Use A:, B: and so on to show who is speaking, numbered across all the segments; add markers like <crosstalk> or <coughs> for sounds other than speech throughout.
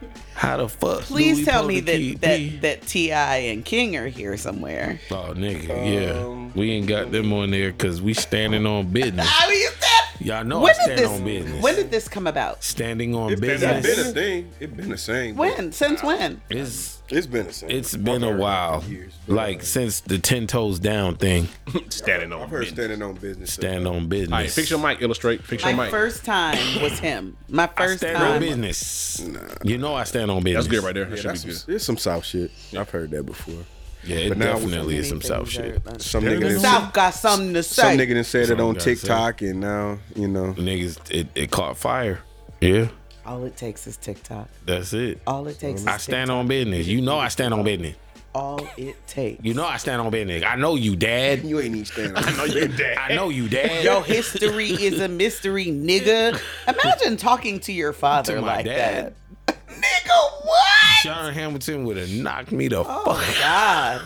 A: the fuck? do we
B: Please tell me
A: supposed to
B: that
A: keep
B: that,
A: P?
B: that Ti and King are here somewhere.
A: Oh nigga, yeah.
B: Um,
A: We ain't got them on there because we standing on business.
B: I mean, is that
A: Y'all know I
B: when did
A: stand on
B: this?
A: business.
B: When did this come about?
A: standing on
C: It's been,
A: business?
C: it's been a thing. It's been the same.
B: When? Since when?
A: Uh, It's
C: It's been the same.
A: it's been a
C: I've heard
A: while.
C: years.
A: Like since the ten toes down thing.
D: Standing on.
C: I've heard
D: business.
C: standing on business.
A: Stand on
D: All right,
A: business.
D: fix your mic. Illustrate. Fix your
B: My
D: mic.
B: first time was him. My
A: I
B: first
A: stand on
B: time.
A: business. You know I stand on business.
D: That's good right there. That
C: Yeah,
D: should be
C: that's some,
D: good.
C: there's some South shit. I've heard that before.
A: Yeah, it
C: But now we-
A: definitely is some South shit.
C: Some
B: The
C: nigga done said-
B: South got something to
C: some
B: say.
C: nigga done said it
A: Some
C: on
A: guy said it.
C: TikTok, and now you know.
A: Niggas, it, it caught fire. Yeah,
B: All it takes is TikTok.
A: that's it.
B: All it takes.
A: I
B: is
A: stand
B: TikTok.
A: on business. You know I stand on business.
B: All it takes.
A: You know I stand on business. I know you, Dad.
C: You ain't even <laughs> standing. on
D: No, you dad.
A: I know you, <laughs> Dad.
B: Your history is a mystery, nigga. Imagine talking to your father
A: To my
B: like
A: dad.
B: that. <laughs> nigga, what?
A: John Hamilton would have knocked me the
B: Oh
A: fuck.
B: my God.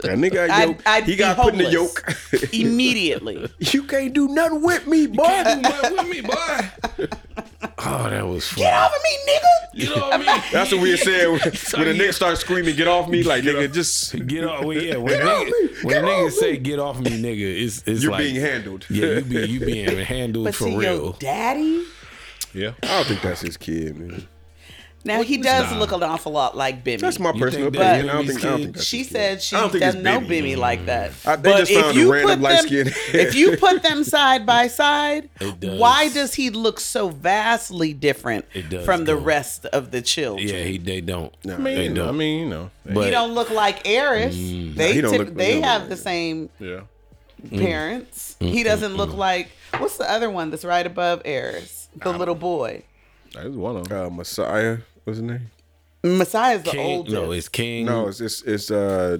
C: That nigga got
B: I'd-
C: yoked.
B: I'd
C: he
B: be
C: got put in the
B: homeless.
C: yoke. <laughs>
B: Immediately.
C: you can't do nothing with me, boy. <laughs>
A: Can't do nothing with me, boy. Oh, that was fun.
B: Get off of me, nigga.
A: You know what I mean?
C: That's what
A: <laughs>
C: we said when,
A: So,
C: when a
A: yeah.
C: nigga starts screaming, "Get off me!" Like
D: Get
C: nigga,
D: off-
A: <laughs>
C: just
A: Get off, well, yeah. When,
C: off me.
A: nigga, when
C: Get
A: niggas
C: off
A: say "get off me, nigga," it's it's
C: You're
A: like
C: being handled.
A: Yeah, you be
C: <laughs>
A: you being handled
B: But
A: for
B: see, your
A: real.
B: daddy.
D: Yeah.
C: I don't think that's his kid, man.
B: Now he does
A: Nah.
B: look an awful lot like Bimmy.
C: That's my
A: You
C: personal
A: think that
C: opinion. I don't
A: Bimby's
C: think. I don't think
A: kid?
C: that's
B: She
C: his kid.
B: said she
C: I don't think it's
B: doesn't know
C: Bimmy.
B: Bimmy like that.
C: I- they just found a random
B: put
C: light
B: them-
C: skin.
B: if
C: <laughs>
B: you put them side by side,
A: It does.
B: why does he look so vastly different
A: It does,
B: from the
A: though.
B: rest of the children?
A: Yeah, he, they don't.
C: Nah,
D: I mean,
A: They
D: you know,
A: don't.
D: I mean, you know. they-
A: But Mm.
B: He don't look like Eris. they
C: he don't
B: tip-
C: look-
B: they
C: he don't
B: have
C: look
B: the
C: like
B: same
D: Yeah.
B: parents. He doesn't look like what's the other one that's right above Eris? The little boy.
D: That is one of them.
C: uh, Messiah. What's his name?
B: Messiah's the
A: King,
B: oldest.
A: no, it's King.
C: No, it's it's, it's uh,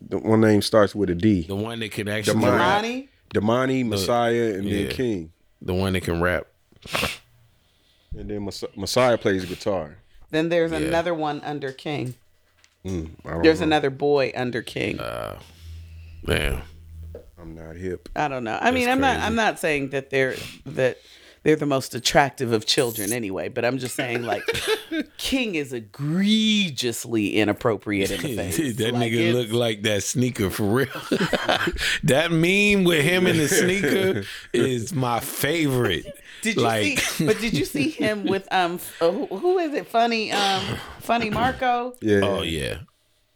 C: the one name starts with a D.
A: the one that can actually
C: Demonic.
A: rap,
B: Ronnie.
C: Damani, Messiah, and
A: yeah.
C: then King,
A: the one that can rap.
C: and then Mess- Messiah plays guitar.
B: Then there's another one under King.
A: Hmm,
C: I don't
B: There's
C: know.
B: another boy under King.
A: Man,
C: I'm not hip.
B: I don't know. I mean, I'm not.
A: crazy.
B: I'm not saying that they're that they're the most attractive of children anyway. But I'm just
A: <laughs>
B: saying like King is egregiously
A: <laughs>
B: inappropriate in the face.
A: that
B: Like,
A: nigga
B: it-
A: look like that sneaker for real. <laughs> that meme with him and the
C: <laughs>
A: sneaker is my favorite.
B: Did you
A: like,
B: see? But did you see him with um? f- uh, who- who is it? Funny um,
A: <sighs>
B: funny Marco.
C: Yeah. Oh,
A: Oh yeah.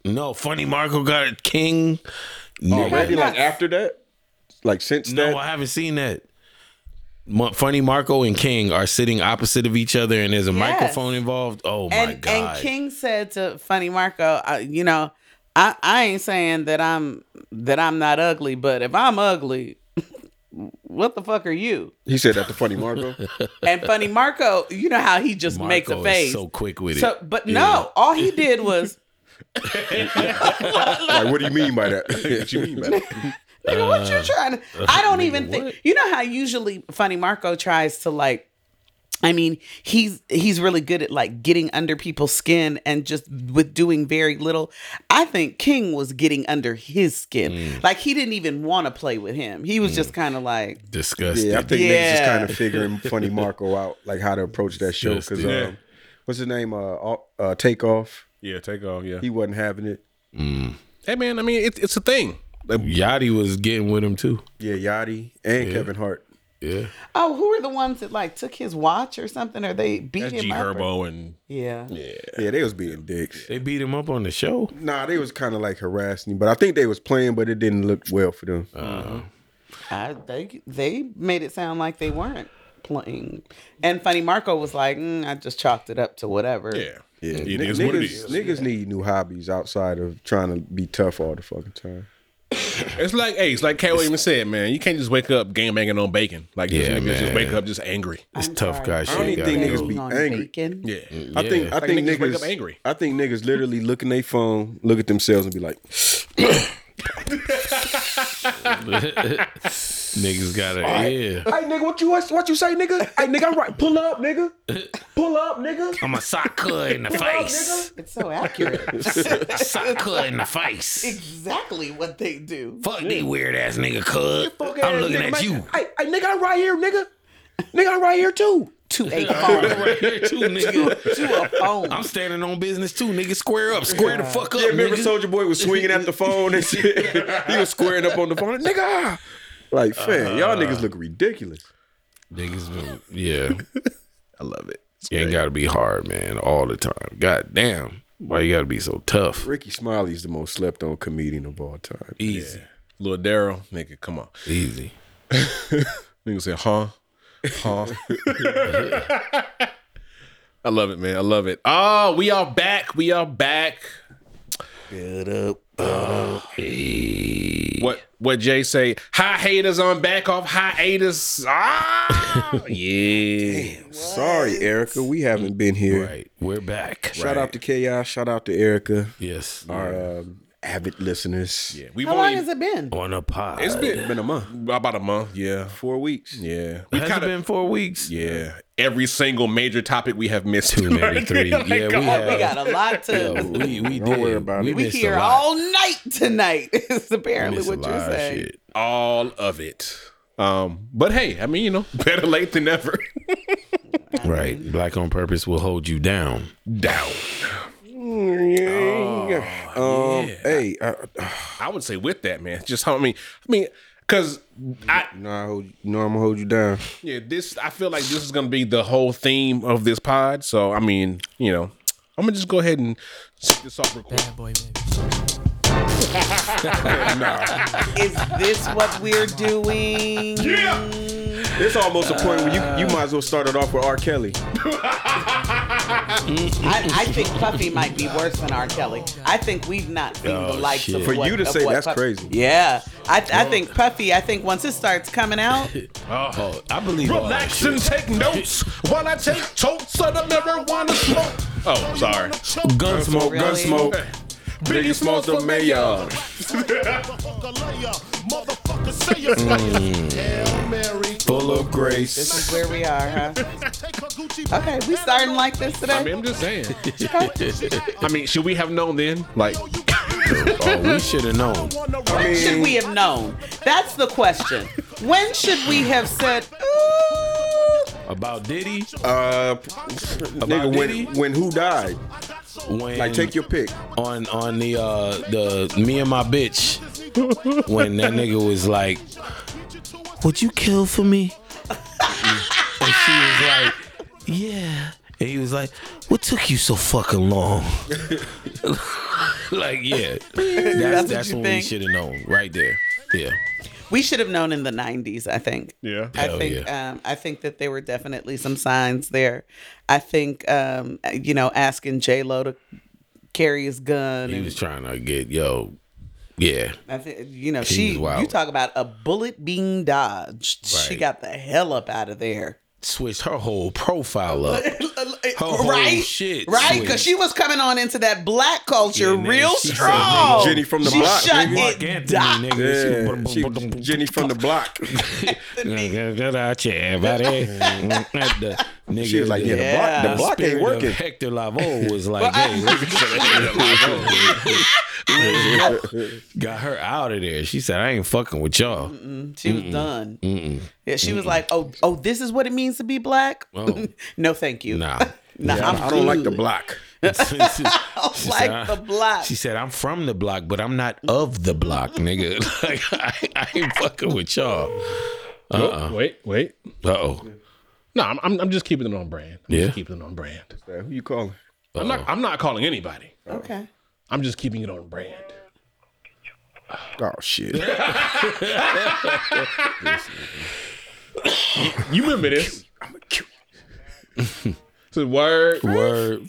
A: No, funny Marco got a King. Nigga.
C: Already, like
B: Nuts.
C: after that, like since
A: No, I
C: that,
A: haven't seen that. Mo- Funny Marco and King are sitting opposite of each other, and there's a
B: Yes.
A: microphone involved. Oh my
B: and
A: god!
B: and King said to Funny Marco, uh, you know, I I ain't saying that I'm that I'm not ugly, but if I'm ugly, <laughs> what the fuck are you?
C: he said that to Funny
A: <laughs>
C: Marco.
B: And Funny Marco, you know how he just
A: Marco
B: makes a
A: is
B: face.
A: so quick with it.
B: So- but no, all he
A: <laughs>
B: did was,
C: like, what do you mean
A: <laughs>
C: by that? <laughs> what you mean by that?
B: nigga, what you trying to? I don't even think. You know how usually Funny Marco tries to like. I mean, he's he's really good at like getting under people's skin and just with doing very little. I think King was getting under his skin. Like he didn't even want to play with him. He was just kind of like,
A: Disgusting.
C: Yeah, I think niggas just
B: Yeah.
C: kind of figuring Funny Marco out, like how to approach that show. Because
A: Disgusting.
C: um, what's his name? Uh, Al- uh, Takeoff.
D: Yeah, take off. Yeah.
C: He wasn't having it.
D: Hey, man, I mean, it's it's a thing.
A: Yachty was getting with him too.
C: Yeah, Yachty and Kevin Hart.
A: Yeah.
B: oh, who are the ones that like took his watch or something, or they beat
D: That's
B: him
D: G
B: up? or-
D: Herbo and.
B: Yeah.
C: Yeah, they was being dicks.
A: They beat him up on the show.
C: Nah, they was kind of like harassing, him, but I think they was playing, but it didn't look well for them.
A: Uh,
B: I, they they made it sound like they weren't playing, and Funny Marco was like, mm, "I just chalked it up to whatever."
D: Yeah.
C: yeah,
D: It
C: ni-
D: is
C: niggas,
D: what it is.
C: niggas need new hobbies outside of trying to be tough all the fucking time.
D: It's like, hey, it's like Cat even said, man. You can't just wake up gang banging on bacon. Like, yeah,
A: Yeah,
D: niggas just
A: man.
D: wake up just angry.
A: It's
B: I'm
A: tough
B: sorry.
A: guy shit.
C: don't even
A: gotta
C: think
A: go.
C: niggas be
B: On
C: angry.
B: bacon.
D: Yeah.
C: I
A: Yeah.
C: think I
D: Like,
C: think
D: niggas
C: niggas,
D: wake up angry.
C: I think niggas literally look in their phone, look at themselves, and be like,
A: Niggas gotta yeah.
C: "Hey nigga, what you what you say, nigga? Hey nigga, I'm right. Pull up, nigga. Pull up, nigga.
A: I'm a soccer
B: <laughs>
A: in the face.
B: It's so accurate.
A: Soccer in the face.
B: <laughs> exactly what they do.
A: Fuck they weird ass nigga, cuz. I'm looking at you.
C: Hey, hey nigga, I'm right here, nigga. Nigga, I'm right here too.
B: to a phone.
A: right here too, nigga.
B: to a phone.
A: I'm standing on business too, nigga. Square up, square the fuck up,
C: Yeah, remember
A: nigga.
C: Soldier Boy was swinging at the phone and shit. <laughs> he was squaring up on the phone, nigga. Like, fam,
A: Uh-huh.
C: y'all niggas look ridiculous.
A: Niggas, been- yeah,
C: I love it.
A: you ain't gotta be hard, man, all the time. God damn, why you gotta be so tough?
C: Ricky Smiley's the most slept on comedian of all time.
A: Easy,
D: Lil Daryl, nigga, come on.
A: easy.
D: Nigga said, huh?
C: <laughs>
D: Huh? <laughs> I love it, man. I love it. Oh, we are back. We are back. What what Jay say? Hi haters on back off hiatus. <laughs> Ah, yeah.
C: Sorry, Erica, we haven't been here.
A: Right, we're back.
C: Shout out to Chaos. Shout out to Erica,
A: yes,
C: our um, avid listeners.
D: Yeah, We've
B: How long
D: only
B: has it been?
A: on a pod.
D: it's been
C: Been a month,
D: about a month. Yeah,
C: four weeks.
D: yeah. We
A: Has it
D: kind of
A: been four weeks?
D: yeah. Every single major topic we have missed.
C: <laughs>
A: Two, maybe three.
D: Like,
A: Yeah, we
D: oh,
A: have.
B: We got a lot
A: Yo,
B: to.
A: we we
C: Don't
A: did.
C: worry about
A: we
C: it.
B: We
A: missed a
B: here
A: lot.
B: all night tonight. <laughs> Is apparently
A: Missed a
B: what you're
A: lot of
B: saying.
A: shit.
D: all of it. Um, but hey, I mean, you know, <laughs> better late than <laughs> never.
A: Right, black on purpose will hold you down.
D: Down.
B: Mm,
C: um, Hey, I,
D: I would say with that, man. Just how I mean, I mean, because I
C: no, I hold, you know I'm gonna hold you down.
D: yeah, this I feel like this is gonna be the whole theme of this pod. So I mean, you know, I'm gonna just go ahead and take this off real quick.
B: Is this what we're doing?
C: It's almost a point where you, you might as well start it off with R. Kelly.
B: I, I think Puffy might be worse than R. Kelly. I think we've not seen the
A: Oh,
B: likes
A: shit.
B: of
A: For
B: what-
C: you to
B: of
C: say
B: what
C: that's
B: Puff-
C: crazy.
B: Yeah, I, I think Puffy. I think once it starts coming out,
A: Oh, I believe all that
D: Relax and
A: shit.
D: take notes while I take totes of the marijuana smoke. Oh, sorry.
A: Gunsmoke,
B: Really?
C: Gunsmoke.
D: Biggie smokes the mayor.
C: Mm. Full of grace.
B: this is where we are, huh? Okay, we starting like this today.
D: I mean, I'm just saying.
B: Okay.
D: I mean, should we have known then? Like,
A: Oh,
C: <laughs>
A: we should have known.
B: When should we have known? That's the question. When should we have said, ooh,
A: About Diddy,
C: Uh, nigga,
A: Diddy?
C: when, when who died?
A: when
C: Like, take your pick.
A: on on the uh the me and my bitch when that nigga was like, "Would you kill for me?" and she was like, "Yeah." And he was like, "What took you so fucking long?" <laughs> like,
C: <laughs>
A: yeah, that's
B: what
A: that's
B: you
A: when we
B: think?
A: should have known right there. Yeah,
B: we should have known in the 90s, I think.
D: yeah.
B: I
A: Hell
B: think um, I think that there were definitely some signs there. I think um, you know asking J Lo to carry his gun.
A: he
B: and
A: was trying to get yo, yeah.
B: I think you know
A: He
B: she.
A: was wild.
B: You talk about a bullet being dodged. She
A: Right.
B: got the hell up out of there.
A: switched her whole profile
B: <laughs>
C: <laughs>
A: up. whole
B: right,
A: shit
B: right, because
A: switched.
B: she was coming on into that black culture
A: Yeah, man,
B: real
A: she said,
B: strong.
C: nigga, Jenny from the
B: she
C: block,
B: shut
C: nigga.
B: it down.
C: Yeah, she, Jenny from the block.
A: Get out your
C: <laughs>
A: everybody. the nigga,
C: She was like, yeah,
B: Yeah.
C: the block, the block ain't
A: spirit
C: working.
A: Of Hector Lavoe was like, hey,
C: <laughs>
A: look- got her out of there. She said, I ain't fucking with y'all.
B: She was done. Yeah, she was like, "Oh, oh, this is what it means to be black."
A: Oh.
B: <laughs> no, thank you.
A: Nah. <laughs>
B: nah, I'm
C: I don't like the
B: good. <laughs>
C: block.
A: She said,
B: like
A: "I-
B: the block."
A: She said, I'm from the block, but I'm not of the block, nigga. <laughs> Like, I, I ain't fucking with y'all.
D: Oh, Wait, wait.
A: Uh oh.
D: No, I'm, I'm, I'm just keeping it on brand. I'm
A: Yeah.
D: just keeping it on brand.
C: Who you calling?
D: I'm not I'm not calling anybody.
B: Okay.
D: I'm just keeping it on brand.
C: Oh shit.
D: You remember this? It's a <laughs> word.
A: Word.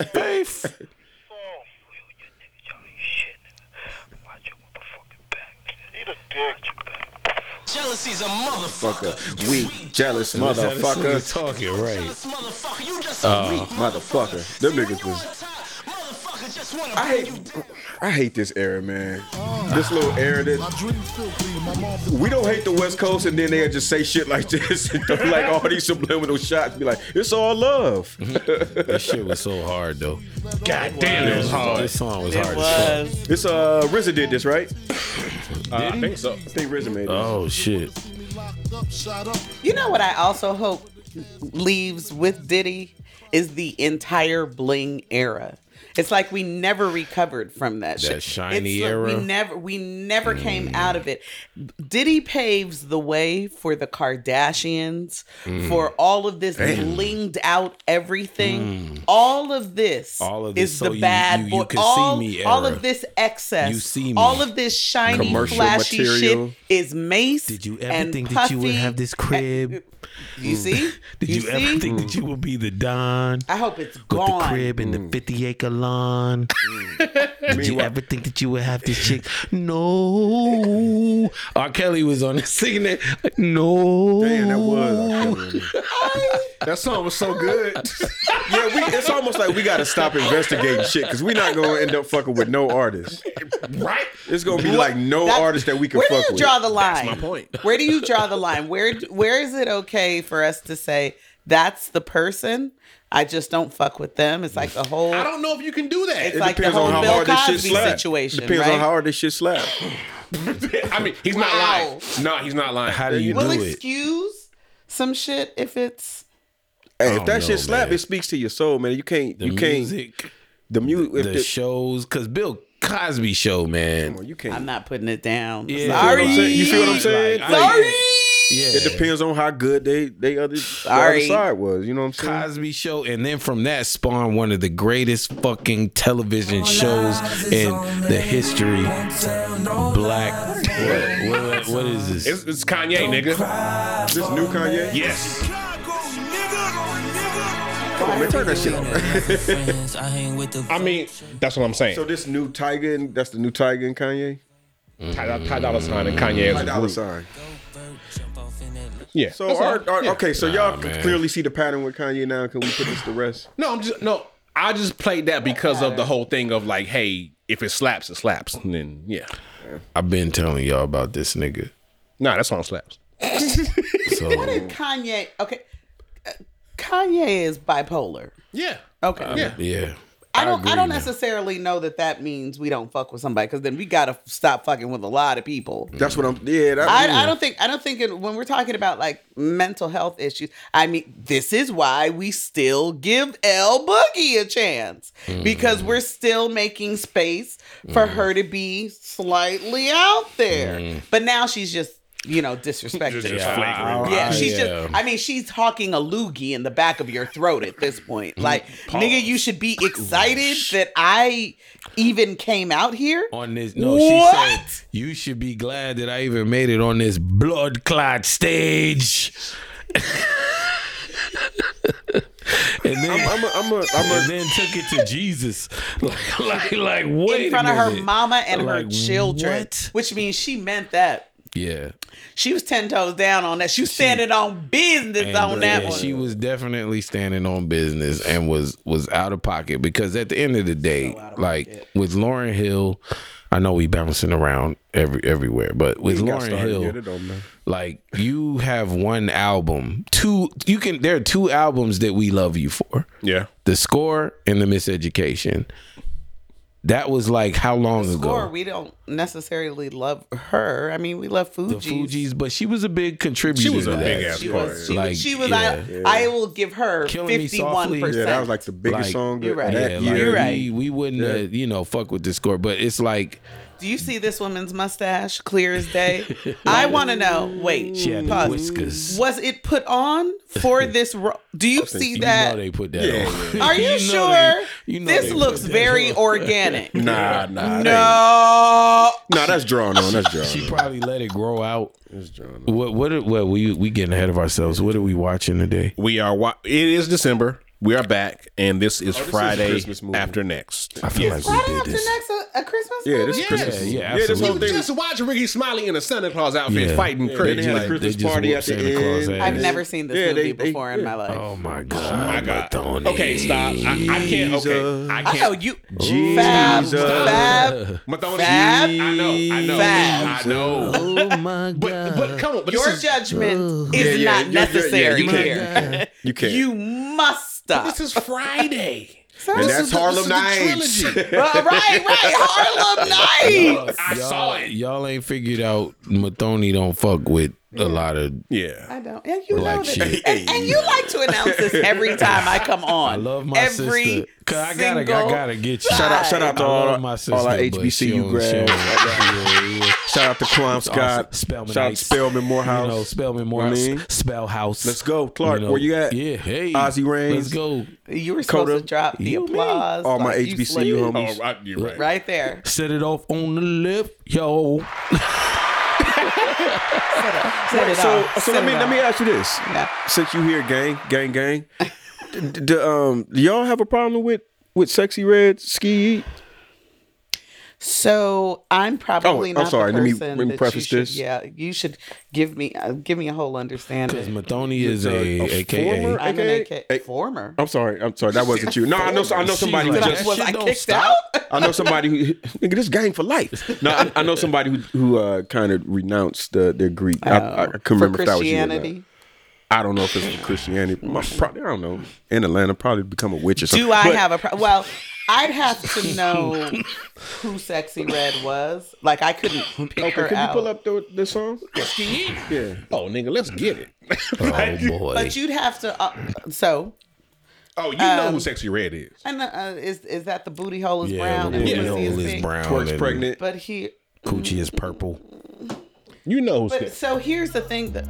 E: Jealousy's a motherfucker.
C: Fucker. We jealous
A: Motherfucker.
C: motherfucker.
A: Talking right.
E: Motherfucker, you just a weak
C: Motherfucker. Them niggas was
E: Motherfucker just wanna
C: I hate I hate this era, man. This little era that we don't hate the West Coast, and then they just say shit like <laughs> this, and throw, like all these subliminal shots. Be like, it's all love.
A: That shit was so hard though.
D: God damn, it was hard.
A: This song was
B: It
A: hard as fuck.
B: was.
C: It's uh, RZA did this, right?
D: Uh, I think so.
C: Uh-huh. I think RZA made it.
A: Oh shit.
B: You know what? I also hope leaves with Diddy is the entire bling era. It's like we never recovered from that, shit.
A: shiny
B: It's like
A: era. Mm.
B: We never we never came out of it. Diddy paves the way for the Kardashians,
A: Mm.
B: for all of this blinged out everything. All of this
A: Mm. All of this
B: is
A: so
B: the
A: you-
B: bad
A: you- you
B: boy.
A: can see
B: all,
A: me
B: all
A: era.
B: of this excess.
A: You see me.
B: All of this shiny,
C: Commercial
B: flashy
C: material.
B: shit is Mace.
A: Did you
B: and
A: ever think that you would
B: Puffy
A: have this crib?
B: Mm. you <laughs> see?
A: Did you,
B: see?
A: ever think that you would be the Don
B: I hope it's
A: with
B: gone.
A: the crib and the 50 acre lawn? Did you ever think that you would have this chick? No. <laughs> R. Kelly was on the singing that. No.
C: Damn, that was.
B: <laughs>
D: That song was so good.
C: <laughs> Yeah, we, it's almost like we got to stop investigating shit because we're not going to end up fucking with no artists.
A: right.
C: It's going to be like no
B: That-
C: artist that we can
B: Where do
C: fuck
B: you
C: with.
B: draw the line?
D: my point.
B: Where do you draw the line? Where where is it okay for us to say that's the person? I just don't fuck with them. It's like the whole
D: I don't know if you can do
B: it's
D: that.
B: like the whole Bill Cosby
C: slap.
B: situation,
C: Depends
B: right?
C: on how hard this shit slap.
D: I mean, he's not
B: Wow.
D: lying. No, he's not lying.
A: How do you
B: we'll
A: do it?
B: excuse some shit if it's
C: Hey,
A: I
C: if that
A: don't know,
C: shit slap,
A: man.
C: it speaks to your soul, man. You can't.
A: The
C: you can't.
A: music,
C: the music.
A: the shows, because Bill Cosby show, man.
C: you can't.
B: I'm not putting it down.
A: Yeah.
B: Sorry.
A: You feel what I'm saying?
C: You feel what I'm saying?
A: Like,
C: Like,
B: Sorry.
A: Yeah.
C: It depends on how good they they other, the other
B: Sorry.
C: side was. You know what I'm saying?
A: Cosby Show, and then from that spawned one of the greatest fucking television shows in the history. Black, what, what- what is this?
D: It's, it's Kanye, nigga.
C: This new Kanye.
D: Yes.
C: Come on, man, turn that shit off.
D: I mean, that's what I'm saying.
C: so this new Tiger, and that's the new Tiger and Kanye.
D: Ty, Ty Dolla Sign and Kanye as
C: Ty
D: a
C: Dolla
D: group.
C: Sign.
D: Yeah.
C: So
D: That's all.
C: our, our,
D: Yeah.
C: okay, so y'all can
A: man.
C: clearly see the pattern with Kanye now. Can we put this to rest?
D: No, I'm just no. I just played that because of the whole thing of like, hey, if it slaps, it slaps. And then yeah.
A: I've been telling y'all about this nigga.
D: Nah, that song slaps.
A: So
B: Kanye. Okay. Uh, Kanye is bipolar.
D: Yeah.
B: Okay.
D: Yeah.
A: yeah,
B: I don't. I,
A: agree
B: don't
A: now.
B: necessarily know that that means we don't fuck with somebody because then we gotta stop fucking with a lot of people.
C: That's what I'm. Yeah, that,
B: I, I don't think. I don't think it, when we're talking about like mental health issues. I mean, this is why we still give L Boogie a chance because we're still making space for her to be slightly out there. But now she's just you know disrespected.
D: Just flagrant.
B: Yeah, she's
A: yeah.
B: just. I mean, she's talking a loogie in the back of your throat at this point.
A: Mm-hmm.
B: Like, nigga, you should be excited that I even came out here.
A: on this. No, she
B: What?
A: said you should be glad that I even made it on this blood clot stage. <laughs> and then.
C: I'm a. I'm a. I'm
A: and
C: a
A: then took it to Jesus, <laughs> like, like, like, wait
B: in front
A: a
B: of her
A: minute.
B: mama and her
A: Like,
B: children,
A: what?
B: which means she meant that.
A: Yeah,
B: She was ten toes down on that. She was standing on business
A: And,
B: on that
A: yeah,
B: one.
A: She was definitely standing on business and was was out of pocket because at the end of the day, like with Lauren Hill, I know we bouncing around every everywhere, but with
C: got
A: Lauren
C: started
A: Hill,
C: yet, it don't matter.
A: like you have one album, two you can there are two albums that we love you for.
D: Yeah.
A: The score and the miseducation. That was like how long ago?
B: or we don't necessarily love her. I mean, we love
A: the
B: Fuji.
A: Fugees, but she was a big contributor.
D: She was
A: to
D: a
A: that.
D: big ass
B: She
D: part.
B: was. She
A: Like,
B: was. She was
A: yeah.
B: I, I will give her
A: Killing Me
B: fifty-one
A: Softly.
B: percent.
C: yeah, that was like the biggest
A: Like-
C: song
B: You're right.
C: that
A: Yeah, like,
C: year.
B: You're right.
A: We, we wouldn't, uh, you know, fuck with this score, but it's like
B: Do you see this woman's mustache clear as day? I want to know. Wait,
A: she had
B: pause.
A: whiskers.
B: Was it put on for this? Ro- Do you see
A: You
B: that?
A: know they put that
C: Yeah,
A: on. <laughs>
B: Are you,
A: know they-
B: sure?
A: you know they
B: this
A: put
B: looks
A: that
B: very
A: on.
B: organic.
C: Nah, nah, that
B: no.
C: ain't- nah. That's drawn on. That's drawn.
A: She
C: on.
A: probably let it grow out.
C: That's drawn on.
A: What? What? are- What? We we getting ahead of ourselves. What are we watching today?
D: We are. Wa- it is December. We are back, and this is
C: Oh, is a
D: Friday
C: Christmas movie.
D: after next.
A: I feel like
B: Right
A: we did
B: after
A: this.
B: next a, a Christmas.
C: Yeah,
B: movie?
C: this
A: yeah,
C: Christmas. this whole
A: absolutely.
C: thing.
D: Just watch Ricky Smiley in a Santa Claus outfit
A: Yeah.
D: fighting
C: Then they
D: crazy.
C: had a
D: like,
C: Christmas
A: they just
C: party
A: whooped
C: at the
A: Santa Claus
C: end.
A: ass.
B: I've
A: Yeah.
B: never seen this
C: Yeah,
B: movie
C: they- they-
B: before in my life.
A: Oh my god!
D: my God.
A: Tony.
D: okay, stop. I, I can't. Okay, I
B: I know
D: can't.
B: you.
C: Jesus.
B: Fab, Fab,
D: Madonna-
B: Fab.
D: I know. I know.
B: Fab.
D: I know.
A: Oh my god!
D: <laughs> But but come on. But
B: Your
D: this is,
B: judgment
C: Yeah,
B: is
C: yeah,
B: not
C: yeah, yeah, yeah,
B: necessary
C: you can't-
B: here.
C: You can't.
B: You must stop.
D: This is Friday.
B: so.
C: And
B: This
C: that's
B: is-
D: the-
C: Harlem
D: this is the <laughs>
C: Nights.
B: Right, right,
C: <laughs>
B: right. Harlem Nights.
A: I y'all, saw it. Y'all ain't figured out Mathoni don't fuck with a lot of.
D: Yeah.
B: I don't. And you
A: Like
B: know that.
A: shit.
B: And, and you like to announce
A: <laughs>
B: this every time I come on.
A: I love my
B: every
A: sister. 'Cause I gotta, I
B: single
A: gotta get you.
B: Shout out- shout
C: out to
A: I love
C: all- all our
A: but
C: HBCU
A: she don't- she don't-
C: grads. <laughs>
A: Yeah, yeah.
C: Shout out to Quan Scott.
A: Also, Spelman
C: Shout out to
A: Heights.
C: Spelman Morehouse.
A: You know, Spelman
C: I
A: Morehouse.
C: mean?
A: Spell House.
C: Let's go, Clark, where you at?
A: Yeah, hey.
C: Ozzie Reigns.
A: Let's go.
B: You were supposed
C: Coda.
B: to drop the
A: You mean?
B: applause.
C: All my
B: like, you
C: HBCU
B: slayed it.
C: homies.
D: Oh, right, you're right.
B: Right there.
A: Set it off on the lip, yo.
B: Set it
C: so
B: off.
C: so
B: Set
C: let me
B: it
C: let me
B: off.
C: ask you this.
B: Yeah.
C: Since you here, gang, gang, gang, d- d- um, do y'all have a problem with with sexy red ski? Eat?
B: So I'm probably
C: Oh, I'm
B: not.
C: sorry,
B: The
C: let me-
B: person
C: let me
B: that you
C: preface
B: should-
C: this.
B: Yeah, you should give me uh, give me a whole
A: Because
B: understanding.
A: Mathoni is
C: a-
A: a,
C: a
A: AKA. <laughs>
C: former-
B: I'm an
C: AKA
B: AK,
C: A-
B: former.
C: I'm sorry, I'm sorry, that wasn't you. No, I know I know
A: She's
C: somebody who
A: like,
C: just
A: Oh, that
B: was
A: shit
B: I
A: don't
B: kicked
A: stop.
B: out?
C: I know somebody who nigga this gang for life. No, I, I know somebody who who uh, kind of renounced uh, their Greek. I, I, I
B: Oh.
C: couldn't
B: for
C: remember if that was you. Or
B: Christianity.
C: not. I don't know if it's for Christianity. My- probably, I don't know. In Atlanta, probably become a witch or something.
B: Do I
C: But-
B: have a problem? Well, I'd have
A: <laughs>
B: to know who Sexy Red was. Like I couldn't pick her
C: Could you
B: out.
C: pull up the, the song? Yeah.
D: Oh, nigga, let's get it.
A: Oh, boy.
B: But you'd have to. Uh, so,
D: Oh, you know who Sexy Red is.
B: and uh, is is that the booty hole is
A: yeah,
B: brown?
A: the
B: and
A: booty
B: pussy
A: hole is
B: big?
A: brown.
C: Twerk's
A: and
C: pregnant.
B: But he.
A: Coochie is purple.
D: You know who's
B: But so here's the thing that.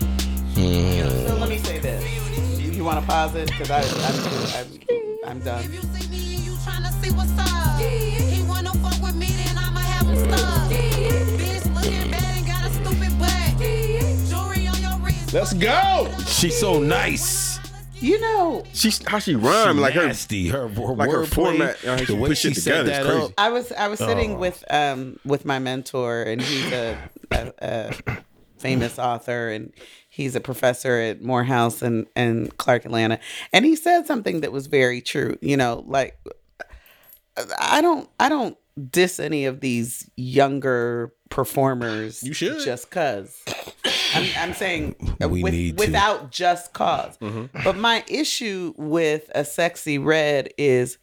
B: So let me say this. You, you want to pause it because I, I, I'm, I'm done.
D: Let's go.
A: She's so nice.
B: You know,
C: She's how she rhyme um, like her.
A: nasty. Her, her
C: like her
A: wordplay,
C: format, uh, she
A: the way
C: puts
A: she
C: shit
A: set
C: together is
A: that
C: crazy.
A: up.
B: I was I was sitting with um with my mentor, and he's a, a, a famous author, and he's a professor at Morehouse and and Clark Atlanta, and he said something that was very true. You know, like I don't I don't diss any of these younger performers. You
D: should.
B: just cause. I'm, I'm saying
A: We
B: with,
A: need to.
B: without just because. But my issue with a sexy red is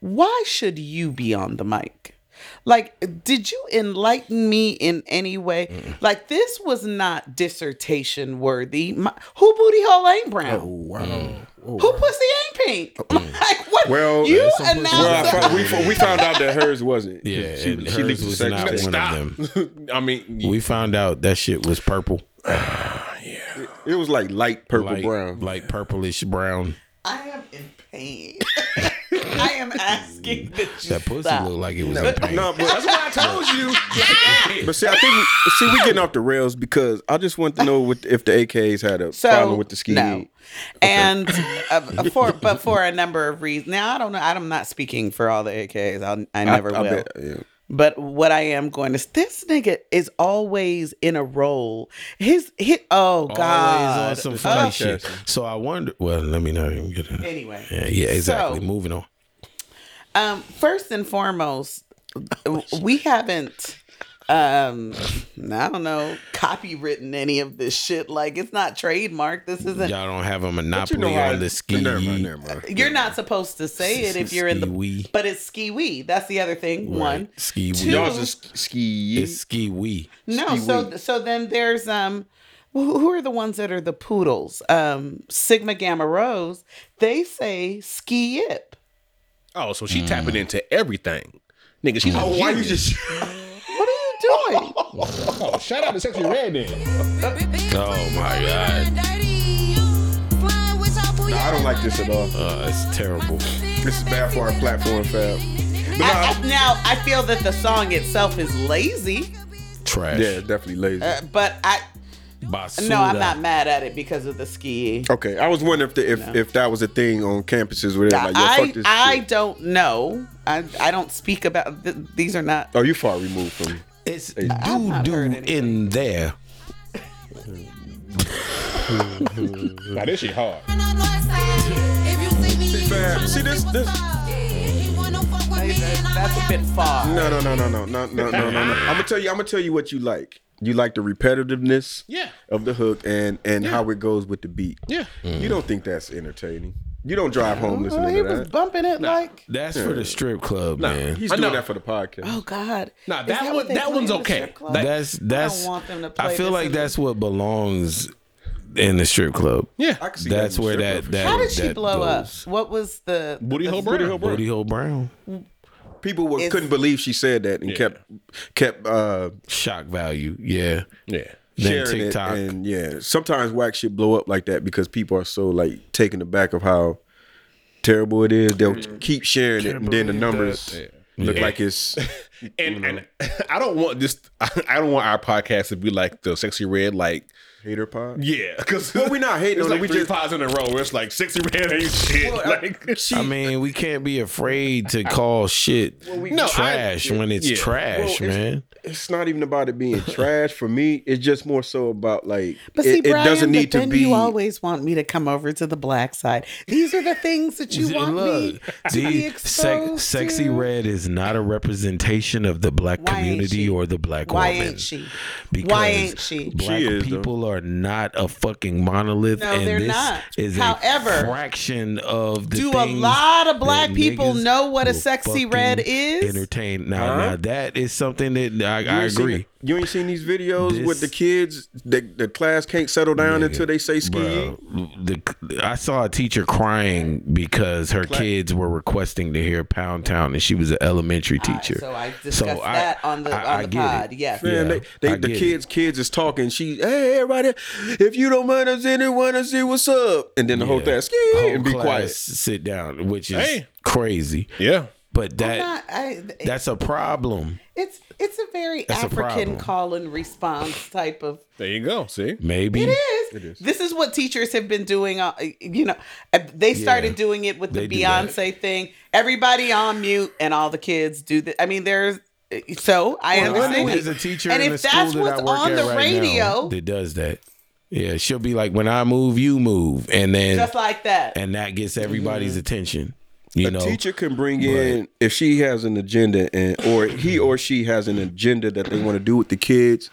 B: why should you be on the mic? Like, did you enlighten me in any way? Like, this was not dissertation worthy. My, who booty hole ain't brown? Who pussy ain't pink? <laughs> Like, what?
C: Well,
B: you
C: there's
A: some
B: announced
A: pussy
C: Well, I
A: Nah,
C: found- we, we found out that hers wasn't.
A: Yeah,
C: she,
A: and
C: she
A: hers
C: leaked the
A: was
C: sex.
A: not one
D: Stop.
A: of them.
D: <laughs> I mean,
A: We found out that shit was purple,
C: It was like light purple
A: like
C: brown.
A: like purplish brown.
B: I am in pain. <laughs> I am asking that you
A: That pussy
B: stop.
A: looked like it was in pain.
C: No, but,
D: that's what I told you.
C: <laughs> but see, I think we, see we getting off the rails because I just want to know what, if the AKs had a
B: so
C: problem with the ski.
B: No. And uh, for but for a number of reasons. Now I don't know. I'm not speaking for all the AKs. I'll, I never will.
C: bet, yeah.
B: But what I am going to this nigga is always in a role. His hit. Oh
A: <laughs>
B: God.
A: Always on some
B: Oh,
A: funny shit. So I wonder. Well, let me not even get it.
B: Anyway.
A: Yeah, yeah, exactly.
B: So-
A: Moving on.
B: Um, first and foremost, we haven't um I don't know, copywritten any of this shit. Like it's not trademarked. This isn't
A: Y'all don't have a monopoly on the ski.
C: Never mind, never mind.
B: you're not supposed to say it if you're in the
A: Ski-wee.
B: but it's ski wee. That's the other thing. One.
A: ski.
B: Two-
A: Y'all
C: Y'all just ski.
A: is ski. We.
B: No, so so then there's um who who are the ones that are the poodles? Um Sigma Gamma Rose, they say ski yip.
D: Oh, so she tapping into everything. Nigga, she's oh, why you just
B: What are you
C: <laughs>
B: doing?
D: oh, shout out to Sexy Red then.
A: Oh my god,
C: I don't like this at all.
A: uh, it's terrible.
C: This is bad for our platform, Fab. But no,
B: I, I- now I feel that the song itself is lazy,
A: Trash.
C: yeah, definitely lazy.
B: uh, but I
A: Basuda.
B: no, I'm not mad at it because of the ski.
C: okay, I was wondering if the, if, if that was a thing on campuses where they're like, yo, fuck
B: I
C: this
B: I
C: shit.
B: don't know. I I don't speak about th- these. Are not
C: Oh, you far removed from
A: It's
B: I've
A: doo
B: not
A: doo
B: heard anything.
A: in there.
D: Now this shit hard.
C: See, this- this-
B: that's a bit far.
D: <laughs>
C: No, no, no, no, no, no, no, no, no, no. I'm gonna tell you. I'm gonna tell you what you like. You like the repetitiveness
D: Yeah.
C: of the hook and and how it goes with the beat.
D: Yeah.
C: You don't think that's entertaining. You don't drive home
B: Oh,
C: listening
B: he
C: to
B: was
C: that.
B: bumping it like,
A: That's for the strip club, man.
C: He's
D: I
C: doing
D: know.
C: that for the podcast.
B: oh God.
D: Nah,
B: Is
D: that
B: what
D: one-
B: they
D: that
B: play
D: one's
B: in the
D: okay.
B: strip club?
D: That-
A: That's that's. I,
B: want them to play
A: feel
B: this
A: like
B: in the-
A: that's what belongs in the strip club.
D: Yeah.
C: I can see
A: That's
C: that in
A: where
C: the
A: that
C: strip
A: that
B: How did she
A: that
B: blow
A: goes.
B: up? What was the
D: Booty hole
C: Booty
D: brown.
C: hole brown.
A: Booty hole brown.
C: club. People were,
B: It's-
C: couldn't believe she said that and kept kept uh,
A: Shock value. Yeah.
D: Yeah.
A: Then
C: sharing
A: TikTok.
C: it. And yeah, sometimes whack shit blow up like that because people are so like taken aback of how terrible it is. They'll
D: Mm.
C: keep sharing it, and then the numbers look like it's <laughs>
D: And and <laughs> I don't want this. I don't want our podcast to be like the sexy red. Like
C: hater pod.
D: yeah, because
C: Well, we not hating
D: It's
C: on it,
D: like
C: we
D: three
C: just-
D: pods in a row where it's like <laughs> sexy red ain't shit.
C: <laughs>
D: like
C: She,
A: I mean, we can't be afraid to call shit
D: No, I-
A: trash when it's
D: yeah.
A: trash,
C: Well, it's-
A: man.
C: it's not even about it being trash for me. It's just more so about like
B: But see,
C: it, it
B: Brian,
C: doesn't need
B: but
C: to
B: then
C: be.
B: You always want me to come over to the black side. These are the things
A: <laughs>
B: that you want me to be
A: the
B: exposed
A: sexy
B: to.
A: red is not a representation of the black
B: Why ain't
A: community
B: she?
A: or the black
B: Why
A: woman.
B: ain't she?
A: Because
B: Why ain't she?
A: Black
C: She is, though.
A: people are not a fucking monolith,
B: No,
A: and
B: they're
A: this
B: not.
A: is
B: However,
A: a fraction of the.
B: do a
A: things
B: lot of black
A: that
B: people
A: niggas
B: know what a
A: will
B: sexy red
A: fucking
B: is?
A: Entertain now, now that is something that I, I
C: You ain't seen-
A: agree.
C: you ain't seen these videos
A: This-
C: with the kids. The, the class can't settle down until they say ski.
A: Bro,
B: Mm-hmm.
A: the, I saw a teacher crying because her kids were requesting to hear Pound Town, and she was an elementary teacher.
B: so I discussed that on the- on the
A: get
B: pod, yes.
C: Man,
A: Yeah,
C: they,
A: I
C: they, the
A: get it.
C: kids, kids is talking. She, hey, everybody, if you don't mind us in here, wanna see what's up? And then the whole
A: Yeah.
C: thing, ski,
A: Whole
C: and be
A: class
C: quiet.
A: sit down, which is
D: Hey.
A: crazy.
D: yeah,
A: But that
B: Not- I-
A: that's a problem.
B: it's it's a very
A: That's a
B: African
A: problem.
B: call and response type of
D: there you go. See,
A: Maybe
B: is. This is what teachers have been doing. Uh, you know, uh, they started doing it with the
A: They do that.
B: Beyonce thing. Everybody on mute, and all the kids do that. I mean, there's so I understand.
A: there's a teacher
B: and
A: in
B: if
A: the
B: that's
A: school that
B: what's
A: I work
B: on
A: at
B: the
A: right now
B: radio,
A: that does that. Yeah, she'll be like, "When I move, you move," and then
B: just like that.
A: and that gets everybody's attention. You know,
C: Mm-hmm. Teacher can bring in if she has an agenda and or he or she has an agenda that they want to do with the kids.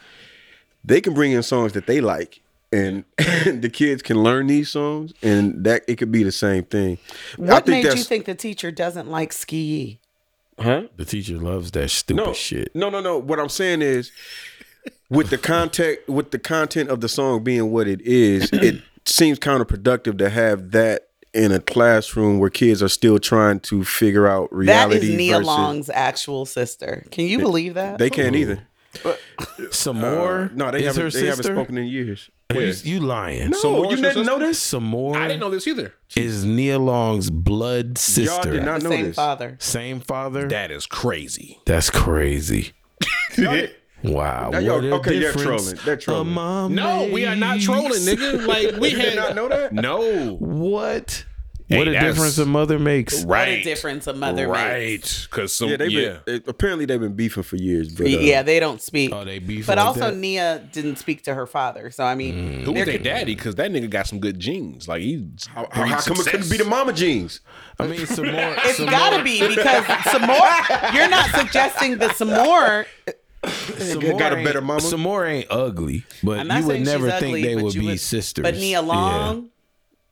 C: They can bring in songs that they like, and <laughs> the kids can learn these songs, and that it could be the same thing.
B: what made you think the teacher doesn't like ski?
A: the teacher loves that stupid
C: no,
A: shit.
C: No, no, no. What I'm saying is, with the contact, with the content of the song being what
A: <clears throat>
C: it is, it seems counterproductive to have that in a classroom where kids are still trying to figure out
B: That
C: reality.
B: is Nia
C: versus-
B: Long's actual sister. Can you believe that?
C: They can't either.
A: Some more?
C: uh, No, they
A: is
C: haven't.
A: her
C: They haven't
A: sister?
C: spoken in years.
A: You, you lying?
C: No,
D: More's
C: you
D: your
C: didn't
D: sister?
C: know this.
A: Some more
D: I didn't know this either.
A: is Nia Long's blood sister.
C: Y'all did not
B: the
C: know
B: same
C: this.
B: father.
A: Same father.
D: That is crazy.
A: That's
C: <laughs>
A: crazy. Wow.
C: Now y'all-
A: what a
C: okay, you're
A: difference
C: trolling. They're
A: a
C: trolling.
A: mom
D: No, we are not
A: makes.
D: trolling, nigga. Like
C: <laughs>
D: we
C: You did
D: had
C: not know that.
A: Mm,
D: no
A: What?
D: Hey,
A: what a
D: that's-
A: difference a mother makes.
B: What
D: right.
B: a difference a mother makes.
D: right? Because some
C: Yeah,
D: yeah,
C: they've been. it- apparently, they've been beefing for years. But, uh,
B: Yeah, they don't speak.
A: Oh, they beef
B: But
A: like
B: also,
A: that?
B: Nia didn't speak to her father. So I
A: Mm.
B: mean, there
D: who was their
B: could-
D: daddy? Because that nigga got some good genes. Like he,
C: How, uh, how- how come it couldn't be the mama jeans?
A: I mean, some
B: <laughs>
A: more.
B: It's
A: some
B: gotta
A: more,
B: be because Samora. You're not suggesting that Samora.
A: Some
C: Got- got a
A: more
C: better
A: ain't-
C: mama?
A: Some more ain't ugly,
B: I'm
A: but
B: not
A: you would
B: saying
A: never
B: she's
A: think
B: ugly,
A: they
B: but
A: would
B: you
A: be
B: would-
A: sisters.
B: But Nia Long,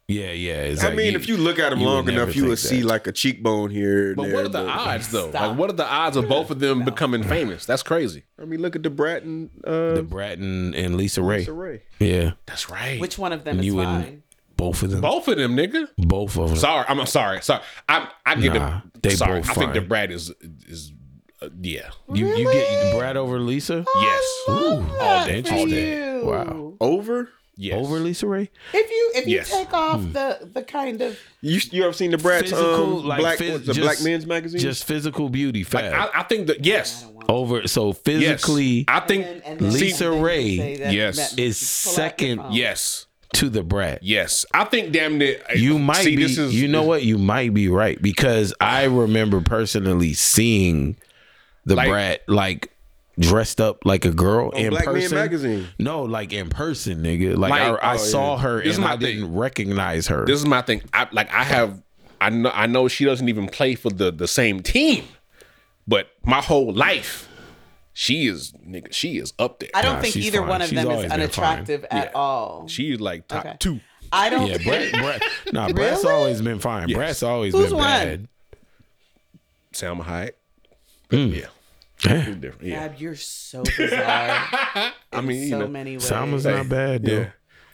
A: Yeah, yeah. yeah it's
C: I
A: like
C: mean, if you look at them
A: you would
C: long enough,
A: never
C: you will
A: think
C: see
A: that.
C: like a cheekbone here. and
D: But
C: there,
D: what are the odds though?
B: Stop.
D: Like what are the odds of both of them becoming famous? That's crazy.
C: I mean, look at the Bratton. Uh,
A: the Bratton and Lisa Ray.
C: Lisa Ray.
A: Yeah,
D: That's right.
B: which one of them is
A: You wouldn't-
B: fine?
A: both of them.
D: both of them, nigga.
A: Both of them.
D: Sorry, I'm sorry. Sorry, I I get
A: Nah,
D: the.
A: they
D: sorry,
A: both
D: I think the
A: fine.
D: Brad is is uh, yeah.
A: You you get Brad over Lisa?
D: Yes.
A: Ooh, all day, all day.
B: Ew.
A: Wow.
C: Over.
D: Yes.
A: Over Lisa Ray?
B: If you if you
D: Yes.
B: take off
A: Hmm.
B: the the kind of
C: You you ever seen the Brat's um, black
A: phys-
C: what's the
A: just-
C: Black Men's magazine?
A: Just physical beauty, fat.
D: I, I think that yes,
A: over so
D: yes.
A: physically
D: I think
B: and, and then
A: Lisa
B: something you
A: Ray
B: say that-
D: yes.
B: that-
A: is
B: pull out your
A: second
B: phone.
D: yes,
A: to the brat.
D: yes. I think damn near uh,
A: You might
D: See,
A: be
D: this is,
A: you know what? You might be right because I remember personally seeing the
D: Like-
A: brat like dressed up like a girl in
C: Black Men
A: person.
C: magazine.
A: No, like in person, nigga. Like,
D: Like,
A: I, I
D: oh,
A: saw her
D: This is
A: and
D: my
A: I
D: thing.
A: didn't recognize her.
D: This is my thing. I like I have I know I know she doesn't even play for the the same team, but my whole life she is nigga, she is up there.
B: I don't
A: Nah,
B: think
A: she's
B: either
A: fine.
B: one of
A: She's
B: them
A: always
B: is
A: been
B: unattractive at
D: Yeah.
B: all.
D: She is like top
B: Okay.
D: two.
B: I don't.
A: Yeah,
D: <laughs>
A: Brett. Brett nah, Brett's
B: Really?
A: always been fine. Brett's always
B: Who's
A: been
B: won?
A: bad.
D: Salma Hayek. But
A: Hmm.
D: yeah. It's different. Yeah.
B: God, you're so bizarre.
D: I mean, you
B: so
D: know,
B: many ways.
A: Salma's not bad, dude.
D: yeah.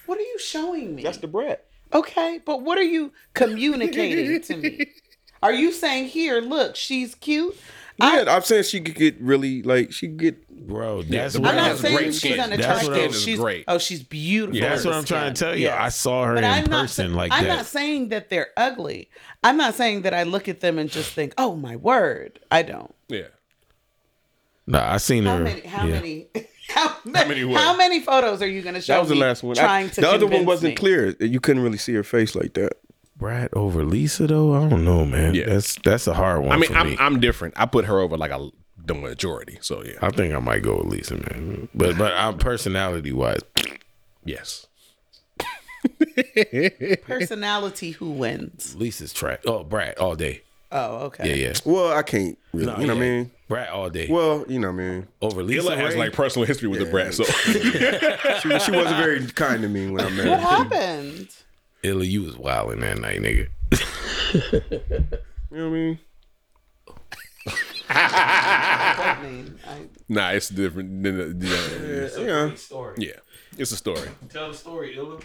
B: What are you showing me?
C: That's the brat.
B: Okay, but what are you communicating to me? Are you saying here, look, she's cute?
C: Yeah, I'm saying she could get really like she could get
A: Bro, that's
D: the
A: what
B: I'm not
D: has
B: saying
D: great
B: she's
D: skin. That's
A: what I'm-
B: unattractive.
D: is
B: She's
D: great.
B: Oh, she's beautiful.
A: That's what I'm trying to tell you. I saw her
B: But
A: in
B: I'm not
A: person
B: sa-
A: like
B: I'm
A: that.
B: not saying that they're ugly. I'm not saying that I look at them and just think, "Oh my word." I don't.
D: Yeah.
A: nah, I seen
B: How
A: her.
B: many? How
A: yeah.
B: many? <laughs> How many?
D: many
B: How
D: what?
B: many, photos are you going to show?
C: That was the
B: me
C: last one. I-
B: Trying to
C: the other one
B: convince
C: wasn't
B: me?
C: clear. You couldn't really see her face like that.
A: Brad over Lisa though? I don't know, man.
D: Yeah.
A: That's that's a hard one.
D: I mean,
A: for me.
D: I'm I'm different. I put her over like a the majority. So yeah.
A: I think I might go with Lisa, man. But but I'm personality wise,
D: Yes.
B: Personality who wins?
A: Lisa's track. Oh, Brad all day.
B: Oh,
A: Yeah,
B: okay.
A: yeah.
C: Well, I can't really. you know what I
A: yeah.
C: mean?
A: Brad all day.
C: Well, you know what I mean.
A: over Lisa
D: Illa has
A: Ray?
D: like personal history with the brat.
C: <laughs>
D: So <laughs>
C: She, she wasn't very kind to me when I met
B: What
C: her.
B: happened?
A: Illa, you was wilding that night, nigga.
C: You know what I mean?
B: I mean, I-
D: nah, it's different than the, the other one.
C: Yeah.
D: yeah. It's a story.
F: Tell the story, Illa.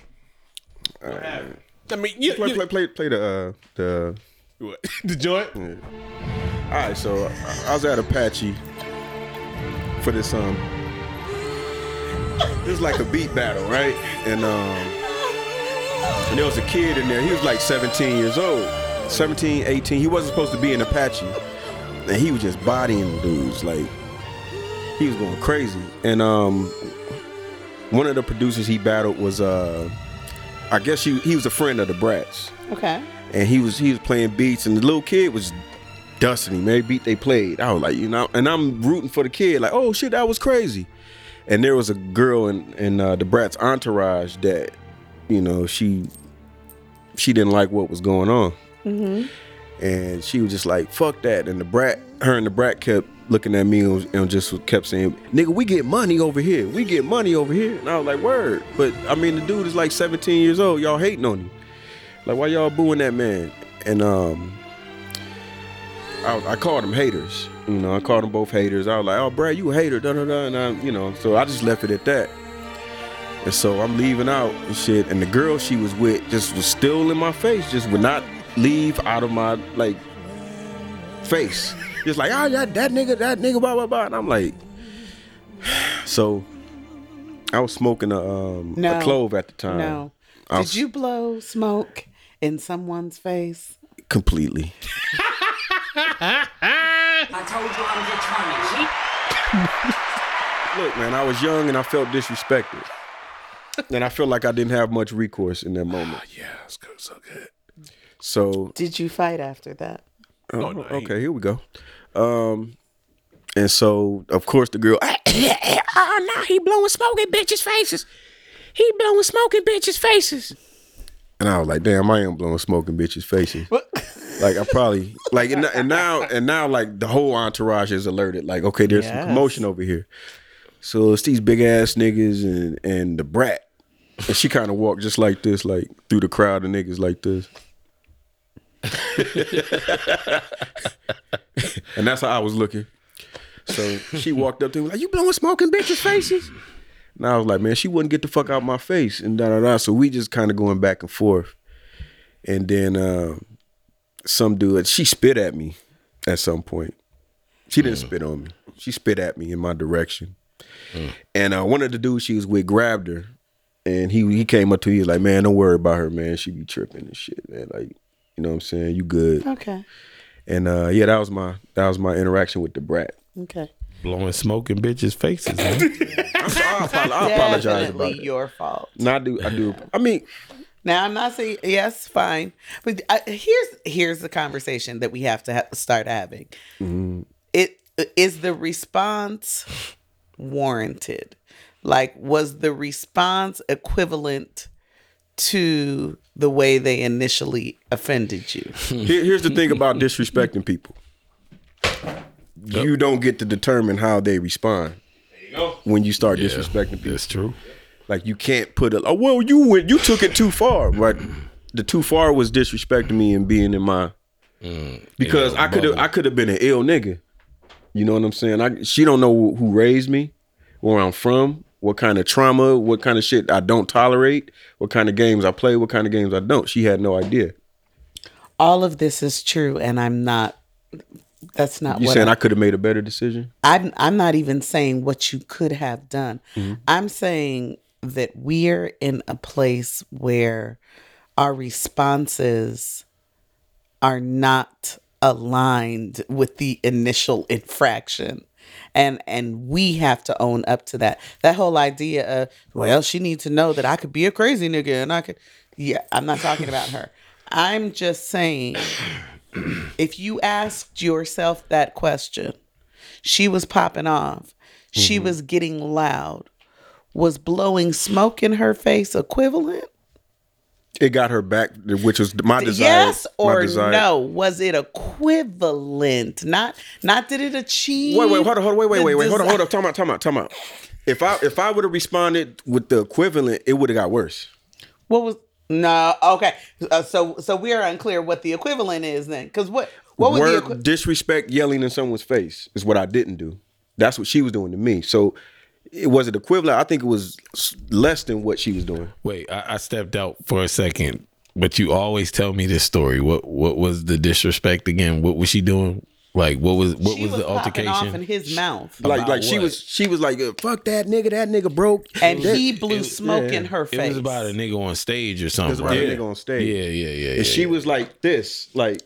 D: I mean, you,
C: Play, play, play, play the uh, <laughs> the.
D: you- the joint.
C: All right, so I, I was at Apache for this um. This is like a beat battle, right? And um. And there was a kid in there. He was like 17 years old. 17, 18. He wasn't supposed to be an Apache. And he was just bodying dudes. Like, he was going crazy. And um, one of the producers he battled was, uh, I guess he, he was a friend of the Brats.
B: okay.
C: And he was he was playing beats. And the little kid was dusting him. Every beat they played. I was like, you know, and I'm rooting for the kid. Like, oh shit, that was crazy. And there was a girl in, in uh, the Brats entourage that, you know, she she didn't like what was going on. And she was just like, fuck that. And the brat, her and the brat kept looking at me and, and just kept saying, nigga, we get money over here. We get money over here. And I was like, word. But I mean, the dude is like 17 years old. Y'all hating on him. Like, why y'all booing that man? And um, I, I called them haters. You know, I called them both haters. I was like, oh, Brad, you a hater. Da, da, da. And I, you know, so I just left it at that. And so I'm leaving out and shit. And the girl she was with just was still in my face, just would not leave out of my like face. Just like, ah, that, that nigga, that nigga, blah, blah, blah. And I'm like, <sighs> so I was smoking a, um,
B: No.
C: a clove at the time.
B: No.
C: I'll-
B: Did you blow smoke in someone's face?
C: Completely.
E: I told you I'm determined.
C: <laughs> Look, man, I was young and I felt disrespected. and I feel like I didn't have much recourse in that
E: Ah,
C: moment.
D: Yeah, it's good, so good.
C: So
B: Did you fight after that?
C: Oh, okay, here we go. Um, and so of course the girl, <coughs> oh no, he blowing smoke at bitches' faces. He blowing smoke at bitches' faces. And I was like, damn, I am blowing smoke in bitches' faces. like I probably like and, and now and now like the whole entourage is alerted. Like okay, there's
B: Yes.
C: some commotion over here. So it's these big ass niggas and and the brat. And she kind of walked just like this, like through the crowd of niggas like this. and that's how I was looking. So she walked up to me like, "You blowing smoke in bitches' faces?" And I was like, "Man, she wouldn't get the fuck out my face." And da da da. So we just kind of going back and forth. And then uh, some dude, she spit at me at some point. She didn't spit on me. She spit at me in my direction. And uh, one of the dudes she was with grabbed her, and he he came up to me he was like, "Man, don't worry about her, man. She be tripping and shit, man. Like, you know what I'm saying? You good?"
B: Okay.
C: And uh, yeah, that was my that was my interaction with the brat.
B: Okay.
A: blowing smoke in bitches' faces.
D: <laughs>
A: Man.
C: I, apo- I apologize
B: Definitely
C: about it.
B: your fault.
C: No, I do. I do. I mean,
B: Now I'm not saying yes, fine, but I, here's here's the conversation that we have to ha- start having.
C: Mm-hmm.
B: It is the response warranted. Like, was the response equivalent to the way they initially offended you?
C: Hmm. here, here's the thing about disrespecting people. you don't get to determine how they respond. When you start disrespecting people,
A: That's true.
C: like you can't put it. Oh well, you went, you took it
B: <laughs>
C: too far. Right, the too far was disrespecting me and being in my
B: Mm,
C: because I could have I could have been an ill nigga. You know what I'm saying? I she don't know who raised me, where I'm from, what kind of trauma, what kind of shit I don't tolerate, what kind of games I play, what kind of games I don't. She had no idea.
B: All of this is true, and I'm not. That's not
C: You
B: what
C: saying
B: I,
C: I could have made a better decision?
B: I'm I'm not even saying what you could have done. I'm saying that we're in a place where our responses are not aligned with the initial infraction. And and we have to own up to that. That whole idea of, well, she needs to know that I could be a crazy nigga and I could Yeah, I'm not talking about her. I'm just saying if you asked yourself that question, she was popping off. She
C: Mm-hmm.
B: was getting loud. Was blowing smoke in her face equivalent?
C: It got her back, which was my desire.
B: Yes
C: my
B: or
C: desire.
B: no? Was it equivalent? Not not did it achieve?
C: Wait, wait, hold on, hold on, wait, wait,
B: the
C: wait, wait, hold on,
B: desi-
C: hold on, time out, time out, time out. If I if I would have responded with the equivalent, it would have got worse.
B: What was no? Okay, Uh, so so we are unclear what the equivalent is then, because what what was
C: Word
B: the equi-
C: disrespect yelling in someone's face is what I didn't do. That's what she was doing to me. So it wasn't equivalent. I think it was s- less than what she was doing.
A: Wait, I, I stepped out for a second, but you always tell me this story. What what was the disrespect again? What was she doing? Like what was what
B: she
A: was, the
B: popping
A: altercation?
B: off in his mouth,
C: Like
A: About
C: like she
A: what?
C: was she was like uh, fuck that nigga that nigga broke
B: and
C: That-
B: he blew smoke in her
A: it
B: face.
A: was about a nigga on stage or something.
C: was about a
A: right?
C: nigga on stage.
A: Yeah, yeah, yeah. yeah
C: and she was like this like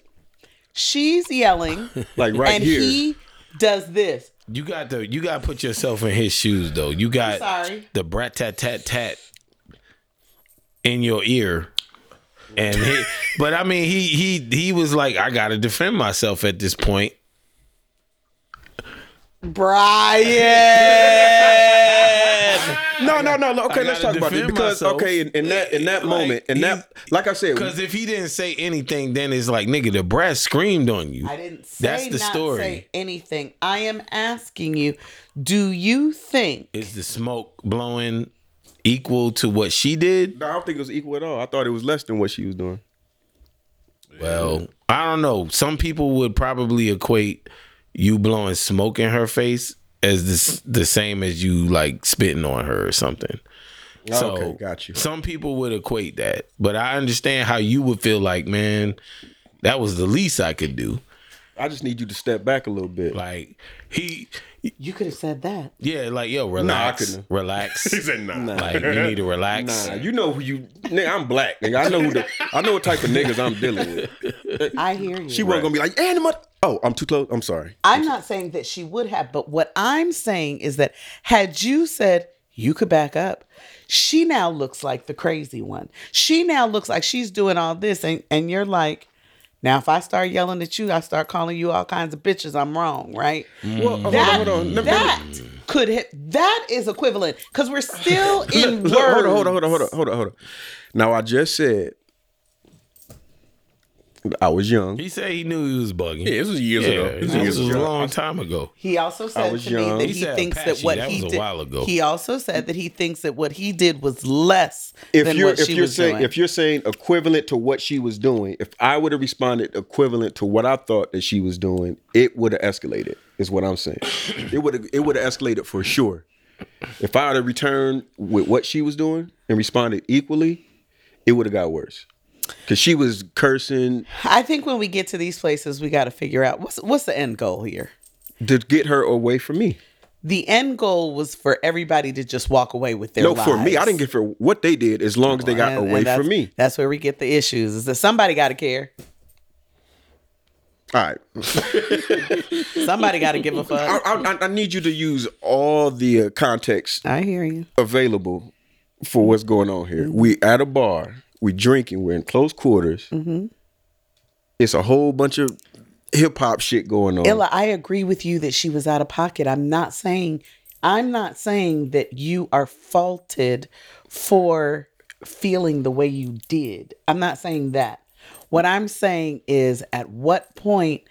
B: She's yelling,
C: like <laughs> right
B: and
C: here.
B: he does this.
A: You got to you got to put yourself in his shoes though. You got
B: sorry.
A: the brat tat tat tat in your ear, and he, <laughs> but I mean he he he was like I got to defend myself at this point.
B: Brian.
C: no, no, no, no. Okay,
A: I
C: let's talk
A: gotta
C: about this
A: defend
C: because
A: myself.
C: okay, in, in that in that
A: Like,
C: moment, in that like I said,
A: Because if he didn't say anything, then it's like nigga, the brat screamed on you.
B: I didn't say
A: That's the
B: not
A: story.
B: say anything. I am asking you, do you think
A: Is the smoke blowing equal to what she did?
C: No, I don't think it was equal at all. I thought it was less than what she was doing.
A: Well, I don't know. Some people would probably equate you blowing smoke in her face as this the same as you like spitting on her or something. So
C: okay, got you.
A: Some people would equate that, but I understand how you would feel like, man, that was the least I could do.
C: I just need you to step back a little bit.
A: Like he,
B: you could have said that?
A: yeah, like yo, relax,
C: couldn't.
A: relax.
D: He said, nah.
A: like you need to relax.
C: Nah, you know who you nigga, I'm black, nigga. I know who the I know what type of niggas I'm dealing with.
B: I hear you.
C: <laughs> She wasn't gonna be like, and the mother Oh, I'm too close. I'm sorry.
B: I'm not saying that she would have, but what I'm saying is that had you said you could back up, she now looks like the crazy one. She now looks like she's doing all this, and, and you're like, now if I start yelling at you, I start calling you all kinds of bitches, I'm wrong, right?
C: Well, hold
B: That,
C: on, Mm. hold on. Let me- let
B: that could hit that is equivalent because we're still in words.
C: me- <laughs> look, hold on, hold on, hold on, hold on, hold on, hold on. Now I just said I was young.
A: He said he knew he was bugging.
D: Yeah, this was years
A: Yeah,
D: ago. This was
A: this
D: years
A: was a
D: ago.
A: long time ago.
B: He also said
C: was
B: to me
C: young.
B: that
A: He
B: he,
A: said
B: thinks that
A: Apache.
B: what
A: That
B: he
A: was a
B: did.
A: while ago.
B: He also said that he thinks that what he did was less
C: If
B: than
C: you're
B: what
C: if
B: she
C: you're
B: was
C: saying
B: doing.
C: if you're saying equivalent to what she was doing, if I would have responded equivalent to what I thought that she was doing, it would have escalated. Is what I'm saying. it would have it would have escalated for sure. If I would have returned with what she was doing and responded equally, it would have got worse. Cause she was cursing
B: I think when we get to these places, we got to figure out what's what's the end goal here.
C: to get her away from me.
B: The end goal was for everybody to just walk away with their
C: no, for me, I
B: lives.
C: didn't get for what they did as long as they got
B: And- and
C: away
B: that's-
C: from me.
B: That's where we get the issues. Is that somebody got to care?
C: All right.
B: Somebody got to give
C: <laughs>
B: a
C: I,
B: fuck.
C: I, I need you to use all the uh, context
B: I hear you.
C: available for what's going on here. We at a bar, we drinking, we're in close quarters.
B: Mm-hmm.
C: It's a whole bunch of hip hop shit going on.
B: Ella, I agree with you that she was out of pocket. I'm not saying I'm not saying that you are faulted for feeling the way you did. I'm not saying that. What I'm saying is at what point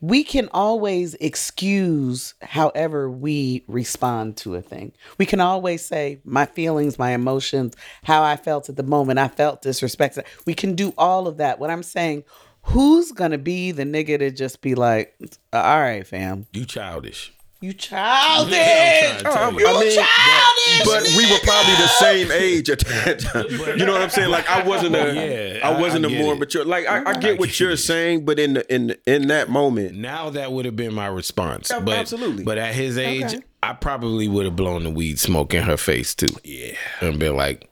B: we can always excuse however we respond to a thing. We can always say, my feelings, my emotions, how I felt at the moment, I felt disrespected. We can do all of that. What I'm saying, who's going to be the nigga to just be like, all right, fam,
A: You childish.
B: you
A: I'm
B: childish.
A: trying to
B: oh, You
A: tell you.
B: childish.
C: But we were probably the same age at
A: <laughs>
C: that time. You know what I'm saying? Like I wasn't a,
A: Yeah,
C: I
A: I-
C: wasn't
A: I
C: a
A: get
C: more
A: it.
C: mature. Like I, I get what
A: get
C: you're
A: it.
C: saying, but in the, in in that moment,
A: Now that would have been my response.
C: Ab-
A: But,
C: absolutely.
A: But at his age,
B: Okay.
A: I probably would have blown the weed smoke in her face too. Yeah. And been like,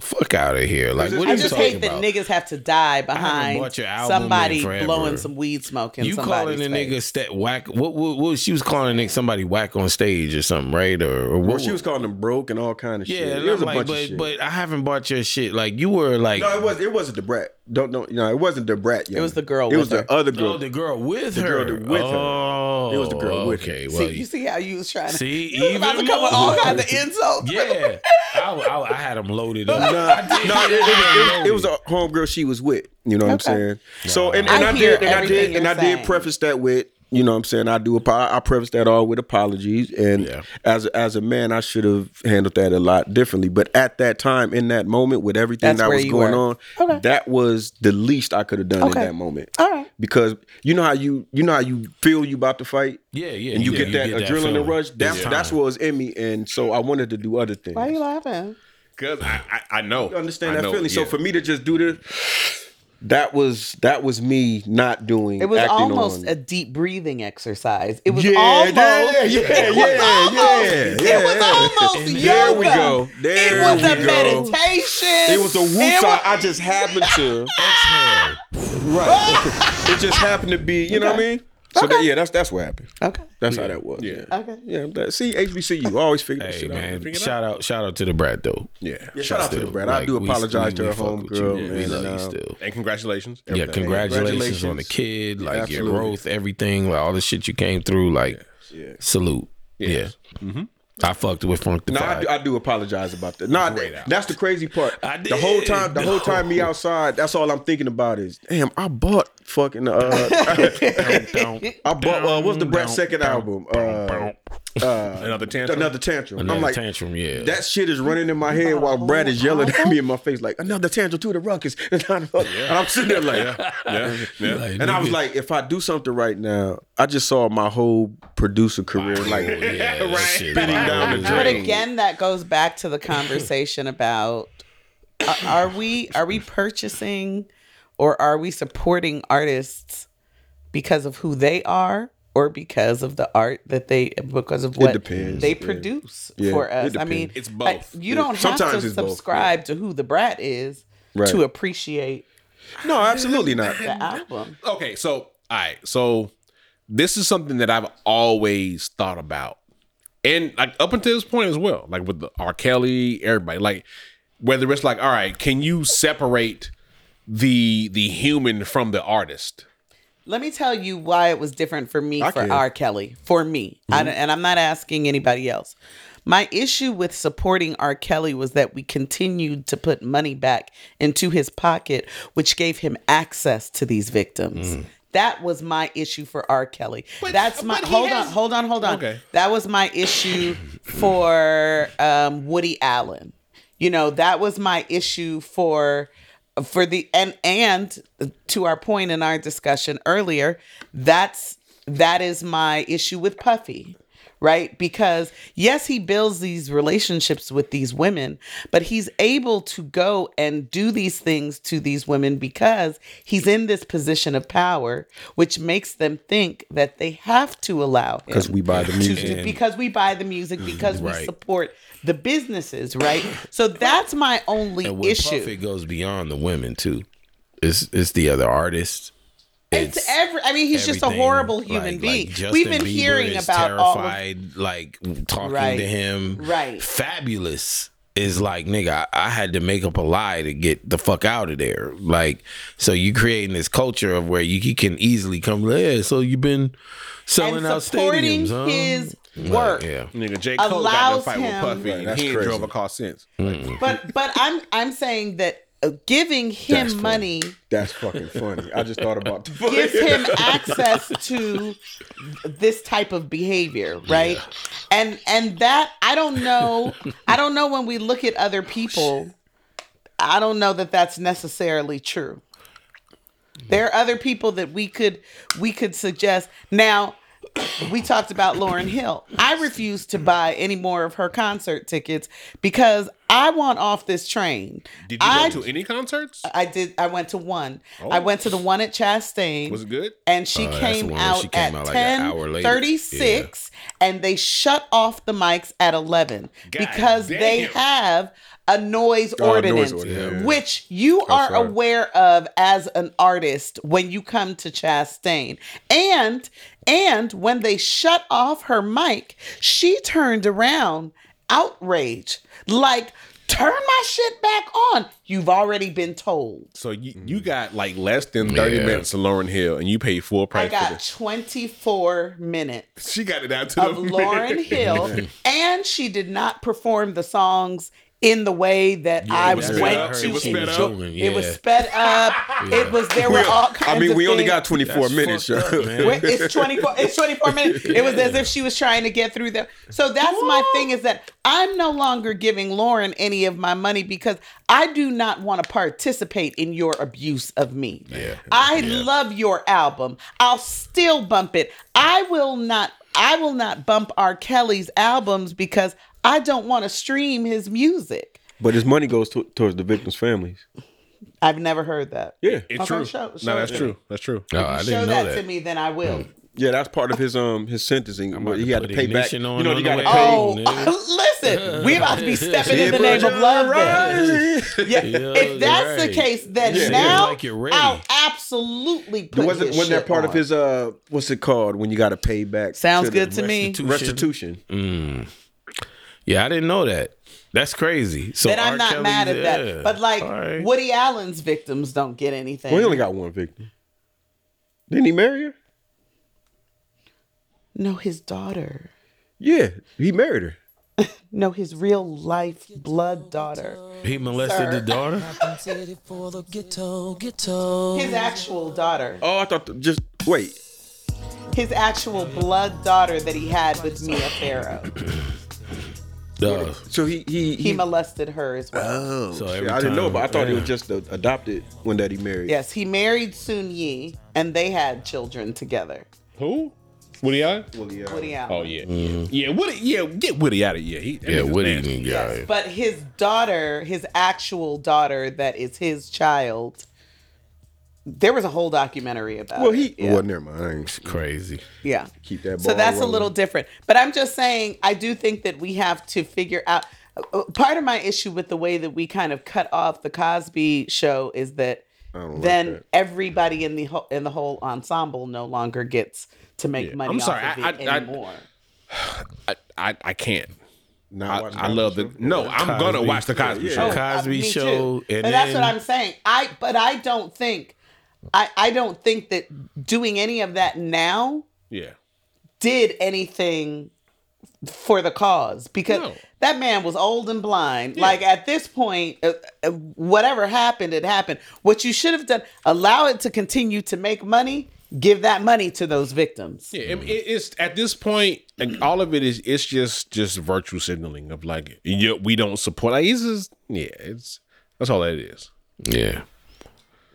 A: fuck out of here. Like, what are
B: I
A: you
B: just
A: talking
B: hate
A: about?
B: that niggas have to die behind
A: bought your album in
B: somebody
A: forever.
B: blowing some weed smoke in
A: you
B: somebody's
A: calling a
B: face.
A: nigga stat whack? What, what? What? She was calling a nigga somebody whack on stage or something, right? Or, or what?
C: well, she was calling them broke and all kind of
A: Yeah,
C: shit.
A: and
C: It
A: I'm
C: was a
A: like,
C: bunch
A: but
C: of shit.
A: but I haven't bought your shit. Like you were like,
C: no, it was it wasn't the brat. Don't don't. No, it wasn't the brat. Yo.
B: was the girl
C: It
B: with
C: was
B: her.
C: the other girl.
A: oh, the girl with
C: The
A: her.
C: girl with her.
A: oh,
C: It was the girl with her.
A: okay,
B: See,
A: well,
B: you see how you was trying to
A: see,
B: <laughs> you was about to
A: even
B: come with all
A: more.
B: kinds of
A: <laughs>
B: insults.
C: <laughs>
A: yeah, I, I, I had them loaded
C: Nah,
A: up. <laughs>
C: nah, it, it, it, it was a homegirl she was with. You know what I'm
B: Okay.
C: saying? So and, and
B: I
C: I,
B: hear
C: did and I
B: everything
C: did and
B: you're
C: I
B: saying.
C: did preface that with you know what I'm saying I do apo- I preface that all with apologies and
A: Yeah.
C: as as a man I should have handled that a lot differently but at that time in that moment with everything
B: That's
C: that
B: where
C: was
B: you
C: going
B: were.
C: on
B: Okay.
C: that was the least I could have done
B: Okay.
C: in that moment
B: All right.
C: because you know how you you know how you feel you about to fight
A: Yeah, yeah,
C: and you
A: yeah,
C: get that adrenaline
A: feeling.
C: rush that's
A: Yeah.
C: that's what was in me and so I wanted to do other things
B: Why are you laughing?
D: Cause I, I, I know.
C: you understand
D: I
C: that
D: know,
C: feeling. So
D: yeah.
C: for me to just do this, that was that was me not doing.
B: It was
C: acting
B: almost
C: on.
B: a deep breathing exercise. It was
C: yeah,
B: almost
C: yeah, yeah,
B: it was
C: yeah,
B: almost-
C: yeah,
B: It was
C: yeah.
B: almost yoga.
C: There we go. There
B: it was
C: we
B: a
C: go.
B: meditation.
C: It was a
B: It
C: woosah.
B: was-
C: I just happened to.
A: Exhale.
C: right. it just happened to be. You know what I mean? So that, yeah, that's that's what happened.
B: Okay.
C: That's how that was. Yeah.
B: Okay.
C: Yeah. That, see, HBCU always figure that
A: Hey
C: shit out.
A: man, shout out, shout out to the brat though.
D: Yeah.
C: Yeah, shout out to the
A: Still,
C: Brad. I
A: like,
C: do
A: we-
C: apologize to
A: we
C: her
A: fuck with
C: homegirl,
A: you.
C: man.
A: We love
C: and,
A: you
C: uh,
A: still.
D: And congratulations.
A: Yeah,
D: everything.
A: congratulations,
C: Congratulations.
A: on the kid, like
C: absolutely.
A: your growth, everything, like all the shit you came through. Like, salute.
D: Yes.
A: Yeah, I fucked with Funk the
C: No, Mm-hmm. I
A: Five.
C: do, I do apologize about that. No, I-
D: Great album.
C: that's the crazy part.
A: I
C: The whole
A: did.
C: time, the whole time me outside, that's all I'm thinking about is, damn, I bought fucking uh, I bought uh, what's the Brett second album? Uh,
D: Another chance.
C: another tantrum.
A: Another
C: I'm like,
A: tantrum, yeah.
C: that shit is running in my head while Brad is yelling at me in my face like another tantrum to the ruckus, <laughs> and I'm, and I'm sitting there like, <laughs>
D: Yeah. yeah.
A: Like,
C: and I was
A: nigga,
C: like, if I do something right now, I just saw my whole producer career like
A: oh,
C: <laughs>
A: yeah, that shit
C: spinning
A: viral
C: down the
A: as
B: But
C: drain.
B: again, that goes back to the conversation about uh, are we are we purchasing or are we supporting artists because of who they are or because of the art that they because of what
C: depends,
B: they
C: yeah.
B: produce
C: Yeah,
B: for
C: it
B: us. I mean,
C: depends.
D: It's
B: like,
D: both.
B: you don't have
C: Sometimes
B: to
C: it's both, yeah.
B: subscribe to who the brat is
C: Right.
B: to appreciate
C: no, absolutely not.
B: the album.
D: okay, so all right, so this is something that I've always thought about, and like up until this point as well, like with the R. Kelly, everybody, like whether it's like, all right, can you separate the the human from the artist?
B: Let me tell you why it was different for me
C: I
B: for
C: can. Mm-hmm.
B: R. Kelly. For me, I don't- and I'm not asking anybody else. My issue with supporting R. Kelly was that we continued to put money back into his pocket, which gave him access to these victims.
C: Mm.
B: That was my issue for R. Kelly. That's my hold on, hold on, hold on.
D: Okay.
B: That was my issue for um, Woody Allen. You know, that was my issue for for the and and to our point in our discussion earlier, that's that is my issue with Puffy. Right? Because yes, he builds these relationships with these women, but he's able to go and do these things to these women because he's in this position of power, which makes them think that they have to allow him.
C: Because we buy the
B: to
C: music.
B: do- because we buy the music because we
A: Right.
B: support the businesses right so that's my only
A: And with
B: issue
A: Puff, it goes beyond the women too. It's it's the other artists.
B: it's, every i mean he's just a
A: everything,
B: horrible
A: like-
B: human
A: like
B: being
A: Justin
B: we've been
A: Bieber
B: hearing
A: is
B: about all of
A: terrified, like talking
B: Right.
A: to him.
B: Right.
A: Fabulous is like nigga. I, I had to make up a lie to get the fuck out of there. Like so, you creating this culture of where you, you can easily come. Yeah. So you've been selling
B: and
A: out
B: supporting
A: stadiums, huh?
B: his
A: Like,
B: work
A: yeah.
D: Nigga, J. Cole got in a
B: Allows
D: fight
B: him-
D: with Puffy,
C: Right,
D: and
C: that's
D: he ain't
C: crazy.
D: drove a car since.
B: but but i'm i'm saying that uh, giving him
C: That's funny.
B: money
C: That's fucking funny. I just thought about the <laughs>
D: <laughs>
B: gives him access to this type of behavior, right? And and that I don't know. I don't know when we look at other people. I don't know that that's necessarily true. There are other people that we could we could suggest. Now, <coughs> we talked about Lauren Hill. I refuse to buy any more of her concert tickets because I want off this train.
D: Did you
B: I,
D: go to any concerts?
B: I did. I went to one. I went to the one at Chastain.
D: Was it good?
B: And she
A: Oh, that's the
B: came
A: one
B: out
A: she came out
B: at
A: like an
B: ten
A: hour later.
B: thirty-six, and they shut off the mics at eleven
D: God
B: because they
D: damn.
B: have a noise
C: Oh, a noise
B: ordinance,
C: ordinance, yeah.
B: which you are
C: right.
B: aware of as an artist when you come to Chastain. And and when they shut off her mic, she turned around outraged, like, turn my shit back on. You've already been told.
D: So you, you got like less than 30
A: Yeah.
D: minutes to Lauren Hill and you paid full
B: I
D: price for
B: got
D: this. <laughs>
B: 24 minutes
D: She got it out to
B: of
D: the <laughs>
B: Lauren Hill, and she did not perform the songs in the way that I
A: was
D: sped up.
B: went
D: It
B: to.
D: was sped up.
A: Doing, yeah.
B: It was sped up. It was there were all kinds.
C: I mean,
B: of
C: we only
B: things.
C: got 24 minutes,
A: fucked
C: yo.
A: up, man.
B: <laughs> Wait, it's 24 it's 24 minutes it was as if she was trying to get through there so that's my thing is that i'm no longer giving lauren any of my money because i do not want to participate in your abuse of me yeah. i love your album i'll still bump it i will not i will not bump r kelly's albums because i don't want to stream his music
C: <laughs> But his money goes to, towards the victims' families.
B: i've never heard that
C: Yeah,
D: It's
B: Okay,
D: true.
B: show- show
D: no, that's
B: it.
D: true. That's true.
A: Oh, I
B: show
A: didn't know
B: that,
A: that.
B: to me then i will
C: yeah, that's part of his um his sentencing.
A: about
C: he
A: to
C: had to
A: put
C: pay back.
A: ignition on
C: you know,
A: on
C: you
A: the
C: got to
A: way.
C: pay.
A: Oh,
B: Oh, <laughs> listen, we about
A: <laughs>
B: to be stepping in the name of love. then. Yeah,
A: Yeah,
B: if that's the
A: right.
B: case, then
A: Yeah,
B: now
A: like you're ready.
B: I'll absolutely put
C: wasn't
B: his
C: wasn't
B: shit
C: that part
B: on.
C: of his uh what's it called when you got to pay back?
B: Sounds
C: the
B: good to me.
A: restitution.
C: Restitution. Mm-hmm.
A: Yeah, I didn't know that. That's crazy. So
B: That
A: R.
B: I'm not
A: Kelly's-
B: mad at
A: yeah.
B: that. But like
A: All right.
B: Woody Allen's victims don't get anything.
C: We only got one victim. Didn't he marry her?
B: No, his daughter.
C: Yeah, he married her.
B: No, his real life blood daughter.
A: he molested
B: Sir.
A: the daughter.
B: His actual daughter.
C: Oh, I thought the, just wait.
B: His actual blood daughter that he had with Mia Farrow.
A: Duh.
C: So he he
B: He molested her as well.
C: oh,
A: So
C: shit,
A: every
C: I didn't know
A: time-
C: about. I thought it
A: yeah.
C: was just the adopted one that he married.
B: Yes, he married Sun Yi and they had children together.
D: Who? Woody Allen?
C: Well, yeah.
B: Woody Allen.
D: Oh yeah, yeah, yeah. Woody, yeah, get Woody out of here. He, that
A: Yeah,
D: nigga's
A: what do you
D: nasty.
A: mean, guy?
B: But his daughter, his actual daughter that is his child, there was a whole documentary about
C: Well,
B: it.
C: he
B: yeah.
C: well, never mind. I ain't
A: Crazy.
B: yeah.
C: keep that.
B: So
C: ball
B: that's a
C: rolling.
B: little different. But I'm just saying, I do think that we have to figure out. uh, Part of my issue with the way that we kind of cut off the Cosby show is that
C: don't like
B: then
C: that.
B: everybody in the whole in the whole ensemble no longer gets to make money
D: I'm
B: off
D: sorry,
B: of
D: I-
B: it
D: I- I-
B: anymore.
D: I, I, I can't. I,
C: Not watching
D: I love the.
C: show?
D: No, I'm gonna
A: Cosby.
D: watch the Cosby
C: Yeah,
D: Show.
A: yeah. Cosby
B: <laughs> me too.
A: Show, and
B: And that's
A: then-
B: what I'm saying. I but I don't think I I don't think that doing any of that now
D: Yeah,
B: did anything for the cause because
D: No.
B: that man was old and blind. Like at this point, uh, uh, whatever happened, it happened. What you should have done, allow it to continue to make money. Give that money to those victims.
D: yeah. I mean, it- it's at this point, like, all of it is. It's just just virtue signaling of like, yeah, we don't support. Like, it's just yeah, it's that's all that it is.
A: Yeah.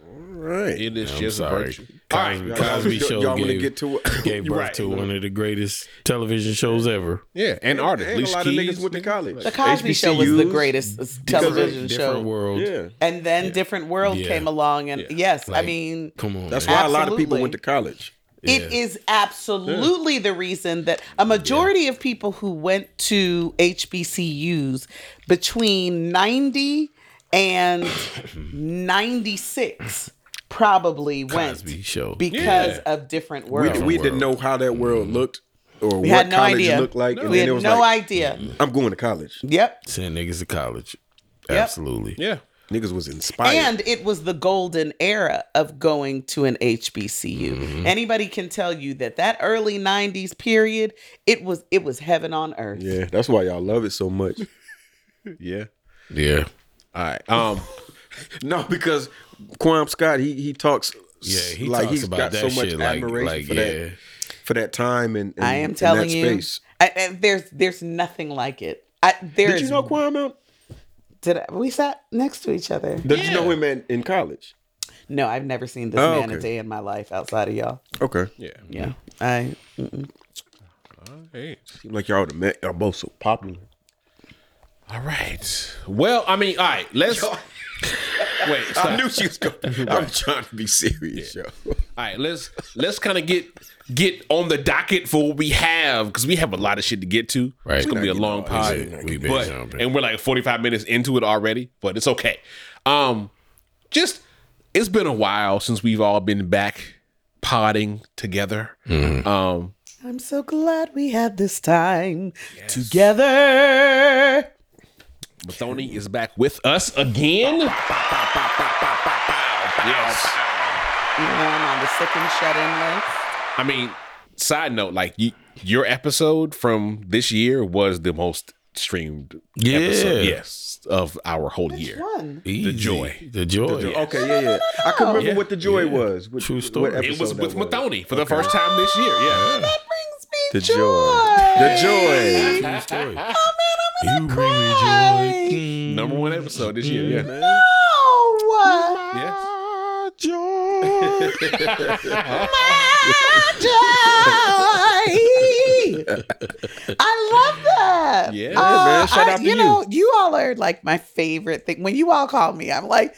C: right.
D: It is just
A: sorry.
D: virtue. All
A: Cosby,
D: right,
A: Cosby
C: Y'all-
A: Show
C: y'all wanna
A: gave,
C: get to it?
A: gave
C: You
A: birth
C: right.
A: to one of the greatest television shows ever.
D: yeah, and artist.
C: Ain't a
D: Alicia
C: lot of
D: Keys,
C: niggas went to college.
B: The Cosby Show was the greatest s- television
A: different
B: show.
A: world.
C: Yeah,
B: And then Different World
A: Yeah.
B: came along, and
D: Yeah.
B: yes, I
A: Like,
B: mean,
A: Come on.
C: that's
A: man.
C: why a lot of people
B: Absolutely.
C: went to college.
B: It
A: Yeah.
B: is absolutely the reason that a majority of people who went to HBCUs between 90
C: <coughs>
B: and 96 probably went
A: Cosby Show.
B: because
D: Yeah.
B: of different
C: We,
B: worlds.
C: we didn't know how that world looked or
B: Mm. We
C: what
B: had no
C: college
B: idea.
C: looked like. And
B: we
C: then
B: had
C: it was
B: no
C: like, mm-hmm.
B: idea.
C: I'm going to college.
B: Yep.
A: Send niggas to college.
B: Yep.
A: Absolutely.
D: Yeah,
C: Niggas was inspired.
B: And it was the golden era of going to an HBCU.
C: Mm-hmm.
B: Anybody can tell you that that early 90s period, it was it was heaven on earth. <laughs>
C: yeah, that's why y'all love it so much.
D: yeah.
A: Yeah.
D: All right. Um,
C: <laughs> No, because Quam Scott, he he talks.
A: Yeah, he
C: like
A: talks
C: he's
A: about
C: got
A: that
C: so much
A: shit, like-
C: admiration
A: like,
C: for
A: yeah.
C: that for that time and, and
B: I am
C: and
B: telling
C: that
B: you,
C: Space.
B: I, I- there's there's nothing like it. I, there
C: Did you
B: is-
C: know Quam? Out?
B: Did I, we sat next to each other?
C: Did you know him in, in college?
B: No, I've never seen this
C: Oh,
B: man a
C: okay.
B: day in my life outside of y'all.
C: Okay,
D: Yeah.
B: Yeah, I
D: Hey.
C: seemed like y'all would have met. Y'all both so popular. <laughs>
D: All right. Well, I mean, all right. Let's wait. Stop.
C: I knew she
B: <laughs>
C: was going. I'm trying to be serious, yo.
D: All right, let's let's kind of get get on the docket for what we have because we have a lot of shit to get to.
A: Right.
D: it's gonna be a long pod,
A: it. We been
D: but
A: jumping.
D: and we're like forty five minutes into it already, but it's okay. Um, just it's been a while since we've all been back podding together.
A: Mm-hmm.
D: Um,
B: I'm so glad we had this time together.
D: Mathoni is back with us again. yes.
B: Even though I'm on the sick and shut in list.
D: I mean, side note, like you, your episode from this year was the most streamed
A: Yeah.
D: episode, yes, of our whole year.
B: One.
A: Easy.
D: joy.
A: The joy.
C: Oh, Okay, yeah, yeah. I couldn't remember
D: Yeah.
C: what the joy was. What,
A: True
C: what
A: story. It
D: It
C: episode
D: was with
C: that was.
B: Oh,
D: Mathoni for the first time this year. Yeah.
C: The joy. The joy.
A: True story. you bring me joy.
D: Number one episode this year. Yeah.
B: Oh,
D: Yes.
B: I love that.
D: Yeah,
B: Uh,
C: man, shout
B: I-
C: out to
B: you,
C: you.
B: know, you all are like my favorite thing. When you all call me, I'm like,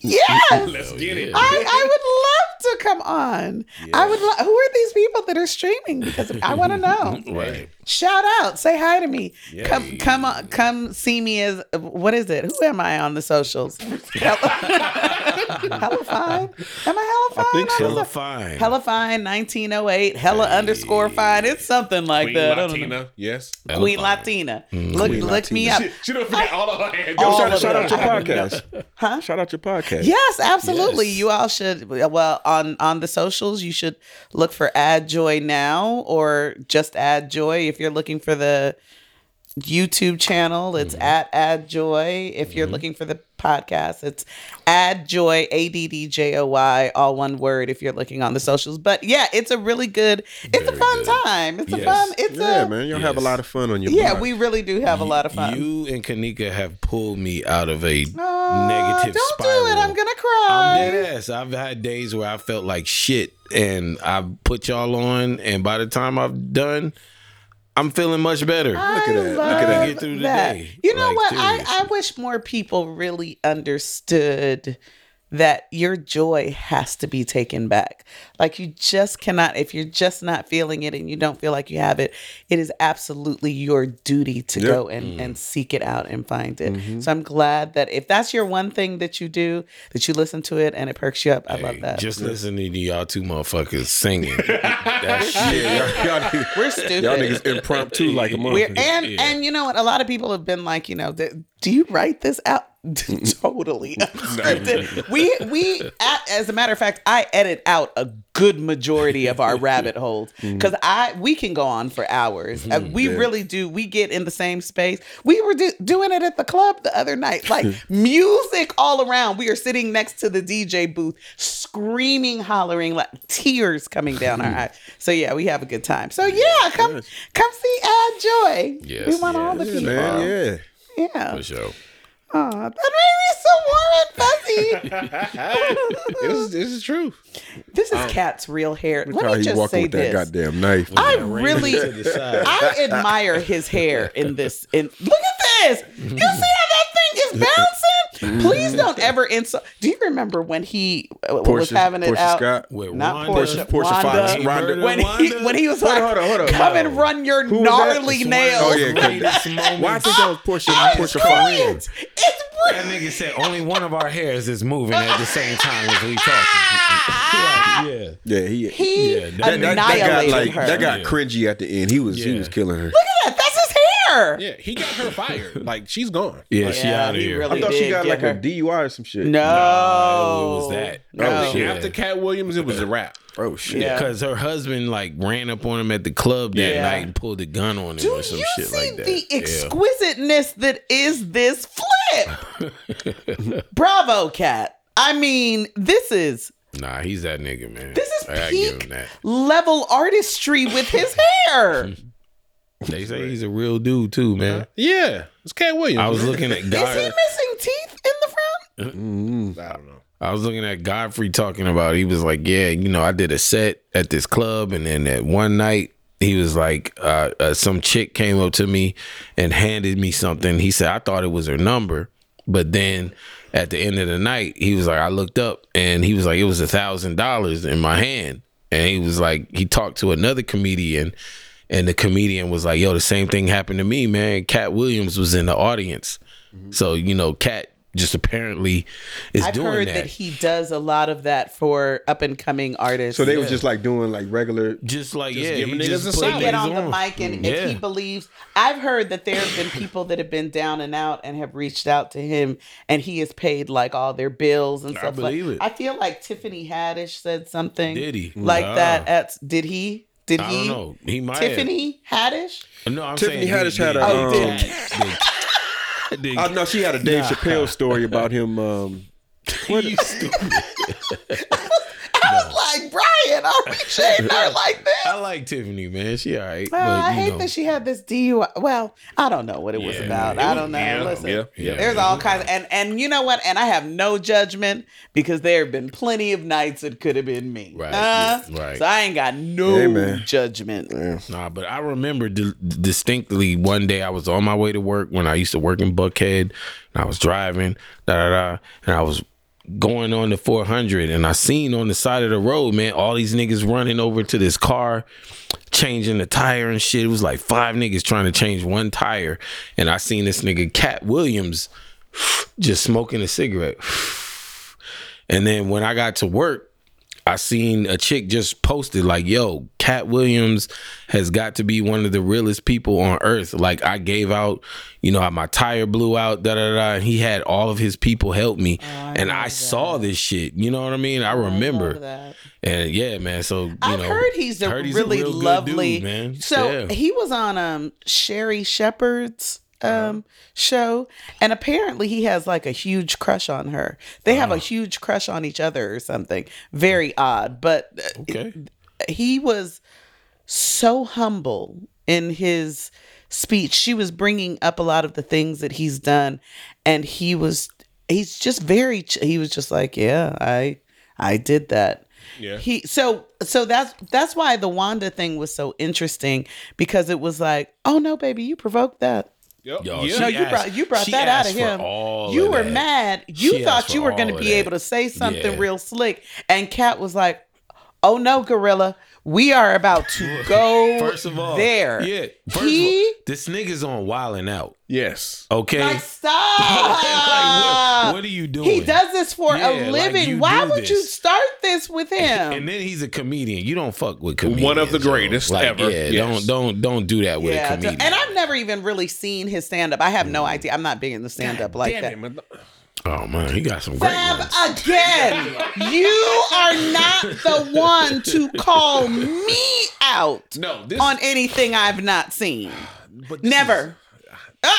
B: yes.
D: Let's get it.
B: I, I would love to come on. I would. Lo- who are these people that are streaming? Because I want to know.
A: Right.
B: Shout out, say hi to me. Come, come, on, come see me as what is it? Who am I on the socials? Hella, <laughs> hella fine. Am I hella fine?
C: think
B: on the
A: Hella
B: so-
A: fine.
B: Hella fine. Nineteen oh eight. Hella underscore fine. It's something like
D: Queen
B: that. I don't know.
D: Latina. Yes. <laughs>
B: Queen Latina. Look, look me up.
D: She, she don't forget all of her hands.
B: All
C: Shout,
B: of
C: shout out
B: them.
C: your podcast.
B: Huh?
C: Shout out your podcast.
B: Yes, absolutely. You all should. Well, on on the socials, you should look for Add Joy now, or just Add Joy if you're looking for the YouTube channel. It's at Add Joy. If you're looking for the podcast, it's Add Joy A D D J O Y, all one word. If you're looking on the socials, but yeah, it's a really good. It's a fun time. It's a fun. It's
C: Yeah,
B: a
C: man. Y'all have a lot of fun on your
B: yeah.
C: blog.
B: We really do have a lot of fun.
A: You and Kanika have pulled me out of a
B: Aw,
A: negative
B: Uh, don't
A: spiral.
B: do it. I'm gonna cry.
A: I'm dead ass. I've had days where I felt like shit, and I put y'all on, and by the time I've done, I'm feeling much better.
B: Ah.
C: Look at that. Look at
A: I
C: that.
A: get through the
B: that.
A: day.
B: You know
A: Like,
B: what? I, I
A: seriously.
B: wish more people really understood that your joy has to be taken back. Like you just cannot, if you're just not feeling it and you don't feel like you have it, it is absolutely your duty to go and,
A: Mm.
B: and seek it out and find it.
A: Mm-hmm.
B: So I'm glad that if that's your one thing that you do, that you listen to it and it perks you up. I love that.
A: Just listening to y'all two motherfuckers <laughs> singing. that shit.
C: Yeah, y'all, y'all,
B: <laughs> We're stupid.
C: y'all niggas impromptu like a
B: We're,
C: motherfucker.
B: and and you know what? A lot of people have been like, you know, th- do you write this out? <laughs> totally unscripted. we we a- as a matter of fact, I edit out a good majority of our rabbit holes because I we can go on for hours. Uh, we really do. We get in the same space. We were do, doing it at the club the other night, like music all around. We are sitting next to the DJ booth, screaming, hollering, like tears coming down our eyes. So yeah, we have a good time. So yeah, come come see Add Joy.
A: Yes,
B: we want all the people.
C: Man, yeah.
B: Yeah.
A: For sure.
B: Aw, that made me so warm and fuzzy.
D: <laughs> This is, this is true.
B: <laughs> This is Cat's real hair.
C: How
B: Let me
C: he
B: just
C: walking
B: say
C: with that
B: this.
C: goddamn knife.
B: I
A: To the
B: really,
A: side.
B: I admire his hair in this. In look at this. You see how that thing is bouncing? Please don't ever insult. Do you remember when he uh, was
C: Portia-
B: having it
C: Portia
B: out?
C: Scott.
A: With
B: Not Portia.
A: Wanda.
C: Portia Fox,
B: Wanda.
C: Rhonda.
A: Murder
B: When he
A: Wanda?
B: when he was
C: Hold
B: like,
C: on, hold on, hold on.
B: come and
A: No.
B: run your
C: was that?
B: gnarly
A: It's one
B: nails.
A: of
C: Oh,
A: the
C: yeah,
A: <laughs>
C: 'cause-
A: greatest moments.
C: Why I think that was Portia,
B: I was
C: Portia
B: crying.
C: Fox.
B: It's brilliant.
A: That nigga said only one of our hairs is moving at the same time as we talking. Like, <laughs> yeah.
C: Yeah, he.
B: He
A: Yeah, that-
B: annihilated
C: that, that got like
B: her.
C: that got
A: Yeah.
C: cringy at the end. He was he
A: Yeah.
C: was killing her.
B: Yeah, that's his hair.
D: Yeah, he got her <laughs> fired. Like she's gone.
A: Yeah, she
B: Yeah,
A: out of
B: he
A: here.
B: really-
C: I thought
B: They
C: she
B: did
C: got
B: get
C: like
B: her.
C: a DUI or some shit.
B: No.
A: it was that.
B: No.
A: Oh, shit.
D: After Cat Williams, it was a wrap.
C: Oh shit.
B: Yeah.
A: Because her husband like ran up on him at the club that
B: Yeah.
A: night and pulled a gun on him
B: Do
A: or some
B: you
A: shit
B: see
A: like that.
B: the
A: Yeah.
B: exquisiteness that is this flick?
A: <laughs>
B: shit. Bravo, Cat. I mean, this is
A: Nah, he's that nigga, man.
B: this is
A: I gotta give
B: peak
A: him that.
B: level artistry with
A: <laughs>
B: his hair.
A: They say he's a real dude too,
D: Uh-huh.
A: man.
D: Yeah, it's Cat Williams.
A: I was looking at
B: Is he
A: Godfrey.
B: missing teeth in the front?
D: I don't know.
A: I was looking at Godfrey talking about. it. He was like, "Yeah, you know, I did a set at this club, and then at one night." He was like, uh, uh, some chick came up to me and handed me something. He said, I thought it was her number. But then at the end of the night, he was like, I looked up and he was like, it was a thousand dollars in my hand. And he was like, he talked to another comedian and the comedian was like, yo, the same thing happened to me, man. Cat Williams was in the audience. So, you know, Cat just apparently is
B: Mm-hmm. I've
A: doing
B: heard that. he does a lot of that for up and coming artists.
C: So they was just like doing like regular.
A: just like yeah,
D: giving
A: he
D: niggas
A: just
D: a
A: put
D: solid.
A: niggas
B: get on the mic and if he
A: Yeah.
B: believes I've heard that there have been people that have been down and out and have reached out to him and he has paid like all their bills and stuff
A: believe
B: like
A: it.
B: I feel like Tiffany Haddish said something
A: Did he?
B: like
A: Nah.
B: that at did he? Did
A: I don't
B: he?
A: know. He might have.
B: Tiffany Haddish?
A: No, I'm
C: Tiffany
A: saying
C: Haddish had a,
B: Oh,
A: did-
B: um,
A: did- did-
C: I know she had a Dave Chappelle story about him. Um,
A: You stupid.
B: I was like, Brian, are we shading
A: <laughs>
B: her like this?
A: I like Tiffany, man. She all right.
B: Well,
A: but,
B: Uh, I
A: you
B: hate
A: know.
B: that she had this DUI. Well, I don't know what it was
A: Yeah,
B: about.
A: it
B: I
A: was-
B: don't know.
D: yeah,
B: Listen,
D: yeah, yeah.
B: there's all kinds, and and you know what? And I have no judgment because there have been plenty of nights it could have been me.
A: Right,
B: Huh?
A: yeah, right.
B: So I ain't got no
C: Amen.
B: judgment.
A: Nah, but I remember di- distinctly one day I was on my way to work when I used to work in Buckhead, and I was driving, da da da, and I was going on the 400, and I seen on the side of the road, man, all these niggas running over to this car, changing the tire and shit. It was like five niggas trying to change one tire, and I seen this nigga Cat Williams just smoking a cigarette. <sighs> And then when I got to work, I seen a chick just posted like, "Yo, Cat Williams has got to be one of the realest people on earth." Like I gave out, you know, how my tire blew out, da da da. And he had all of his people help me,
B: Oh,
A: and I saw this shit. You know what I mean? I remember,
B: that.
A: and yeah, man. So you
B: I've
A: know,
B: heard he's a
A: heard he's
B: really
A: real good
B: lovely
A: dude, man.
B: So
A: Yeah.
B: he was on um Sherry Shepherd's
A: Uh-huh.
B: um show and apparently he has like a huge crush on her. They have a
A: Uh-huh.
B: huge crush on each other or something. Very odd, but uh,
A: okay,
B: he was so humble in his speech. She was bringing up a lot of the things that he's done, and he was he's just very ch- he was just like, yeah, I I did that. Yeah. He so so that's that's why the Wanda thing was so interesting because it was like, oh no, baby, you provoked that.
D: Yep.
A: Yo,
D: yeah.
A: she
B: No, you
A: asked-
B: brought you brought
A: she
B: that out
A: asked
B: of
A: for
B: him.
A: all
B: you
A: of
B: were
A: that.
B: mad. You
A: She
B: thought
A: asked
B: you
A: for
B: were going
A: all
B: to
A: of
B: be
A: that.
B: able to say something
A: Yeah.
B: real slick, and Kat was like, "Oh no, gorilla, we are about
A: <laughs>
B: to go
A: First of all,
B: there.
A: yeah. First
B: er, he
A: of all, this nigga's on wilding out.
D: Yes.
A: Okay, <laughs>
B: like stop.
A: Like, what, what are you doing?
B: he does this for
A: Yeah,
B: a
A: like,
B: living.
A: you
B: Why
A: do
B: would you
A: this.
B: start this with him?
A: <laughs> And then he's a comedian. You don't fuck with comedians.
D: One of the
A: yo.
D: greatest ever.
A: Yeah, don't
D: Yes.
A: don't don't do that with a
B: yeah,
A: comedian.
B: and I've never even really seen his stand up. I have
A: Mm.
B: no idea. I'm not big in the stand up like that.
D: Damn it, man.
A: oh man, he got some great
B: Fab
A: ones.
B: again. You are not the one to call me out
D: No, this
B: on anything I've not seen.
D: but this
B: Never.
D: is-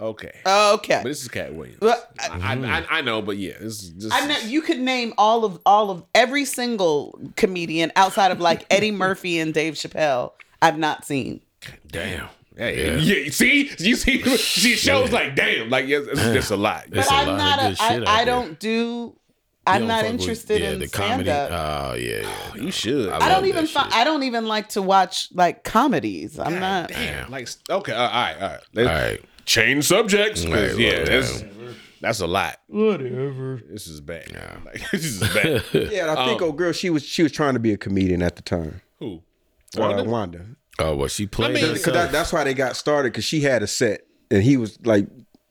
D: okay.
B: Okay.
D: but this is Cat Williams.
B: Well,
D: I, I, I, I know, but yeah, this is just.
B: I know you could name all of all of every single comedian outside of like Eddie Murphy and Dave Chappelle. I've not seen.
A: Damn.
D: Hey, yeah. you see, you see, <laughs> she shows like, damn, like yes, it's just a lot.
A: It's
B: But
A: a
B: I'm
A: lot
B: not.
A: of
B: A,
A: good
B: I,
A: shit out
B: I
A: there.
B: don't do.
A: You
B: I'm
A: don't
B: not
A: fuck with-
B: interested
A: yeah,
B: in
A: the
B: stand
A: comedy.
B: up.
A: Oh yeah, yeah.
D: you should.
A: I
B: I
A: love
B: don't
A: that
B: even. Fi-
A: shit.
B: I don't even like to watch like comedies. I'm not.
D: Damn. Like, okay, all right, all right. Let's
A: All right.
D: change subjects. 'cause,
A: All right,
D: yeah,
A: well,
D: that's, that's a lot. Whatever. This is bad. <laughs> Like, this is bad.
C: <laughs> yeah, and I think old girl, she was she was trying to be a comedian at the time.
D: Who?
C: Wanda. Uh, Wanda.
A: Oh well, she played.
D: mean-
A: herself.
C: Because that, that's why they got started. Because she had a set, and he was like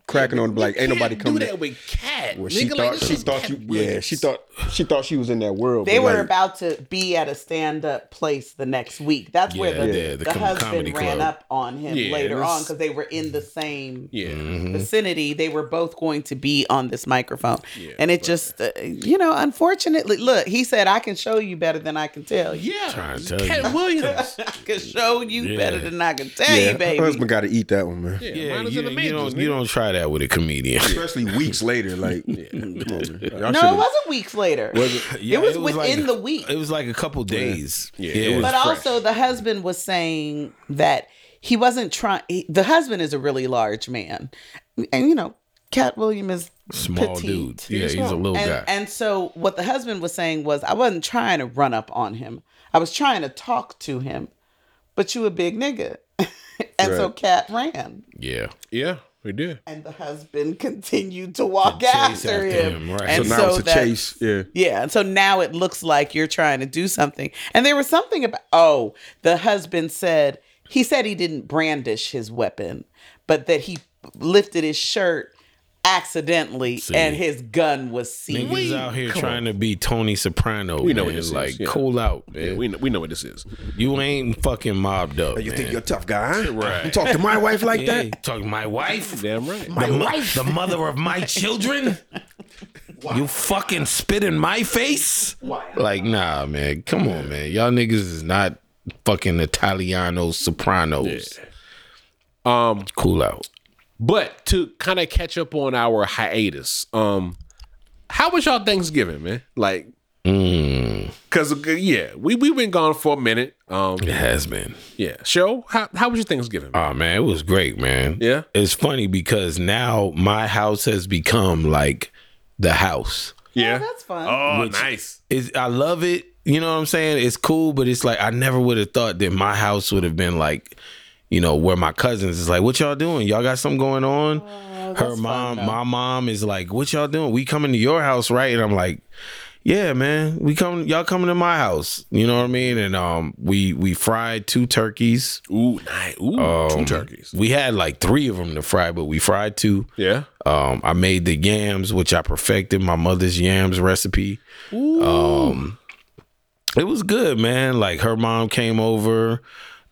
C: cracking on, like, ain't nobody
D: Can't do
C: coming.
D: that
C: in."
D: with cat.
C: Well,
D: nigga,
C: she
D: like,
C: thought
D: this
C: she
D: is
C: thought
D: Cat
C: you, yeah,
D: Williams.
C: she thought she thought she was in that world.
B: They
C: but,
B: were
C: like,
B: about to be at a stand-up place the next week. That's where
A: Yeah,
B: the,
A: yeah,
B: the,
A: the com- comedy
B: husband ran
A: club.
B: up on him
D: Yeah,
B: later
D: this-
B: on because they were in the same
D: Yeah.
B: Mm-hmm. vicinity. They were both going to be on this microphone, and it just, uh, you know, unfortunately, look, he said, "I can show you better than I can tell you.
D: Yeah.
A: to tell
D: Cat
A: you.
D: Williams.
B: I can show you
A: Yeah.
B: better than I can tell
C: yeah,
B: you,
C: her
B: baby."
C: husband got to eat that one, man.
A: Yeah,
D: Mine is
A: you,
D: in the
A: you don't
D: majors,
A: you
D: nigga.
A: don't try that that with a <laughs> comedian.
C: Especially weeks later, like come on, man. Y'all
B: No, it
C: should've-
B: wasn't weeks later.
A: Yeah,
B: it was
A: like-
B: within the week.
A: It was like a couple days. Yeah,
D: it was-
B: but also, the husband was saying that he wasn't trying. The husband is a really large man, and you know, Cat William is
A: small
B: petite.
A: dude. Yeah, he's a little guy.
B: and, and so what the husband was saying was i wasn't trying to run up on him i was trying to talk to him but you a big nigga <laughs> and so cat ran
A: yeah,
D: <laughs> Yeah, we did.
B: and the husband <laughs> continued to walk
A: chase after
B: after him,
A: him, right.
B: and
A: So
C: now it's a
B: that-
C: chase. Yeah.
B: yeah and so now it looks like you're trying to do something and there was something about oh the husband said he said he didn't brandish his weapon but that he lifted his shirt accidentally and his gun was seized
A: Niggas out here trying to be Tony Soprano. We
D: know
A: know
D: what
A: man.
D: this is,
A: like
D: yeah.
A: cool out,
D: Yeah,
A: man.
D: we know, we know what this is.
A: you ain't fucking mobbed up.
C: You
A: man.
C: think you're a tough guy? Huh?
D: Right.
C: You talk to my wife like
A: yeah,
C: that?
A: you talking to my wife?
D: Damn right.
A: My wife, the mother of my children. You fucking spit in my face? Like, nah, man. Come on, man. Y'all niggas is not fucking Italiano Sopranos. Um, cool out.
D: But to kind of catch up on our hiatus, um, how was y'all Thanksgiving, man? Like, cause uh, yeah, we we been gone for a minute. Um,
A: It has been.
D: yeah, Cheryl, how how was your Thanksgiving? man?
A: Oh man, it was great, man.
D: Yeah?
A: It's funny because now my house has become like the house.
D: yeah,
B: that's fun
D: Oh, nice.
A: It's, I love it. You know what I'm saying? It's cool, but it's like I never would have thought that my house would have been like, you know, where my cousins is like, what y'all doing? Y'all got something going on? Her mom, my mom is like, what y'all doing? We coming to your house, right? And I'm like, yeah, man, we come. Y'all coming to my house? You know what I mean? And um, we we fried two turkeys.
D: Ooh, nice. Ooh, two
A: Um,
D: turkeys.
A: We had like three of them to fry, but we fried two.
D: Yeah.
A: Um, I made the yams, which I perfected my mother's yams recipe. Um, it was good, man. Like her mom came over.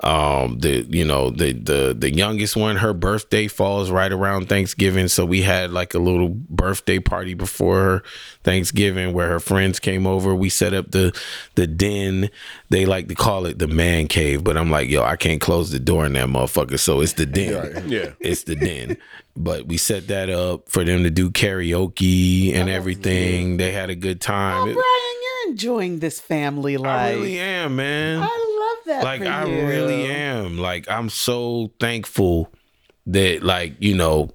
A: Um, the you know the the the youngest one, her birthday falls right around Thanksgiving, so we had like a little birthday party before her Thanksgiving where her friends came over. We set up the the den. They like to call it the man cave, but I'm like, yo, I can't close the door in that motherfucker, so it's the den
D: Yeah.
A: it's the den. But we set that up for them to do karaoke and everything. They had a good time. It-
B: Brian, you're enjoying this family
A: I
B: life.
A: really am, man.
B: I love that.
A: Like
B: for
A: I
B: you.
A: really am. Like I'm so thankful that like, you know,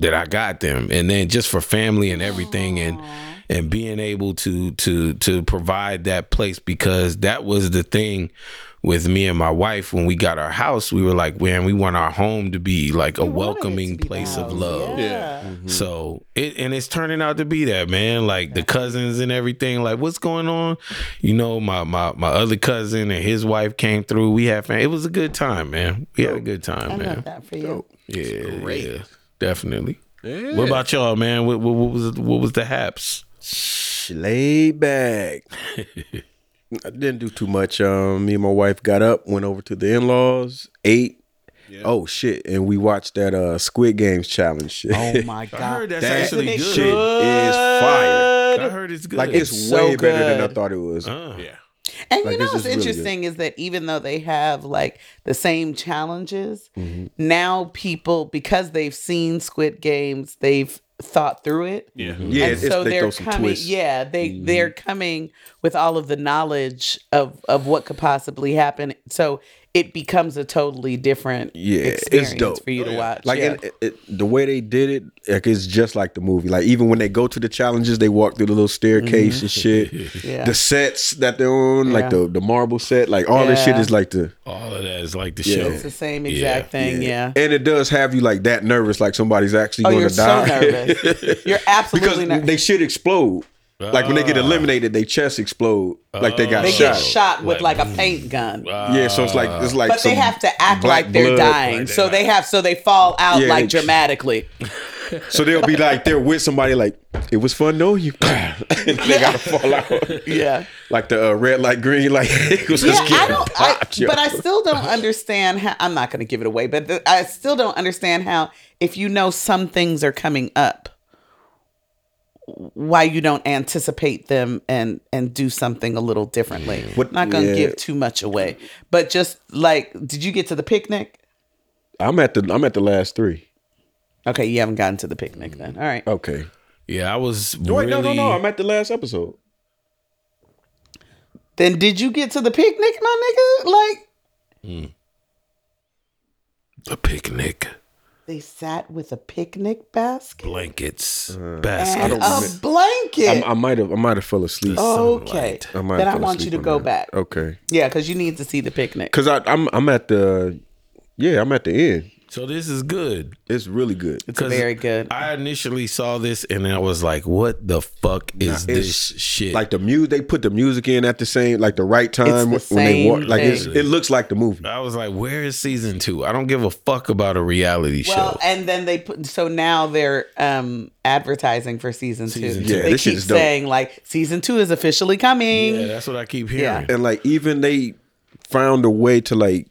A: that I got them. And then just for family and everything and and being able to to to provide that place because that was the thing with me and my wife when we got our house, we were like, man, we want our home to be like a
B: You wanted it to
A: welcoming
B: be the
A: place of
B: house.
A: love.
B: Yeah.
A: So it and it's turning out to be that man, like the cousins and everything. Like what's going on? You know, my my my other cousin and his wife came through. We had fam- it was a good time, man. We had a good time,
B: I love
A: man.
B: that for you.
A: Yeah, yeah, definitely. What about y'all, man? What, what, what was what was the haps?
C: laid back. <laughs> I didn't do too much. Um, me and my wife got up, went over to the in laws, ate. Oh shit! And we watched that uh Squid Games challenge. Shit, <laughs>
B: Oh my god.
A: that's
C: That
B: Isn't it
C: Shit is fire.
A: I heard it's good.
C: Like it's,
B: It's so
C: way better than I
B: good.
C: thought it was.
B: Uh.
D: Yeah.
B: And
C: Like,
B: you know
C: this
B: what's
C: is really good.
B: interesting is that even though they have like the same challenges,
C: Mm-hmm.
B: now people because they've seen Squid Games, they've thought through it.
D: Yeah.
C: Yeah, Mm-hmm.
B: and
C: it's,
B: so
C: they
B: they're
C: throw some
B: coming.
C: twists.
B: Yeah, they they're coming with all of the knowledge of of what could possibly happen. So it becomes a totally different
C: Yeah, it's
B: experience
C: dope.
B: for you to watch.
C: Like
B: Oh, yeah.
C: and it, it, the way they did it, like it's just like the movie. Like even when they go to the challenges, they walk through the little staircase and shit.
B: Mm-hmm. <laughs> Yeah.
C: The sets that they're on, like
B: Yeah.
C: the the marble set, like all this shit
B: Yeah.
C: is like the
A: All of that is like the
B: it's
A: show.
B: the same exact thing. Yeah.
C: And it does have you like that nervous, like somebody's actually
B: Oh,
C: going
B: you're
C: to
B: so
C: die. <laughs>
B: nervous. You're
C: because
B: absolutely nervous.
C: they should explode. like when they
B: Ah.
C: get eliminated, they chest explode. like they got
B: They
C: shot.
B: get shot with like a paint gun.
C: yeah, so it's like it's like
B: but they
C: some
B: have to act
C: black
B: like they're
C: blood.
B: dying. so they have so they fall out
C: Yeah,
B: like
C: they- <laughs>
B: dramatically.
C: So they'll be like they're with somebody. Like it was fun knowing you. <laughs> they gotta fall out.
B: Yeah.
C: like the uh, red light, green light. <laughs> it was
B: Yeah,
C: just
B: I
C: getting
B: don't. I,
C: popped, yo.
B: but I still don't understand how. I'm not going to give it away, but the, I still don't understand how. If you know some things are coming up, why you don't anticipate them and and do something a little differently?
C: What-
B: not going to
C: yeah.
B: give too much away, but just like, did you get to the picnic?
C: I'm at the I'm at the last three.
B: Okay, you haven't gotten to the picnic then. All right.
C: Okay.
A: Yeah, I was
C: Wait,
A: really.
C: no, no, no. I'm at the last episode.
B: Then did you get to the picnic, my nigga? Like
A: A picnic,
B: they sat with a picnic basket
A: blankets,
C: Uh,
B: and
A: baskets.
B: a blanket.
C: I, I might have, I might have fell asleep.
B: okay.
C: I might have
B: Oh, then I
C: fell
B: want you
C: asleep
B: to
C: on
B: go
C: that.
B: back.
C: Okay.
B: Yeah, because you need to see the picnic.
C: Cause I, I'm, I'm at the, yeah, I'm at the end.
A: So this is good.
C: It's really good.
B: It's very good.
A: I initially saw this and I was like, "What the fuck is this shit?"
C: Like the music, they put the music in at the same, like the right time
B: It's the
C: when they walk.
B: same
C: Like it's,
B: thing.
C: it looks like the movie.
A: I was like, "Where is season two? I don't give a fuck about a reality
B: well,
A: show."
B: and then they put so now they're um advertising for season,
A: Season
B: two.
A: two. Yeah,
B: they
C: this shit
B: keep
C: is dope.
B: saying like season two is officially coming.
A: yeah, that's what I keep hearing.
C: And like even they found a way to like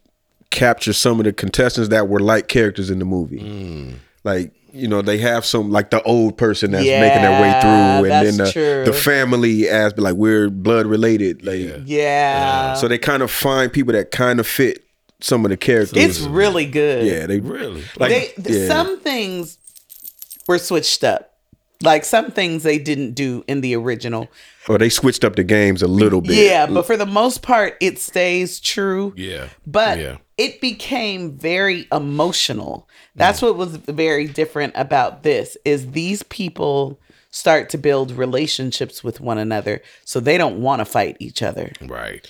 C: capture some of the contestants that were like characters in the movie.
B: Mm.
C: Like you know they have some like the old person that's making their way
B: Yeah,
C: through, and then
B: that's
C: the,
B: true.
C: the family as like we're blood related. Like
B: Yeah.
C: so they kind of find people that kind of fit some of the characters.
B: It's really good.
C: yeah, they
A: Really?
C: like
B: they th-
C: yeah.
B: some things were switched up. Like some things they didn't do in the original.
C: or they switched up the games a little bit.
B: Yeah, but for the most part it stays true.
A: Yeah.
B: But
A: Yeah.
B: it became very emotional.
C: Mm.
B: That's what was very different about this is these people start to build relationships with one another so they don't want to fight each other.
A: Right.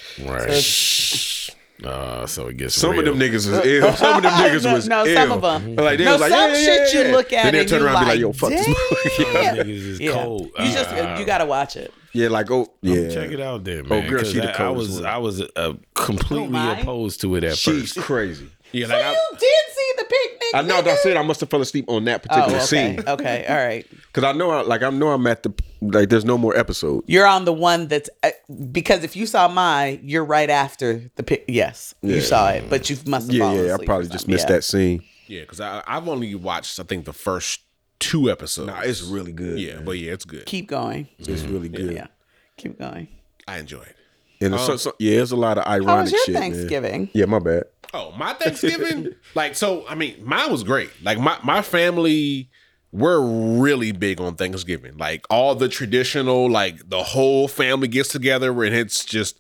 A: Right. Uh, so it gets
C: Some
A: real.
C: of them niggas was ill.
B: <laughs>
C: Some of them niggas
B: No,
C: was
B: no,
C: ill.
B: some of 'em.
C: Like, they
B: No,
C: was like,
B: some
C: yeah, yeah,
B: shit
C: yeah,
B: you
C: yeah.
B: look at
C: Then they
B: and
C: turn
B: you
C: around and be like,
B: like,
C: yo, fuck this
B: "Damn."
C: motherfucker." <laughs>
A: Niggas is
B: Yeah.
A: cold.
B: You just
A: Uh,
B: you got to watch it.
C: Yeah, like oh yeah, Oh,
A: Check it out then, man.
C: girl,
A: 'cause
C: she the
A: I- I,
C: coldest
A: was
C: one.
A: I was uh, completely
B: my.
A: opposed to it at
C: She's
A: first.
C: crazy.
D: Yeah,
B: So
D: like I,
B: you did see the picnic.
C: I know.
B: nigga?
C: That's it. I must have fell asleep on that
B: Oh,
C: particular
B: okay.
C: <laughs> scene
B: Okay, all right.
C: because I know, I, like I know, I'm at the like. There's no more episode.
B: You're on the one that's uh, because if you saw mine, you're right after the pic. Yes, you saw it, but you must have
C: Yeah,
B: fallen
C: yeah. I
B: asleep or
C: probably just
B: something.
C: missed
B: Yeah.
C: that scene.
D: yeah, because I I've only watched I think the first two episodes.
C: Nah, it's really good.
D: yeah, but yeah, it's good.
B: Keep going.
C: it's really good.
B: Yeah, keep going.
D: I enjoy it.
C: And it's so, so, yeah, it's a lot of ironic
B: How was your
C: shit. man.
B: Thanksgiving?
C: Yeah, my bad.
D: Oh, my Thanksgiving? like, so I mean, mine was great. Like my my family we're really big on Thanksgiving. Like all the traditional, like the whole family gets together and it's just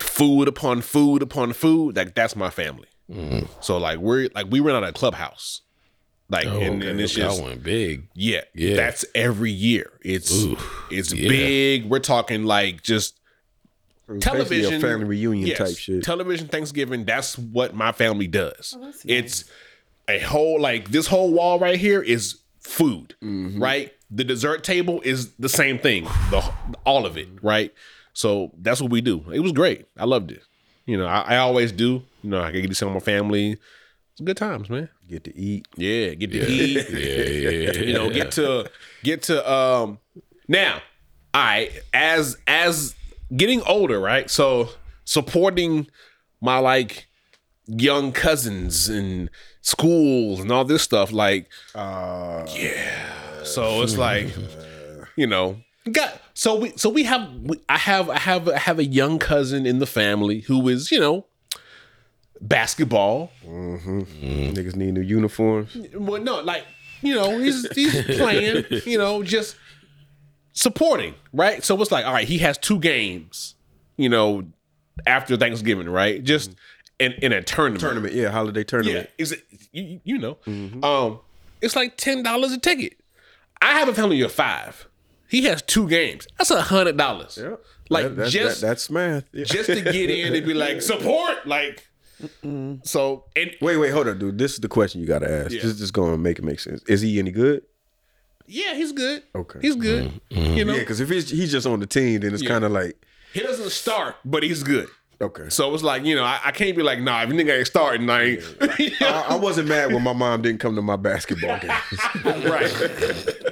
D: food upon food upon food. Like that's my family.
A: Mm.
D: So like we're like we rent out a clubhouse. Like
A: Oh,
D: and, and it's
A: that
D: just
A: went big.
D: yeah,
A: Yeah.
D: That's every year. It's it's
A: yeah.
D: big. We're talking like just
C: basically a
D: television
C: family reunion type shit.
D: Television Thanksgiving. That's what my family does. It's a whole like this whole wall right here is food,
C: Mm-hmm.
D: right? The dessert table is the same thing. The all of it, right? So that's what we do. It was great. I loved it. You know, I, I always do. You know, I get to see my family. It's good times, man.
C: Get to eat.
D: Yeah, get to eat.
A: <laughs> Yeah, yeah, yeah.
D: You know, get to get to um now. I as as getting older, right? So supporting my like young cousins and schools and all this stuff, like
A: Uh,
D: yeah.
A: <laughs>
D: So it's like you know, got so we so we have we, I have I have I have a young cousin in the family who is you know basketball
C: Niggas need new uniforms.
D: well, no, like you know, he's he's playing, you know, just supporting, right? So it's like, all right, he has two games, you know, after Thanksgiving, right? Just in in a tournament.
C: Mm-hmm. Tournament. Yeah, holiday
D: Yeah,
C: tournament. Mm-hmm.
D: is it, you, you know, um, it's like ten dollars a ticket. I have a family of five. He has two games. That's a hundred dollars.
C: Yep.
D: Like
C: That- that's,
D: just
C: that- that's math. Yeah. <laughs>
D: just to get in and be like support, like. So and
C: Wait, wait, hold on, dude. This is the question you gotta ask.
D: Yeah.
C: This is gonna make it make sense. Is he any good?
D: yeah, he's good.
C: Okay. Mm-hmm.
D: he's good. You know,
C: Yeah, because if he's, he's just on the team, then it's kind of like
D: He doesn't start, but he's good.
C: okay.
D: So it's like, you know, I, I can't be like, nah, if you nigga ain't starting, I ain't. <laughs> You know?
C: I, I wasn't mad when my mom didn't come to my basketball game.
D: right.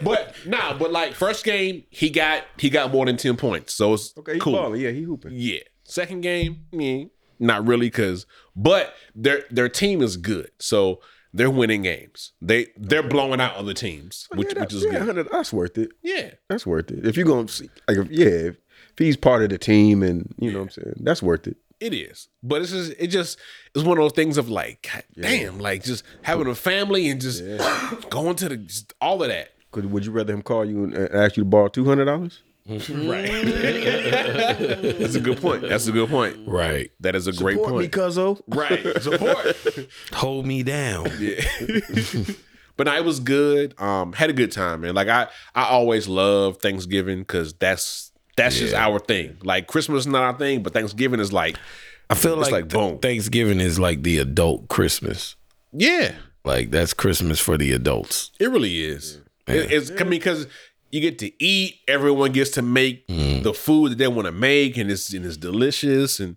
D: but nah, but like first game, he got he got more than 10 points. So it's
C: <laughs> Okay, he
D: cool.
C: balling. Yeah, he hooping.
D: Yeah. Second game, meh, not really, cause but their their team is good. So they're winning games. They they're blowing out other teams,
C: Oh,
D: which
C: yeah, that-
D: which is
C: yeah,
D: good.
C: 100 that's worth it.
D: Yeah.
C: That's worth it. If you're gonna see, like, if, yeah, if, if he's part of the team, and you know what I'm saying, that's worth it.
D: It is, but it's just it just it's one of those things of like, God damn, like just having a family and just <coughs> going to the just all of that.
C: Could, would you rather him call you and uh, ask you to borrow two hundred dollars?
D: That's a good point. That's a good point.
A: Right.
D: That is a
C: Mm-hmm.
D: great
C: Support me,
D: point.
C: cuzzo.
D: right. Support.
A: Hold me down.
D: but no, it was good. Um, had a good time, man. Like I, I always love Thanksgiving because that's that's just our thing. Like Christmas is not our thing, but Thanksgiving is like,
A: I feel
D: It's
A: like,
D: like boom.
A: Thanksgiving is like the adult Christmas.
D: yeah,
A: Like that's Christmas for the adults.
D: it really is. It, it's I mean because you get to eat, everyone gets to make the food that they want to make, and it's and it's delicious, and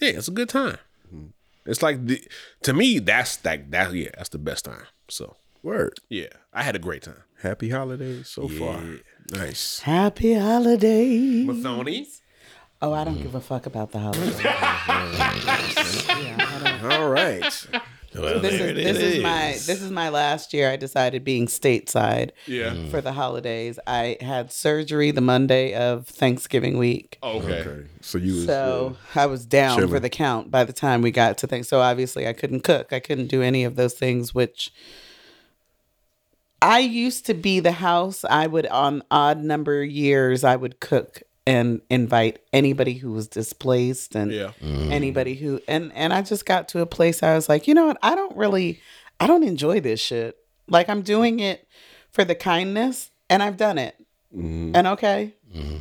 D: yeah, it's a good time. It's like the, to me that's like that yeah that's the best time. So
C: Word.
D: yeah, I had a great time.
C: Happy holidays so far. Nice.
B: Happy holiday.
D: Mathoni,
B: Oh, I don't give a fuck about the holidays.
C: <laughs> All right.
A: Well,
B: <laughs> This is, this is my this is my last year. I decided being stateside
D: yeah,
B: for the holidays. I had surgery the Monday of Thanksgiving week.
D: Oh, okay.
C: okay. So you was, uh,
B: So I was down for
C: chilling.
B: the count by the time we got to things. So obviously I couldn't cook. I couldn't do any of those things, which I used to be the house. I would on odd number years I would cook and invite anybody who was displaced and
D: Yeah.
B: anybody who and and I just got to a place I was like, you know what? I don't really I don't enjoy this shit. Like I'm doing it for the kindness and I've done it. And okay,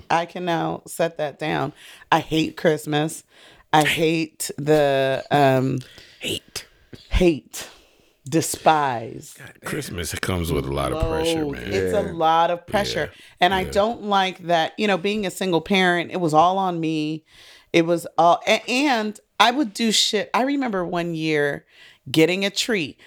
B: I can now set that down. I hate Christmas. I hate the um hate. Hate. Despise.
A: Christmas comes with a lot of pressure,
B: Oh,
A: man.
B: It's a lot of pressure. And I don't like that, you know, being a single parent, it was all on me. It was all, a- and I would do shit. I remember one year getting a tree.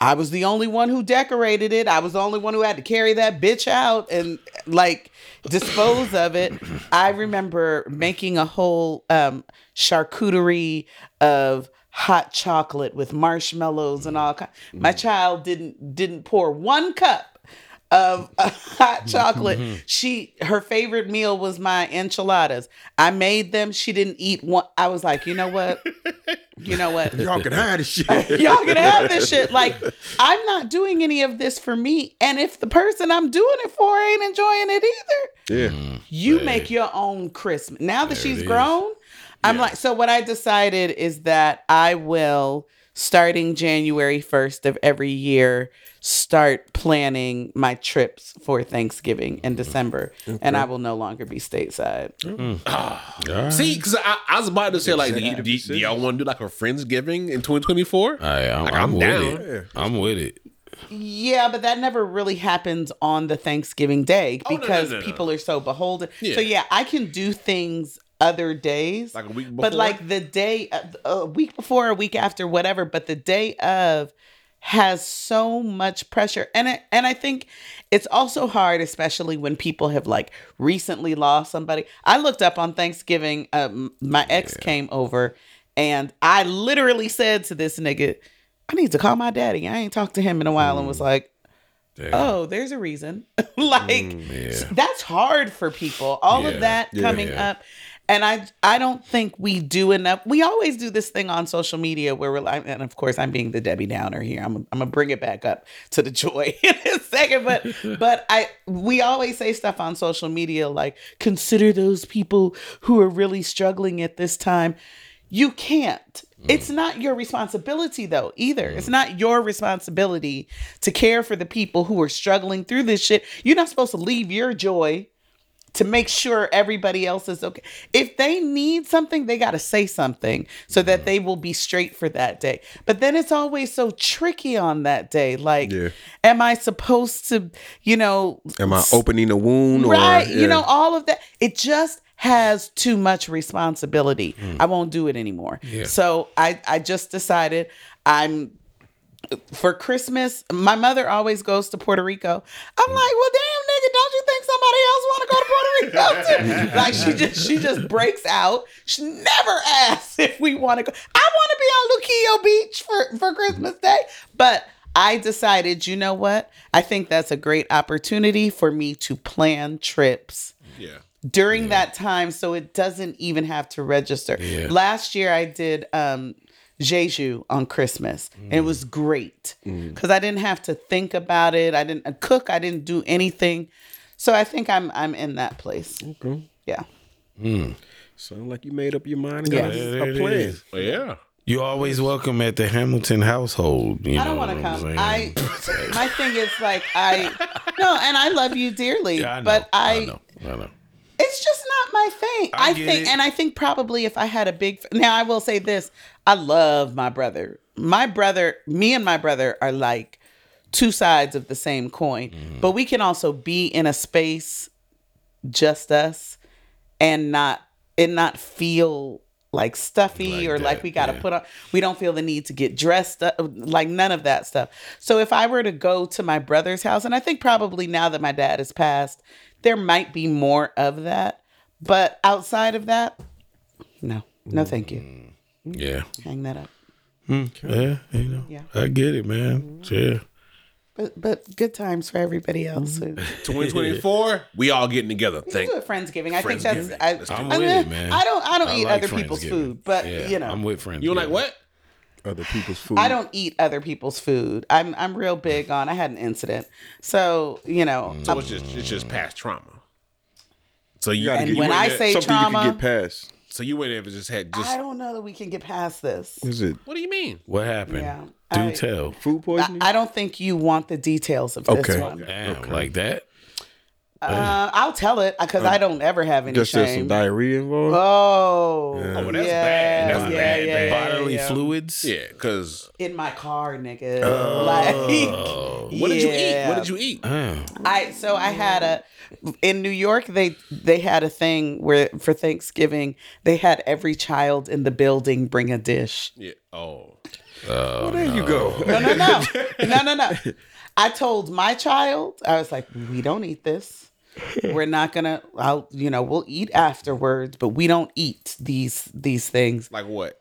B: I was the only one who decorated it. I was the only one who had to carry that bitch out and like dispose of it. I remember making a whole um, charcuterie of hot chocolate with marshmallows and all. ki- My child didn't didn't pour one cup of <laughs> uh, hot chocolate. She her favorite meal was my enchiladas. I made them. She didn't eat one. I was like, you know what, you know what,
C: y'all can hide this shit.
B: <laughs> y'all can have this shit. Like, I'm not doing any of this for me. And if the person I'm doing it for ain't enjoying it either,
C: yeah.
B: you make your own Christmas. Now that she's grown, I'm like, so what I decided is that I will, starting January 1st of every year, start planning my trips for Thanksgiving in December. And I will no longer be stateside.
D: See, because I, I was about to say, like, do, do, do y'all want to do like a Friendsgiving in 2024?
A: I, am
D: Like, I'm
A: I'm,
D: down.
A: with it. I'm with it.
B: Yeah, but that never really happens on the Thanksgiving day
D: Oh, no, no,
B: because
D: no, no.
B: people are so beholden.
D: Yeah.
B: So yeah, I can do things other days,
D: Like a week
B: but
D: before?
B: like the day, uh, a, a week before, a week after, whatever. But the day of has so much pressure, and it, and I think it's also hard, especially when people have like recently lost somebody. I looked up on Thanksgiving. Um, my ex came over, and I literally said to this nigga. I need to call my daddy. I ain't talked to him in a while and
D: Mm.
B: was like, oh, there's a reason. <laughs> like that's hard for people. All
A: Mm, Yeah.
B: of that coming up. And I I don't think we do enough. We always do this thing on social media where we're like, and of course I'm being the Debbie Downer here. I'm I'm gonna bring it back up to the joy <laughs> in a
A: <laughs>
B: second, but but I we always say stuff on social media like consider those people who are really struggling at this time. You can't. It's not your responsibility, though, either. It's not your responsibility to care for the people who are struggling through this shit. You're not supposed to leave your joy to make sure everybody else is okay. If they need something, they got to say something so that they will be straight for that day. But then it's always so tricky on that day. Like,
C: Yeah.
B: am I supposed to, you know,
C: uh, Am I opening a wound? or-
B: right
C: yeah.
B: you know all of that it just has too much responsibility i won't do it anymore so i i just decided i'm for christmas my mother always goes to puerto rico i'm like well damn nigga don't you think somebody else want to go to puerto rico too? like she just she just breaks out she never asks if we want to go i want to be on luquillo beach for for christmas day but I decided, you know what? I think that's a great opportunity for me to plan trips
D: Yeah.
B: during that time, so it doesn't even have to register. Last year I did um Jeju on Christmas. and
A: Mm.
B: It was great because I didn't have to think about it. I didn't uh, cook. I didn't do anything. So I think I'm I'm in that place. Yeah.
C: Sound like you made up your mind and
B: Yeah.
C: got
B: Yeah,
A: there
C: a
A: it
C: plan.
A: is.
D: But yeah.
A: You're always welcome at the Hamilton household. You
B: I don't
A: know
B: want to
A: what I'm
B: come.
A: saying? <laughs>
B: I my thing is like I no, and I love you dearly,
A: Yeah, I know,
B: but I,
A: I know. I know.
B: it's just not my thing. I,
A: I get
B: think,
A: it.
B: and I think probably if I had a big now, I will say this: I love my brother. My brother, me and my brother are like two sides of the same coin,
A: Mm-hmm.
B: but we can also be in a space just us and not and not feel like stuffy
A: Like
B: or like
A: that,
B: we got to put on we don't feel the need to get dressed up like none of that stuff so if i were to go to my brother's house and i think probably now that my dad has passed there might be more of that but outside of that no no thank
A: Mm.
B: you
A: Yeah.
B: hang that up
A: Hmm. Yeah, you know.
B: Yeah. Mm-hmm.
A: I get it, man. Yeah.
B: but but good times for everybody else
A: Mm-hmm.
B: who
D: 2024, we all getting together. Thank
B: do a friendsgiving i think that's I,
A: I'm
B: I
A: with
B: mean,
A: it, man.
B: I don't i don't
A: I
B: eat
A: like
B: other people's
A: Friendsgiving.
B: food but
A: Yeah,
B: you know
A: I'm with friends.
D: you. Like what?
C: Other people's food.
B: I don't eat other people's food. I'm I'm real big on. I had an incident, so you know.
C: Mm.
B: I'm-
D: So it's just it's just past trauma. So you,
C: You gotta
B: And
C: get- you
B: when
D: went
B: I
D: there-
B: say
C: something you
B: trauma-
C: can get past.
D: so you went there and just had
B: I
D: just.
B: don't know that we can get past this.
C: Is it
D: What do you mean?
A: What happened?
B: Yeah,
A: Do
B: I-
A: tell.
C: food poisoning?
B: I don't think you want the details of this
C: Mm-hmm. Okay.
B: one.
A: Damn, like that?
B: Uh, I'll tell it because I don't ever have any
C: Just there's some
B: shame.
C: diarrhea involved.
B: Oh,
D: Oh, well,
B: yeah,
D: that's bad. That's
B: yeah,
D: bad,
B: yeah,
D: bad.
B: yeah,
A: Bodily
B: yeah.
A: fluids?
D: Yeah, because
B: in my car, nigga.
C: Oh.
B: like, <laughs>
D: what did you eat?
B: yeah.
D: What did you eat?
A: Oh,
B: I so I had a
C: Mm.
B: in New York they they had a thing where for Thanksgiving they had every child in the building bring a dish.
D: Yeah. Oh.
C: well, there you <laughs> go.
B: No no no no no no. I told my child I was like we don't eat this. We're not gonna. I'll you know we'll eat afterwards, but we don't eat these these things.
D: Like what?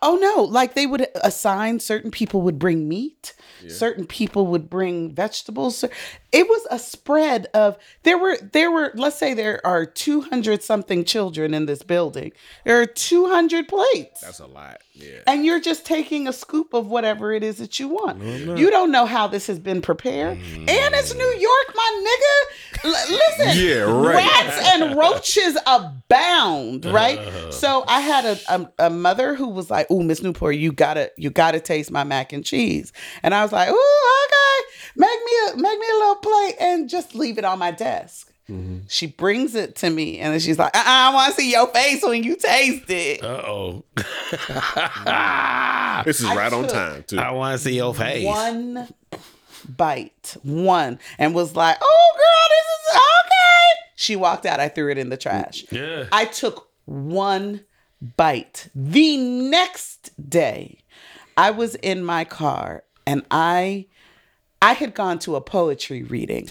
B: Oh no, like they would assign certain people would bring meat, certain people would bring vegetables. It was a spread of there were there were let's say there are 200 something children in this building. There are 200 plates.
D: That's a lot. Yeah.
B: and you're just taking a scoop of whatever it is that you want. You don't know how this has been prepared.
C: Mm.
B: And it's New York, my nigga. L- listen,
C: <laughs> Yeah, right. Uh-huh.
B: rats and roaches abound, right? So I had a, a, a mother who was like, "Ooh, Miss Newport, you gotta you gotta taste my mac and cheese," and I was like, "Ooh, okay, make me a make me a little plate and just leave it on my desk."
C: Mm-hmm.
B: She brings it to me, and then she's like, uh-uh, "I want to see your face when you taste it."
A: uh oh.
D: This is
B: I
D: right on
B: took-
D: time too.
A: I want to see your face.
B: one bite, one, and was like, "Oh, girl, this is okay." She walked out. I threw it in the trash.
A: Yeah.
B: I took one bite. The next day, I was in my car and I I had gone to a poetry reading.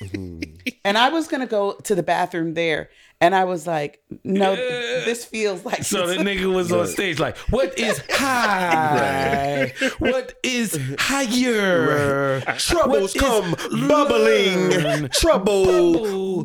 A: Mm-hmm.
B: and I was going to go to the bathroom there and I was like, "No, this feels like
A: So
C: <laughs>
A: the nigga was on stage like, "What is high? What is higher? What
C: Troubles
A: is
C: come bubbling.
A: learn?
C: Trouble,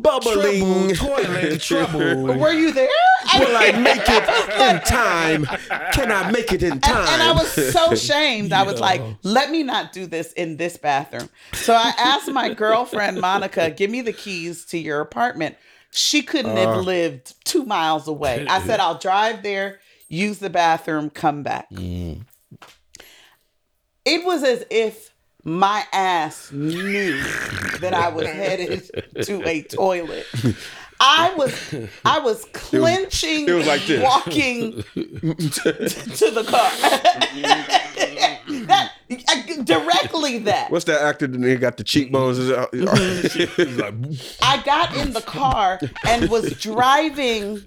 A: trouble,
C: bubbling. <laughs>
A: toilet trouble."
B: Were you there? I-
C: Will I make it in time? Can I make it in time?
B: And,
C: <laughs>
B: and I was so shamed. I was like, let me not do this in this bathroom. So I asked my girlfriend, Monica, give me the keys to your apartment. She couldn't
C: Uh.
B: have lived two miles away. I said, I'll drive there, use the bathroom, come back.
C: Mm.
B: It was as if my ass knew that I was headed to a toilet. I was I was clenching
C: it was like this.
B: walking to the car. that, I- directly that.
C: What's that actor that nigga got the cheekbones? Is uh, out-
B: Mm-hmm.
C: <laughs>
B: I got in the car and was driving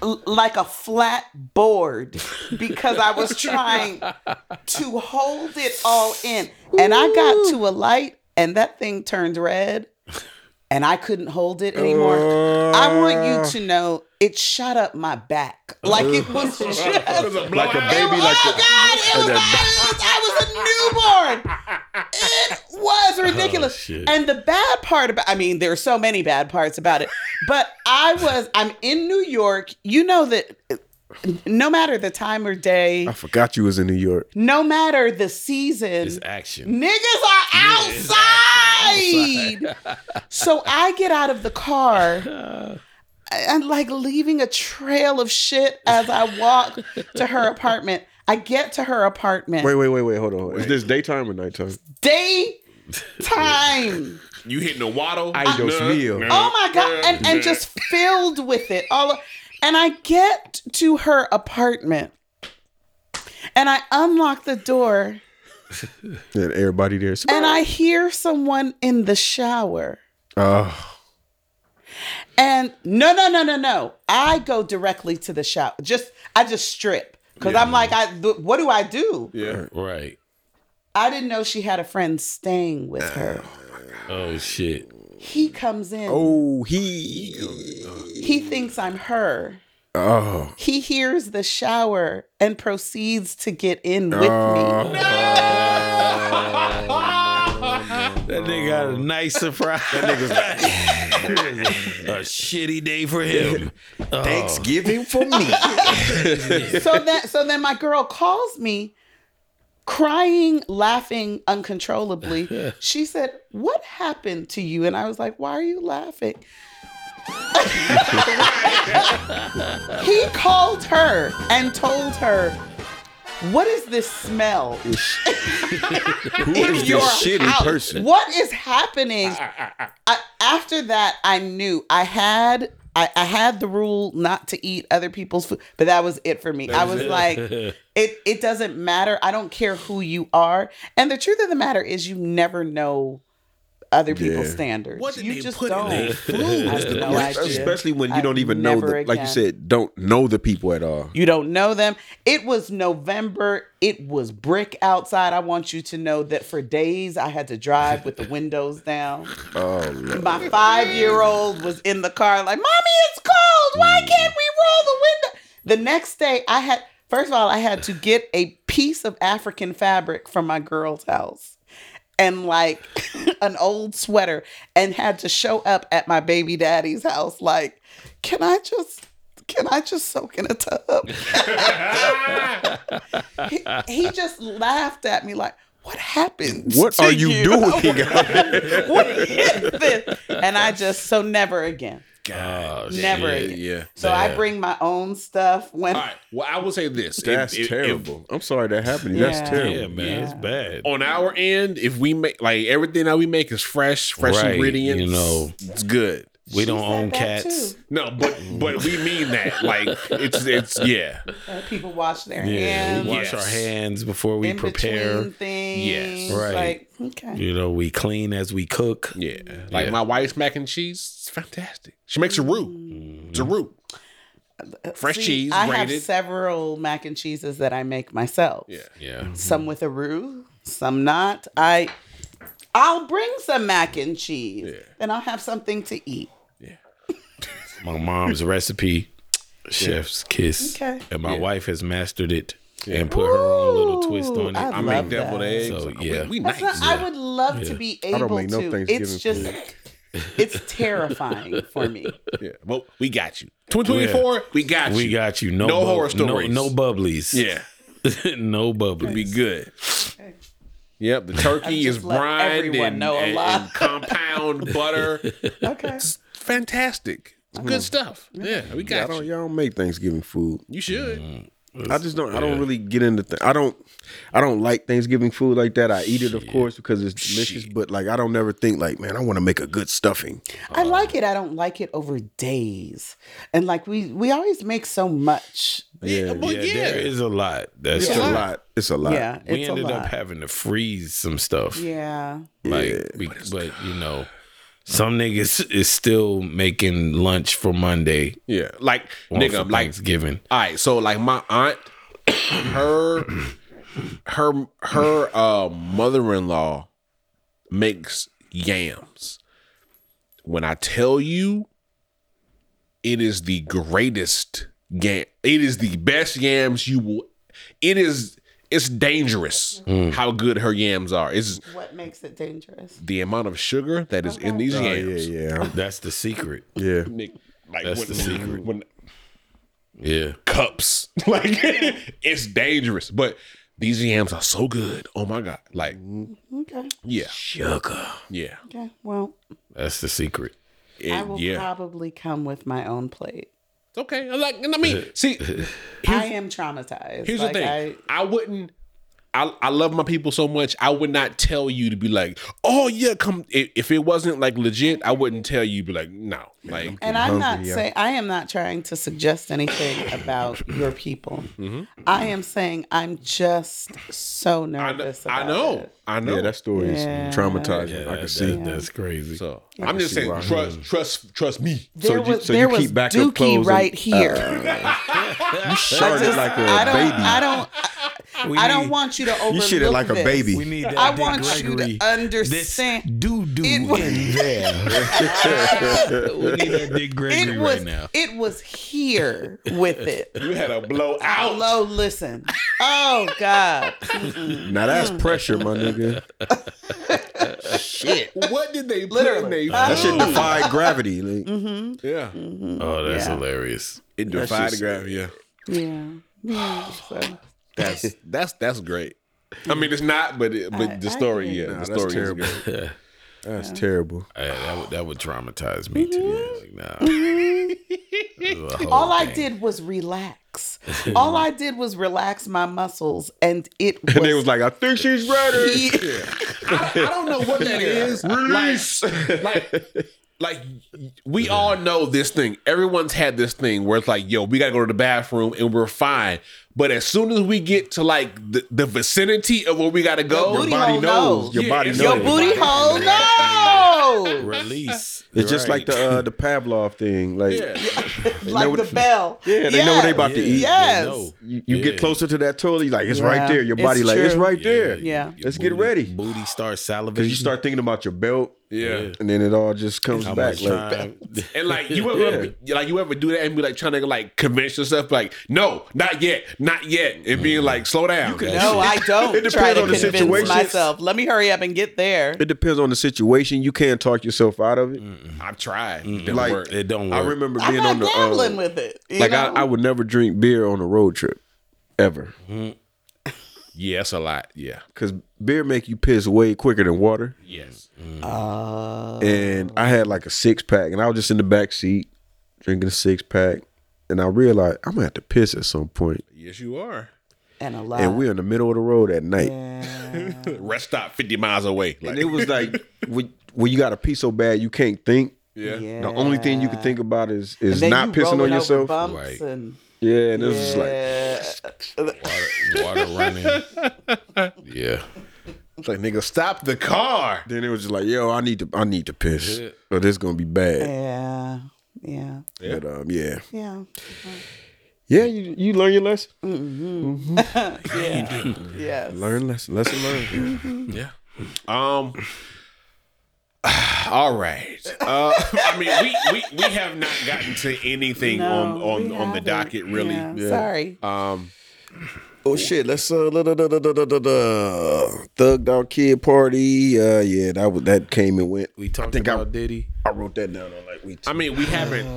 B: l- like a flat board because I was trying to hold it all in. And I got to a light and that thing turned red and I couldn't hold it anymore. I want you to know it shot up my back. Like it was just
C: like a baby, like
B: oh
C: the,
B: God! It was, I, was, I was a newborn. It was ridiculous.
A: shit.
B: and the bad part about I mean, there are so many bad parts about it. But I was I'm in New York. You know that no matter the time or day,
C: I forgot you was in New York.
B: no matter the season,
A: It's action.
B: Niggas are outside. so I get out of the car. and like leaving a trail of shit as I walk to her apartment. I get to her apartment.
C: Wait, wait, wait, wait. Hold on. Is this daytime or nighttime?
B: Day time.
D: You hitting the waddle?
C: Ay, Dios mío.
B: Oh my god. And and just filled with it. All and I get to her apartment. And I unlock the door
C: And everybody there.
B: and I hear someone in the shower.
C: Oh,
B: And no, no, no, no, no. I go directly to the shower. Just I just strip because I'm like, I th- what do I do?
D: Yeah.
A: Right.
B: I didn't know she had a friend staying with her.
A: Oh shit.
B: He comes in.
C: oh, he.
B: He thinks I'm her.
C: Oh,
B: He hears the shower and proceeds to get in with me.
A: That nigga got a nice surprise. that nigga's <laughs> a shitty day for him.
C: Oh. Thanksgiving <laughs> for me.
B: So that so then my girl calls me crying, laughing uncontrollably. She said, "What happened to you?" And I was like, "Why are you laughing?" <laughs> he called her and told her, "What is this smell?"
C: Who is
B: your
C: this shitty
B: house.
C: person? Ah,
B: What is happening? I, after that, I knew I had I, I had the rule not to eat other people's food, but that was it for me. I was
C: <laughs>
B: like, it it doesn't matter. I don't care who you are. And the truth of the matter is, you never know other people's
C: Yeah.
B: standards.
D: What did
B: you
D: they
B: just
D: put in
B: don't.
D: their
B: I have no idea.
C: <laughs> Especially when you
B: I
C: don't even know
B: never
C: the, like you
B: again.
C: said, don't know the people at all.
B: You don't know them. It was November. It was brick outside. I want you to know that for days I had to drive with the windows down. My five year old was in the car, like, Mommy, it's cold. Why
C: Mm.
B: can't we roll the window? The next day, I had, first of all, I had to get a piece of African fabric from my girl's house and like <laughs> an old sweater and had to show up at my baby daddy's house, like, Can I just. Can I just soak in a tub? <laughs> he, he just laughed at me like, "What happened?
C: What
B: to
C: are you,
B: you
C: <laughs> doing?
B: what is this? And I just so never again.
A: Oh,
B: Never
A: shit.
B: again.
D: Yeah.
B: So I bring my own stuff when
D: All right. Well, I will say this. If-
C: That's
D: if- if-
C: terrible. I'm sorry that happened. to you.
B: Yeah.
C: That's
A: Yeah,
C: terrible.
A: man, Oh, it's bad.
D: on our end, if we make like everything that we make is fresh, fresh
A: Right,
D: ingredients,
A: you know.
D: it's good.
A: we don't
B: said
A: own
B: that
A: cats.
B: too.
D: No, but but we mean that. Like
A: <laughs>
D: it's it's yeah.
B: uh, people wash their
A: Yeah,
B: hands,
A: we wash our
D: Yes.
A: hands before we
B: in
A: prepare.
B: between things.
D: Yes.
A: Right.
B: Like, okay.
A: You know, we clean as we cook.
D: Yeah. Like
A: Yeah.
D: my wife's mac and cheese, it's fantastic. She makes a roux.
A: Mm-hmm.
D: It's a roux. Fresh
B: Uh, See,
D: cheese,
B: I have
D: grated.
B: several mac and cheeses that I make myself.
D: Yeah.
A: Yeah.
B: Some with a roux, some not. I I'll bring some mac and cheese.
D: Yeah.
B: Then I'll have something to eat.
A: My mom's recipe, chef's kiss.
B: Okay.
A: And my wife has mastered it and put her own little twist
B: Ooh,
A: on it.
B: I
D: I
A: I'm-
B: love
D: make deviled
B: that.
D: eggs.
A: So,
D: We-
A: yeah.
D: We,
B: That's
D: nice.
B: not- I would love to be able
C: make no
B: to.
C: Thanksgiving
B: it's just it's terrifying for
C: <laughs>
B: me.
D: yeah. Well, we got you. 2024, we got you.
A: we got you. No,
D: No
A: bub-
D: horror stories.
A: No, no bubblies.
D: Yeah.
A: <laughs> no bubblies.
D: Be good.
A: <laughs>
D: Yep, the turkey
B: just
D: is
B: let
D: brined
B: everyone
D: and,
B: know a
D: and-
B: lot. <laughs>
D: and compound butter.
B: Okay.
D: Fantastic. It's
A: Mm.
D: good stuff. Yeah, we
C: I
D: got
C: don't.
D: you.
C: Y'all don't make Thanksgiving food.
D: You should.
A: Mm.
C: I just don't. I don't really get into. Th- I don't. I don't like Thanksgiving food like that. I eat it, of course, because it's delicious. But like, I don't never think like, man, I want to make a good stuffing.
B: I like it. I don't like it over days. And like we we always make so much.
D: Yeah, well,
A: Yeah,
D: yeah.
A: there is a lot. That's
C: It's
A: true.
C: a lot. It's a lot.
B: Yeah,
A: We
B: it's a
A: ended
B: lot.
A: up having to freeze some stuff.
B: yeah.
A: Like,
C: Yeah,
A: we, but, you know, some niggas is still making lunch for Monday.
D: Yeah, like
A: on for
D: nigga, like
A: Thanksgiving.
D: all right. So like my aunt, her, her, her uh, mother-in-law makes yams. When I tell you, it is the greatest yam. It is the best yams you will. It is. it's dangerous
A: Mm.
D: how good her yams are. It's
B: What makes it dangerous?
D: the amount of sugar that is in
A: Oh,
D: these
C: Oh, Yeah,
D: yams.
C: yeah,
A: That's the secret.
C: yeah.
D: Nick, like
A: That's
D: when,
A: the secret.
D: when
A: Yeah.
D: cups, <laughs> like it's dangerous. But these yams are so good. Oh my god! Like
B: Okay.
D: yeah,
A: Sugar.
D: yeah,
B: Okay. Well,
A: That's the secret.
B: I
D: And
B: will
D: yeah.
B: probably come with my own plate.
D: It's okay. Like and
C: <laughs>
D: I mean, see,
B: I am traumatized.
D: Here's
B: Like,
D: the
B: I-
D: thing. I, wouldn't. I, I love my people so much. I would not tell you to be like, oh yeah, come. If, if it wasn't like legit, I wouldn't tell you. Be like, no, like
B: and I'm not saying I am not trying to suggest anything about your people.
C: Mm-hmm.
B: I am saying I'm just so
D: I know,
B: nervous.
D: I
B: about
D: know,
B: it.
D: I know.
C: Yeah, that story is
B: Yeah.
C: traumatizing. I can
A: That-
C: see.
A: that- that's crazy.
D: so. I'm just
C: see
D: saying,
C: why.
D: trust, trust, trust me.
B: There
C: you-
B: was
C: so you
B: there
C: keep
B: was
C: backup
B: Dookie
C: clothes
B: right
C: and- <laughs>
B: here.
C: You sharted like a
B: I don't.
C: baby.
B: I don't.
A: We
B: I don't
A: need-
B: want you to overlook
C: You shit it like a
B: this.
C: baby.
A: We need that.
B: I
A: Dick
B: want you
A: Gregory.
B: to understand.
A: This doo doo
B: It was-
A: in
B: <laughs>
A: there. we need that Dick Gregory
B: It was
A: right now.
B: it was here with
C: <laughs>
B: it.
D: You had a
B: <laughs>
D: blowout.
B: Hello, listen. Oh
A: <laughs>
B: God,
C: Now that's
B: Mm.
C: pressure, my nigga.
D: Shit. What did they put in
B: Literally.
D: they
C: That shit
D: food?
B: Mm.
C: defied gravity. Like,
B: Mm-hmm.
D: Yeah,
A: Oh, that's
B: Yeah.
A: hilarious.
D: it
C: That's
D: defied
C: just-
D: gravity. Yeah,
B: yeah, yeah. <sighs> So
D: <laughs> that's that's that's great. I mean, it's not, but it, but
B: I-
D: the
B: I
D: story,
B: hear
D: yeah,
B: you.
D: the
C: Nah, that's
D: story is
C: terrible.
D: good.
B: <laughs>
C: That's terrible.
A: I- that would that would traumatize me too.
B: Mm-hmm.
A: Like, nah. The whole
B: all I
A: thing.
B: did was
C: <laughs>
B: relax. All I did was relax my muscles, and it was.
C: And they was like, I think she's ready.
B: he-
D: I don't know what <laughs> that is.
C: Release.
D: like like we all know this thing. Everyone's had this thing where it's like, yo, we gotta go to the bathroom and we're fine. But as soon as we get to like the, the vicinity of where we gotta go,
B: booty
D: your
B: hole knows.
C: Your
D: Yeah,
C: body
D: it's
C: knows.
D: your
B: Your booty hole, no.
A: Release.
C: It's just like the uh, the Pavlov thing. Like
D: yeah.
B: Like
C: what-
B: the bell.
C: Yeah, they know what they about to eat.
B: Yes.
C: You, you get
A: Yeah.
C: closer to that toilet, you're like it's right
B: Yeah,
C: there. Your
B: it's
C: body like it's
B: true.
C: right there.
B: Yeah.
A: Your
C: Let's get
A: booty-
C: ready.
A: Booty starts
C: Cause
A: salivating.
C: you start thinking about your belt,
D: Yeah.
C: and then it all just comes
A: How
C: back.
A: much
C: Like,
A: time?
C: <laughs>
D: And like <laughs> you ever like you ever do that and be like trying to like convince yourself like, no, not yet, not yet. And being like, slow down.
B: No, I don't
C: <laughs>
B: try
C: It depends
B: to
C: on the
B: convince
C: situation.
B: myself. Let me hurry up and get there.
C: it depends on the situation. You can't talk yourself out of it.
D: I've tried. Mm-hmm. It didn't
C: Like,
D: work.
A: it don't
C: I
A: work.
C: remember
B: I'm
C: being
B: not
C: on the uh,
B: dabbling with it. you
C: like I,
B: know?
C: I would never drink beer on a road trip, ever,
D: Yeah, that's a lot. Yeah.
C: because beer make you piss way quicker than water.
D: Yes.
B: Oh.
C: and I had like a six pack, and I was just in the back seat drinking a six pack, and I realized I'm gonna have to piss at some point,
D: Yes, you are.
B: and a lot.
C: and we're in the middle of the road at night,
D: Rest stop fifty miles away.
C: and
D: Like,
C: it was like <laughs> when, when you got a pee so bad you can't think.
D: yeah.
C: The only thing you can think about is is
B: Then
C: not
B: you
C: pissing on
B: rolling over
C: yourself.
B: bumps
A: Right.
B: and-
C: Yeah, and it was just like
A: water, water running. Yeah.
D: It's like nigga, stop the car.
C: then it was just like, yo, I need to I need to piss, or this gonna be bad.
B: yeah, yeah,
C: But um, yeah,
B: yeah,
C: yeah, you you learn your lesson.
B: yeah, yes.
C: Learn lesson, lesson learned.
D: Yeah. Um. All right. Uh, I mean, we, we we have not gotten to anything on
B: No,
D: on
B: we
D: on the
B: haven't.
D: docket really.
B: Yeah, Sorry.
C: Oh shit, let's uh da, da, da, da, da, da, da. Thug Dog Kid Party. Uh yeah, that was that came and went.
A: We talked
C: think I-
A: about Diddy.
C: I wrote that down on like we
D: I mean, we haven't.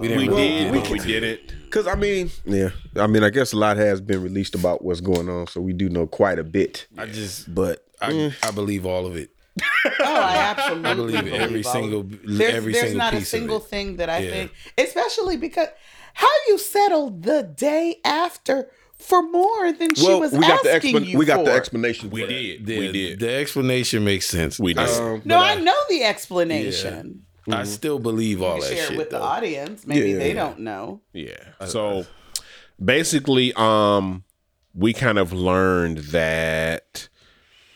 D: we
A: didn't
D: we,
A: really
D: did,
A: do
D: but we didn't.
C: cuz I mean, yeah. I mean, I guess a lot has been released about what's going on, so we do know quite a bit.
A: I just,
C: But
A: I, I believe all of it.
B: oh,
C: <laughs>
B: I absolutely
A: I believe every
B: all-
A: single,
B: There's,
A: every
B: there's
A: single
B: not
A: piece
B: a single
A: of it.
B: thing that I
A: Yeah.
B: think, especially because how you settled the day after for more than she
C: well,
B: was
C: we got the
B: asking
C: expla-
B: you
C: we got the
B: for.
C: explanation.
D: We
C: for that.
D: did.
A: The,
D: we did.
A: the explanation makes sense.
D: we did.
B: No, I know the explanation.
A: I still believe all that
B: Share it
A: shit.
B: with the
A: though.
B: audience. Maybe
C: Yeah.
B: they don't know.
D: Yeah. So basically, um, we kind of learned that.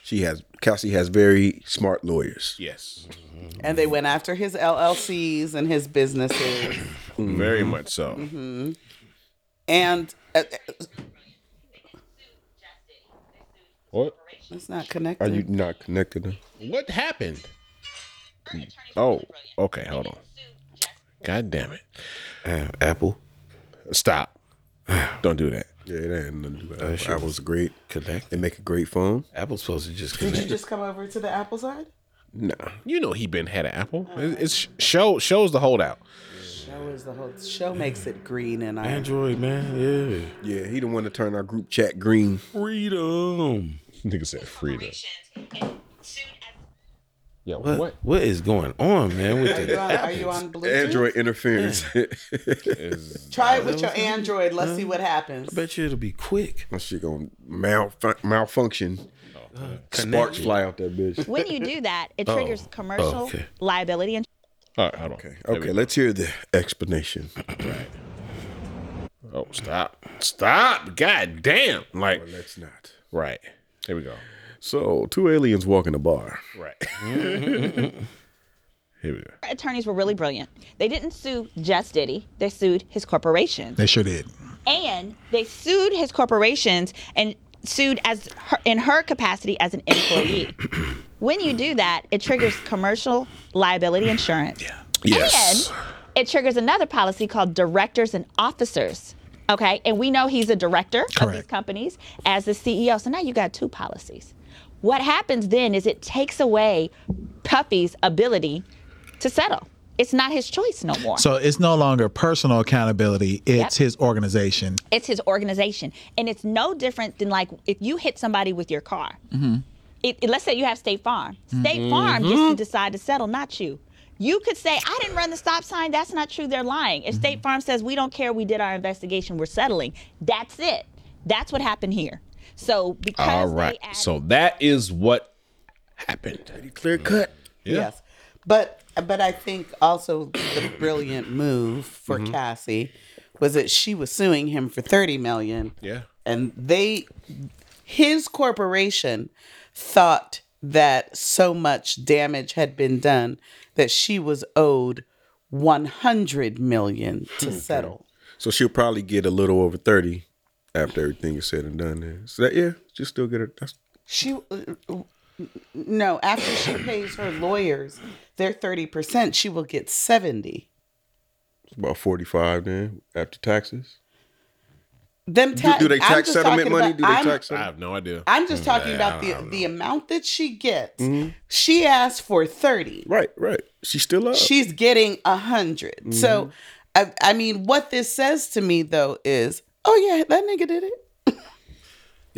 C: She has Kelsey has very smart lawyers.
D: Yes.
B: And they went after his LLCs and
A: <coughs>
B: his businesses.
D: Very much so.
B: and uh,
C: What?
B: it's not connected.
C: Are you not connected?
D: What happened?
C: Oh.
D: Okay, hold on. God damn it.
A: Uh, Apple.
D: Stop. Don't do that.
C: Yeah, it ain't nothing to do with Apple.
A: shit was
C: Apple's great.
A: connected.
C: They make a great phone.
A: Apple's supposed to just
B: Did you
A: connect.
B: just come over to the Apple side?
C: Nah.
D: You know he been had an apple. It- It's show shows the holdout.
B: Show is the whole show makes it green and I
A: Android, man. Yeah.
C: Yeah, he the one to turn our group chat green.
A: Freedom.
D: Nigga said freedom. Yo,
A: What, what is going on, man? With
B: <laughs> Are you
A: the
B: on,
A: <laughs>
B: are you on
D: Oh,
B: Bluetooth?
C: Android interference.
B: Try it with your Android. Let's see what happens.
A: bet you it'll be quick.
C: <laughs> My shit gonna malfun- malfunction.
D: Oh,
C: Uh, Sparks
A: Connected.
C: fly out that bitch.
F: When you do that, it triggers commercial
A: okay.
F: liability and
D: All right, hold on.
C: Okay, okay, let's hear the explanation.
D: Oh, stop. Stop. God damn. Like,
C: Let's not.
D: right. Here we go.
C: So, two aliens walk in a bar.
D: <laughs> Right. Here we go.
F: attorneys were really brilliant. They didn't sue just Diddy, they sued his corporations.
G: They sure did.
F: And they sued his corporations and sued as her, in her capacity as an employee. when you do that, it triggers commercial liability insurance.
C: Yes.
F: And it triggers another policy called directors and officers. Okay. And we know he's a director of these
G: Correct.
F: companies as the CEO. So now you got two policies. What happens then is it takes away Puffy's ability to settle. It's not his choice no more.
G: So it's no longer personal accountability, it's
F: Yep.
G: his organization.
F: it's his organization. And it's no different than like if you hit somebody with your car.
D: Mm-hmm.
F: It, it- let's say you have State Farm. State Farm gets to decide to settle, not you. You could say, I didn't run the stop sign. That's not true. They're lying. If
D: Mm-hmm.
F: State Farm says, we don't care, we did our investigation, we're settling, that's it. That's what happened here. So because
D: All
F: they
D: right.
F: added-
D: So that is what happened.
C: Clear cut.
B: Yes. But but I think also the brilliant move for Cassie was that she was suing him for 30 million.
D: Yeah.
B: And they his corporation thought that so much damage had been done that she was owed 100 million to settle.
C: So she'll probably get a little over thirty after everything is said and done. Then. So that yeah, she still get her. That's
B: She uh, no, after she pays her lawyers their 30%, she will get 70.
C: about forty five then after taxes.
B: Them
C: Do,
B: ta-
C: do they
B: I'm
C: tax
B: just
C: settlement
B: talking
C: money?
B: about-
C: do they
B: I'm-
C: tax?
D: I
C: Settlement?
D: have no idea.
B: I'm just talking about the the amount that she gets.
C: Mm-hmm.
B: She asked for 30.
C: Right, right. She's still up.
B: She's getting a 100.
C: Mm-hmm.
B: So I, I mean what this says to me though is, oh yeah, that nigga did it.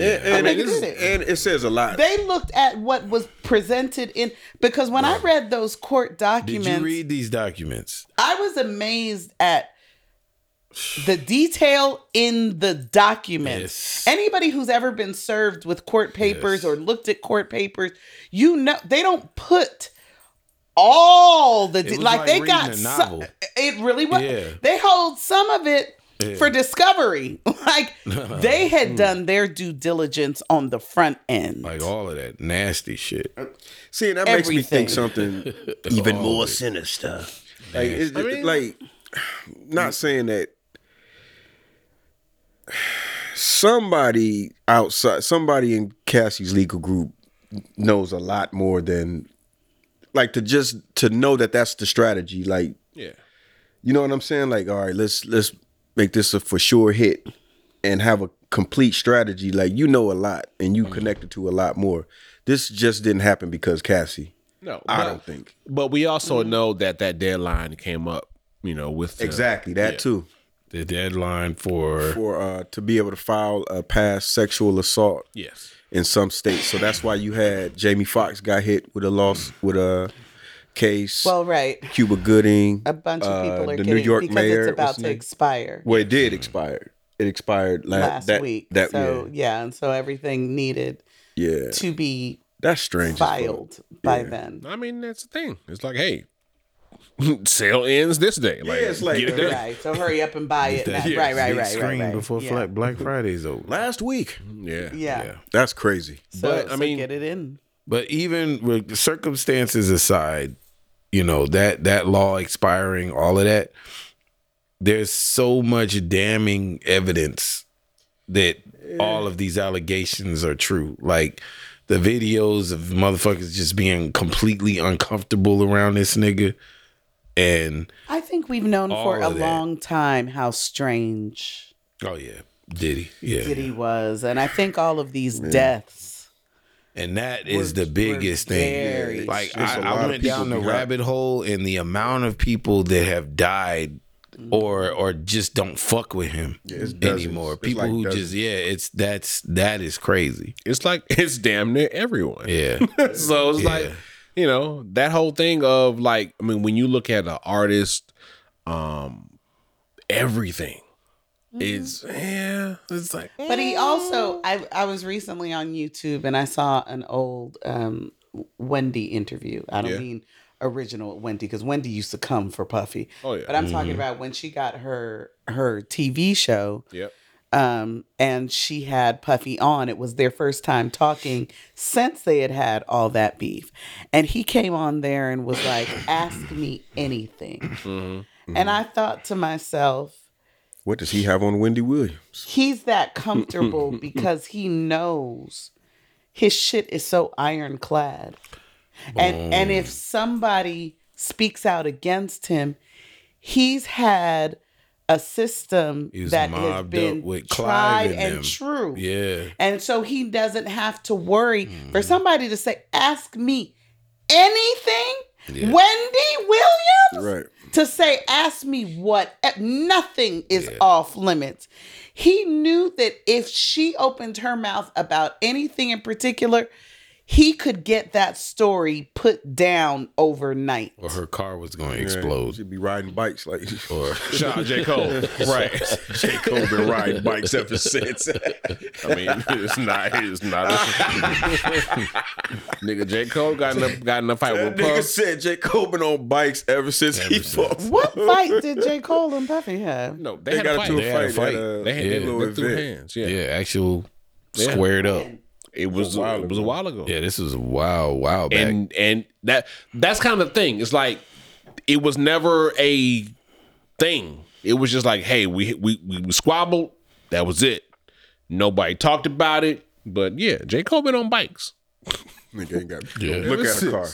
C: and, and,
B: I mean,
C: it is-
B: it is.
C: and it says a lot.
B: They looked at what was presented in because when I read those court
A: Did
B: documents,
A: you read these documents?
B: I was amazed at the detail in the documents.
A: Yes.
B: Anybody who's ever been served with court papers or looked at court papers, you know they don't put all the de-
A: was
B: like,
A: like
B: they
A: reading
B: got
A: a
B: so-
A: novel.
B: it really was.
A: Yeah.
B: They hold some of it
A: Yeah.
B: for discovery. <laughs> Like they had done their due diligence on the front end.
A: Like all of that nasty shit.
C: See, and that makes me think something even more sinister. Like, it's,
D: mean-
C: like, <sighs> not saying that somebody outside, somebody in Cassie's legal group knows a lot more than, like, to just to know that that's the strategy. Like,
D: Yeah.
C: you know what I'm saying? Like, all right, let's let's make this a for sure hit and have a complete strategy. Like, you know a lot and you connected to a lot more. This just didn't happen because Cassie.
D: No,
C: I
D: but-
C: don't think.
D: But we also know that that deadline came up, you know, with the-
C: Exactly that too.
A: The deadline for
C: For uh, to be able to file a past sexual assault
D: Yes.
C: in some states, so that's why you had Jamie Foxx got hit with a loss with a case.
B: well, right.
C: Cuba Gooding,
B: A bunch of
C: uh,
B: people are
C: the
B: getting
C: New York
B: because
C: mayor.
B: it's about
C: what's his
B: to
C: name?
B: expire.
C: well, it did expire. It expired
A: Uh,
C: la-
B: last
C: that,
B: week.
C: That
B: so yeah. and so everything needed
C: yeah, yeah.
B: to be
C: That's strange. as fuck.
B: filed by then.
D: I mean, that's the thing. It's like, hey, <laughs> sale ends this day. Like,
C: Yeah, it's like-
D: get it done.
B: Right. So hurry up
A: <laughs>
B: and buy it. now. right, right,
A: big
B: right, right,
A: screen
B: right.
A: before
B: yeah.
A: Black Black Friday's over.
C: Last week.
D: Yeah.
B: Yeah.
C: That's crazy.
B: So,
D: But, I
B: so
D: mean-
B: get it in.
A: But even with circumstances aside, you know that that law expiring, all of that. There's so much damning evidence that all of these allegations are true. Like the videos of motherfuckers just being completely uncomfortable around this nigga, and
B: I think we've known for
A: All
B: a
A: of that.
B: long time how strange
A: oh yeah, Diddy. Yeah.
B: Diddy was, and I think all of these deaths.
A: And that is
B: We're-
A: the biggest
B: very-
A: thing. Like
C: There's
A: I,
C: a lot
A: I
C: of
A: went
C: people
A: down the
C: behind-
A: rabbit hole in the amount of people that have died
B: Mm-hmm.
A: or or just don't fuck with him
C: it's dozens.
A: anymore.
C: It's
A: people
C: like
A: who
C: dozens.
A: just yeah, it's that's that is crazy.
D: It's like <laughs> it's damn near everyone.
A: Yeah.
D: <laughs> so it's like
A: Yeah.
D: you know that whole thing of like i mean when you look at an artist um everything is yeah it's like
B: But he also, I, I was recently on YouTube and I saw an old um, Wendy interview. I don't
D: Yeah.
B: mean original Wendy because Wendy used to come for Puffy.
D: Oh, yeah.
B: But I'm talking about when she got her her TV show.
D: yep
B: um, and she had Puffy on. It was their first time talking since they had had all that beef. And he came on there and was like, Ask me anything.
D: Mm-hmm.
B: And I thought to myself,
C: What does he have on Wendy Williams?
B: He's
A: <laughs>
B: that comfortable because he knows his shit is so ironclad. And and
A: Oh.
B: if somebody speaks out against him, he's had a system
A: He was
B: that
A: mobbed
B: has
A: up
B: been
A: with Clive
B: tried
A: and
B: and
A: them.
B: true.
A: Yeah. Mm.
B: And so he doesn't have to worry for somebody to say, ask me anything. Wendy Williams
C: Right.
B: to say, ask me what, eh, nothing is off limits. He knew that if she opened her mouth about anything in particular, he could get that story put down overnight.
A: Or her car was going to explode.
C: She'd be riding bikes like <laughs>
A: Or
D: shout out j cole right
C: J. Cole been riding bikes ever since.
D: i mean <laughs> it's not it's not nigga j cole got in a got in a fight
C: That
D: with
C: nigga
D: puff
C: said J. Cole been on bikes ever since he fought. <laughs>
B: What fight did J. Cole and Puffy have?
D: no they,
C: They
D: had
C: got
D: a fight
C: into a
A: They
D: they,
A: had a fight.
C: fight. at a
D: had
A: Yeah.
D: they,
C: little
D: threw
C: event.
D: hands yeah,
A: yeah, actual
D: Yeah.
A: squared up.
D: it was
C: A while
D: it was a
C: ago.
D: while ago
A: Yeah, this was a wow, wow back.
D: and and that that's kind of the thing. It's like it was never a thing. It was just like, hey, we we we squabbled. That was it. Nobody talked about it. But yeah, J. Cole been on bikes.
C: Nigga ain't got
A: Yeah. Mm-hmm.
C: look at a car.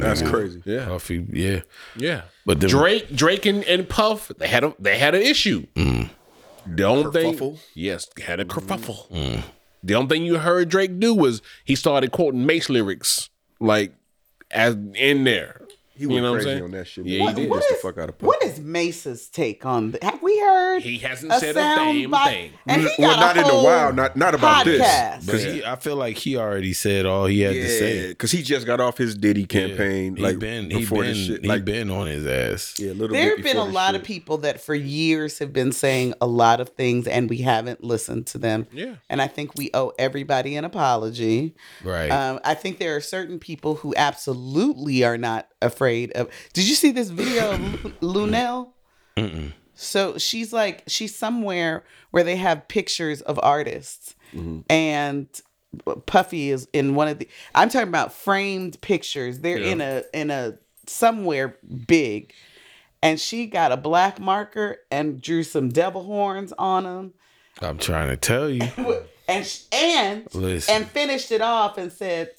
C: That's crazy.
A: Yeah. Coffee, yeah.
D: Yeah,
A: But them-
D: Drake, Drake, and, and Puff, they had a they had an issue.
A: Mm.
D: The only thing,
C: Kerfuffle.
D: yes, had a kerfuffle.
A: Mm.
D: The only thing you heard Drake do was he started quoting Mace lyrics like as in there.
C: He went
D: know what I'm
C: crazy
D: saying?
C: on that shit.
D: Yeah,
C: man.
D: he did.
C: pissed the fuck out of Puff.
B: What is Mace's take on that? Have we heard?
D: He hasn't
B: a
D: said a
B: sound
D: damn
B: bite?
D: thing.
B: And he got
C: well,
B: a
C: not in a
B: whole
C: while. Not not about
B: podcast.
A: But he, I feel like he already said all he had to
C: this.
A: say.
C: Yeah, because he just got off his Diddy campaign.
A: he
C: like
A: been, he
C: before
A: been,
C: this shit.
A: he
C: like
A: been on his ass.
C: yeah, a little
B: There
C: bit
B: have been a
C: before this
B: lot
C: shit.
B: of people that for years have been saying a lot of things and we haven't listened to them.
D: Yeah.
B: And I think we owe everybody an apology.
A: Right.
B: Um, I think there are certain people who absolutely are not afraid of. Did you see this video of Lu- Lunel? So she's like, she's somewhere where they have pictures of artists.
A: Mm-hmm.
B: And Puffy is in one of the I'm talking about framed pictures. They're in a in a somewhere big. And she got a black marker and drew some devil horns on them.
A: I'm trying to tell you.
B: And sh- and
A: Listen.
B: and finished it off and said,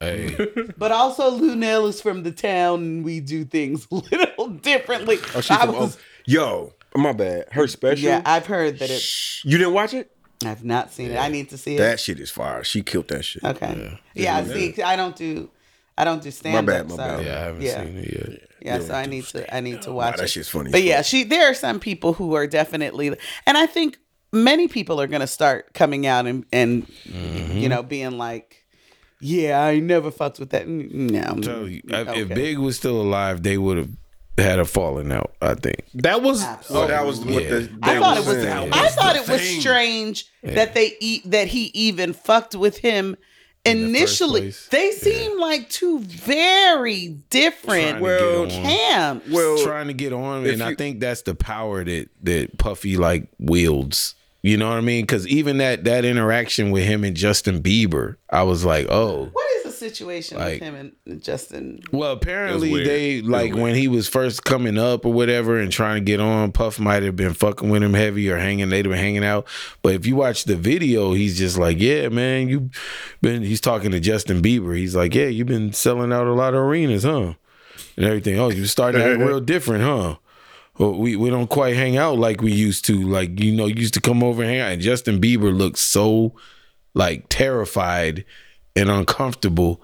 A: hey,
B: but also Lunel is from the town and we do things <laughs> a little differently.
C: Oh, she
B: I
C: from
B: was-
C: Oak- Yo, my bad. Her special.
B: yeah, I've heard that it
C: you didn't watch it?
B: I've not seen it. I need to see it.
C: That shit is fire. She killed that shit.
B: Okay. Yeah, I see. 'cause I don't do. I don't do stand
C: bad,
B: up.
C: my
B: so,
C: bad.
A: yeah, I haven't
B: Yeah.
A: seen it yet.
B: Yeah, so I need to. I need to watch
C: Nah, Ah, that
B: it.
C: shit's funny.
B: But yeah, she. There are some people who are definitely, and I think many people are going to start coming out and and
A: Mm-hmm.
B: you know being like, yeah, I never fucked with that. Mm, No,
A: Tell you, I-
B: Okay.
A: If Big was still alive, they would have had a falling out. I think.
D: That was
C: Oh, that was what
A: Yeah.
C: the, they
B: I thought it was.
C: saying.
B: I thought it was strange that they eat that he even fucked with him. Initially,
A: place.
B: they seem like two very
A: Trying
B: different
A: to get
C: Well,
A: on.
B: camps.
C: Well,
A: trying to get on,
C: if
A: and I
C: you-
A: think that's the power that that Puffy like wields. You know what I mean? Because even that that interaction with him and Justin Bieber, I was like, oh.
B: What is the situation
A: Like-
B: with him and Justin?
A: Well, apparently
D: weird.
A: they like when he was first coming up or whatever and trying to get on. Puff might have been fucking with him heavy or hanging. They'd have been hanging out. But if you watch the video, he's just like, "Yeah, man, you been." He's talking to Justin Bieber. He's like, "Yeah, you've been selling out a lot of arenas, huh?" And everything. Oh, you starting to act real different, huh? Well, we we don't quite hang out like we used to. Like you know, you used to come over and hang out. And Justin Bieber looked so like terrified and uncomfortable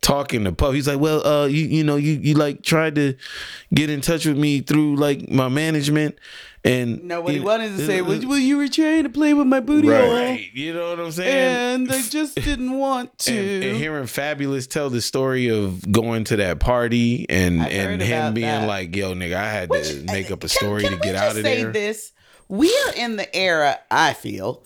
A: talking to Puff. He's like, "Well, uh, you you know, you you like tried to get in touch with me through like my management." And
B: No, what he wanted to say was, "Well, you were trying to play with my booty
C: Right.
B: hole,
A: Right, you know what I'm saying?
B: and I just didn't want to."
A: <laughs> and, and hearing Fabulous tell the story of going to that party and
B: I've
A: and
B: heard
A: him
B: about
A: being
B: that.
A: like, "Yo, nigga, I had to make up a
B: uh, Can-
A: story
B: can
A: to
B: we
A: get
B: just
A: out of
B: say
A: there."
B: This we are in the era. I feel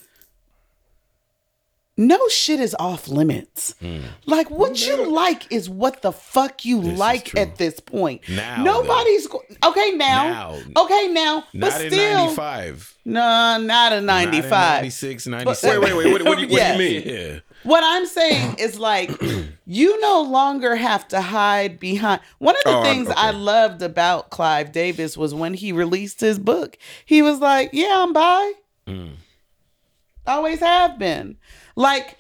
B: no shit is off limits.
A: Hmm.
B: Like what you like is what the fuck you
A: is
B: like
A: true.
B: at this point.
A: Now,
B: nobody's go- okay now.
A: Now.
B: Okay now, but
A: Not in
B: still,
A: '95,
B: no, not a ninety-five.
A: '96,
C: Wait,
A: '97.
C: wait,
B: <laughs>
C: wait. What, what, do, you, what
B: Yeah.
C: do you mean?
A: Yeah,
B: What I'm saying is like you no longer have to hide behind. One of the
C: Oh,
B: things
C: okay.
B: I loved about Clive Davis was when he released his book. He was like, "Yeah, I'm bi.
A: Mm.
B: Always have been." Like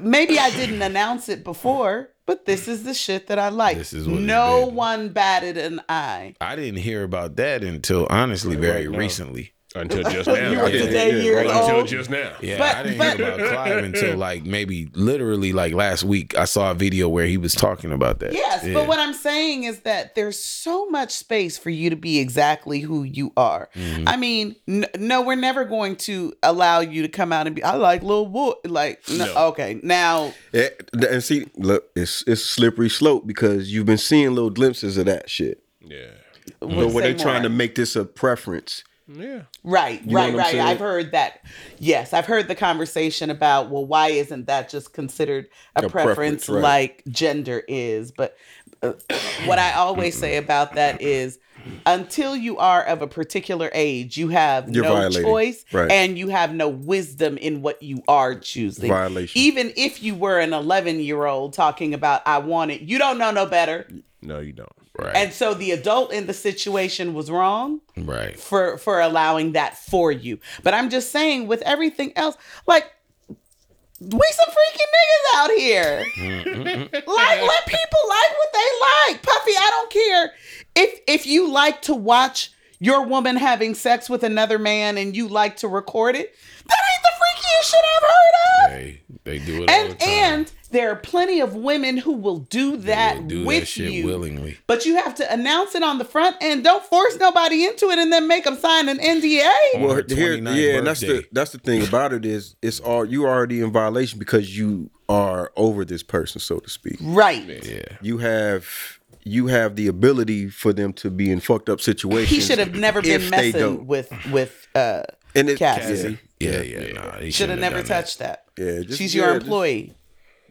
B: maybe I didn't announce it before, but this is the shit that I like.
A: This is what it's
B: no
A: been.
B: one batted an eye.
A: I didn't hear about that until honestly very recently.
B: <laughs>
D: until just now.
B: You were
D: Yeah.
B: today
C: yeah,
B: years
C: right.
D: Until
B: old.
D: just now.
A: Yeah,
B: But-
A: I didn't
B: but-
A: hear about Clive <laughs> until like maybe literally like last week. I saw a video where he was talking about that.
B: Yes,
A: Yeah.
B: but what I'm saying is that there's so much space for you to be exactly who you are.
A: Mm-hmm.
B: I mean, n- no, we're never going to allow you to come out and be. I like Lil Wood. Like, no, okay, now
C: Yeah, th- and see, look, it's it's a slippery slope because you've been seeing little glimpses of that shit.
D: Yeah.
C: But when
B: say
C: they're trying to
B: more.
C: make this a preference,
D: Yeah.
B: right,
C: know
B: right,
C: what I'm
B: right.
C: saying?
B: I've heard that. Yes, I've heard the conversation about well, why isn't that just considered a,
C: A
B: preference,
C: preference, right.
B: like gender is? But uh, what I always say about that is. Until you are of a particular age, you have
C: You're
B: no
C: violating.
B: choice
C: Right.
B: and you have no wisdom in what you are choosing.
C: Violation.
B: Even if you were an 11 year old talking about, I want it, you don't know no better.
D: No, you don't.
A: right,
B: And so the adult in the situation was wrong
A: right.
B: for for allowing that for you. But I'm just saying, with everything else, like we some freaking niggas out here.
A: <laughs>
B: like let people like what they like. Puffy, I don't care if if you like to watch your woman having sex with another man and you like to record it. That ain't the freakiest shit I've heard of
A: They they do it all the
B: and
A: time.
B: and there are plenty of women who will do that
A: They do
B: with
A: that shit
B: you
A: willingly.
B: But you have to announce it on the front end. Don't force nobody into it and then make them sign an NDA.
A: her
C: well, here,
A: 29th
C: yeah, and that's the
A: birthday.
C: that's the thing about it is it's all you already in violation because you are over this person, so to speak.
B: Right.
A: Yeah,
C: You have you have the ability for them to be in fucked up situations.
B: He should have never been
C: if they
B: messing
C: don't.
B: with with uh
C: and it,
B: Cassie.
A: yeah,
C: yeah.
A: yeah. Nah, he
B: should have never
A: done that.
B: touched that.
C: Yeah, just-
B: She's
C: yeah,
B: your
C: just-
B: employee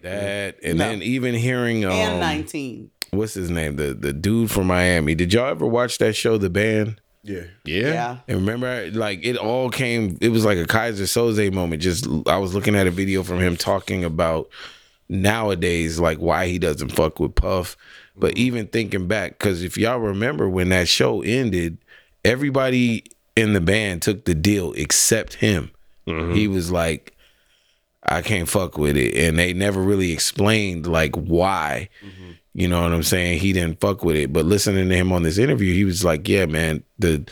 A: that. And then even hearing um,
B: and 19.
A: what's his name? The the dude from Miami. Did y'all ever watch that show, The Band?
C: Yeah.
D: Yeah.
B: Yeah.
A: And remember, like it all came. It was like a Kaiser Soze moment. Just I was looking at a video from him talking about nowadays, like why he doesn't fuck with Puff. But even thinking back, because if y'all remember when that show ended, everybody in the band took the deal except him. He was like, I can't fuck with it. And they never really explained like why. You know what I'm saying? He didn't fuck with it. But listening to him on this interview, he was like, Yeah, man, the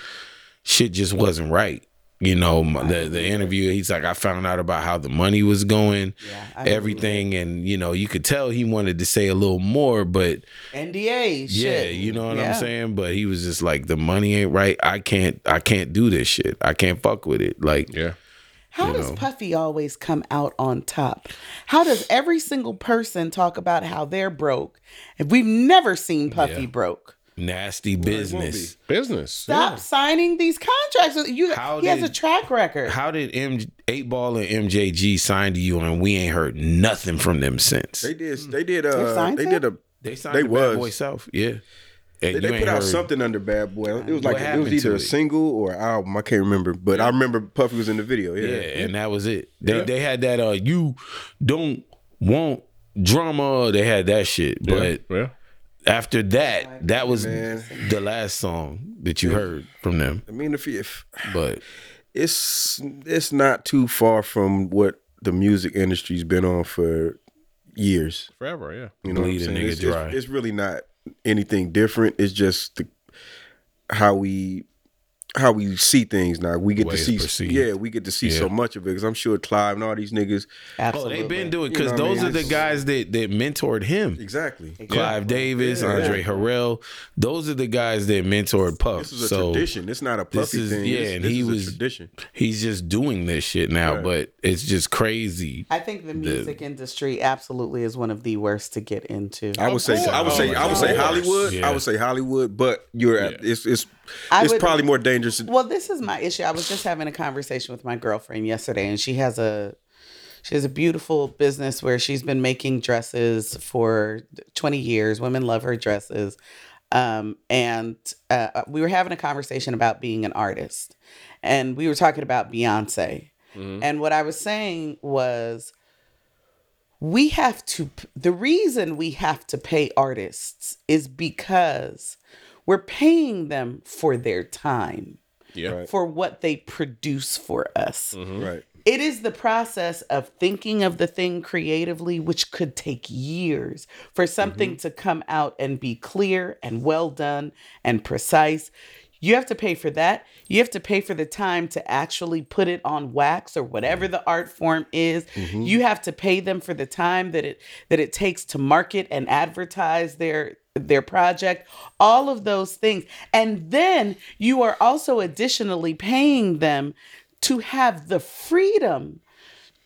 A: shit just wasn't right. You know, my, the the interview, he's like, I found out about how the money was going, everything, and you know, you could tell he wanted to say a little more, but
B: NDA. Shit.
A: yeah, you know what I'm
B: Yeah.
A: saying. But he was just like, the money ain't right. I can't, I can't do this shit. I can't fuck with it. Like,
D: Yeah.
B: How does Puffy always come out on top? How does every single person talk about how they're broke? And we've never seen Puffy broke.
A: nasty business.
D: Business.
B: Stop
D: Yeah.
B: signing these contracts. You,
A: How
B: he has
A: did-
B: a track record.
A: How did M Eight Ball and MJG sign to you, and we ain't heard nothing from them since?
C: They did. They did. Uh,
B: signed
C: they
B: him?
C: did a.
A: They signed
C: They
A: to
C: was.
A: Bad Boy South, yeah. And
C: They,
A: you
C: they
A: ain't
C: put out
A: heard-
C: something under Bad Boy. It was
A: What
C: like it
A: happened
C: was either
A: to
C: a
A: it?
C: single or an album. I can't remember, but I remember Puffy was in the video.
A: Yeah,
C: Yeah,
A: and that was it. They they had that uh you don't want drama. They had that shit. But
D: Yeah.
A: after that, that was the last song that you heard from them.
C: I mean, if, if
A: But
C: it's it's not too far from what the music industry's been on for years.
D: Forever. Yeah.
C: You know, what I'm
A: Bleed a
C: saying?
A: nigga
C: it's, it's-
A: dry.
C: it's really not anything different. It's just the how we how we see things now. We get
A: Way
C: to
A: it's
C: see,
A: perceived.
C: yeah, we get to see so much of it. Because I'm sure Clive and all these niggas,
A: Oh,
B: Absolutely.
A: they've been doing
C: You know
A: because
C: what I
A: those
C: mean?
A: are the guys that that mentored him.
C: exactly.
A: Clive Davis,
C: Yeah.
A: Andre Harrell. Those are the guys that mentored Puff.
C: This is a
A: so
C: tradition. It's not a puffy
A: this is
C: thing.
A: yeah,
C: This-
A: and
C: this
A: he
C: is a
A: was
C: tradition.
A: He's just doing this shit now,
C: Right.
A: but it's just crazy.
B: I think the music industry absolutely is one of the worst to get into.
C: I would say I would say I would say Hollywood. I would say Hollywood, but you're at it's it's
B: I
C: it's
B: would-
C: probably more dangerous.
B: Well, this is my issue. I was just having a conversation with my girlfriend yesterday, and she has a she has a beautiful business where she's been making dresses for 20 years. Women love her dresses. Um, and uh, we were having a conversation about being an artist, and we were talking about Beyonce. And what I was saying was, we have to p- the reason we have to pay artists is because we're paying them for their time for what they produce for us
C: Right.
B: it is the process of thinking of the thing creatively, which could take years for something to come out and be clear and well done and precise. You have to pay for that. You have to pay for the time to actually put it on wax or whatever the art form is. You have to pay them for the time that it that it takes to market and advertise their their project, all of those things. And then you are also additionally paying them to have the freedom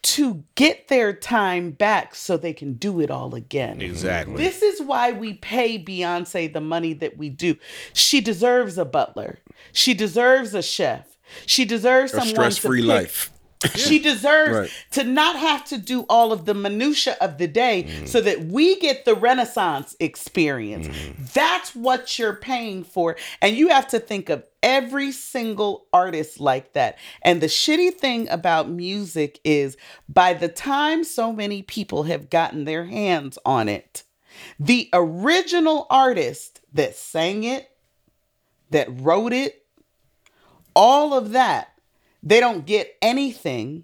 B: to get their time back so they can do it all again.
D: Exactly.
B: This is why we pay Beyonce the money that we do. She deserves a butler. She deserves a chef. She deserves
C: A
B: someone
C: stress free
B: to pick
C: life.
B: <laughs> she deserves
C: Right.
B: to not have to do all of the minutia of the day so that we get the renaissance experience. That's what you're paying for and you have to think of every single artist like that. And the shitty thing about music is by the time so many people have gotten their hands on it, the original artist that sang it, that wrote it, all of that they don't get anything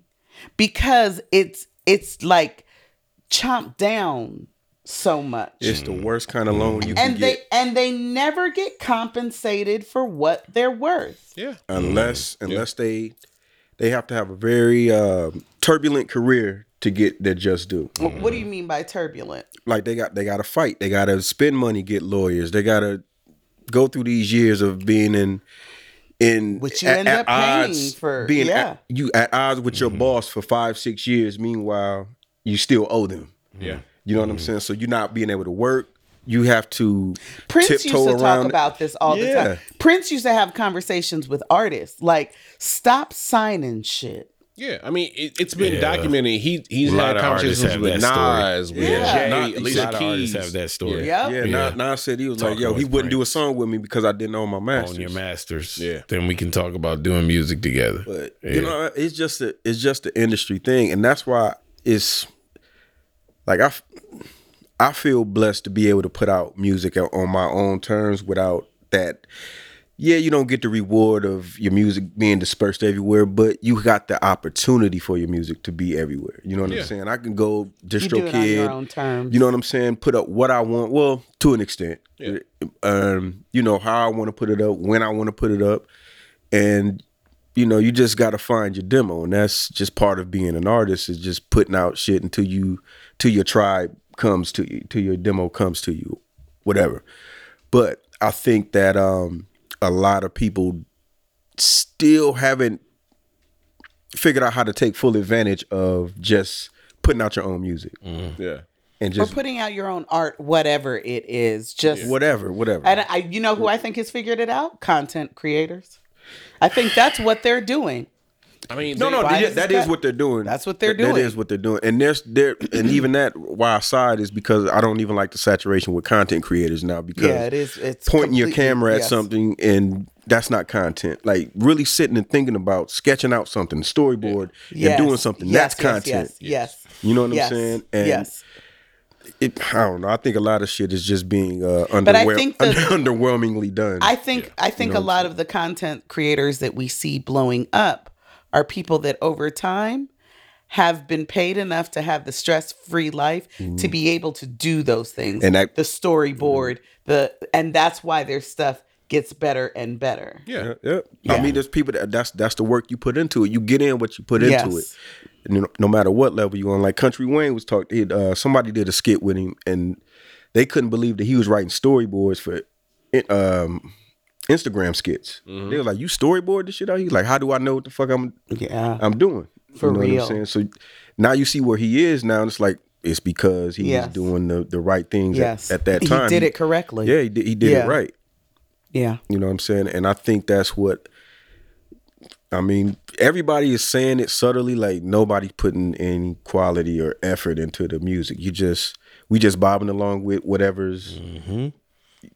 B: because it's it's like chomped down so much
C: It's the
A: Mm.
C: worst kind of loan you can
B: and they
C: get
B: and they never get compensated for what they're worth
D: Yeah.
A: Mm.
C: unless unless they they have to have a very uh, turbulent career to get their just due.
B: Wh- what do you mean by turbulent
C: Like they got they got to fight. They got to spend money, get lawyers. They got to go through these years of being in in
B: Which you end up paying for-
C: being
B: yeah.
C: at, you at odds with your boss for five six years. Meanwhile, you still owe them.
D: Yeah.
C: You know what I'm saying? So you're not being able to work. You have to
B: Prince used
C: tiptoe
B: to
C: around.
B: talk about this all the
C: Yeah.
B: time. Prince used to have conversations with artists like, "Stop signing shit."
D: Yeah, I mean it, it's been
A: Yeah.
D: documented. He he's
A: A lot
D: had
A: of artists
D: conversations
A: have
D: with
A: that
D: Nas, with
B: Yeah.
D: Jay,
C: Not-
A: a lot
D: Alicia
A: of
D: Keys.
A: artists have that story.
B: Yeah.
C: Yeah,
A: Yeah.
C: Nas, Nas said he was like,
A: Talking
C: yo, he
A: with
C: wouldn't do a
A: Prince.
C: song with me because I didn't own my masters.
A: On your masters,
D: Yeah.
A: Then we can talk about doing music together.
C: But
A: Yeah.
C: you know, it's just a, it's just the industry thing, and that's why it's like I, f- I feel blessed to be able to put out music o- on my own terms without that. Yeah, you don't get the reward of your music being dispersed everywhere, but you got the opportunity for your music to be everywhere. You know what I'm saying? I can go
B: You do
C: distro
B: it on
C: kid,
B: your own terms.
C: you know what I'm saying? Put up what I want. Well, to an extent, um, you know how I want to put it up, when I want to put it up, and you know you just got to find your demo, and that's just part of being an artist is just putting out shit until you, till your tribe comes to you, till your demo comes to you, whatever. But I think that um, a lot of people still haven't figured out how to take full advantage of just putting out your own music
D: Yeah.
C: and
B: or
C: just
B: putting out your own art, whatever it is. Just
C: whatever, whatever.
B: And I, you know who I think has figured it out? Content creators. I think that's what they're doing.
D: I mean
C: no,
D: they-
C: no,
B: Why
C: that-
B: does
C: that
B: that-
C: is what they're doing.
B: That's what they're
C: That
B: doing.
C: is what they're doing. And there's there, and even that why I side is because I don't even like the saturation with content creators now because
B: Yeah, it is. It's
C: pointing your
B: completely-
C: camera at
B: yes.
C: something and that's not content. Like really sitting and thinking about sketching out something, storyboard,
B: Yes.
C: and doing something.
B: Yes,
C: that's
B: yes,
C: content.
B: Yes. yes.
C: You know what
B: yes.
C: I'm saying? And
B: yes.
C: it, I don't know. I think a lot of shit is just being uh,
B: I
C: underwhel- <laughs>
B: think the-
C: underwhelmingly done.
B: I think I think a lot of the content creators that we see blowing up are people that over time have been paid enough to have the stress-free life to be able to do those things.
C: Mm-hmm. And Mm-hmm. that-
B: the storyboard, the and that's why their stuff gets better and better.
D: Yeah.
C: Yep. I mean, there's people that that's that's the work you put into it. You get in what you put into
B: Yes.
C: it, and no, no matter what level you're on. Like Country Wayne was talking. he- Uh, somebody did a skit with him, and they couldn't believe that he was writing storyboards for um, Instagram skits. They were like, "You storyboard this shit out?" He's like, "How do I know what the fuck I'm
B: Yeah.
C: I'm doing?"
B: For
C: you know
B: real.
C: What I'm saying? So now you see where he is now. And it's like it's because he
B: Yes.
C: was doing the the right things at-
B: yes.
C: at, that time.
B: He did it correctly.
C: Yeah, he did, he did
B: Yeah.
C: it right.
B: Yeah.
C: You know what I'm saying? And I think that's what I mean, everybody is saying it subtly, like nobody's putting any quality or effort into the music. You just we just bobbing along with whatever's
D: Mm-hmm.
C: you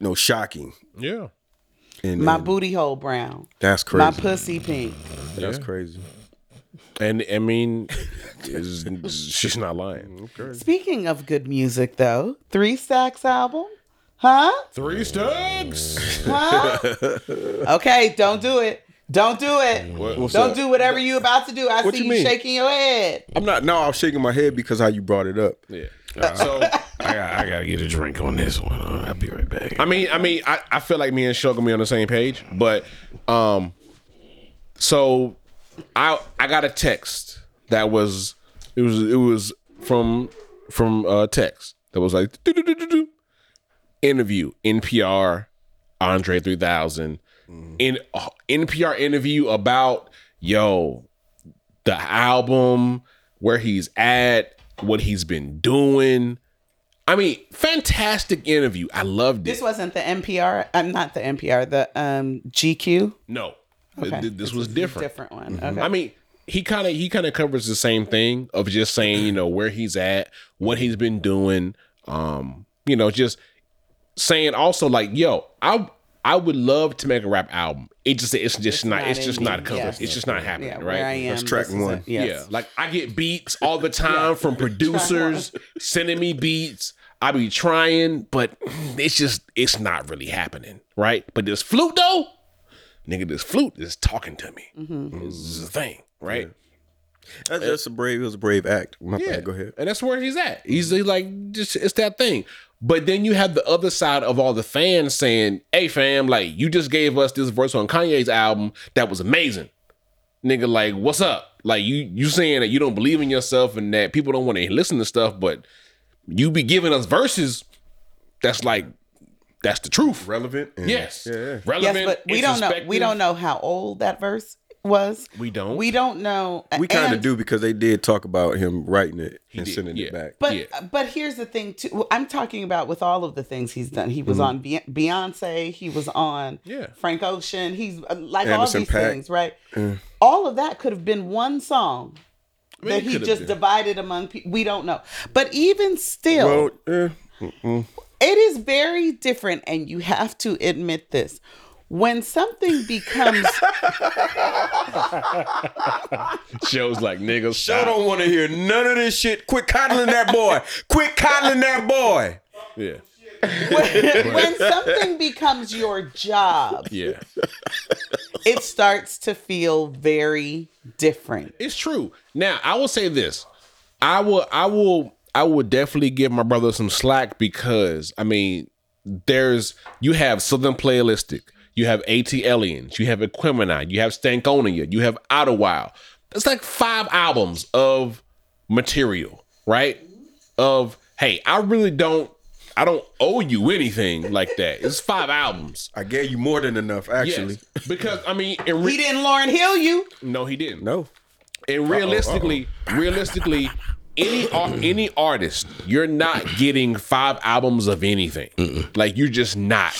C: know, shocking.
D: Yeah.
C: And,
B: My
C: and
B: booty hole brown.
C: that's
B: My
C: crazy.
B: pussy pink.
C: that's crazy.
D: And I <laughs> mean, is- she's not lying.
B: Speaking of good music though, Three Stacks album.
C: <laughs>
B: Huh?
D: Three stacks.
B: Huh? okay, don't do it. Don't do it.
C: What's
B: don't
C: up?
B: do whatever you about to do. I
C: What
B: see
C: you
B: you,
C: mean?
B: shaking your head.
C: I'm not no, I'm shaking my head because how you brought it up.
D: Yeah. So
A: I got, I gotta get a drink on this one. All right, I'll be right back.
D: I mean, I mean, I, I feel like me and Shug gonna be on the same page, but um, so I I got a text that was it was it was from from uh text that was like "Do-do-do-do-do." interview NPR Andre three thousand in uh, NPR interview about yo the album where he's at what he's been doing. I mean, fantastic interview. I loved it.
B: This wasn't the NPR. I'm uh, not the NPR. The um GQ.
D: No,
B: Okay.
D: Th- th- this, was different.
B: Different one.
C: Mm-hmm.
B: Okay.
D: I mean, he kind of he kind of covers the same thing of just saying you know where he's at, what he's been doing, um, you know, just saying also like yo, I I would love to make a rap album. It just it's just not,
B: not
D: it's just
B: in
D: not
B: me.
D: coming.
B: Yes.
D: It's just not happening,
B: yeah,
D: right?
B: where I am.
C: That's track
B: this is
C: one.
B: it. Yes.
D: Yeah, like I get beats all the time from producers sending me beats. I be trying, but it's just it's not really happening, right? But this flute though, nigga, this flute is talking to me. This is the thing, right?
C: That's, that's a brave it was a brave act. My bad, go ahead.
D: And that's where he's at. He's he's like, just it's that thing. But then you have the other side of all the fans saying, "Hey, fam, like you just gave us this verse on Kanye's album that was amazing, nigga. Like, what's up? Like you you saying that you don't believe in yourself and that people don't want to listen to stuff, but you be giving us verses that's like that's the truth.
C: Relevant? and-
D: Yes,
C: Yeah, yeah.
D: relevant.
B: Yes, but we don't know. We don't know how old that verse was.
D: We don't.
B: We don't know.
C: We kind
B: And-
C: of do because they did talk about him writing it and
D: did,
C: sending
D: yeah.
C: it back.
B: But uh,
D: Yeah.
B: but here's the thing too. I'm talking about with all of the things he's done. He was on Be- Beyonce. He was on
D: Mm-hmm. Yeah.
B: Frank Ocean. He's uh, like all
C: Anderson
B: these
C: Paak.
B: things, right? All of that could have been one song that
D: it could
B: he
D: have
B: just
D: been.
B: divided among people. We don't know. But even still,
C: well, yeah.
B: it is very different, and you have to admit this. When something
D: <laughs>
B: becomes
D: Shows like niggas.
C: I don't want to hear none of this shit. Quit coddling that boy. Quit coddling that boy.
D: Yeah,
B: when, when something becomes your job,
D: yeah.
B: it starts to feel very different.
D: It's true. Now I will say this. I will I will I will definitely give my brother some slack because I mean there's you have Southern Playalistic, you have AT Aliens, you have Equimini, you have Stankonia, you have Ottawa. That's like five albums of material, right? Of hey, I really don't I don't owe you anything like that. It's five albums.
C: I gave you more than enough, actually.
D: Yes. Because I mean in
B: He
D: re-
B: didn't Lauren Hill you.
D: no he didn't.
C: No.
D: And realistically, realistically, any ar- any artist, you're not getting five albums of anything. Like you're just not.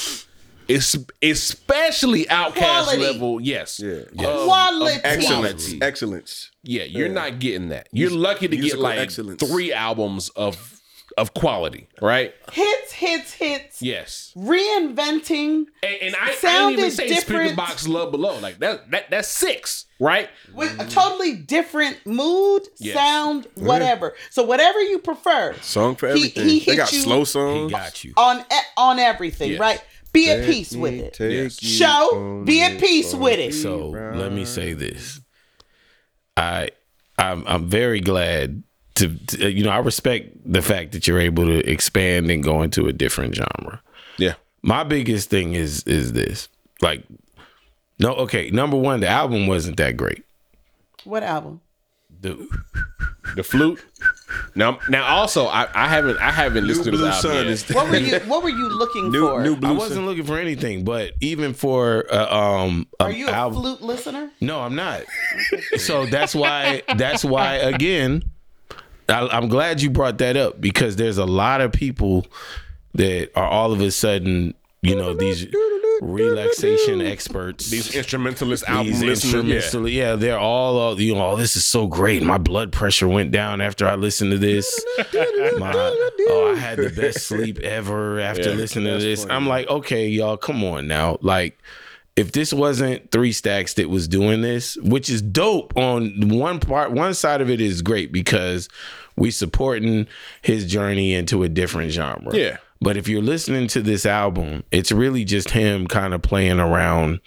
D: It's especially outcast
B: Quality.
D: level. Yes.
C: Yeah.
B: Quality.
C: Excellence. Excellence.
D: Yeah, you're not getting that. You're lucky to get
C: musical
D: like
C: excellence.
D: three albums of of quality, right?
B: Hits, hits, hits.
D: Yes.
B: Reinventing,
D: And, and I, I didn't
B: Sounded
D: even say speaker
B: different.
D: box love below. Like that that that's six, right?
B: with a totally different mood,
D: Yes.
B: sound, whatever. So whatever you prefer.
C: Song for
B: He-
C: everything.
B: He, hit
C: they got
B: you
C: slow songs.
A: got you.
B: on e- on everything,
D: Yes.
B: right? Be at
C: Let
B: peace
C: me
B: with it.
C: take
D: Yes.
C: you
B: Show,
C: on
B: be
C: this
B: at peace
C: road.
B: with it.
A: So Oh, let me say this. I I'm I'm very glad to, to- uh, you know I respect the fact that you're able to expand and go into a different genre.
D: Yeah.
A: My biggest thing is is this. Like, no, okay. Number one, the album wasn't that great.
B: What album?
A: The,
D: The flute. Now, now also, I, I haven't I haven't
C: New
D: listened to
C: Blue
D: this album
C: Sun
D: yet.
C: is
B: What were you What were you looking
C: new,
B: for?
C: new
A: I
C: Blue Sun.
A: wasn't looking for anything, but even for uh, um,
B: Are you a
A: album,
B: flute listener?
A: No, I'm not. so that's why. That's why. Again, I, I'm glad you brought that up because there's a lot of people that are all of a sudden, you know, these relaxation experts.
D: These instrumentalist album
A: These
D: listeners. Yeah.
A: instrumental- yeah. they're all, all you know. Oh, this is so great. My blood pressure went down after I listened to this. My, oh, I had the best sleep ever after
D: Yeah,
A: listening to this. I'm like, okay, y'all, come on now. Like, if this wasn't Three Stacks that was doing this, which is dope on one part, one side of it is great because we supporting his journey into a different genre.
D: Yeah.
A: But if you're listening to this album, it's really just him kind of playing around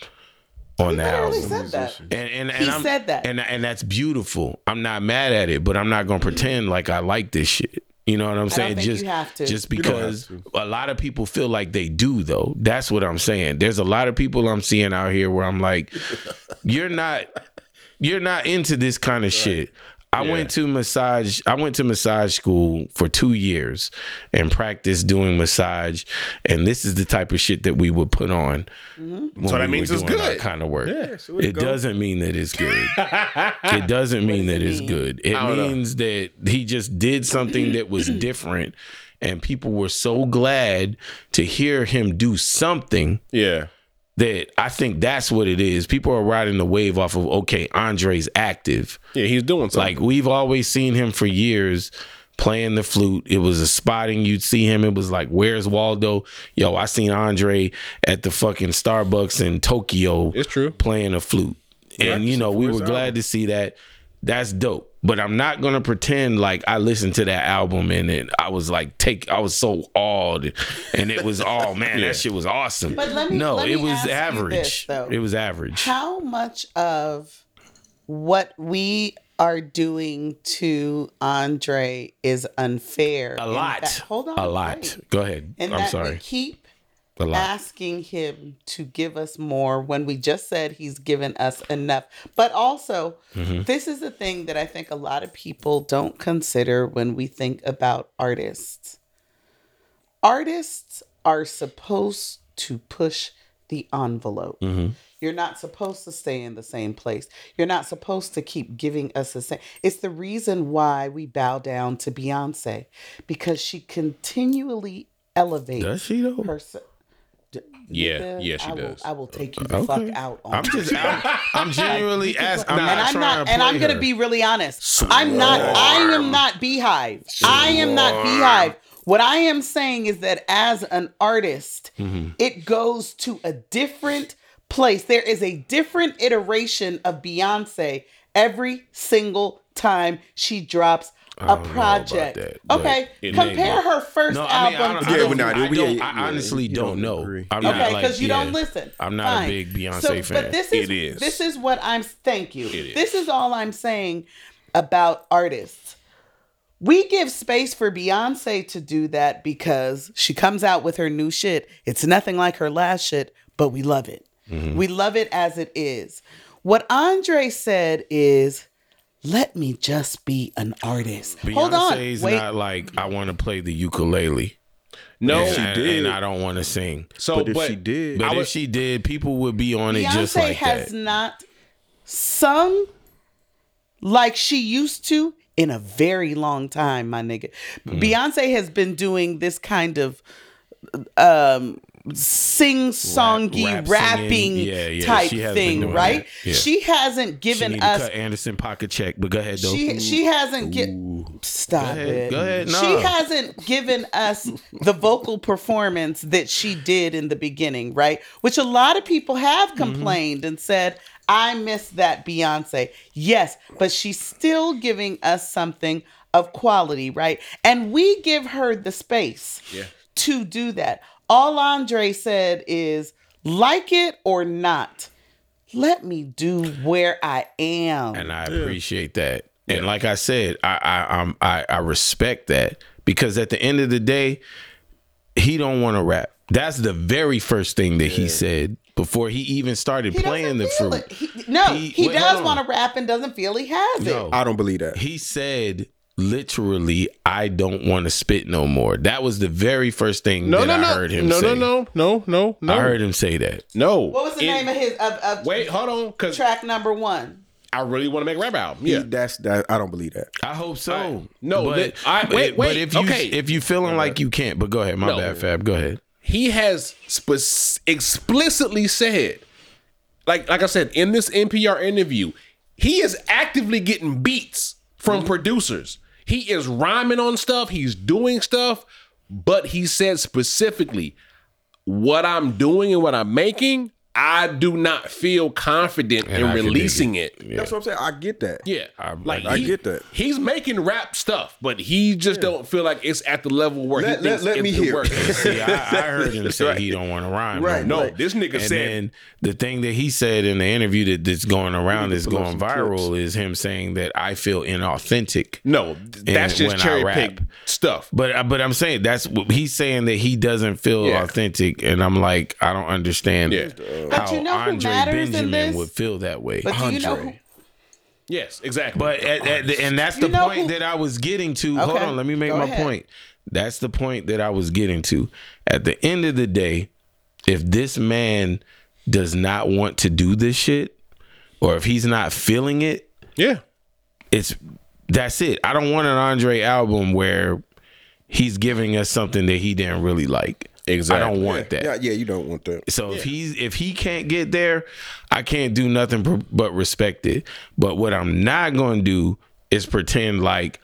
A: on the
B: Literally
A: album.
B: said that.
A: And and, and
B: He
A: I'm-
B: said that.
A: and and that's beautiful. I'm not mad at it, but I'm not gonna pretend like I like this shit. You know what I'm saying?
B: think
A: just
B: you have to.
A: just because a lot of people feel like they do though. That's what I'm saying. There's a lot of people I'm seeing out here where I'm
B: <laughs>
A: like, you're not you're not into this kind of shit. I went to massage I went to massage school for 2 years and practiced doing massage and this is the type of shit that we would put on.
D: So that means it's good.
A: kind of work.
C: it
A: it doesn't mean that it's
D: <laughs>
A: good. it doesn't mean that it's good. It
D: don't know.
A: means that he just did something that
D: <clears throat>
A: was different and people were so glad to hear him do something
D: Yeah.
A: that I think that's what it is. People are riding the wave off of okay, Andre's active.
D: Yeah, he's doing something.
A: Like we've always seen him for years playing the flute. It was a spotting you'd see him. It was like, where's Waldo? Yo, I seen Andre at the fucking Starbucks in Tokyo.
D: It's true.
A: Playing a flute. And you know, we were glad to see that. That's dope. But I'm not gonna pretend like I listened to that album and it, I was like take I was so awed and it was
D: <laughs>
A: oh man that shit was awesome.
B: But let me-
A: no,
B: let
A: it
B: me
A: was
B: ask you
A: average.
B: this, though.
A: it was average.
B: How much of what we are doing to Andre is unfair?
A: a
B: And
A: lot.
B: that- hold on.
A: A lot.
B: wait.
A: Go ahead.
B: And
A: I'm
B: that we
A: sorry.
B: keep
A: A lot.
B: asking him to give us more when we just said he's given us enough. But also,
A: Mm-hmm.
B: this is the thing that I think a lot of people don't consider when we think about artists. Artists are supposed to push the envelope.
A: Mm-hmm.
B: You're not supposed to stay in the same place. You're not supposed to keep giving us the same. It's the reason why we bow down to Beyonce because she continually elevates
A: Does she though?
B: person.
D: Yeah, yeah, she
B: I
D: does.
B: Will, I will take you the fuck out. On
A: I'm
B: that.
A: just, I'm,
B: <laughs>
A: I'm genuinely asking. I'm
B: and
A: not
B: I'm
A: trying
B: not,
A: to
B: and
A: play
B: I'm gonna
A: her.
B: be really honest. I'm not. I am not beehive. I am not beehive. What I am saying is that as an artist,
A: Mm-hmm.
B: it goes to a different place. There is a different iteration of Beyonce every single time she drops a
A: know about
B: project.
A: that, but
B: okay,
A: it may
B: compare
A: be.
B: her first
A: No, I mean, I
B: album.
A: don't,
B: to
A: I
C: Yeah,
A: don't,
C: we're not-
A: I,
C: we-
A: don't,
C: yeah,
A: I
C: yeah,
A: honestly
C: you
A: don't
C: don't
A: know.
C: agree.
A: I'm
B: Okay,
A: not like,
B: because you don't
A: yeah.
B: listen.
A: I'm not
B: Fine.
A: a big Beyonce
B: So,
A: fan.
B: But this is,
D: It is.
B: this is what I'm. Thank you. This is all I'm saying about artists. We give space for Beyonce to do that because she comes out with her new shit. It's nothing like her last shit, but we love it.
A: Mm-hmm.
B: We love it as it is. What Andre said is, "Let me just be an artist." Hold on,
A: Beyonce's
B: wait.
A: not like I want to play the ukulele.
D: no,
A: and,
D: she
A: and
D: did.
A: I don't want to sing.
D: So,
C: But
D: but,
C: if she did,
A: But
D: I
A: if
D: was,
A: she did, people would be on it
B: Beyonce
A: just like
B: has
A: that.
B: not sung like she used to in a very long time, my nigga.
A: Mm.
B: Beyonce has been doing this kind of um sing songy
A: rap singing.
B: rapping
A: Yeah, yeah,
B: type
A: she has been
B: thing,
A: doing
B: right?
A: that. Yeah.
B: She hasn't
A: She
B: given
A: need
B: us
A: to cut Anderson pocket check. But go ahead though.
B: she she hasn't get stop
A: ahead,
B: it.
A: go ahead,
B: She
A: nah.
B: hasn't given us the vocal performance that she did in the beginning, right? Which a lot of people
A: Mm-hmm.
B: have complained and said, "I miss that Beyonce." Yes, but she's still giving us something of quality, right? And we give her the space to do that. All Andre said is, "Like it or not." Let me do where I am.
A: and I appreciate that. And like I said, I I I'm, I I respect that because at the end of the day, he don't want to rap. That's the very first thing that he said. before he even started
B: He
A: playing
B: doesn't
A: the
B: feel
A: fruit.
B: it. He- no,
A: He-
B: he,
A: wait, hold
B: does
A: on.
B: want to rap and doesn't feel he has it.
A: No.
C: I don't believe that.
A: He said literally, I don't want to spit no more. That was the very first thing
D: No,
A: that
D: no,
A: I
D: no,
A: heard him
D: no,
A: say.
D: no, no, no, no, no.
A: I heard him say that.
D: No.
B: What was the
D: It-
B: name of his of, of
D: Wait, hold on, because
B: track number one?
D: I really want to make a rap album.
C: He-
D: Yeah.
C: that's that. I don't believe that.
A: I hope so.
D: I- no,
A: but,
D: that- I- wait,
A: but
D: wait,
A: if you
D: okay.
A: if you feeling like you can't, but go ahead. My
D: No.
A: bad, Fab. Go ahead.
D: he has spe- explicitly said, like like I said in this NPR interview, he is actively getting beats from
C: Mm-hmm.
D: producers. He is rhyming on stuff. He's doing stuff, but he said specifically, "What I'm doing and what I'm making, I do not feel confident
A: And
D: in
A: I can dig
D: releasing it."
C: That's what I'm saying. I get that.
D: Yeah, like
C: I get that.
D: He's making rap stuff, but he just don't feel like it's at the level where
C: Let- let-
D: he thinks
C: let
D: it
C: me
D: could
C: hear.
D: work.
C: <laughs>
A: See, I, I heard him say he don't want to rhyme.
C: Right,
A: No, more.
C: right.
D: this nigga
A: and
D: said
A: then the thing that he said in the interview that, that's going around is
C: pull up
A: going
C: some
A: viral is him saying that I feel inauthentic.
D: No, th- that's
A: when
D: just
A: I
D: cherry
A: rap.
D: pick stuff.
A: But uh, but I'm saying that's what he's saying that he doesn't feel
D: Yeah.
A: authentic, and I'm like I don't understand
D: Yeah.
A: how
B: But you know who
A: Andre
B: matters in
A: Benjamin
B: this?
A: would feel that way.
B: But do you know who,
C: Andre.
D: Yes, exactly.
A: But uh, at, at the, and that's
B: You
A: the
B: know
A: point
B: who-
A: that I was getting to. Hold
B: Okay,
A: on, let me make
B: go
A: my
B: ahead.
A: point. That's the point that I was getting to. At the end of the day, if this man does not want to do this shit, or if he's not feeling it,
D: yeah,
A: it's that's it. I don't want an Andre album where he's giving us something that he didn't really like.
D: Exactly.
A: I don't want that.
C: Yeah, yeah, you don't want that.
A: So if he's if he can't get there, I can't do nothing pr- but respect it. But what I'm not going to do is pretend like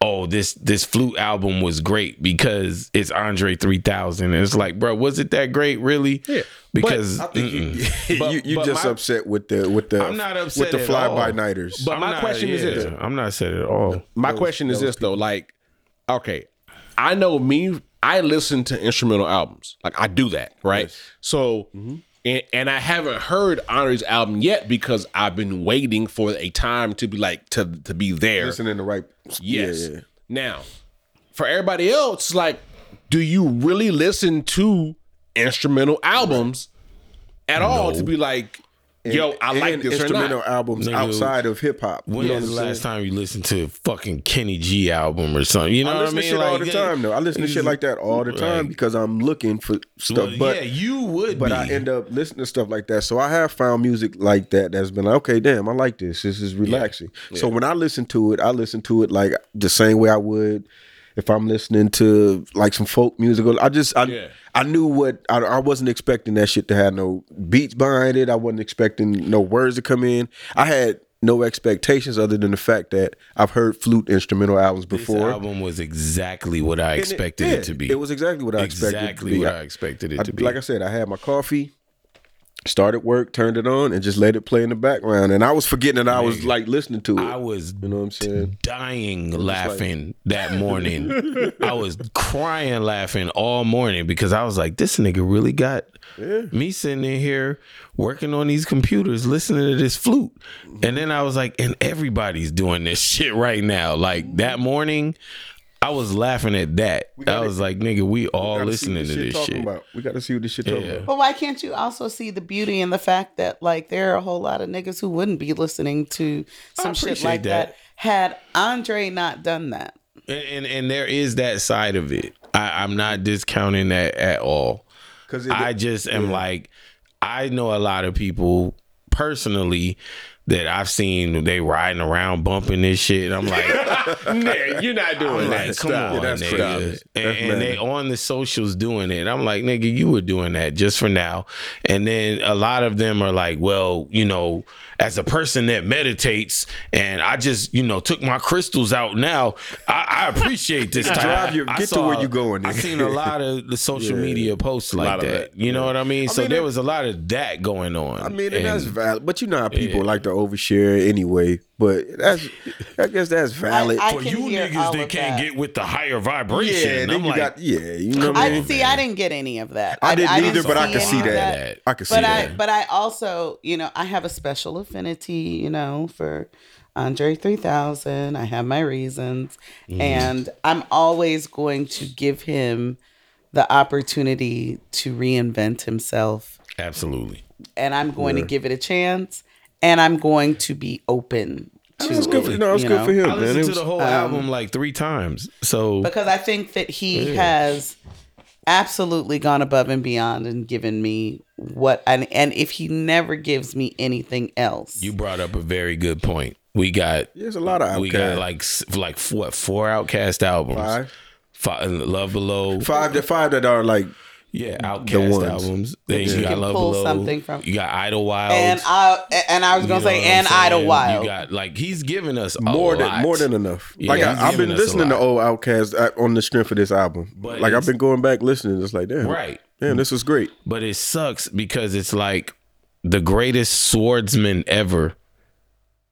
A: oh this this flute album was great because it's Andre 3000 and it's like bro was it that great really?
D: Yeah.
A: Because
D: But I <laughs> But-
C: you you
D: but
C: just
D: my-
C: upset with the with the
A: I'm not
C: with
A: upset
C: the
A: at
C: fly
A: all.
C: by nighters.
D: But- my question is this.
A: I'm not upset at all.
D: my question is this though: like, okay, I know me. I listen to instrumental albums. Like I do that, right? So, and, and I haven't heard Andre's album yet because I've been waiting for a time to be like to to be there.
C: Listen in the right.
D: Yes.
C: Yeah, yeah.
D: Now, for everybody else, like, do you really listen to instrumental albums at all to be like, yo, I like
C: And
D: this or
C: instrumental
D: not?
C: albums
A: Nigga,
C: outside of hip hop.
A: When was the last time you listened to a fucking Kenny G album or something? You know
C: I
A: what I
C: listen
A: mean?
C: to shit all the
A: Like,
C: time though. I listen to
A: he's-
C: shit like that all the time
A: Right.
C: because I'm looking for
A: Well,
C: stuff. But
A: yeah, you would.
C: but
A: be.
C: I end up listening to stuff like that. So I have found music like that that's been like, okay, damn, I like this. This is relaxing. So when I listen to it, I listen to it like the same way I would if I'm listening to like some folk music. I just I
D: Yeah.
C: I knew what I, I wasn't expecting that shit to have no beats behind it. I wasn't expecting no words to come in. I had no expectations other than the fact that I've heard flute instrumental albums
A: This
C: before.
A: album was exactly what I
C: And
A: expected it,
C: yeah,
A: to be.
C: It was exactly what I expected. it to
A: Exactly
C: be.
A: what
C: I-
A: I expected it
C: I-
A: to be.
C: Like I said, I had my coffee, started work, turned it on, and just let it play in the background. And I was forgetting that I was like listening to it.
A: I was
C: you know what I'm saying?
A: dying laughing that morning. I was crying laughing all morning because I was like, this nigga really got me sitting in here working on these computers, listening to this flute. And then I was like, and everybody's doing this <laughs> shit right now. Like that morning, I was laughing at that. I was like, nigga, we all
C: Gotta see
A: listening
C: what
A: to
C: shit
A: this
C: talking
A: shit.
C: About. We got to see what this shit talking
A: Yeah.
C: about.
B: But why can't you also see the beauty in the fact that like there are a whole lot of niggas who wouldn't be listening to some shit
A: appreciate
B: like
A: that.
B: that. had Andre not done that?
A: And, and and there is that side of it. I, I'm not discounting that at all.
C: 'Cause it-
A: I just am like, I know a lot of people personally that I've seen they riding around bumping this shit. And I'm like, <laughs>
D: Nah, you're not doing
A: I'm
D: that.
A: like, come
D: Stop.
A: on,
D: That's
A: nigga.
D: crazy.
A: And, and they on the socials doing it. I'm like, nigga, you were doing that just for now. And then a lot of them are like, well, you know, as a person that meditates and I just, you know, took my crystals out now, I, I appreciate this type.
C: <laughs> Drive your-
A: I
C: get to where you going,
A: I
C: nigga.
A: seen a lot of the social media posts like
D: lot of
A: that.
D: that.
A: You know what I mean? so
C: mean,
A: there
C: it-
A: was a lot of that going on.
C: I mean, and
A: And-
C: that's valid, but you know how people like to overshare anyway. But that's, I guess that's valid.
B: I- I-
A: for
B: can
A: you
B: hear
A: niggas
B: all
A: that
B: of
A: can't
B: that.
A: get with the higher
C: yeah,
A: vibration,
C: then
A: I'm
C: you
A: like,
C: got yeah, you know what I
B: I
C: mean?
B: see. I didn't get any of that.
C: I didn't either, but I could
B: any
C: see
B: of
C: that. I could see
B: but
C: that.
B: I, but I also, you know, I have a special affinity, you know, for Andre 3000. I have my reasons,
C: Mm.
B: and I'm always going to give him the opportunity to reinvent himself
A: absolutely.
B: and I'm going to give it a chance, and I'm going to be open. To
C: It's good for,
B: it,
C: no, it's
B: you
C: good
B: know?
C: for him,
A: I
C: man. It
A: listened to
C: was-
A: the whole album like three times. So
B: because I think that he has absolutely gone above and beyond and given me what and and if he never gives me anything else,
A: you brought up a very good point. We got
C: there's a lot of
A: we
C: outcasts.
A: got like s- like f- what four Outcast albums?
C: Five.
A: Fi- Love Below.
C: five that five that are like
A: Yeah, Outcast
C: ones.
A: albums. Then you,
C: you
A: got
B: can
A: Love
B: pull
A: Below.
B: something from.
A: You got Idlewild.
B: and I and I was
A: You
B: gonna
A: know
B: say
A: what I'm
B: and
A: saying?
B: Idlewild.
A: You got like he's giving us a
C: more than
A: lot.
C: more than enough.
A: Yeah,
C: like
A: he's
C: I, I've
A: giving
C: been
A: us a
C: listening to
A: lot.
C: old Outcast uh, on the strength of this album.
A: But
C: like I've
A: it's-
C: been going back listening. It's like damn,
A: Right.
C: Damn, this is great.
A: But it sucks because it's like the greatest swordsman ever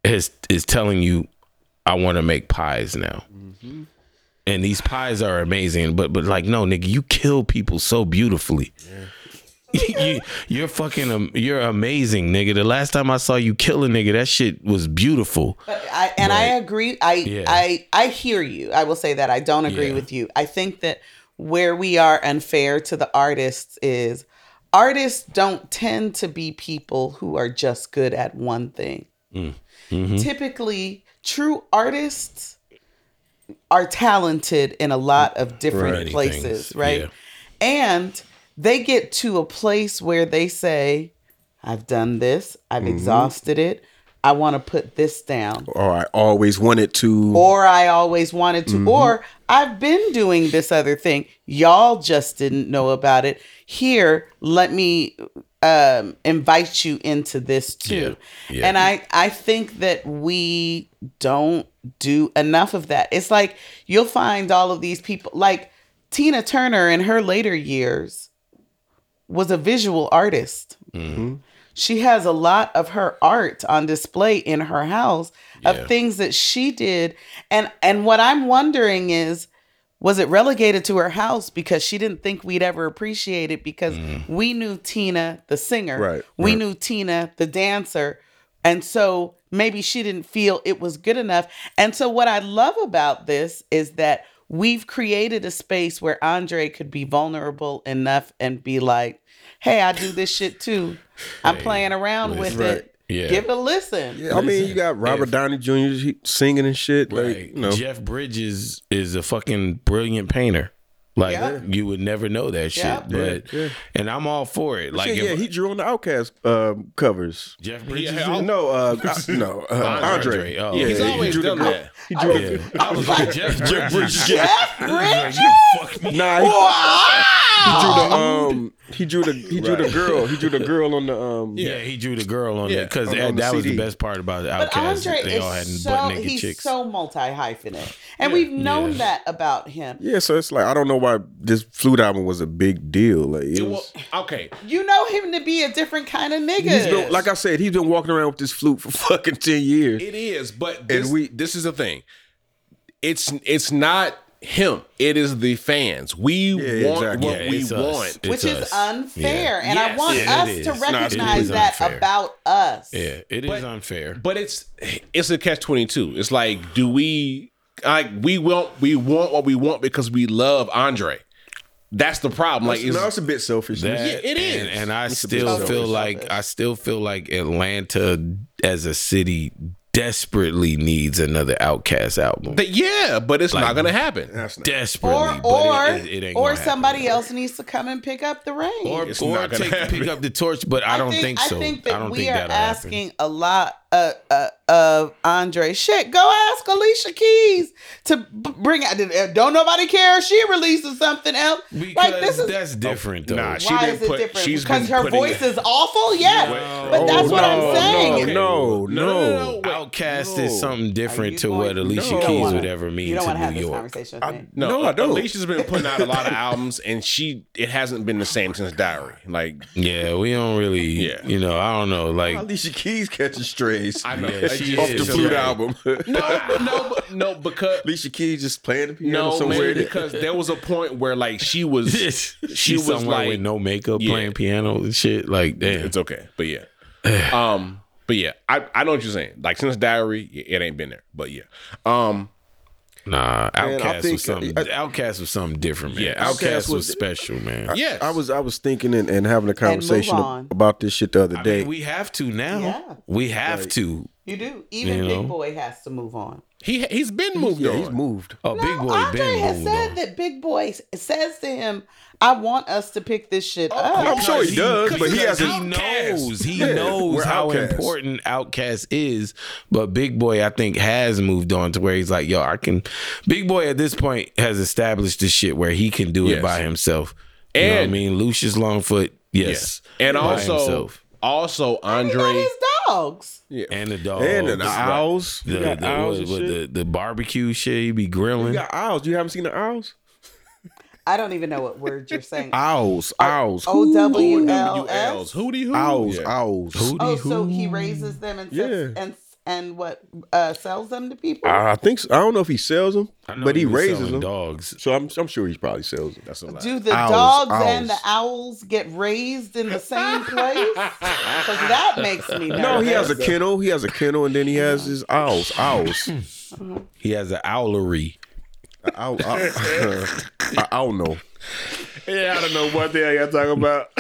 A: is is telling you, I want to make pies now. And these pies are amazing, but but like no nigga, you kill people so beautifully. <laughs> you, you're fucking, am- you're amazing, nigga. The last time I saw you kill a nigga, that shit was beautiful.
B: I, and I agree. I
A: Yeah.
B: I I hear you. I will say that I don't agree
A: Yeah.
B: with you. I think that where we are unfair to the artists is artists don't tend to be people who are just good at one thing.
A: Mm-hmm.
B: Typically, true artists are talented in a lot of different
A: Variety
B: places,
A: things,
B: right?
A: yeah.
B: And they get to a place where they say, I've done this, I've
A: Mm-hmm.
B: exhausted it, I want to put this down.
C: Or I always wanted to.
A: Mm-hmm.
B: Or I always wanted to, or I've been doing this other thing. Y'all just didn't know about it. Here, let me um, invite you into this too.
A: Yeah, yeah.
B: And I, I think that we don't do enough of that. It's like you'll find all of these people, like Tina Turner in her later years was a visual artist. She has a lot of her art on display in her house of
A: Yeah.
B: things that she did. And and what I'm wondering is was it relegated to her house because she didn't think we'd ever appreciate it because we knew Tina the singer.
C: Mm. Right,
B: We
C: right.
B: knew Tina the dancer. And so maybe she didn't feel it was good enough. And so what I love about this is that we've created a space where Andre could be vulnerable enough and be like, "Hey, I do this shit too. I'm playing around with
C: Right.
B: it.
A: Yeah.
B: Give it a listen."
C: Yeah, I mean, you got Robert Downey Jr. he- singing and shit. Like,
A: Like
C: you know,
A: Jeff Bridges is a fucking brilliant painter. Like
B: Yeah.
A: you would never know that shit,
B: Yeah.
A: but and I'm all for it. Like
C: shit,
A: if
C: yeah, he drew on the Outcast um, covers.
A: Jeff Bridges,
D: Yeah, I'll-
A: <laughs>
C: no, uh, I- no, uh,
A: Andre.
C: Andre.
A: Oh,
C: yeah,
A: He's
C: he
D: always
C: drew the
D: done
C: co-
D: that.
C: He drew the-
A: yeah. <laughs> I was like Jeff Bridges.
B: Jeff
C: <laughs>
B: Bridges.
C: Nah, he, he drew the um, he drew the he drew the girl. He drew the girl on the um.
A: Yeah, he drew the girl on
D: Yeah,
A: it because
C: on-
A: that,
C: on the
A: that was the
C: CD.
A: best part about
B: But
A: Outcast.
B: Andre
A: They all had
B: is so
A: butt naked
B: he's
A: chicks.
B: so multi hyphenate, and we've known
A: Yeah.
B: that about him.
C: Yeah, so it's like I don't know why this flute album was a big deal. Like it
D: It
C: was,
D: was, okay.
B: You know him to be a different kind of nigga.
C: He's been, like I said, he's been walking around with this flute for <laughs> fucking ten years.
D: It is, but this,
C: we-
D: this is the thing. It's it's not him. It is the fans. We
C: Yeah,
D: want
C: exactly.
D: what
A: Yeah,
D: we
A: it's us.
D: want.
B: which
A: It's
B: is
A: us.
B: unfair,
A: Yeah.
B: and I
D: Yes.
B: want
D: Yeah,
A: it
B: us
A: is.
B: to
A: Nah, it
B: recognize
A: is
B: that
A: unfair.
B: about us.
A: yeah, it is
D: But-
A: unfair.
D: But it's it's a catch twenty two. It's like, do we like we want we want what we want because we love Andre. That's the problem. Like it's,
C: no, it's a bit selfish.
A: That-
D: Yeah, it
A: and-
D: is.
A: and, I still
B: bit
A: feel
B: selfish.
A: like I still feel like Atlanta as a city desperately needs another Outcast album.
D: but yeah, but it's not gonna happen.
C: That's not-
A: desperately,
B: Or or
A: but it- it, it ain't
B: or
A: gonna happen.
B: somebody else needs to come and pick up the reins.
A: or,
D: It's
A: or
D: not gonna
A: take,
D: happen.
A: pick up the torch. But I, don't think, so.
B: I
A: I,
B: think that
A: don't
B: we
A: think
B: are
A: that'll happen.
B: asking a lot uh, uh, of Andre. Shit, go ask Alicia Keys to b- bring out. uh, Don't nobody care if she releases something else.
A: Because
B: like this is
A: that's different, though.
D: Nah, she
B: why
D: didn't
B: is it
D: put.
B: different?
D: She's
B: because
D: been
B: her
D: putting
B: voice is awful. Yes, but that's what I'm saying.
C: No, no, no.
D: wait.
A: Outcast
C: No.
A: is something different
B: you
A: to
B: going-
A: what Alicia
C: No.
A: Keys
B: wanna-
A: would ever mean
B: You don't
A: to
B: want to have
A: New
B: this
A: York.
B: conversation with me.
D: No,
C: No, I don't.
D: Alicia's been putting out a lot of albums, and she it hasn't been the same since Diary. Like
A: Yeah, we don't really.
D: Yeah.
A: you know, I don't know. Like,
C: Alicia Keys catching strays
D: I know
A: Yeah, she
C: <laughs> off
A: is.
C: the
A: She's
C: flute
A: right.
C: album. <laughs>
D: No, no, but- no, because
C: Alicia Keys just playing the piano
D: no,
C: somewhere.
D: man, because there was a point where like she <laughs> was, she
A: <laughs> she
D: was
A: somewhere
D: like,
A: with no makeup,
D: Yeah.
A: playing piano and shit. Like, damn.
D: it's okay,
C: <sighs>
D: but yeah, um, but yeah, I I know what you're saying. Like since Diary, it ain't been there, but yeah, um,
A: Nah,
C: And I
A: Outcast
C: think-
A: was something.
C: I-
A: Outcast was something different, man.
D: Yeah,
A: Outcast
C: Outkast
A: was,
C: was-
A: special, man.
D: Yes.
C: I was I was thinking and, and having a conversation
B: on.
C: about this shit the other
A: I
C: day.
A: mean, we have to now.
B: Yeah.
A: We have to.
B: You do. Even
A: You know?
B: Big Boy has to move on.
D: He he's been moved
C: yeah,
D: on.
C: he's moved.
A: Oh, Big Boy
B: Andre
A: been
B: has
A: moved
B: said
A: on.
B: that Big Boy s- says to him, "I want us to pick this shit up."
C: Oh, I'm sure he does, but he
A: because
C: hasn't-
A: He
D: Outkast.
A: knows. He
C: Yeah,
A: knows
C: we're
A: how
C: Outkast.
A: important Outcast is. But Big Boy, I think, has moved on to where he's like, yo, I can. Big Boy at this point has established this shit where he can do it
D: Yes.
A: by himself. You know what I
D: And-
A: mean, Lucius Longfoot, yes,
D: Yes. And
A: by
D: also
A: himself.
D: also
B: He got
D: Andre
B: his dogs.
A: and the dog
C: And the owls.
A: the,
C: You got
A: the, what-
C: owls and
A: what-
C: shit.
A: the, the barbecue shit he be grilling.
C: You got owls. You haven't seen the owls?
B: I don't even know what word you're saying.
D: <laughs>
C: Owls, owls,
B: O W L
D: L's.
B: S.
D: Hootie hoo.
C: owls,
D: Yeah.
C: owls.
A: Hootie
B: Oh, so
A: hoo.
B: he raises them and sets,
C: Yeah.
B: and and what uh, sells them to people.
D: Uh,
C: I think so. I don't know if he sells them,
A: I know
C: but he
A: was
C: raises
A: selling
C: them.
A: dogs.
C: So I'm, I'm sure he probably sells them. That's a lot.
B: Do the
C: Owls,
B: dogs and the
C: owls.
B: owls get raised in the same place?
D: <laughs>
B: 'Cause that makes me nervous.
C: No, he has a kennel. He has a kennel, and then he has his owls. Owls.
A: He has an owlery.
C: I, I, I, <laughs> I don't know.
D: Yeah, I don't know what the hell y'all talking about.
C: <laughs>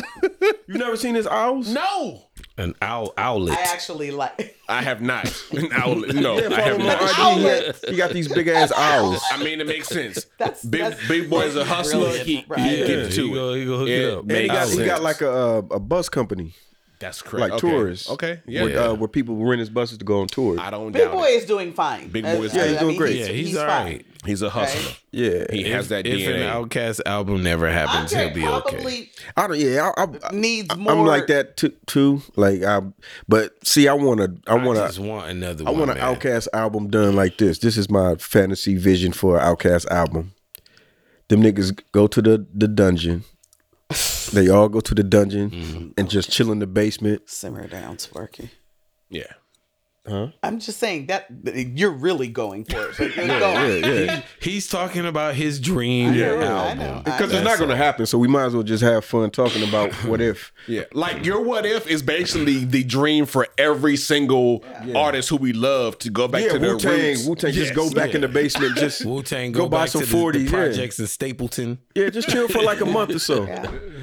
C: You never seen his owls?
D: no,
A: An owl outlet.
B: I actually like.
D: I have not. <laughs>
C: <laughs>
D: An owlet. No,
C: Yeah,
D: I have
C: follow him on
D: not.
C: IG, he, had- he got these big ass
D: <laughs>
C: owls.
D: I mean, it
B: <laughs>
D: makes sense.
B: <laughs> That's-
D: big.
B: that's
D: big boy's
B: <laughs>
D: a hustler.
B: brilliant,
D: He,
B: right.
D: he
B: Yeah,
D: get to
A: he go-
D: it.
A: he go hook it up. And
C: And he got, he
A: Owls.
C: got like a uh, a bus company,
D: that's correct.
C: like
D: okay.
C: tourists.
D: Okay. Yeah.
C: Where, uh, where people rent his buses to go on tours.
D: I don't
B: Big
D: doubt
B: boy
D: it.
B: is doing fine.
D: Big
B: Uh,
D: Boy is
B: I mean,
D: doing
C: fine.
A: yeah,
B: he's,
C: Yeah, he's doing
A: he's,
B: he's
A: all
B: fine.
A: right.
D: He's a hustler.
C: yeah,
D: He has that
A: If an
D: DNA.
A: Outcast album never happens,
B: Andre
A: he'll be
B: probably
A: okay.
C: I don't. Yeah, I, I,
B: needs more.
C: I'm like that too. too. Like I, but see, I want to. I
A: I
C: want
A: just
C: to.
A: want another
C: I
A: one.
C: want an
A: man.
C: Outcast album done like this. This is my fantasy vision for an Outcast album. Them niggas go to the the dungeon. They all go to the dungeon and just chill in the basement.
B: Simmer down, Sparky.
D: Yeah.
B: I'm just saying that you're really going for it. But you're going.
C: Yeah, yeah.
A: He's talking about his dream
B: I
A: album.
B: know.
C: Because it's not going to happen, so we might as well just have fun talking about what if.
D: Yeah. Like your what if is basically the dream for every single artist who we love to go back
C: yeah,
D: to their
C: Wu Tang,
D: roots.
C: Wu Tang, just go back in the
A: <laughs>
C: basement, just
A: Wu Tang,
C: go, buy
A: back
C: some
A: to the-
C: forty
A: the
C: yeah.
A: projects in Stapleton.
C: yeah, just chill for like a month or so.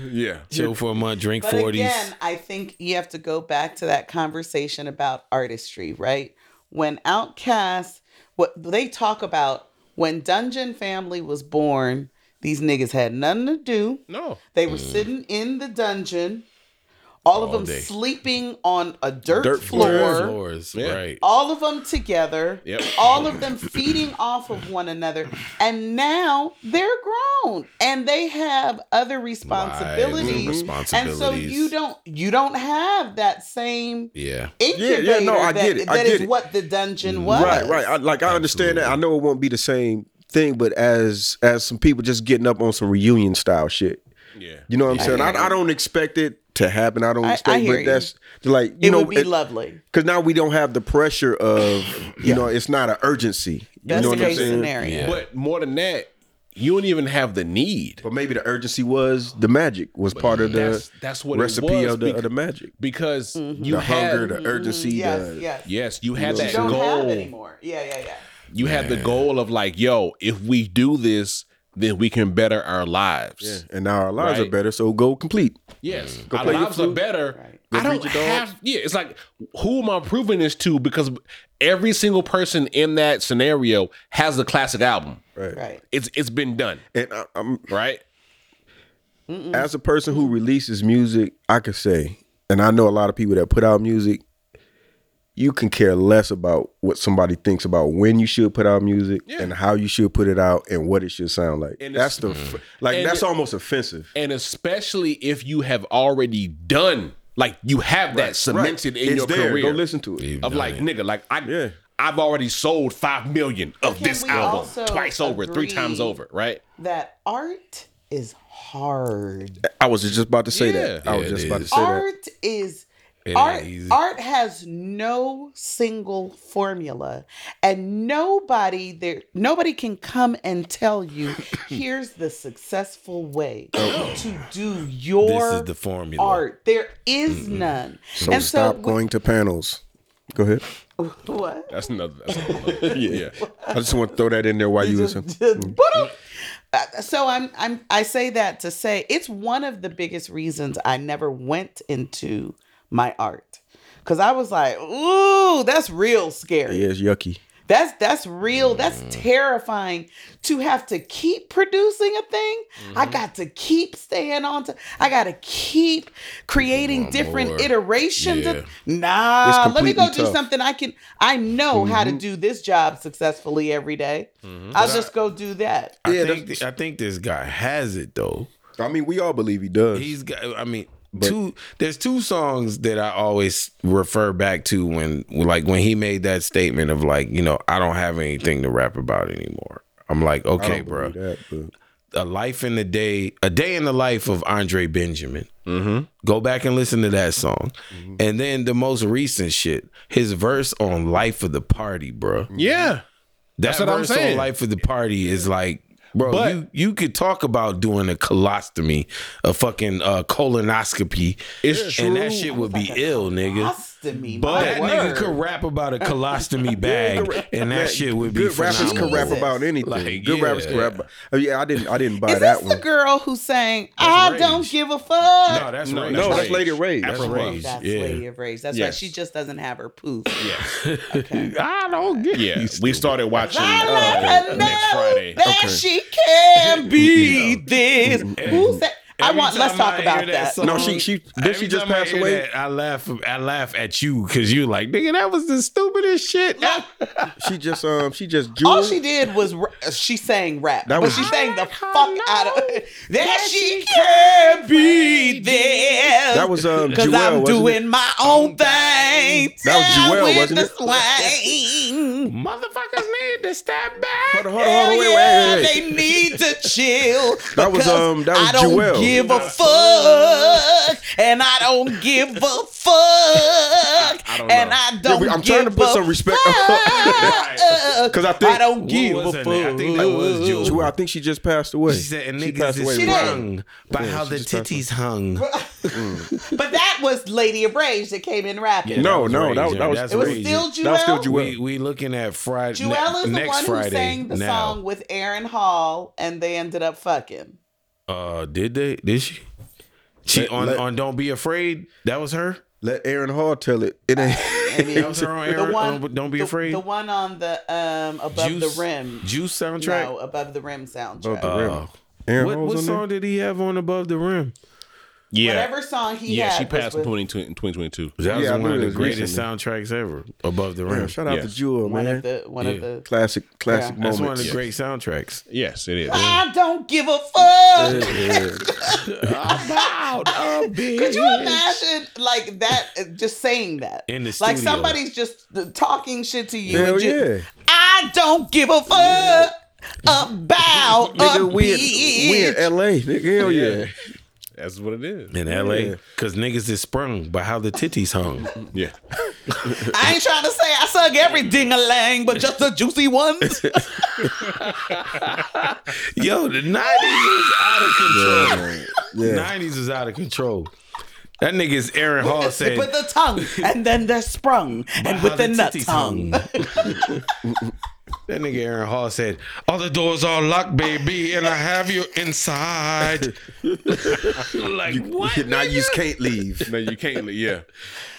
D: Yeah.
A: Chill for a month, drink
B: But
A: forties.
B: again, I think you have to go back to that conversation about artistry, right? When Outkast, what they talk about when Dungeon Family was born, these niggas had nothing to do.
D: No.
B: They were sitting in the dungeon, all, of
A: All
B: them
A: day.
B: sleeping on a dirt,
C: Dirt
B: floor.
C: floor.
A: Floors,
D: Yeah.
A: right?
B: all of them together,
D: Yep.
B: all of them feeding off of one another, and now they're grown and they have other responsibilities.
A: Lives,
B: And so you
A: responsibilities.
B: don't you don't have that same
A: Yeah.
B: incubator
C: yeah, no, I
B: that,
C: get it, I
B: that is
C: get it.
B: what the dungeon was.
C: Right, right. I, like I understand that. I know it won't be the same thing, but as as some people just getting up on some reunion style shit,
D: Yeah.
C: you know what I'm saying? I, I don't expect it to happen. I don't
B: I- I
C: expect,
B: hear
C: but
B: you.
C: that's like you
B: it
C: know,
B: would be
C: it-
B: lovely.
C: Cause now we don't have the pressure of you know it's not an urgency. You
B: Best
C: know what I'm
B: case
C: saying?
B: scenario.
A: Yeah.
D: But more than that, you don't even have the need.
C: But maybe the urgency was the magic was part of the
D: that's- that's what it
C: recipe
D: was
C: of, the,
D: bec-
C: of the magic.
D: Because
A: Mm-hmm.
D: you
C: The
D: had,
C: hunger, the urgency.
B: mm, Yes,
C: the,
B: yes.
D: Yes, you had that
B: You don't have
D: goal.
B: anymore. Yeah, yeah, yeah.
D: You had the goal of like, yo, if we do this, then we can better our lives.
C: And now our lives
D: Right.
C: are better, so go complete.
D: Yes, our
C: play your
D: lives are
C: flute.
D: better.
B: Right.
D: I don't have. Yeah, it's like who am I proving this to? Because every single person in that scenario has the classic album.
B: Right.
D: It's it's been done
C: And I, I'm
D: right.
C: as a person who releases music, I could say, and I know a lot of people that put out music, you can care less about what somebody thinks about when you should put out music and how you should put it out and what it should sound like.
D: And
C: that's the
D: it's-
A: Mm.
C: f like
D: And
C: that's
D: it-
C: almost offensive.
D: And especially if you have already done, like you have that cemented in
C: it's
D: your
C: there. Go
D: career.
C: listen to it.
D: of like nigga, like I,
C: Yeah.
D: I've already sold five million of
B: Can
D: this
B: we
D: album
B: also
D: twice over, three
B: agree-
D: times over, right?
B: That art is hard.
C: I was just about to say that.
D: Yeah.
C: I
A: Yeah,
C: was
A: it
C: just about to
A: is.
C: say that.
B: art is
A: It ain't
B: art
A: easy.
B: art has no single formula and nobody there nobody can come and
A: <coughs>
B: tell you here's the successful way to do your
A: Oh. This is the formula.
B: art there is none
C: So
B: and
C: stop
B: so we-
C: going to panels. Go ahead.
B: What?
D: That's another. That's
C: <laughs>
D: another
C: yeah. I just want to throw that in there while you was.
B: Boodle. Uh, So I'm I'm I say that to say it's one of the biggest reasons I never went into my art. Cause I was like, ooh, that's real scary.
C: Yeah, it's yucky.
B: That's that's real. That's terrifying to have to keep producing a thing. I got to keep staying on to. I got to keep creating different
A: more.
B: iterations.
A: Yeah.
B: Of, nah,
C: It's
B: let me go
C: completely
B: do
C: tough.
B: something I can. I know how to do this job successfully every day. I'll just go do that.
A: I
C: Yeah,
A: think
C: that's-
A: I think this guy has it though.
C: I mean, we all believe he does.
A: He's got. I mean, two. There's two songs that I always refer back to when, like, when he made that statement of like, you know, I don't have anything to rap about anymore. I'm like, okay, bro.
C: That, but-
A: a life in the day, a day in the life of Andre Benjamin.
C: Mm-hmm.
A: Go back and listen to that song, and then the most recent shit, his verse on "Life of the Party," bro.
D: yeah.
A: That's
D: what I'm
A: verse
D: saying.
A: on "Life of the Party" is like, bro,
D: But-
A: you you could talk about doing a colostomy, a fucking uh, colonoscopy,
D: It's
A: and
D: true.
A: that shit would be ill, nigga.
B: Ostomy,
A: But
C: Oh,
B: my
A: that
B: word.
A: nigga could rap about a
C: <laughs>
A: colostomy bag, and that shit would be
C: good rappers can
A: phenomenal.
C: rap about anything.
A: Like,
C: good rappers
A: yeah.
C: can rap. About, oh, yeah, I didn't. I didn't buy
B: Is
C: that
B: this
C: one.
B: the girl who sang "I
A: Rage.
B: don't give a fuck"?
A: No, that's
D: No,
A: right.
C: no, that's
A: Rage.
C: Lady Rage.
A: That's
C: Afro
A: Rage.
B: That's
A: yeah.
B: Lady of Rage. That's right.
D: Yes.
B: She just doesn't have her poof.
A: I don't get
D: Yeah, we started watching
B: I
D: uh,
B: let her
D: next
B: know
D: Friday.
B: that she
C: <laughs>
B: can be this. Who's that? I
A: Every
B: want. Let's
A: time I
B: talk
A: hear
B: about that.
A: song-
C: No, she- she- did
A: every
C: she just
A: time I
C: pass
A: hear
C: away?
A: that, I laugh. I laugh at you because you like, nigga, that was the stupidest shit.
C: She just um. She just
B: All
C: jeweled.
B: she did was ra- uh, she sang rap,
C: That
B: but
C: was-
B: she sang the
A: I
B: fuck
A: know
B: out of <laughs> that. She
A: she
B: can be this.
C: that was um.
B: Cause
C: Jewel,
B: I'm
C: wasn't
B: doing
C: it?
B: my own thing.
C: That was Jewel, wasn't it?
B: it?
A: Motherfuckers need to step back.
C: Hold on, hold on, hold on, Oh, wait,
B: yeah,
C: wait, wait, wait.
B: they need to chill.
C: <laughs> That was,
B: because
C: um, that was
B: I don't
C: Jewel.
B: give a fuck, and I don't give a fuck,
D: don't know.
B: and I don't.
C: we- I'm
B: give
C: trying to put
B: a
C: some respect-
B: fuck.
C: <laughs> 'Cause I think-
B: I don't give
A: was
B: a
A: her
B: fuck.
A: name? I think that was Jewel.
C: Jewel, I think she just passed away.
A: She said, and
C: She
A: niggas
C: passed away
A: is
C: recently.
A: sprung by
C: Yeah,
A: how
C: she
A: the
C: just passed
A: titties hung.
B: But that was Lady of Rage that came in rapping.
A: Yeah,
C: No,
A: was
C: no,
A: Rage,
C: that was-
A: yeah,
C: that was-
A: that's
B: It was
A: Rage.
B: still
C: That was still
B: Jewel.
C: Jewel.
A: We we looking at Friday.
B: Jewel is the
A: next
B: one
A: Friday
B: who sang the
A: now.
B: song with Aaron Hall, and they ended up fucking.
A: Uh, did they? Did she? She
C: Let-
A: on
C: let-
A: on Don't Be Afraid. That was her.
C: Let Aaron Hall tell it. It ain't.
A: That was her on
B: The
A: Aaron-
B: one,
C: um,
A: on Don't Be
B: the,
A: Afraid.
B: The one on the um above
A: Juice
B: the rim.
A: Juice soundtrack.
B: No, above the rim soundtrack.
C: Oh, the rim.
A: Uh,
C: Aaron
A: What,
C: Hall's
A: what
C: on
A: song did he have on above the rim?
D: Yeah,
B: Whatever song he
D: yeah.
B: had.
D: She
B: was
D: passed in
B: with-
D: 20, in 2022.
A: That was
C: Yeah, I
A: one of
C: knew it
A: the
C: was
A: greatest
C: recently.
A: soundtracks ever. Above the
C: there?
A: rim.
C: Yeah, shout out
D: Yeah.
C: to Jewel,
B: one
C: man.
B: of the one
A: Yeah.
B: of the.
C: classic, classic
B: Yeah.
A: That's
C: moment.
A: one of the great
C: <laughs>
A: soundtracks.
D: Yes, it is.
B: I don't give a fuck.
A: About a
B: Could you imagine like that? uh, Just saying that
A: In the
B: like
A: studio.
B: somebody's just uh, talking shit to you.
C: Hell
B: and just,
C: yeah.
B: I don't give a fuck about a
C: Nigga, we in,
B: bitch.
C: we in L.A. Nigga, hell yeah.
D: That's what it is.
A: In
C: Yeah.
A: LA, because niggas is sprung by how the titties hung. <laughs>
D: Yeah.
B: I ain't trying to say I suck every ding a lang, but just the juicy ones.
A: Yo, the 90s was out of
D: <laughs>
A: control.
C: Yeah.
A: 90s was out of control. That nigga's Aaron Hall said,
B: with the tongue, and then they're sprung, and with
A: how
B: the
A: the
B: nut
A: titties
B: tongue.
A: That nigga Aaron Hall said, All the doors are locked, baby, and I have you inside. like, what?
C: Now
A: nigga?
C: you can't leave.
D: <laughs> No, you can't. li- Yeah.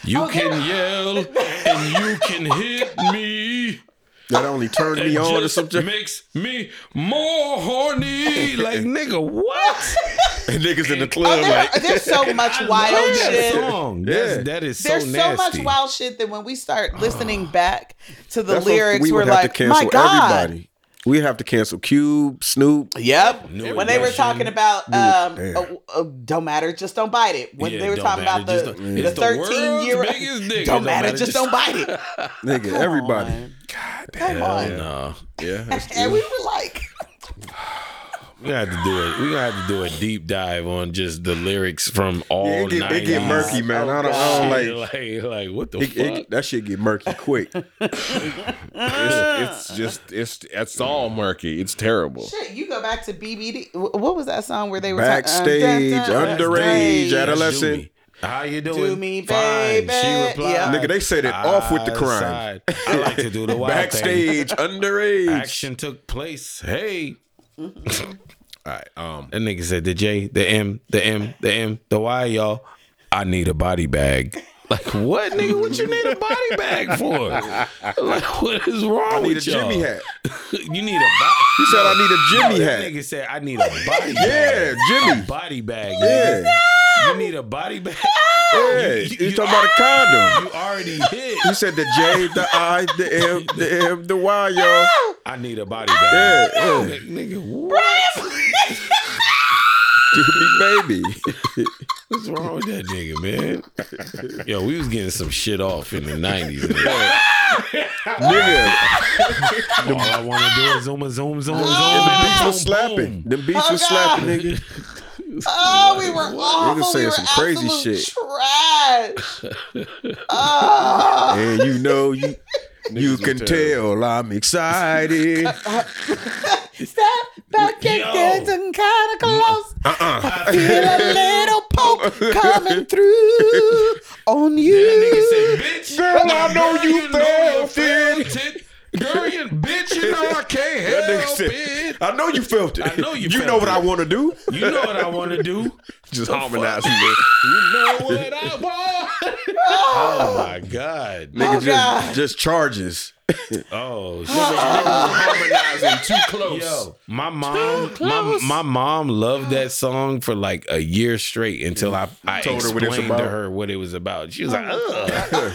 A: You
B: Okay.
A: can yell and you can hit
D: <laughs>
A: me.
C: That only turned me on to
A: Just
C: something.
A: makes me more
D: <laughs>
A: horny. Like nigga, what?
C: And niggas in the
B: Oh,
C: club
B: there- there's so much wild
A: That
B: shit.
A: song. That's, that is so
B: There's so much
A: nasty.
B: wild shit that when we start listening back to the
C: That's what-
B: lyrics,
C: we
B: we are
C: would have
B: like,
C: to cancel
B: my God.
C: everybody. We have to cancel Cube, Snoop.
B: Yep. when they were
A: Edition.
B: talking about um,
C: Damn.
B: uh, uh, don't matter, just don't bite it. When
A: Yeah,
B: they were
A: don't
B: talking
A: matter,
B: about
A: just
B: the,
A: don't-
B: the
A: It's the
B: 13
A: world's
B: year old,
A: biggest nigga.
B: don't matter, just don't bite it.
C: Nigga, everybody.
B: Come on.
A: No,
B: <laughs> And we were like,
A: we gonna have to do it. We gonna have to do a deep dive on just the lyrics from all.
C: Yeah, it, get, it get
A: 90s.
C: murky, man. I don't, I don't
A: Shit,
C: like.
A: like, like, what the
C: It,
A: fuck?
C: it, that shit get
A: <laughs>
C: murky quick.
D: It's, it's just, it's, it's all murky. It's terrible.
B: shit, you go back to BBD. Wh- What was that song where they were talking-
C: Backstage,
B: dun, dun, dun, dun.
C: underage,
A: That's
C: adolescent.
A: Doomy. How you doing?
B: me,
A: Fine.
B: baby.
A: She replied.
B: Yeah.
C: Nigga, they said it off with the crime.
A: Outside. I like to
C: <laughs>
A: do the wild thing.
C: Backstage, underage.
A: Action took place. Hey.
C: Mm-hmm.
A: <laughs>
D: All right. Um.
A: That nigga said the J, the M, the M, the M, the Y, y'all. I need a body bag. <laughs> Like what, nigga? What you need a body bag for? <laughs> Like what is wrong
C: I need a
A: with y'all?
C: Jimmy hat.
A: <laughs> You need a body.
C: He said I need a Jimmy
A: That
C: hat.
A: nigga said I need a body
C: <laughs> Yeah,
A: bag.
C: Jimmy.
A: Body bag.
C: Yeah,
A: Nigga. You need a body bag. <laughs>
C: yeah. He's talking about a condom.
A: You already hit.
C: He said the J, the I, the M, the M, the Y, y'all.
A: I need a body
B: Ah.
A: bag.
C: Yeah, yeah.
A: Like, nigga, what
C: Jimmy baby.
A: is wrong with that nigga, man? <laughs> Yo, we was getting some shit off in the nineties. All
C: Nigga,
A: I want to do is zoom, zoom, zoom, zoom.
C: the beats
A: boom,
C: was Oh, slapping.
A: boom.
C: The beats was slapping, nigga.
B: Oh, we were awful. We
C: saying
B: were
C: some crazy
B: absolute
C: shit.
B: trash. oh,
C: And you
A: <laughs>
C: know you you
D: Niggas
C: can
D: were
C: tell
A: <laughs>
C: I'm excited.
B: step back and get some kind of close. I feel a little poke <laughs> coming through on
A: Nigga
B: you.
A: said, bitch.
C: Girl, I know you felt
A: felt it. Girl, you, bitch, you know I can't
D: <laughs>
C: That nigga
A: help
C: said,
A: it.
C: I know you felt it.
A: I know you
C: You
A: felt
C: know what
A: it.
C: I want to do.
A: You know what I want to do.
C: <laughs> Just
A: The fuck?
C: harmonizing. man.
A: You know what I want. oh my god.
C: Nigga
B: Oh, God.
C: just, just charges.
A: Oh, shit.
D: Harmonizing too close.
A: Yo, my mom, my, my mom loved that song for like a year straight until I, I
C: Told her what
A: explained
C: it's
A: to
C: about.
A: her what it was about. She was like, Ugh.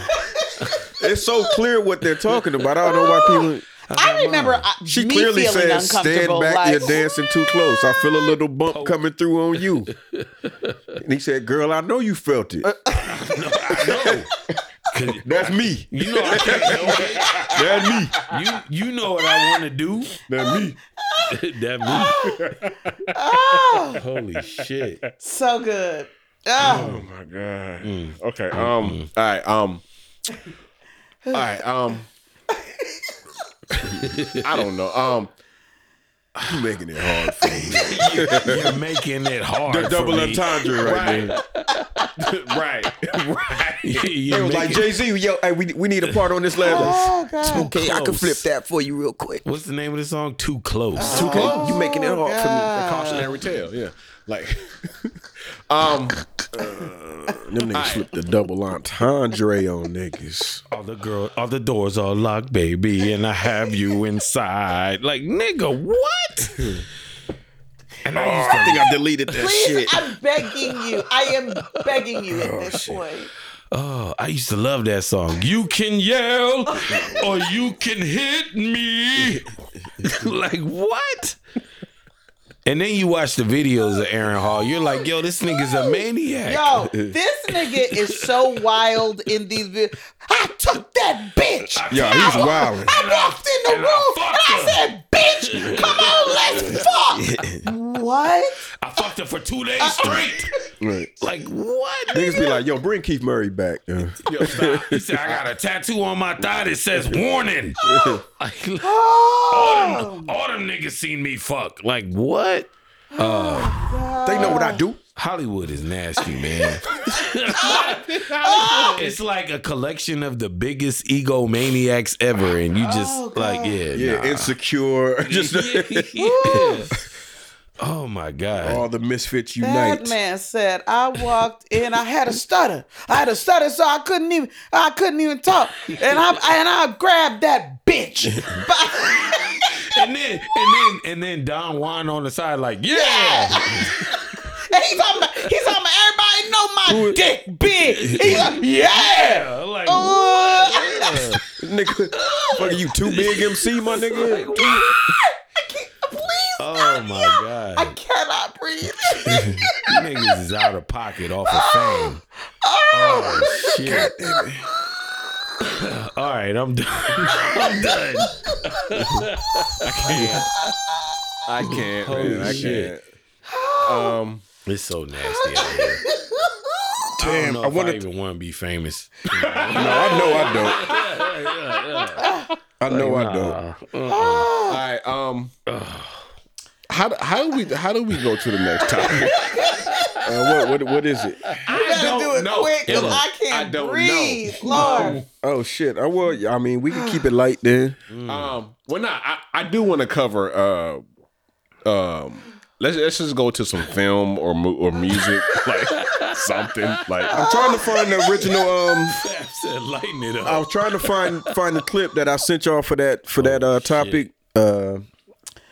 C: It's so clear what they're talking about. I don't know why people.
B: I remember I,
C: She
B: me
C: clearly
B: feeling
C: said, "Stand
B: uncomfortable.
C: back,
B: like,
C: you're dancing too close. I feel a little bump coming through
A: <laughs>
C: on you." and he said, "Girl, I know you felt
B: Uh,
C: <laughs> it. That's me.
A: you know I can't help it.
C: That's me.
A: You you know what I want to do.
C: That's me."
A: that move. Holy shit.
B: so good. Oh,
D: Oh my god.
C: Mm.
D: Okay.
C: Mm-hmm.
D: Um. All right. Um. All right. Um. I don't know. Um.
C: You making it hard for me.
A: You're making it hard.
C: The Oh.
A: <laughs>
C: double
A: for me. <laughs>
C: entendre right,
D: Right.
C: there.
D: right. Right.
C: It
A: You're
C: was like
A: making-
C: Jay Z. Yo, hey, we, we need a part on this level.
B: oh God.
H: Okay, I can
A: Close.
H: flip that for you real quick.
A: What's the name of the song? Too close.
H: Okay,
C: Oh,
H: you making it hard for me.
D: Cautionary tale. Yeah. Like. um.
C: Uh, Them niggas flipped the double entendre on niggas.
A: all the girl, all the doors are locked, baby, and I have
C: <laughs>
A: you inside. Like nigga, what? And I used to
C: I think I deleted that
B: Please,
C: shit.
B: I'm begging you. I am begging you at this point.
A: Oh, I used to love that song. You can yell or you can hit me. <laughs> like what? And then you watch the videos of Aaron Hall. You're like, yo, this nigga's a maniac.
B: Yo, this nigga is so wild in these videos. I took that bitch.
C: Yeah, he's wild.
B: I walked in the room and I said, bitch, come on, <laughs> let's fuck. what?
A: I fucked her for two days straight.
C: Right.
A: like what?
C: Niggas be like, yo, bring Keith Murray back. Yeah.
A: Yo, stop. He said, I got a tattoo on my thigh that says warning. like, all,
B: Oh,
A: them, all them niggas seen me fuck. Like what?
C: They know what I do.
A: Hollywood is nasty, man. it's like a collection of the biggest egomaniacs ever, and you just like, yeah,
C: Yeah,
A: nah.
C: insecure. <laughs> Just
A: Yeah. Oh my god!
C: all the misfits
B: that
C: unite.
B: man said I walked in. I had a stutter. I had a stutter, so I couldn't even. I couldn't even talk. And I and I grabbed that
A: <laughs>
B: bitch. <laughs> By-
A: And then, and then, and then Don Juan on the side, like, yeah.
B: and he's on. He's on. Everybody know my dick
A: <laughs>
B: big. He's like, yeah.
A: yeah. Like,
B: Uh,
C: Nigga, fuck you too big MC, my nigga.
B: I can't, please.
A: oh my
B: I
A: god! <laughs>
B: cannot breathe. <laughs>
A: Niggas is out of pocket off of fame.
B: oh,
A: Oh, shit. All right, I'm done. I'm done.
D: I can't. man, I
A: shit.
D: can't. Um.
A: It's so nasty out here. I don't
C: Damn,
A: know
C: I
A: if I
C: wanted.
A: even want to be famous.
C: No, I know I don't. I know I don't.
D: All right. Um. How do, how do we how do we go to the next topic?
C: And what, what what is it?
B: You better
D: don't
B: do it
D: know.
B: quick because
A: Ellen,
B: I can't
D: I don't know.
B: breathe, Lord.
C: Oh shit! I well, I mean, we can keep it light then.
D: Um, well, not. I, I do want to cover. Uh, um, let's let's just go to some film or mu- or music, <laughs> like something. Like
C: I'm trying to find the original. Um,
A: I said, lighten it
C: I
A: up.
C: was trying to find find the clip that I sent y'all for that for that uh topic. Uh,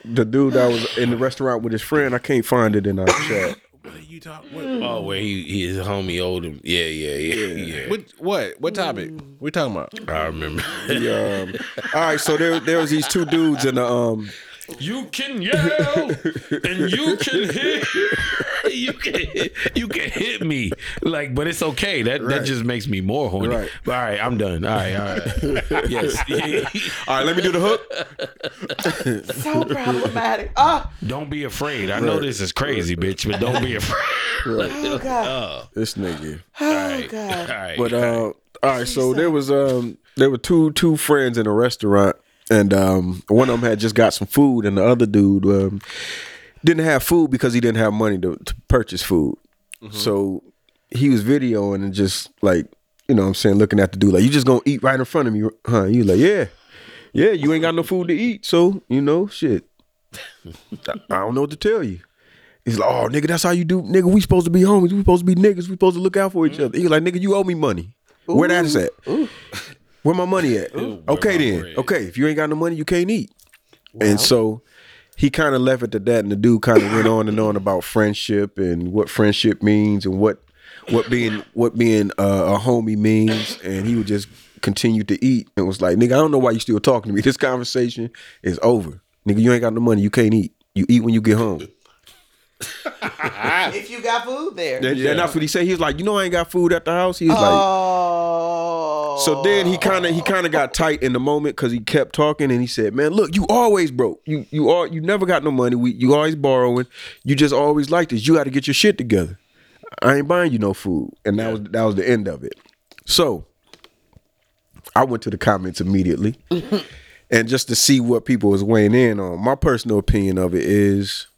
C: the dude that was in the restaurant with his friend. I can't find it in our chat.
A: What are you talking? What? Oh, where he, he his homie owed him. Yeah, yeah, yeah, yeah.
D: what what what topic we talking about?
A: I remember.
C: The, um, all right, so there there was these two dudes in the um.
A: You can yell and you can hit. You can you can hit me like, but it's okay. That that just makes me more horny.
C: Right.
A: But, all right, I'm done. All right, all
C: <laughs>
A: right. <laughs> yes.
C: All right, let me do the hook.
A: <laughs>
B: So problematic. Oh,
A: don't be afraid. I know this is crazy, bitch, but don't be afraid.
B: oh God.
C: This nigga.
A: All right,
B: God.
A: all right.
C: But uh, all right, so there was um there were two two friends in a restaurant, and um one of them had just got some food, and the other dude um didn't have food because he didn't have money to, to purchase food.
A: Mm-hmm.
C: So he was videoing and just like you know what I'm saying looking at the dude like you just gonna eat right in front of me, huh? You like yeah, yeah, you ain't got no food to eat, so you know shit. <laughs> I I don't know what to tell you. He's like, oh, nigga, that's how you do, nigga. We supposed to be homies. We supposed to be niggas. We supposed to look out for each other. He's like, nigga, you owe me money. Where that's at? Where my money at? okay then. Okay, if you ain't got no money, you can't eat. And so he kind of left it to that, and the dude kind of went on and on about friendship and what friendship means and what what being what being uh, a homie means, and he would just continue to eat and was like, nigga, I don't know why you still talking to me. This conversation is over, nigga. You ain't got no money. You can't eat. You eat when you get home.
D: Uh.
B: If you got food there.
C: And, and that's what he said. He was like, you know, I ain't got food at the house. He was
B: Oh.
C: like, so then he kind of he kind of got tight in the moment because he kept talking and he said, man, look, you always broke. You you are you never got no money. We you always borrowing. You just always like this. You got to get your shit together. I ain't buying you no food. And that was that was the end of it. So I went to the comments immediately. and just to see what people was weighing in on, my personal opinion of it is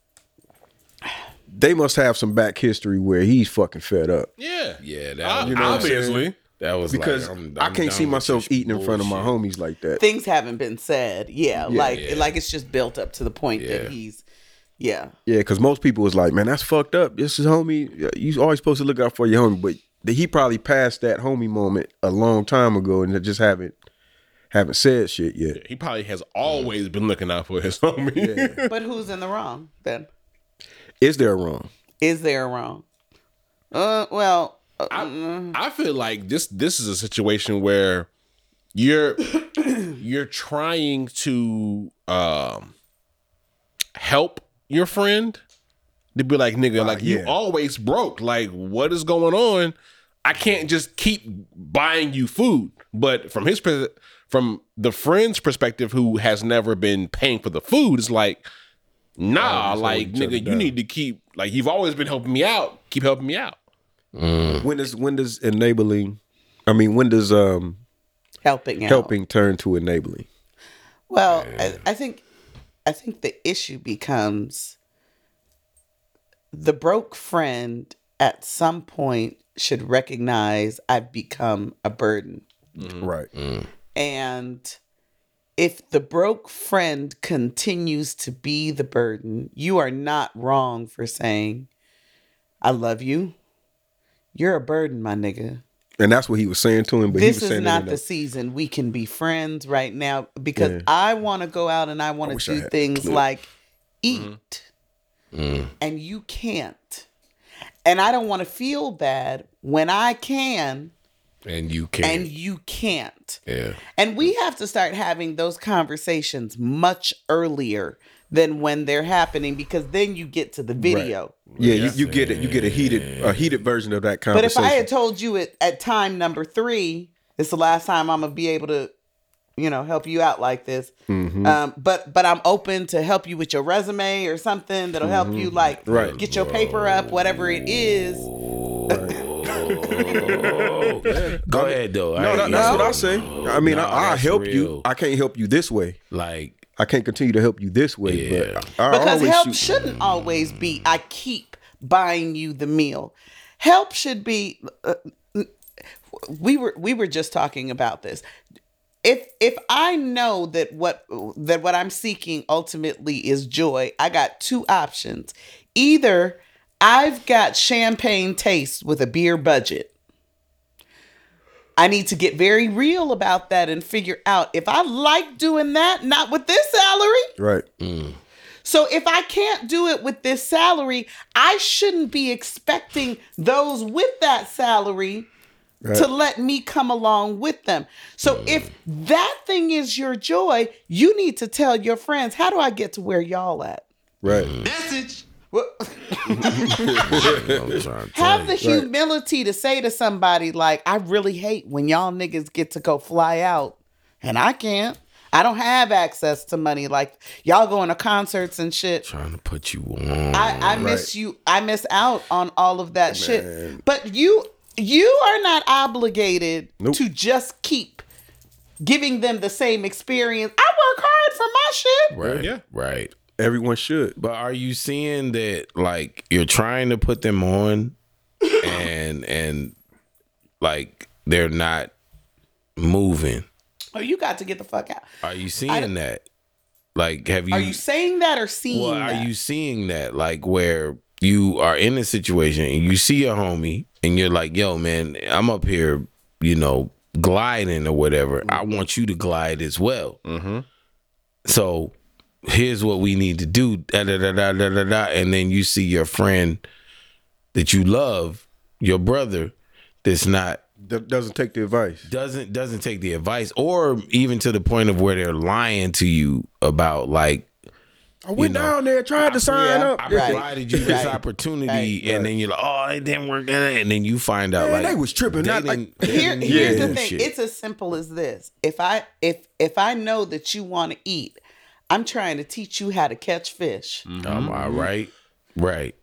C: they must have some back history where he's fucking fed up.
D: Yeah,
A: yeah, that
D: Uh,
A: was,
D: you know what I'm saying?
A: obviously that was like,
C: because
A: I'm-
C: I
A: I'm
C: can
A: done
C: not see
A: with
C: myself
A: this
C: eating in front of my
A: bullshit.
C: homies like that.
B: things haven't been said. Yeah, like
A: Yeah.
B: like it's just built up to the point that he's yeah.
C: Yeah, because most people was like, "Man, that's fucked up." This is homie. You always supposed to look out for your homie, but th- he probably passed that homie moment a long time ago, and they just haven't haven't said shit yet.
D: he probably has always been looking out for his <laughs> homie.
B: But who's in the wrong then?
C: Is there wrong?
B: Is there a wrong? Uh, well, uh,
D: I feel like this this is a situation where you're <coughs> you're trying to um help your friend to be like nigga like you
C: yeah.
D: always broke like what is going on I can't just keep buying you food but from his pers- from the friend's perspective who has never been paying for the food it's like nah like nigga you need to keep like you've always been helping me out keep helping me out
A: Mm.
C: When does when does enabling? I mean, when does um
B: helping out.
C: helping turn to enabling?
B: Well, I, I think I think the issue becomes the broke friend at some point should recognize I've become a burden.
A: Mm.
C: Right.
B: And if the broke friend continues to be the burden, you are not wrong for saying, I love you. You're a burden, my nigga.
C: And that's what he was saying to him, but he
B: this
C: was
B: is
C: saying
B: not
C: it in
B: the season. We can be friends right now because I want to go out and I want to do things like eat, and you can't. And I don't want to feel bad when I can
A: and you can.
B: and you can't.
A: yeah,
B: And we have to start having those conversations much earlier than when they're happening because then you get to the video.
C: yeah, you, you get it. You get a heated a heated version of that
B: But if
C: conversation.
B: I had told you at, at time number three, it's the last time I'm gonna be able to, you know, help you out like this.
C: Mm-hmm.
B: Um, but but I'm open to help you with your resume or something that'll help you like
C: Mm-hmm. Right.
B: get your paper up, whatever it is.
A: go ahead though. I-
C: no, that, that's what I say. I mean,
A: No,
C: I, I'll
A: that's
C: help you.
A: real.
C: I can't help you this way.
A: Like
C: I can't continue to help you this way,
A: Yeah.
C: but I, I
B: Because
C: always
B: help
C: shoot.
B: shouldn't always be I keep buying you the meal. Help should be. uh, we were we were just talking about this. If if I know that what that what I'm seeking ultimately is joy, I got two options. Either I've got champagne taste with a beer budget. I need to get very real about that and figure out if I like doing that, not with this salary.
C: Right.
A: Mm-hmm.
B: So if I can't do it with this salary, I shouldn't be expecting those with that salary to let me come along with them. So if that thing is your joy, you need to tell your friends, how do I get to where y'all at?
C: Right.
A: I'm trying to tell
B: Have
A: you.
B: the humility to say to somebody, like, I really hate when y'all niggas get to go fly out and I can't. I don't have access to money. Like, y'all going to concerts and shit.
A: trying to put you on.
B: I, I miss you. I miss out on all of that shit. But you you are not obligated to just keep giving them the same experience. I work hard for my shit.
A: right.
D: Yeah.
A: Right.
C: Everyone should.
A: But are you seeing that like you're trying to put them on and and like they're not moving?
B: Oh, you got to get the fuck out.
A: Are you seeing that? Like have you
B: Are you saying that or seeing
A: well,
B: that?
A: are you seeing that like where you are in a situation and you see a homie and you're like, "Yo, man, I'm up here, you know, gliding or whatever. I want you to glide as well." Mm-hmm. So here's what we need to do. Da, da, da, da, da, da, da. And then you see your friend that you love, your brother, that's not
C: D- doesn't take the advice.
A: doesn't doesn't take the advice, or even to the point of where they're lying to you about like
C: I went down there, tried to sign
B: Yeah.
C: up.
A: I
B: Right.
A: provided you this
B: Right.
A: opportunity,
B: Right.
A: and then you're like, oh, it didn't work out, and then you find out
C: Man,
A: like
C: they was tripping,
A: they
C: not like-
A: didn't- they
B: Here,
A: didn't
B: here's
A: do
B: the thing.
A: shit.
B: It's as simple as this. If I if if I know that you want to eat, I'm trying to teach you how to catch fish.
A: um, all right, right.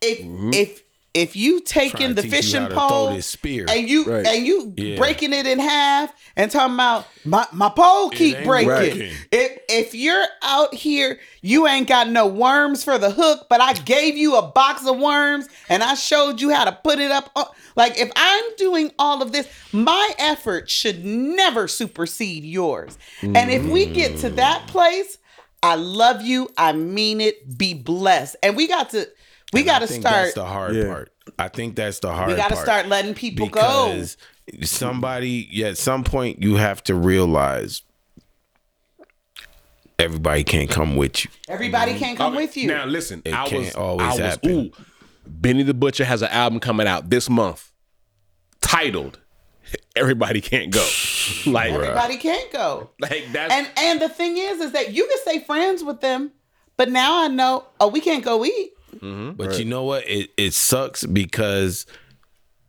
B: if if if you
A: Trying
B: taking
A: to
B: the
A: teach you
B: fishing
A: how to throw
B: pole
A: this spear.
B: and you
C: Right.
B: and you
A: Yeah.
B: breaking it in half and talking about my, my pole keep
A: ain't
B: breaking.
A: working.
B: If if you're out here, you ain't got no worms for the hook, but I gave you a box of worms and I showed you how to put it up. on- Like if I'm doing all of this, my effort should never supersede yours. And if we get to that place, I love you. I mean it. Be blessed. And we got to we got
A: I
B: to
A: think
B: start
A: That's the hard
C: Yeah.
A: part. I think that's the hard.
B: we got to
A: part.
B: start letting people go.
A: because somebody yeah, at some point you have to realize everybody can't come with you.
B: Everybody can't come
D: Mm-hmm. Okay,
B: with you.
D: Now listen,
A: It
D: I was
A: can't always
D: I was,
A: happen.
D: Ooh, Benny the Butcher has an album coming out this month, titled "Everybody
C: <laughs>
D: Can't Go." like,
B: Everybody can't
D: <laughs>
B: go.
D: like that's
B: And and the thing is, is that you can stay friends with them, but now I know. Oh, we can't go eat.
A: But you know what? It it sucks because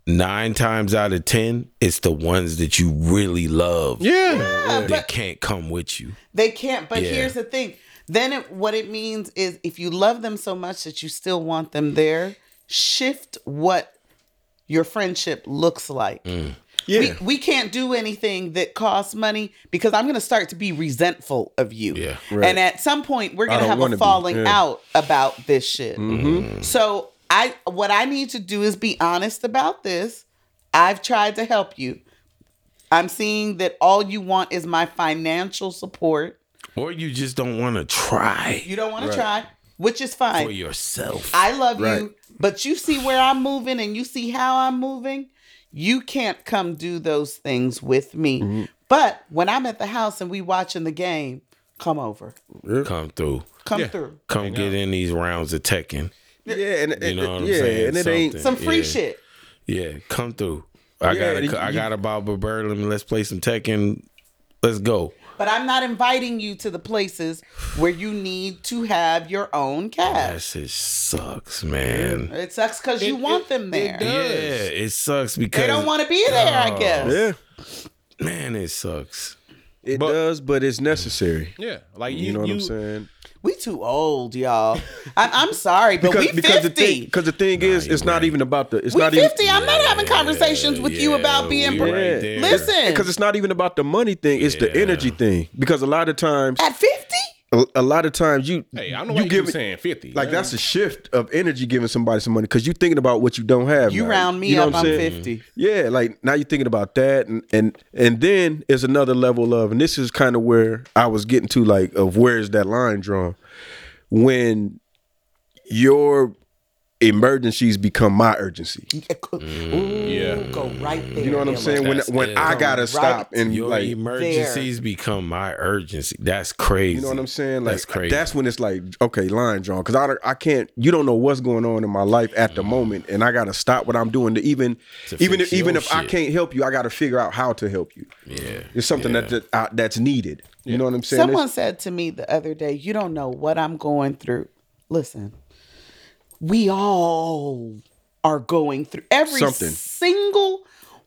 A: nine times out of ten, it's the ones that you really love.
D: yeah.
A: that can't come with you.
B: They can't. But
A: Yeah.
B: here's the thing. Then it, what it means is if you love them so much that you still want them there, shift what your friendship looks like.
C: Yeah.
B: We, we can't do anything that costs money because I'm going to start to be resentful of you.
A: Yeah.
B: And at some point, we're going to
C: don't
B: have
C: wanna
B: a
C: be,
B: falling
C: yeah. Mm-hmm.
B: out about this shit. So I, what I need to do is be honest about this. I've tried to help you. I'm seeing that all you want is my financial support.
A: Or you just don't want to try
B: You don't want to try, which is
A: for
B: fine.
A: yourself.
B: I love
C: Right.
B: you, but you see where I'm moving and you see how I'm moving. You can't come do those things with me.
C: Mm-hmm.
B: But when I'm at the house and we watching the game, come over.
A: come through.
B: Come through.
A: Come get in these rounds of Tekken.
C: Yeah, and,
A: You know what I'm
C: yeah,
A: saying?
C: and it ain't.
A: Something.
B: Some free
A: Yeah.
B: shit.
A: Yeah, come through. I
C: Yeah,
A: got
C: you-
A: a, I
C: you-
A: got a Bob a Berlin. Let's play some Tekken. Let's go.
B: But I'm not inviting you to the places where you need to have your own
A: That
B: cash.
A: shit sucks, man.
B: It sucks because you want them there.
A: Yeah, it sucks because
B: they don't want to be there, I guess.
C: Oh. Yeah,
A: man, it sucks.
C: it does, but it's necessary.
D: Yeah, like you,
C: You know what I'm saying?
B: We too old, y'all. I, I'm sorry, but we 50.
C: the thing because the thing is, it's not even about the. It's
B: we
C: not
B: 50.
C: even.
B: I'm not having conversations with you
A: Yeah,
B: about being
A: we
B: broke.
A: right there.
B: Listen.
C: because it's not even about the money thing. It's the energy thing. Because a lot of times,
B: At 50?
C: a, a lot of times you
D: Hey, I don't know why you keep
C: give it-
D: saying 50.
C: Like that's a shift of energy giving somebody some money because you thinking about what you don't have.
B: You
C: now.
B: round me
C: know
B: up,
C: what
B: I'm
C: saying?
B: 50.
C: Yeah, like now you're thinking about that, and and and then is another level of, and this is kind of where I was getting to, like of where is that line drawn when your emergencies become my urgency.
D: Yeah.
B: Go right there.
C: You know what I'm
B: Dilla.
C: saying? When
A: That's
C: when
A: it.
C: I gotta stop and
A: Your
C: like.
A: emergencies become my urgency. That's crazy.
C: You know what I'm saying? Like
A: That's crazy.
C: that's when it's like, okay, line drawn. Because I, don't- I can't. You don't know what's going on in my life at the moment, and I gotta stop what I'm doing to even,
A: Mm.
C: even
A: fix
C: if, even
A: your
C: if I
A: shit.
C: can't help you, I gotta figure out how to help you. Yeah, it's something that, that I, that's needed. You know what I'm saying? It's-
B: Someone said to me the other day, "You don't know what I'm going through." Listen, we all are going through every
C: Something.
B: single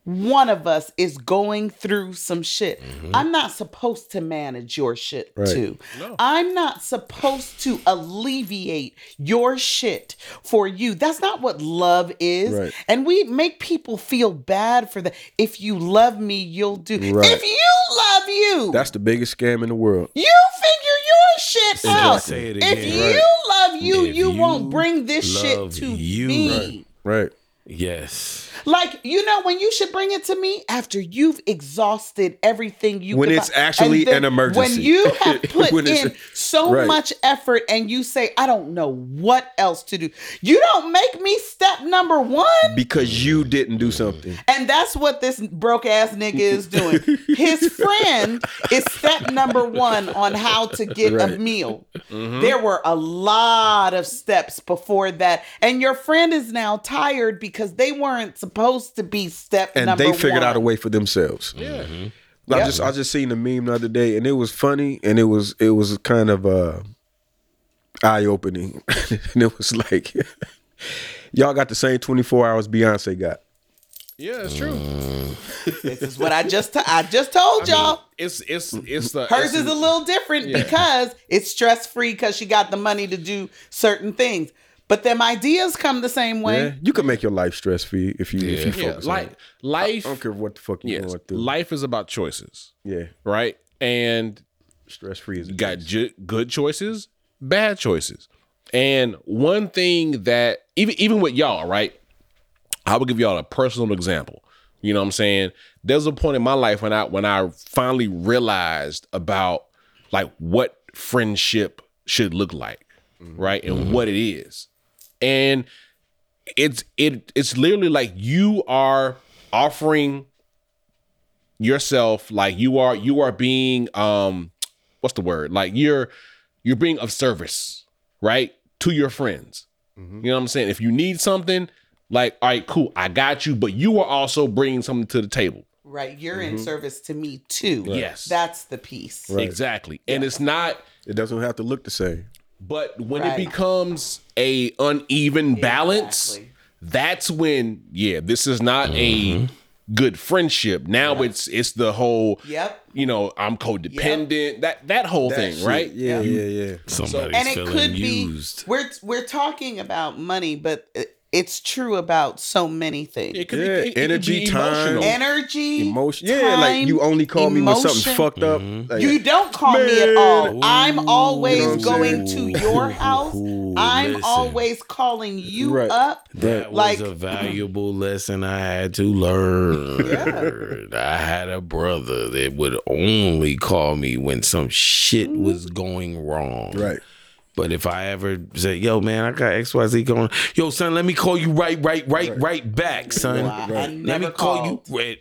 B: one of us is going through some shit.
C: Mm-hmm.
B: I'm not supposed to manage your shit too. I'm not supposed to alleviate your shit for you. That's not what love is.
C: Right.
B: And we make people feel bad for that. If you love me, you'll do.
C: Right.
B: If you love you,
C: that's the biggest scam in the world.
B: you figure your shit out.
A: say it
B: if
A: again.
B: you love you,
A: If
B: you, won't
A: you
B: bring this shit
A: love
B: to
A: you.
B: me.
C: Right.
A: Yes.
B: Like you know when you should bring it to me after you've exhausted everything you.
C: When
B: could
C: it's
B: find.
C: actually
B: And then
C: an emergency.
B: When you
C: <laughs>
B: have put
C: When it's-
B: in so
C: right.
B: much effort and you say, "I don't know what else to do," you don't make me step number one.
C: Because you didn't
A: Mm.
C: do something.
B: And that's what this broke ass nigga is doing. His friend is step number one on how to get a
C: Right.
B: meal. There were a lot of steps before that. And your friend is now tired because they weren't supposed to be step
C: and
B: number
C: they figured
B: one.
C: out a way for themselves. Yeah.
D: Mm-hmm.
C: I just I just seen the meme the other day and it was funny and it was it was kind of uh eye opening. <laughs> and it was like <laughs> y'all got the same 24 hours Beyonce got.
D: Yeah, it's true.
B: This is what I just t- I just told y'all.
D: It's it's it's the
B: Hers
D: it's
B: is a little different because it's stress free because she got the money to do certain things. But them ideas come the same way.
C: Yeah. You can make your life stress free if you if you
D: Yeah,
C: focus on
D: like
C: it.
D: life.
C: I don't care what the fuck you're
D: Yes,
C: going through.
D: life is about choices,
C: yeah.
D: right? And
C: Stress free is a
D: you got
C: choice.
D: ju- good choices, bad choices, and one thing that even even with y'all, right? I will give y'all a personal example. You know what I'm saying? There's a point in my life when I when I finally realized about like what friendship should look like, right? And what it is. And it's it it's literally like you are offering yourself like you are you are being um what's the word? Like you're you're being of service, right? To your friends.
C: Mm-hmm.
D: You know what I'm saying? If you need something, like, all right, cool, I got you, but you are also bringing something to the table.
B: Right. You're in service to me too.
D: Yes.
B: That's the piece.
D: Exactly. And it's not
C: It doesn't have to look the same.
D: But when
B: Right.
D: it becomes a uneven balance,
B: Exactly.
D: that's when yeah, this is not a good friendship. Now it's it's the whole
B: Yep.
D: you know I'm codependent that that whole thing,
C: Shit,
D: right?
C: Yeah, yeah, yeah.
A: Somebody's
B: And it
A: feeling
B: could
A: used.
B: be we're we're talking about money, but it- it's true about so many things.
D: It could
C: Yeah,
D: it- it could
C: energy, time.
D: emotional.
B: Energy,
C: Emotion. Yeah, like you only call me when something's
B: emotion.
C: fucked up.
D: Mm-hmm.
C: Like,
B: You don't call me at all.
C: Man.
B: I'm always
C: You know what I'm
B: going
A: saying?
B: to
C: <laughs>
B: your house.
A: Ooh,
B: I'm
A: listen.
B: always calling you
C: Right.
B: up.
A: That
B: Like- <clears throat>
A: was a valuable lesson I had to learn. <laughs> I had a brother that would only call me when some shit
B: Mm-hmm.
A: was going wrong.
C: right.
A: But if I ever say, yo, man, I got XYZ going, yo, son, let me call you right, right, right, right, back, son.
B: Wow, I never
A: Let me call you right,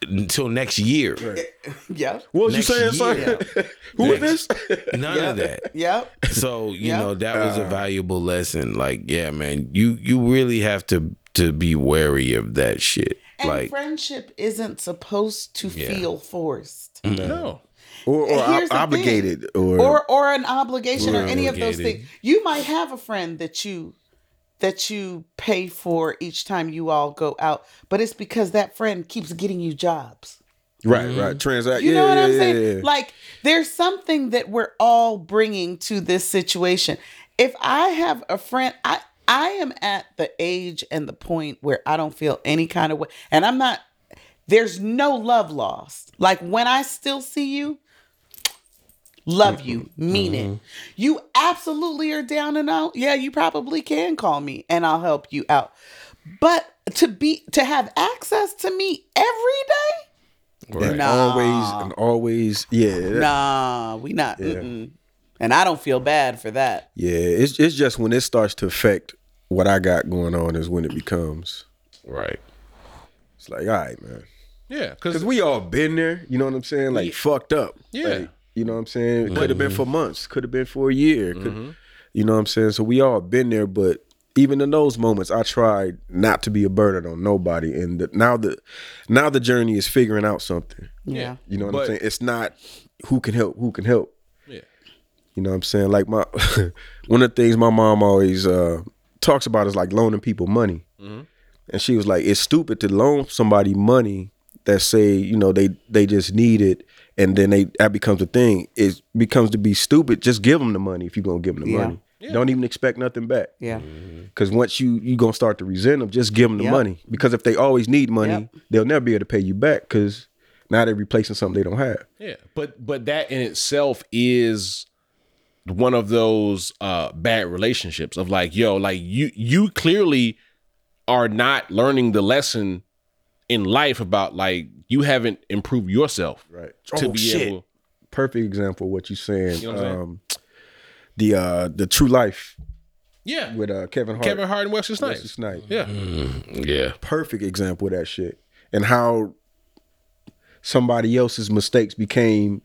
A: until next year.
B: Yep.
C: What was
A: Next
C: you saying, son? <laughs> Who is this?
B: <laughs>
A: None of that.
B: Yep.
C: <laughs>
A: So you
B: Yeah. Uh.
A: know that was a valuable lesson. Like, yeah, man, you you really have to to be wary of that shit.
B: And
A: like,
B: friendship isn't supposed to feel forced.
D: No,
C: or or ob-
B: Here's the thing.
C: obligated or,
B: or or an obligation or any of those
A: Obligated.
B: things. You might have a friend that you that you pay for each time you all go out, but it's because that friend keeps getting you jobs.
C: right right
B: Mm.
C: transact.
B: You
C: yeah,
B: know what
C: yeah,
B: I'm
C: yeah,
B: saying?
C: yeah.
B: Like there's something that we're all bringing to this situation. If I have a friend, I I am at the age and the point where I don't feel any kind of way, and I'm not. There's no love lost. Like when I still see you, Love
C: Mm-hmm.
B: you. Mean it. You absolutely are down and out. Yeah, you probably can call me and I'll help you out. But to be to have access to me every day?
C: Right.
B: Nah.
C: Always and always, yeah,
B: Nah, we not. Mm-mm. And I don't feel bad for that.
C: yeah. It's it's just when it starts to affect what I got going on is when it becomes.
D: Right.
C: It's like, all right, man,
D: Yeah,
C: because
D: because
C: we all been there. You know what I'm saying? Like fucked up.
D: Yeah.
C: Like, you know what I'm saying? Could have been for months. Could have been for a year. Could, You know what I'm saying? So we all been there, but. Even in those moments, I tried not to be a burden on nobody, and the, now the now the journey is figuring out something.
B: Yeah.
C: You know what
D: But-
C: I'm saying? It's not who can help, who can help.
D: Yeah.
C: You know what I'm saying? Like my <laughs> one of the things my mom always uh talks about is like loaning people money.
D: Mm-hmm.
C: And she was like, it's stupid to loan somebody money that say, you know, they they just need it and then they that becomes a thing. It becomes to be stupid. Just give them the money if you're going to give them the
B: Yeah.
C: money. Don't even expect nothing back.
B: Yeah.
C: Cause once you you gonna start to resent them, just give them the
B: Yep.
C: money. Because if they always need money,
B: Yep.
C: they'll never be able to pay you back. Cause now they're replacing something they don't have.
D: yeah, but but that in itself is one of those uh bad relationships of like, yo, like you you clearly are not learning the lesson in life about like you haven't improved yourself
C: Right. Oh,
D: to be able
C: Perfect example of what you're saying.
D: know what I'm saying?
C: um, the uh, the True Life
D: yeah
C: with uh, Kevin Hart.
D: Kevin Hart and Wesley
C: Wesley
D: Snipes.
C: Snipes.
D: Yeah.
A: Yeah.
C: Perfect example of that shit and how somebody else's mistakes became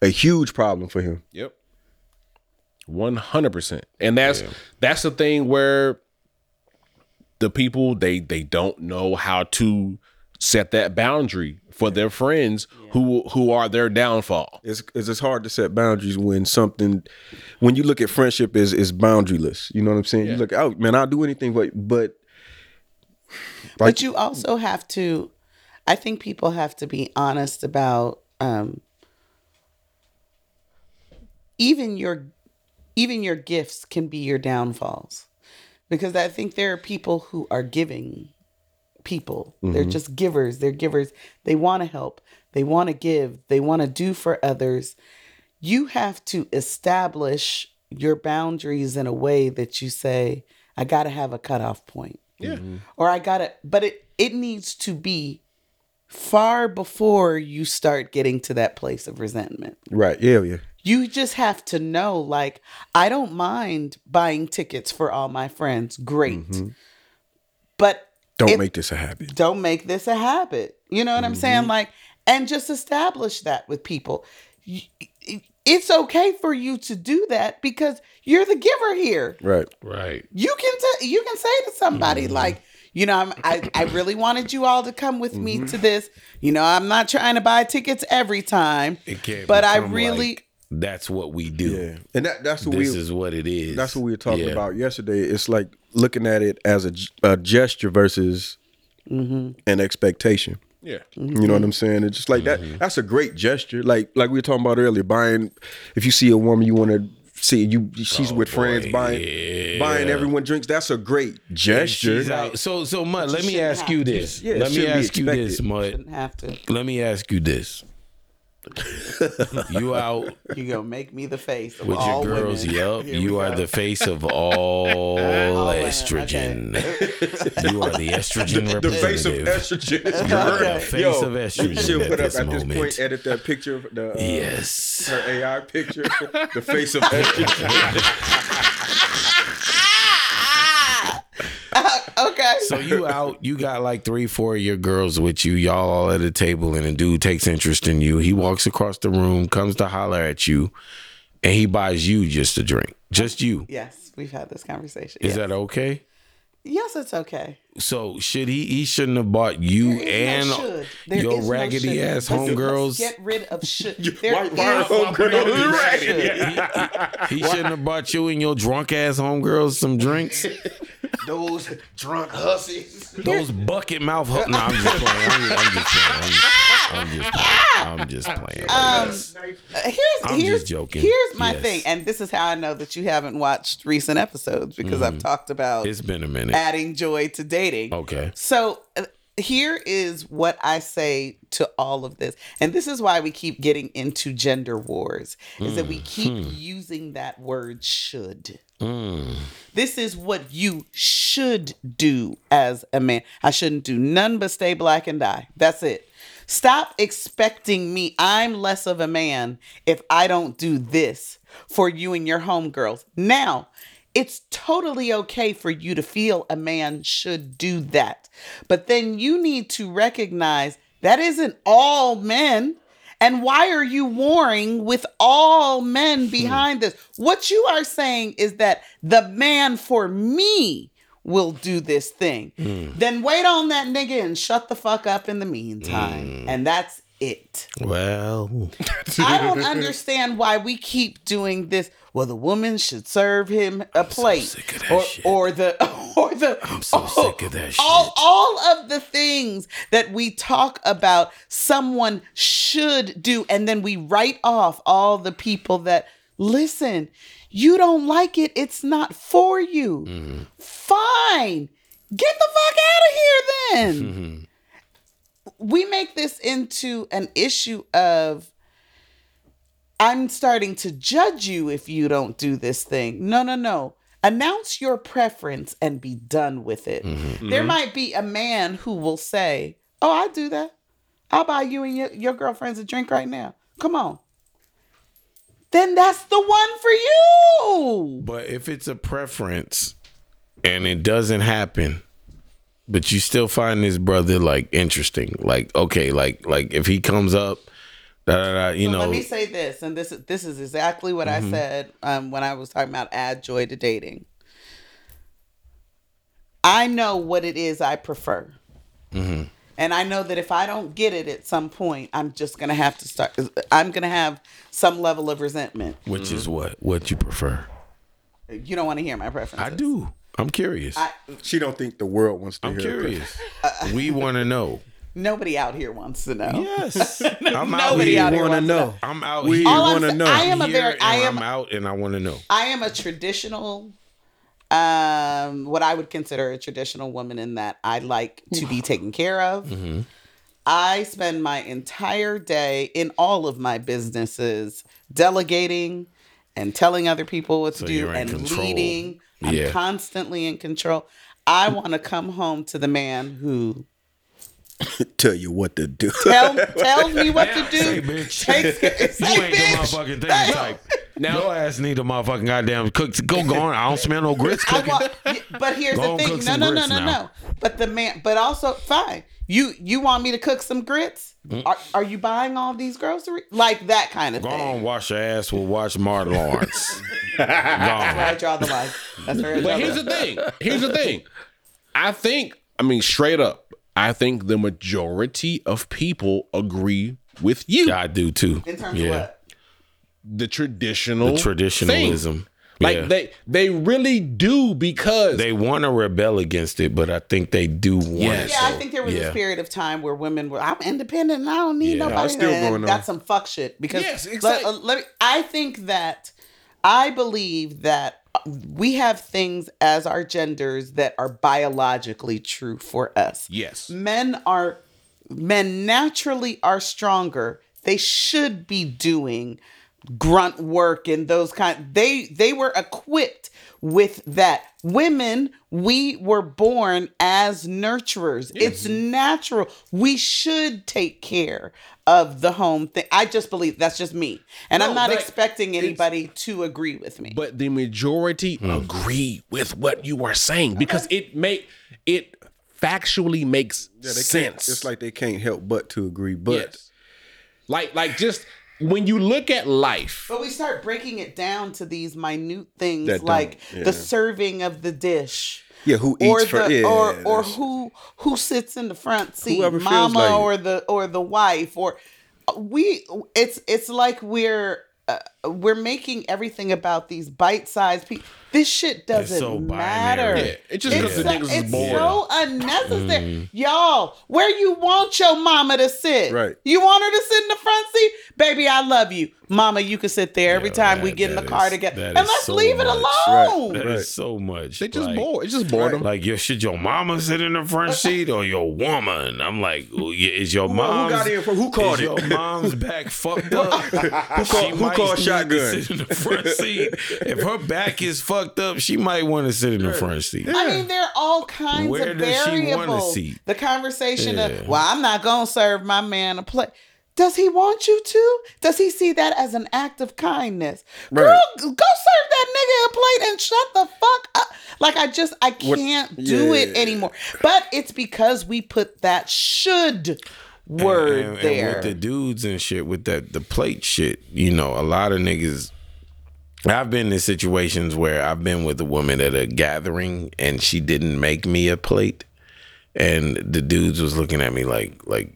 C: a huge problem for him.
D: Yep. One hundred percent. And that's that's the thing where the people they they don't know how to set that boundary for their friends who who are their downfall.
C: It's, it's it's hard to set boundaries when something when you look at friendship is is boundaryless. You know what I'm saying? You look out, man, I'll do anything but but
B: but you also have to i think people have to be honest about um even your even your gifts can be your downfalls because i think there are people who are giving people they're just givers they're givers they want to help they want to give they want to do for others you have to establish your boundaries in a way that you say i got to have a cutoff point or I got to but it it needs to be far before you start getting to that place of resentment.
C: right, yeah, yeah.
B: You just have to know like I don't mind buying tickets for all my friends. Great. But
C: Don't
B: It-
C: make this a habit.
B: don't make this a habit. You know what I'm saying? Like, and just establish that with people. Y- It's okay for you to do that because you're the giver here
C: Right.
A: Right.
B: you can t- you can say to somebody
A: Mm-hmm.
B: like you know I'm, I I really wanted you all to come with me
A: Mm-hmm.
B: to this you know I'm not trying to buy tickets every time
A: It can't
B: but I
A: become
B: really
A: like, that's what we do.
C: Yeah. And that, that's what
A: This
C: we
A: is what it is.
C: That's what we were talking
A: Yeah.
C: about yesterday. It's like looking at it as a, g- a gesture versus
A: Mm-hmm.
C: an expectation.
D: Yeah.
C: You know what I'm saying? It's just like
A: Mm-hmm.
C: that. That's a great gesture. Like like we were talking about earlier, buying. If you see a woman you want to see, you
A: Oh,
C: she's with friends buying buying everyone drinks. That's a great gesture.
A: She's out. So so Mud, let me
B: shouldn't
A: ask
B: have
A: you
B: to.
A: this.
C: Yeah, it
A: let me
C: shouldn't be
A: ask you this,
C: expected.
A: Mud.
B: <laughs> didn't have to
A: Let me ask you this. you out
B: you gonna make me the face of
A: with
B: all
A: your girls,
B: women.
A: yup.
B: Here we
A: You are
B: go.
A: the face of all estrogen. you are the estrogen
C: The face of
A: <laughs> representative.
C: estrogen. is
A: the
C: great.
A: face of estrogen
C: You should
A: at
C: put up
A: this
C: at this
A: moment.
C: point. Edit that picture. Of the uh,
A: yes.
C: Her AI picture.
A: <laughs>
C: the face of estrogen.
B: okay
A: So you out, you got like three, four of your girls with you, y'all all at a table, and a dude takes interest in you. He walks across the room, comes to holler at you, and he buys you just a drink. Just you.
B: yes we've had this conversation
A: Is
B: yes.
A: that okay?
B: yes it's okay
A: So should he he shouldn't have bought you
B: There
A: and
B: is no should. There
A: your
B: is no
A: raggedy
B: should.
A: ass
B: Let's- let's
A: homegirls?
B: get rid
A: <laughs>
B: of should
C: Why-
B: there is
C: why are homegirls
B: no
C: raggedy?
B: should.
A: he shouldn't have bought you and your drunk ass homegirls some drinks.
H: <laughs> Those drunk hussies.
A: Those bucket mouth. Ho- no, I'm just playing. I'm, I'm just playing. I'm, I'm just playing. I'm just playing.
B: Um, here's
A: I'm
B: here's
A: just joking.
B: here's my
A: Yes.
B: thing, and this is how I know that you haven't watched recent
A: Mm.
B: episodes because I've talked about
A: it's been a minute.
B: adding joy to dating.
A: Okay.
B: So uh, here is what I say to all of this. And this is why we keep getting into gender wars is that
A: Mm,
B: we keep
A: hmm.
B: using that word should.
A: Mm,
B: This is what you should do as a man. I shouldn't do none but stay black and die. That's it. Stop expecting me. I'm less of a man if I don't do this for you and your homegirls. Now, it's totally okay for you to feel a man should do that. But then you need to recognize that isn't all men. And why are you warring with all
A: Hmm.
B: men behind this? What you are saying is that the man for me will do this thing.
A: Hmm.
B: Then wait on that nigga and shut the fuck up in the meantime.
A: Hmm.
B: And that's
A: <laughs>
B: it.
A: Well,
B: I don't understand why we keep doing this. Well, the woman should serve him a plate,
A: sick of that
B: or
A: shit.
B: or the <laughs> or the oh,
A: I'm so sick of that
B: all
A: shit.
B: all of the things that we talk about someone should do, and then we write off all the people that listen. You don't like it; it's not for you.
A: Mm-hmm.
B: Fine, get the fuck out of here then
A: Mm-hmm.
B: we make this into an issue of I'm starting to judge you if you don't do this thing. No, no, no. Announce your preference and be done with it. There might be a man who will say, Oh, I do that. I'll buy you and your, your girlfriends a drink right now. Come on. Then that's the one for you.
A: but if it's a preference and it doesn't happen, but you still find this brother like interesting, like okay, like like if he comes up, da da da, you
B: So
A: know,
B: let me say this, and this is this is exactly what
A: Mm-hmm.
B: I said um, when I was talking about add joy to dating. I know what it is I prefer,
A: Mm-hmm.
B: and I know that if I don't get it at some point, I'm just gonna have to start. I'm gonna have some level of resentment.
A: which is what what you prefer.
B: You don't want to hear my preference.
A: I do. I'm curious. I,
C: She don't think the world wants to
A: am
C: hear it.
A: curious.
B: Uh,
A: <laughs> we want to know.
B: Nobody out here wants to know.
A: Yes, <laughs> I'm out
B: Nobody
A: here.
B: out here
C: wanna
B: wants to know.
C: know.
A: I'm out
C: We
A: here.
B: All I'm
C: want to
B: sa-
C: know.
B: I am a
A: here
B: very.
A: and
B: I am.
A: I'm out, and I want to know.
B: I am a traditional, um, what I would consider a traditional woman in that I like to be taken care of.
A: Mm-hmm.
B: I spend my entire day in all of my businesses delegating and telling other people what to do
A: you're in
B: and
A: control.
B: leading. I'm
A: Yeah. Mm-hmm.
B: constantly in control. I want to come home to the man who
C: Tell you what to do.
A: <laughs>
B: tell, tells me what to
A: Say,
B: do.
A: bitch. <laughs>
B: Takes care.
A: You
B: Say,
A: ain't the
B: bitch.
A: motherfucking thing
B: <laughs>
A: type. Now, Your ass need a motherfucking goddamn cook. Go go on. I don't smell no grits
B: I
A: cooking.
B: want, y- but here's
A: Go
B: the
A: on,
B: thing.
A: cook
B: No,
A: some
B: no, no,
A: grits
B: no, no.
A: now.
B: But the man, but also fine. You you want me to cook some grits? Are, are you buying all these groceries? Like that kind of
A: Mm. Go
B: thing.
A: on, wash your ass. We'll watch Martin Lawrence.
B: Where I
A: Gone.
B: draw the line. That's <laughs> where I draw
D: But here's
B: the
D: the thing. Here's the thing. I think, I mean, straight up, I think the majority of people agree with you.
A: I do too.
B: In terms
A: yeah,
B: of what?
D: The traditional
A: the
D: thing.
A: traditionalism.
D: Like
A: Yeah. they,
D: they they really do because
A: want to rebel against it, but I think they do want. It,
D: Yes.
B: Yeah, I think there was
A: yeah.
B: a period of time where women were, I'm independent and I don't need
A: Yeah.
B: nobody.
C: That's still
B: And
C: going on.
B: That's some fuck shit. Because
D: Yes,
B: let-
D: exact-
B: uh, let, me, I think that I believe that uh, we have things as our genders that are biologically true for us.
D: yes.
B: men are men naturally are stronger they should be doing grunt work and those kind they they were equipped with that women we were born as nurturers it's natural we should take care of the home thing i just believe that's just me and i'm
D: No,
B: not
D: but
B: expecting anybody to agree with me
D: But the majority agree with what you are saying because it make it factually makes
C: They can't-
D: sense.
C: It's like they can't help but to agree. But
D: yes. like like just when you look at life.
B: But we start breaking it down to these minute things
C: That don't-
B: like
C: yeah.
B: the serving of the dish.
C: Yeah, who
B: or
C: eats
B: the,
C: fir- yeah,
B: or or
C: that's-
B: who who sits in the front seat,
C: Whoever feels
B: mama
C: like it.
B: or the or the wife or we it's it's like we're uh, we're making everything about these bite-sized people. This shit doesn't
A: so binary.
B: matter.
A: Yeah,
D: it just 'cause the
B: so-
D: niggas is
B: it's
D: bored.
B: so
A: Mm.
B: unnecessary, y'all. Where you want your mama to sit?
C: Right.
B: You want her to sit in the front seat, baby? I love you, mama. You can sit there every
A: Yo,
B: time
A: that-
B: we get in the
A: that
B: car
A: is-
B: together,
A: that
B: and
A: is
B: let's
A: so
B: leave it
A: much.
B: alone.
A: That is
C: Right.
A: so much.
D: They just
A: like,
D: bored. It's just boredom.
A: Like, yo, should your mama sit in the front seat or your woman? I'm like, oh, yeah, is your
C: who
A: mom?
C: got in for- who called
A: is
C: it?
A: Your mom's back fucked up.
C: Who
A: She
C: called, who
A: might
C: called
A: need to
C: shotgun?
A: Sit in the front seat. If her back is fucked up, she might want to sit in the front seat.
B: I mean, there are all kinds
A: Where
B: of
A: does she wanna
B: variables.
A: see?
B: The conversation
A: Yeah.
B: of, well, I'm not gonna serve my man a plate. Does he want you to? Does he see that as an act of kindness? Girl,
C: Right.
B: g- go serve that nigga a plate and shut the fuck up. Like I just I
C: What-
B: can't do it
C: Yeah.
B: anymore. But it's because we put that should word
A: and, and
B: there.
A: with the dudes and shit with that the plate shit you know a lot of niggas i've been in situations where i've been with a woman at a gathering and she didn't make me a plate and the dudes was looking at me like like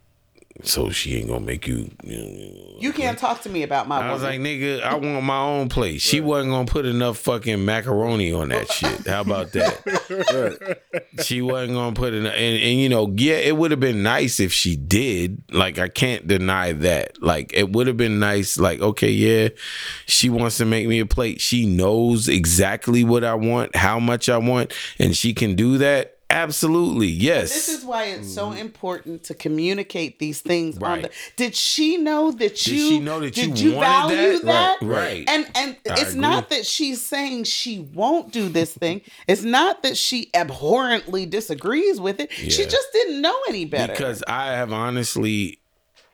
A: so she ain't gonna make you, you know,
B: you can't talk to me about my
A: I was
B: woman.
A: like, nigga, I want my own plate. She wasn't gonna put enough fucking macaroni on that shit. How about
B: <laughs>
A: that? she wasn't gonna put enough, and, and you know, yeah, it would have been nice if she did. Like, I can't deny that. Like, it would have been nice. Like, okay, yeah, she wants to make me a plate. She knows exactly what I want, how much I want, and she can do that. Absolutely, yes. Mm-hmm.
B: This is why it's so important to communicate these things. On
A: Right.
B: the, did she know that
A: Did
B: you?
A: she know that
B: did
A: you
B: you
A: wanted
B: value
A: that?
B: that?
A: Right, right.
B: And and
A: I
B: it's
A: agree.
B: not that she's saying she won't do this thing. it's not that she abhorrently disagrees with it. She
A: Yeah.
B: just didn't know any better.
A: Because I have honestly,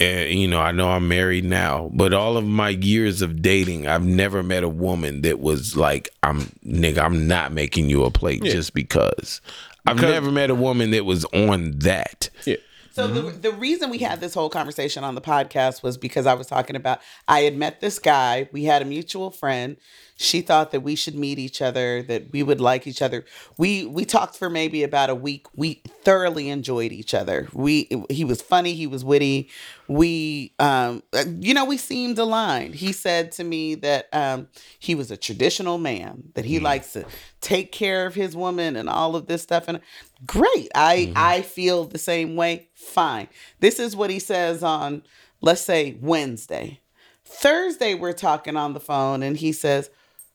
A: uh, you know, I know I'm married now, but all of my years of dating, I've never met a woman that was like, "I'm nigga, I'm not making you a plate just because." I've
D: Because-
A: never met a woman that was on that.
D: yeah.
B: So the, the reason we had this whole conversation on the podcast was because I was talking about I had met this guy. We had a mutual friend. She thought that we should meet each other, that we would like each other. We we talked for maybe about a week. We thoroughly enjoyed each other. We he was funny, he was witty. We um you know, we seemed aligned. He said to me that um he was a traditional man, that he likes to take care of his woman and all of this stuff and great i i feel the same way fine this is what he says on let's say wednesday thursday we're talking on the phone and he says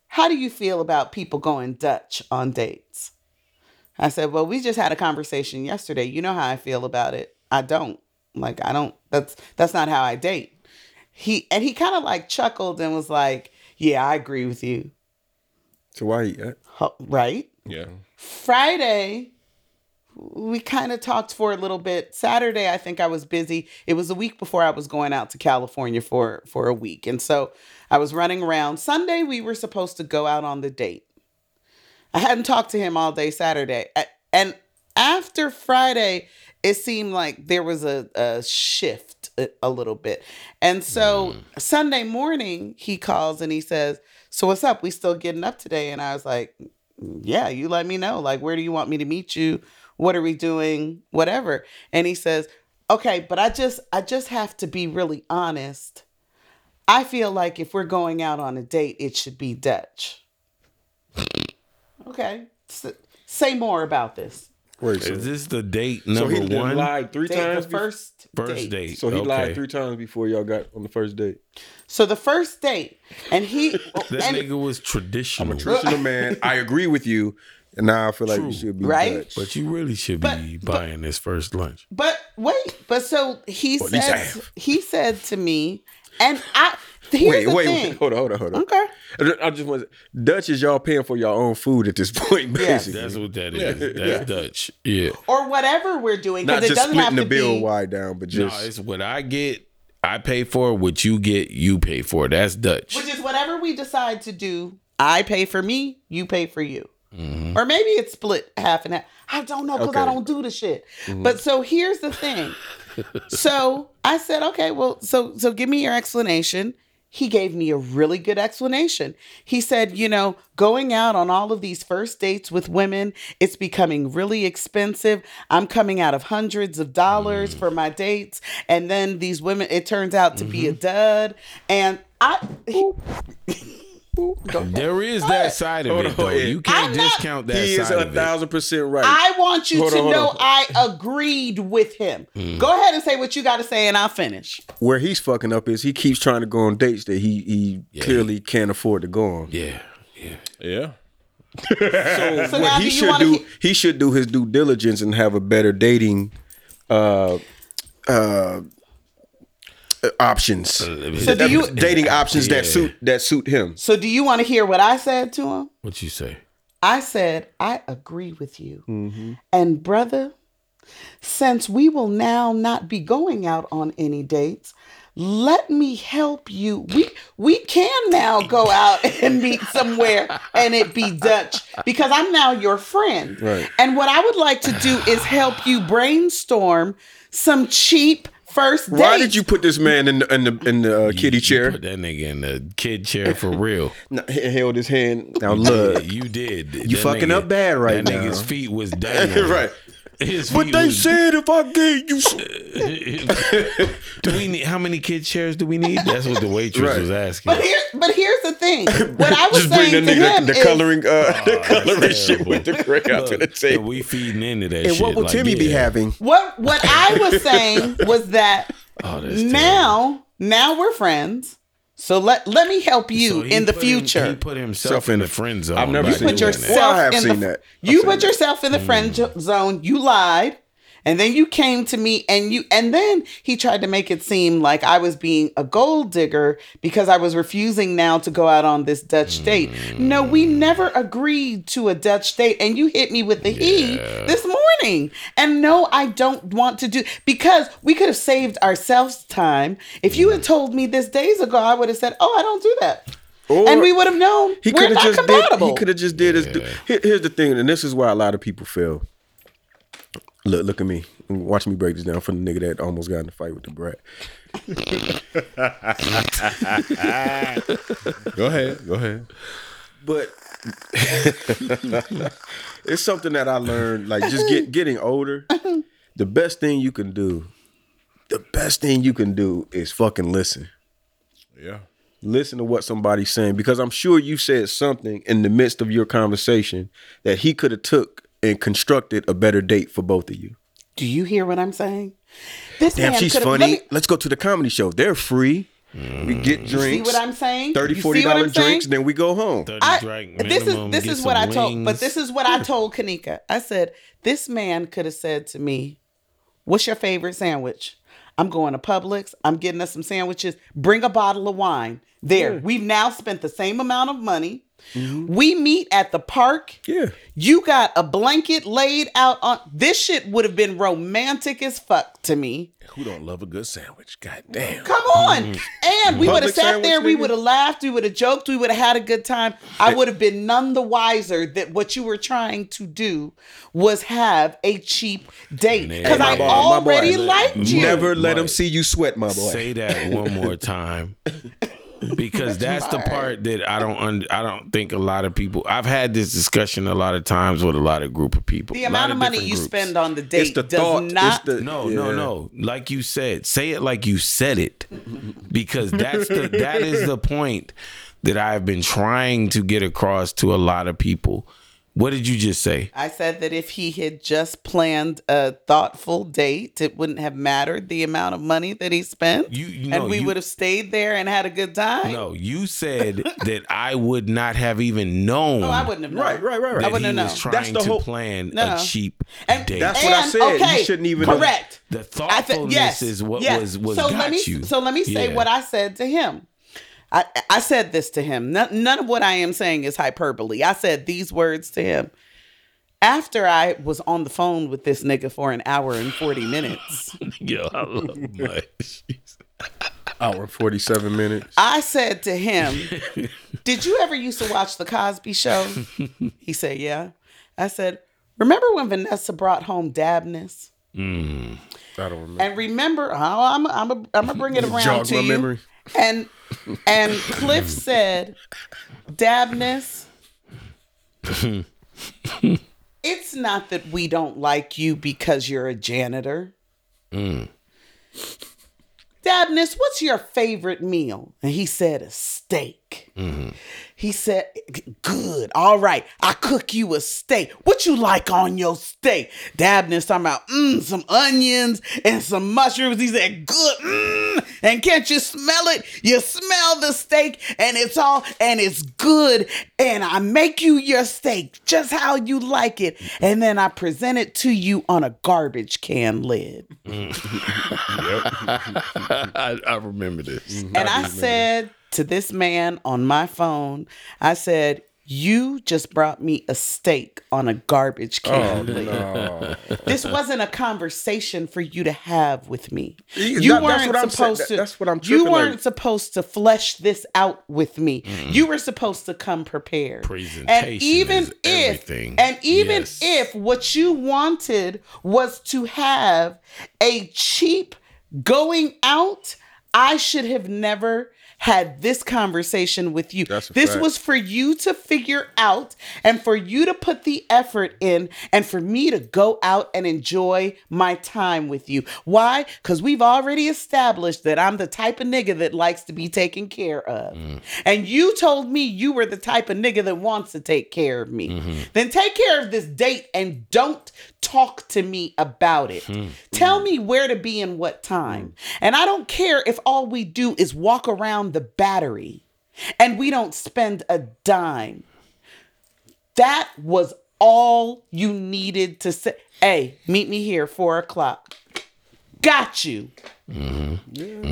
B: how do you feel about people going dutch on dates i said well we just had a conversation yesterday you know how i feel about it i don't like i don't that's that's not how i date he and he kind of like chuckled and was like yeah i agree with you
C: So why he? uh,
B: Huh, right
D: Yeah.
B: Friday, we kind of talked for a little bit. Saturday, I think I was busy. It was a week before I was going out to California for for a week, and so I was running around. Sunday, we were supposed to go out on the date. I hadn't talked to him all day Saturday, A- and after Friday, it seemed like there was a, a shift a, a little bit, and so Sunday morning, he calls and he says, "So what's up? We still getting up today?" And I was like, yeah, you let me know. Like, where do you want me to meet you? What are we doing? Whatever. And he says, okay, but I just, I just have to be really honest. I feel like if we're going out on a date, it should be Dutch. okay. S- say more about this.
C: Wait, so,
A: Is this the date
C: so
A: number
C: he done
A: one?
C: lied three
B: Date,
C: times.
B: the
C: be-
B: first,
A: First
B: date.
A: date.
C: so he
A: okay.
C: lied three times before y'all got on the first date.
B: So the first date, and
C: <laughs>
B: he,
A: That
B: and,
A: nigga was traditional,
C: Traditional man, I agree with you, and now I feel like you should be
B: Right?
C: Dutch.
A: but you really should be buying this first lunch.
B: But wait, but so he
C: Or at least I
B: says
C: have.
B: he said to me, and I here's
C: wait,
B: the
C: wait,
B: thing.
C: wait, hold on, hold on, hold on.
B: Okay.
C: I ju- I just want to, Dutch is y'all paying for your own food at this point,
B: Yeah.
C: basically.
A: That's what that is. That's Dutch. Yeah.
B: or whatever we're doing
C: Not
B: because it
C: just
B: doesn't have
C: splitting
B: to
C: the bill
B: be
C: wide down, but
A: No,
C: just
A: it's what I get, I pay for. What you get, you pay for. That's Dutch.
B: which is whatever we decide to do i pay for me you pay for you or maybe it's split half and half i don't know because i
C: Okay.
B: don't do the shit but so here's the thing so i said okay well so so give me your explanation he gave me a really good explanation. He said, you know, going out on all of these first dates with women, it's becoming really expensive. I'm coming out of hundreds of dollars for my dates. And then these women, it turns out to be a dud. And I,
A: There is that side of
C: Hold
A: it
C: on,
A: though.
C: Ed.
A: You can't
B: I'm not-
A: discount that
C: He is
A: side
C: a
A: of it.
C: thousand percent right.
B: I want you
C: Hold
B: to
C: on, hold
B: know
C: on.
B: I agreed with him. Go ahead and say what you got to say, and I'll finish.
C: Where he's fucking up is he keeps trying to go on dates that he he clearly can't afford to go on.
A: Yeah.
D: Yeah.
B: So now,
C: What
B: do
C: he
B: you
C: should
B: want to?
C: do, he should do his due diligence and have a better dating uh uh
A: Uh,
C: options.
B: So do you?
C: <laughs> dating options that suit that suit him.
B: So do you want to hear what I said to him?
A: What you say?
B: I said, I agree with you.
C: Mm-hmm.
B: And brother, since we will now not be going out on any dates, let me help you. We we can now go out <laughs> and meet somewhere and it be Dutch because I'm now your friend.
C: Right.
B: And what I would like to do is help you brainstorm some cheap first dates.
C: Why did you put this man in the in the in the uh, kitty chair?
A: Put that nigga in the kid chair
B: <laughs>
A: for real.
C: No, he held his hand. Now look.
A: you did.
C: You fucking up bad right
A: that
C: now.
A: niggas feet was
C: <laughs>
A: dangling.
C: Right.
A: His feet
C: But they
A: was-
C: said if I gave you some-
A: do we need how many kid chairs do we need? That's what the waitress
C: Right.
A: was
C: <laughs>
A: asking.
B: But here, but here's the thing. What I was
C: just bring
B: saying
C: the
B: to
C: nigga
B: him
C: the
B: is,
C: coloring uh the coloring
A: That's
C: shit with the
A: terrible.
C: gray out to the
A: Look,
C: table.
A: and we feeding into that
C: And
A: shit.
C: what will
A: like,
C: Timmy be
A: yeah.
C: having?
B: What what I was
C: <laughs>
B: saying was that
A: Oh, that's terrible.
B: now now we're friends. So let let me help you
A: So he
B: in the
A: put him-
B: future.
A: he put himself
C: Self
A: in
C: in
A: the
C: the-
A: friend zone.
C: I've never
A: by
C: seen
A: doing
B: put
C: that.
A: that.
B: yourself
C: Well, I have
B: in
C: seen
B: the,
C: that. I've
B: You
C: seen
B: put
C: that. Mm.
B: yourself in the friend jo- zone. You lied. And then you came to me and you and then he tried to make it seem like I was being a gold digger because I was refusing now to go out on this Dutch date. No, we
C: Mm.
B: never agreed to a Dutch date and you hit me with the he this morning. And no, I don't want to do because we could have saved ourselves time. If you
C: Mm.
B: had told me this days ago, I would have said, "Oh, I don't do that." and we would have known
C: He
B: we're
C: could
B: not
C: have just
B: compatible.
C: did. He could have just did his. Here- here's the thing, and this is why a lot of people fail. Look, look at me. Watch me break this down for the nigga that almost got in a fight with the brat.
D: Go ahead. Go ahead.
C: But <laughs> it's something that I learned. Like just get getting older. The best thing you can do, the best thing you can do is fucking listen.
D: Yeah.
C: listen to what somebody's saying because I'm sure you said something in the midst of your conversation that he could have took and constructed a better date for both of you.
B: Do you hear what I'm saying? This
C: Damn,
B: man
C: she's
B: could've-
C: funny.
B: let me-
C: Let's go to the comedy show. They're free. We get
B: see
C: drinks.
B: what I'm saying?
C: 30
B: You
C: 40
B: see what
C: dollar
B: I'm saying?
C: drinks, then we go home.
A: 30
B: I-
A: drink
B: this is
A: minimum,
B: this
A: get
B: is what I
A: some
B: told, but
A: wings.
B: this is what
C: <laughs>
B: I told Kanika. I said this man could have said to me, "What's your favorite sandwich?" I'm going to Publix. I'm getting us some sandwiches. Bring a bottle of wine. There, we've now spent the same amount of money. We meet at the park.
C: Mm-hmm. Yeah.
B: You got a blanket laid out on. This shit would have been romantic as fuck to me.
D: Who don't love a good sandwich? God damn.
B: Come on.
A: Mm-hmm.
B: And we would have
C: Public
B: sat
C: sandwich,
B: there, we
C: nigga?
B: would have laughed, we would have joked, we would have had a good time. I would have been none the wiser that what you were trying to do was have a cheap date. Because
A: My
B: I
A: boy, my
C: boy.
B: already liked you.
C: Never let
A: Right.
C: him see you sweat, my boy.
A: Say that one more
B: <laughs>
A: time. Because that's the part that I don't un- I don't think a lot of people I've had this discussion a lot of times with a lot of group of people.
B: The
A: a lot
B: amount of money
A: different
B: you
A: groups.
B: spend on the date
C: It's the
B: does
C: thought.
B: not
C: it's the,
A: No,
C: yeah.
A: no, no. Like you said, say it like you said it, because that's the that is the point that I've been trying to get across to a lot of people. What did you just say?
B: I said that if he had just planned a thoughtful date, it wouldn't have mattered the amount of money that he spent.
A: You- you know,
B: and we
A: you-
B: would have stayed there and had a good time.
A: No, you
B: <laughs>
A: said that I would not have even known.
B: Oh, I wouldn't have known.
C: Right, right, right,
A: That
C: right.
B: I wouldn't
A: he
B: have known.
A: was trying
C: That's the
A: to
C: whole-
A: plan
B: No.
A: a cheap
B: And-
A: date.
C: That's what I
B: And,
C: said. You shouldn't even have-
B: Correct.
A: the
B: I thi-
A: thoughtfulness is what was was
B: so
A: got
B: let me,
A: you.
B: So let me say
A: Yeah.
B: what I said to him. I, I said this to him. None, none of what I am saying is hyperbole. I said these words to him after I was on the phone with this nigga for an hour and 40 minutes.
A: Yo, I love
B: <laughs>
A: my-
C: Hour 47 minutes.
B: I said to him,
C: <laughs>
B: Did you ever used to watch The Cosby Show? He said, Yeah. I said, Remember when Vanessa brought home Dabness?
C: Mm. I don't remember.
B: And remember, oh, I'm I'm a, I'm gonna bring it around
C: <laughs> Jog
B: to
C: my
B: you.
C: memory.
B: And And Cliff said, Dabness, it's not that we don't like you because you're a janitor. Dabness, what's your favorite meal? And he said, a steak. He said, good, all right, I cook you a steak. What you like on your steak? Dabness talking about, mm, some onions and some mushrooms. He said, good, mm, and can't you smell it? You smell the steak and it's all, and it's good, and I make you your steak just how you like it. And then I present it to you on a garbage can lid.
A: <laughs> I, I remember
D: Mm.
A: this.
C: Mm-hmm.
B: And I said to this man on my phone, I said, You just brought me a steak on a garbage
C: Oh,
B: can. lid." <laughs> This wasn't a conversation for you to have with me.
C: Yeah,
B: You
C: that- that's
B: weren't
C: what I'm saying.
B: supposed
C: That-
B: to
C: that's what I'm
B: You
C: tripping, like-
B: weren't supposed to flesh this out with me.
C: Mm.
B: You were supposed to come prepared. and
A: Presentation
B: even
A: is
B: if
A: everything.
B: and even
A: Yes.
B: if what you wanted was to have a cheap going out, I should have never had this conversation with you.
C: That's a
B: this
C: fact.
B: was for you to figure out and for you to put the effort in and for me to go out and enjoy my time with you. Why? Because we've already established that I'm the type of nigga that likes to be taken care of. And you told me you were the type of nigga that wants to take care of me. Then take care of this date and don't talk to me about it. Tell me where to be and what time. And I don't care if all we do is walk around the battery and we don't spend a dime. That was all you needed to say. Hey, meet me here, four o'clock. Got you.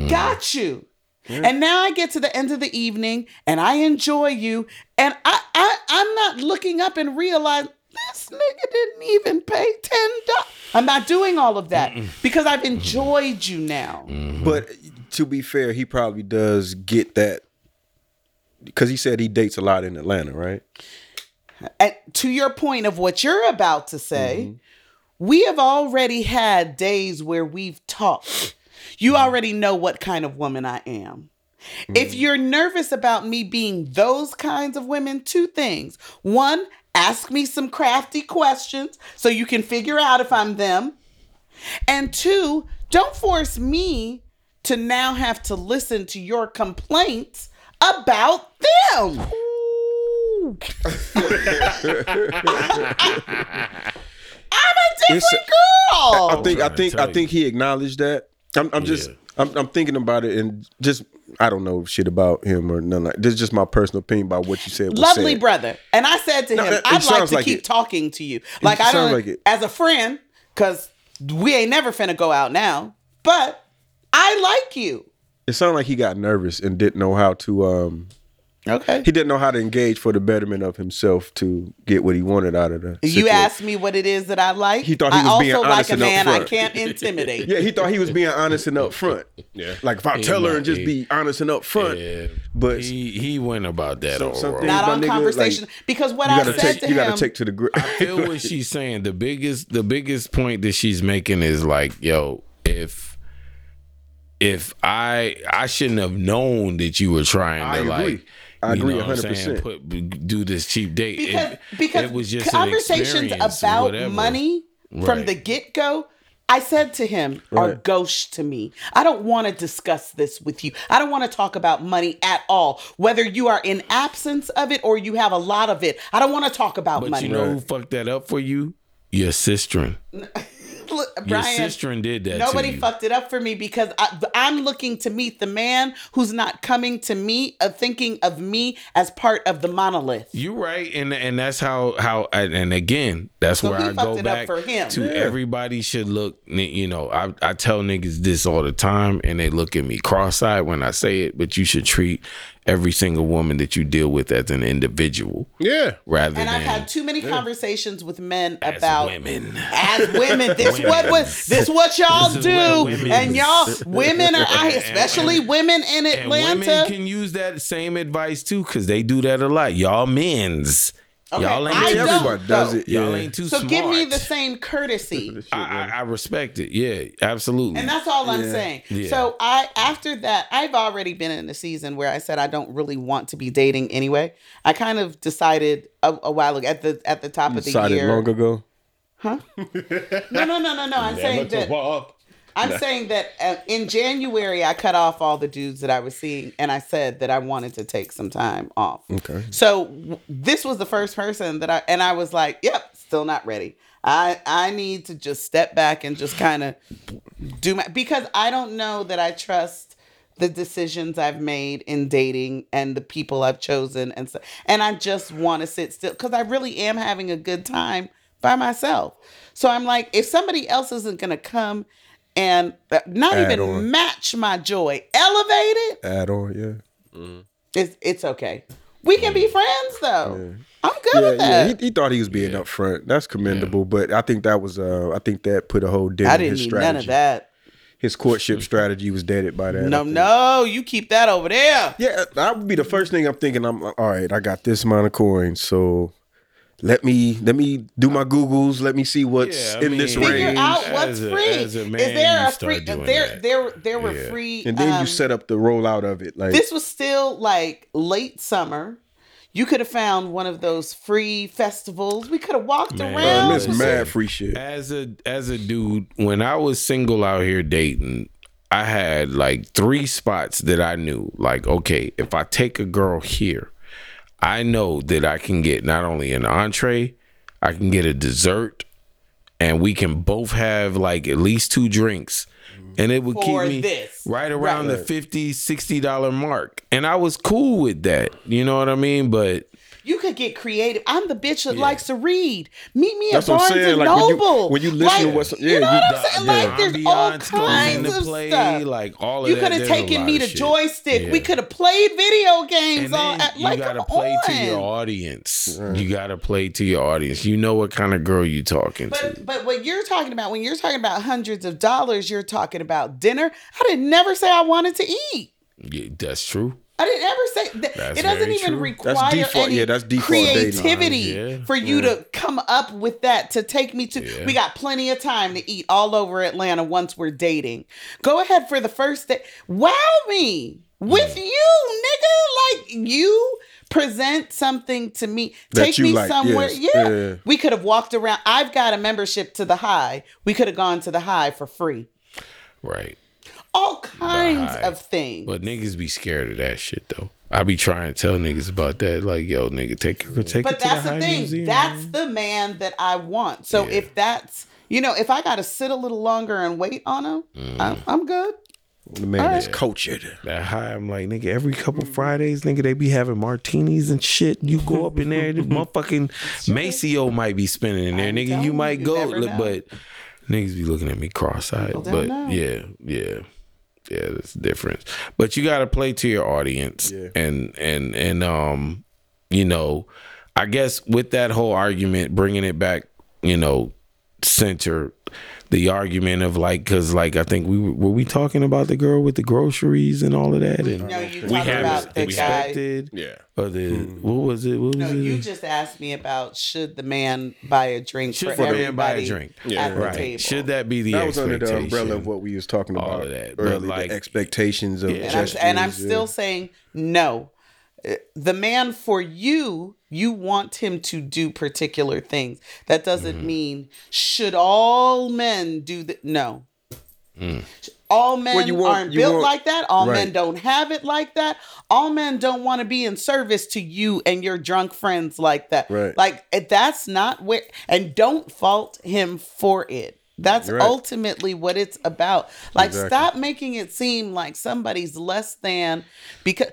B: Got you. And now I get to the end of the evening and I enjoy you. And I, I I'm not looking up and realize this nigga didn't even pay ten dollars. I'm not doing all of that because I've enjoyed you now.
A: Mm-hmm.
C: But to be fair, he probably does get that because he said he dates a lot in Atlanta, right?
B: and to your point of what you're about to say, we have already had days where we've talked. You already know what kind of woman I am. If you're nervous about me being those kinds of women, two things. One, ask me some crafty questions so you can figure out if I'm them. And two, don't force me to now have to listen to your complaints about them. <laughs> I'm a
C: It's-
B: different girl.
C: I think I
A: trying to
C: think
A: tell
C: I think he acknowledged that. I'm, I'm just
A: Yeah.
C: I'm, I'm thinking about it and just I don't know shit about him or nothing. Like, this is just my personal opinion about what you said. was
B: lovely
C: said.
B: brother. And I said to him,
C: that- it
B: I'd like
C: sounds
B: to
C: like
B: keep
C: it.
B: talking to you. Like I
C: sounds
B: don't
C: like it.
B: as a friend, because we ain't never finna go out now. But I like you.
C: It sounded like he got nervous and didn't know how to. um
B: Okay.
C: He didn't know how to engage for the betterment of himself to get what he wanted out of the.
B: You
C: situation.
B: asked me what it is that I like.
C: He thought he
B: I
C: was
B: also
C: being
B: like
C: honest
B: a
C: and
B: man I
C: upfront.
B: can't intimidate.
C: <laughs> Yeah, he thought he was being honest and upfront.
D: Yeah.
C: Like if I tell her and just be honest and upfront, but
A: He he went about that
C: Some-
A: all
C: some
A: wrong.
C: things-
B: Not
C: My
B: on
C: nigga, like,
B: conversation. because what
C: you
B: I
C: gotta
B: said
C: take
B: to
C: you
B: him
C: gotta take to the grip.
A: <laughs>
C: <laughs>
A: feel what she's saying. The biggest the biggest point that she's making is like, yo, if if I I shouldn't have known that you were trying
C: I
A: to
C: agree.
A: like
C: I
A: you
C: agree
A: know what I'm saying,
C: 100%.
A: Put do this cheap date It-
B: because because
A: it was just an
B: conversations
A: experience,
B: about
A: whatever.
B: money from
A: Right.
B: the get go. I said to him, are
C: Right.
B: gauche to me. I don't want to discuss this with you. I don't want to talk about money at all. Whether you are in absence of it or you have a lot of it, I don't want to talk about
A: But
B: money.
A: you know who fucked that up for you? Your sister.
B: Look,
A: Your
B: Brian,
A: sister did that. to
B: nobody
A: you.
B: fucked it up for me because I, I'm looking to meet the man who's not coming to me, of thinking of me as part of the monolith.
A: You're right, and and that's how how and, and again that's
B: So
A: where
B: he
A: I
B: fucked
A: go
B: it up
A: back
B: for him.
A: to
B: Yeah.
A: everybody should look. ni- You know, I I tell niggas this all the time, and they look at me cross-eyed when I say it. But you should treat every single woman that you deal with as an individual
D: Yeah.
A: rather
B: and
A: than
B: I've had too many conversations with men
A: as
B: about
A: women.
B: as
A: <laughs>
B: women. This what was this what y'all
A: This is
B: do,
A: what women-
B: and y'all
A: <laughs>
B: women are out here, especially women in
A: And women
B: Atlanta.
A: can use that same advice too, because they do that a lot. Y'all men's Y'all ain't
B: I
A: too-
B: don't,
C: Everybody does
B: though.
C: it.
A: Y'all
C: yeah.
A: ain't too
B: So
A: smart.
B: give me the same
A: <laughs>
B: courtesy.
A: I, I, I respect it. Yeah, absolutely.
B: And that's all I'm saying.
A: Yeah.
B: So I after that, I've already been in a season where I said I don't really want to be dating anyway. I kind of decided a, a while ago at the at the top of the
C: Decided
B: year.
C: long ago.
B: No, no, no, no, no. I'm saying that I'm saying that uh, in January I cut off all the dudes that I was seeing, and I said that I wanted to take some time off. Okay. So w- this was the first person that I and I was like, "Yep, still not ready. I I need to just step back and just kind of do my because I don't know that I trust the decisions I've made in dating and the people I've chosen and so and I just want to sit still cuz I really am having a good time by myself. So I'm like if somebody else isn't going to come and not even match my joy, elevate it,
C: Add on, yeah.
B: it's it's okay. We can be friends though. I'm good
C: Mm. Yeah,
B: with that.
C: yeah. He, he thought he was being upfront. That's commendable, but I think that was uh I think that put a whole dent
B: I
C: in
B: didn't
C: his
B: need
C: strategy.
B: none of that.
C: His courtship strategy was deaded by that. I
B: No,
C: think.
B: no, you keep that over there.
C: Yeah, that would be the first thing I'm thinking. I'm like, all right, I got this amount of coins, so let me let me do my googles. Let me see what's
A: Yeah, I
C: in this
A: mean-
B: figure
C: range,
B: out what's
A: As a-
B: free.
A: as a man,
B: Is there
A: you
B: a
A: start
B: free?
A: doing
B: There,
A: that.
B: there, there were
A: Yeah.
B: free.
C: and then
B: um,
C: you set up the rollout of it. Like
B: This was still like late summer. You could have found one of those free festivals. We could have walked
A: Man,
B: around.
A: Bruh,
C: this
A: was
C: uh, mad free shit.
A: As a as a dude, when I was single out here dating, I had like three spots that I knew. Like, okay, if I take a girl here, I know that I can get not only an entree, I can get a dessert, and we can both have like at least two drinks. And it would
B: For
A: keep me
B: this.
A: right around the 50 $60 dollar mark. And I was cool with that. You know what I mean? But
B: You could get creative. I'm the bitch that likes to read. Meet me
C: That's
B: at
C: what I'm
B: Barnes
C: saying,
B: and
C: like, when you-
B: Noble.
C: when you listen to
B: Like,
C: what's- yeah,
B: you know
C: you-
B: what I'm saying?
A: the
B: like, there's all
A: ambiance goes
B: kinds
A: into
B: of
A: play,
B: stuff.
A: Like all of
B: you
A: that.
B: could have
A: There's a
B: taken
A: lot
B: me
A: of
B: to
A: shit.
B: joystick. We
A: Yeah.
B: could have played video games.
A: And
B: All
A: then
B: at,
A: you
B: like,
A: gotta
B: come
A: play
B: on.
A: to your audience. You gotta play to your audience. You know what kind of girl you talking to.
B: But but what you're talking about when you're talking about hundreds of dollars, you're talking about dinner. I didn't never say I wanted to eat.
A: Yeah, that's true.
B: I didn't ever say that.
A: That's
B: it doesn't
A: very
B: even
A: true.
B: require
C: default-
B: any
C: yeah, that's default dating.
B: creativity
A: Yeah.
B: for you to come up with that to take me to. We got plenty of time to eat all over Atlanta once we're dating. Go ahead for the first day. Wow me with
C: Mm.
B: you, nigga. Like you present something to me.
C: That
B: take
C: you
B: me
C: like,
B: somewhere.
C: yes.
B: Yeah.
C: Yeah.
B: We could have walked around. I've got a membership to the high. We could have gone to the high for free.
A: Right.
B: All kinds of things.
A: But niggas be scared of that shit though. I be trying to tell niggas about that. Like, yo, nigga, take your take
B: But
A: her to the,
B: that's the
A: High
B: thing.
A: Museum.
B: That's the man that I want. So
A: Yeah.
B: if that's you know, if I got to sit a little longer and wait on him,
A: Mm.
B: I'm, I'm good.
C: the man is cultured.
A: that high. I'm like, nigga, every
B: Mm.
A: couple Fridays, nigga, they be having martinis and shit. You go up in there,
B: <laughs>
A: the motherfucking Maceo might be spinning in there, nigga.
B: telling
A: You
B: you,
A: might
B: you
A: go,
B: never know.
A: but niggas be looking at me cross-eyed.
B: don't
A: But
B: know.
A: yeah, yeah, yeah, that's the difference. But you gotta play to your audience, and and and um, you know, I guess with that whole argument, bringing it back, you know, center the argument of like because like i think we were were we talking about the girl with the groceries and all of that and
B: No, you
A: we
B: talk about the
A: haven't
B: guy.
A: expected
D: Yeah.
A: or the
C: Mm-hmm.
A: what was it what was
B: No,
A: it
B: you just asked me about should the man buy a drink
A: Should the
B: for
A: man
B: everybody
A: buy a drink?
B: yeah, at the
A: right
B: table?
A: should that be the
C: That was under
A: expectation
C: the umbrella of what we was talking
A: All
C: about
A: of that, but
C: earlier.
A: like-
C: the expectations of
B: and I'm,
C: gestures,
B: and I'm
C: yeah.
B: still saying no. Uh, The man for you, you want him to do particular things. That doesn't
C: Mm-hmm.
B: mean should all men do that. No. All men
C: Mm. you want-
B: aren't
C: you
B: built
C: want-
B: like that. All men
C: right.
B: don't have it like that. All men don't want to be in service to you and your drunk friends like that.
C: Right.
B: Like eh, that's not where. And don't fault him for it. That's
C: Right.
B: ultimately what it's about. Like
C: Exactly.
B: stop making it seem like somebody's less than because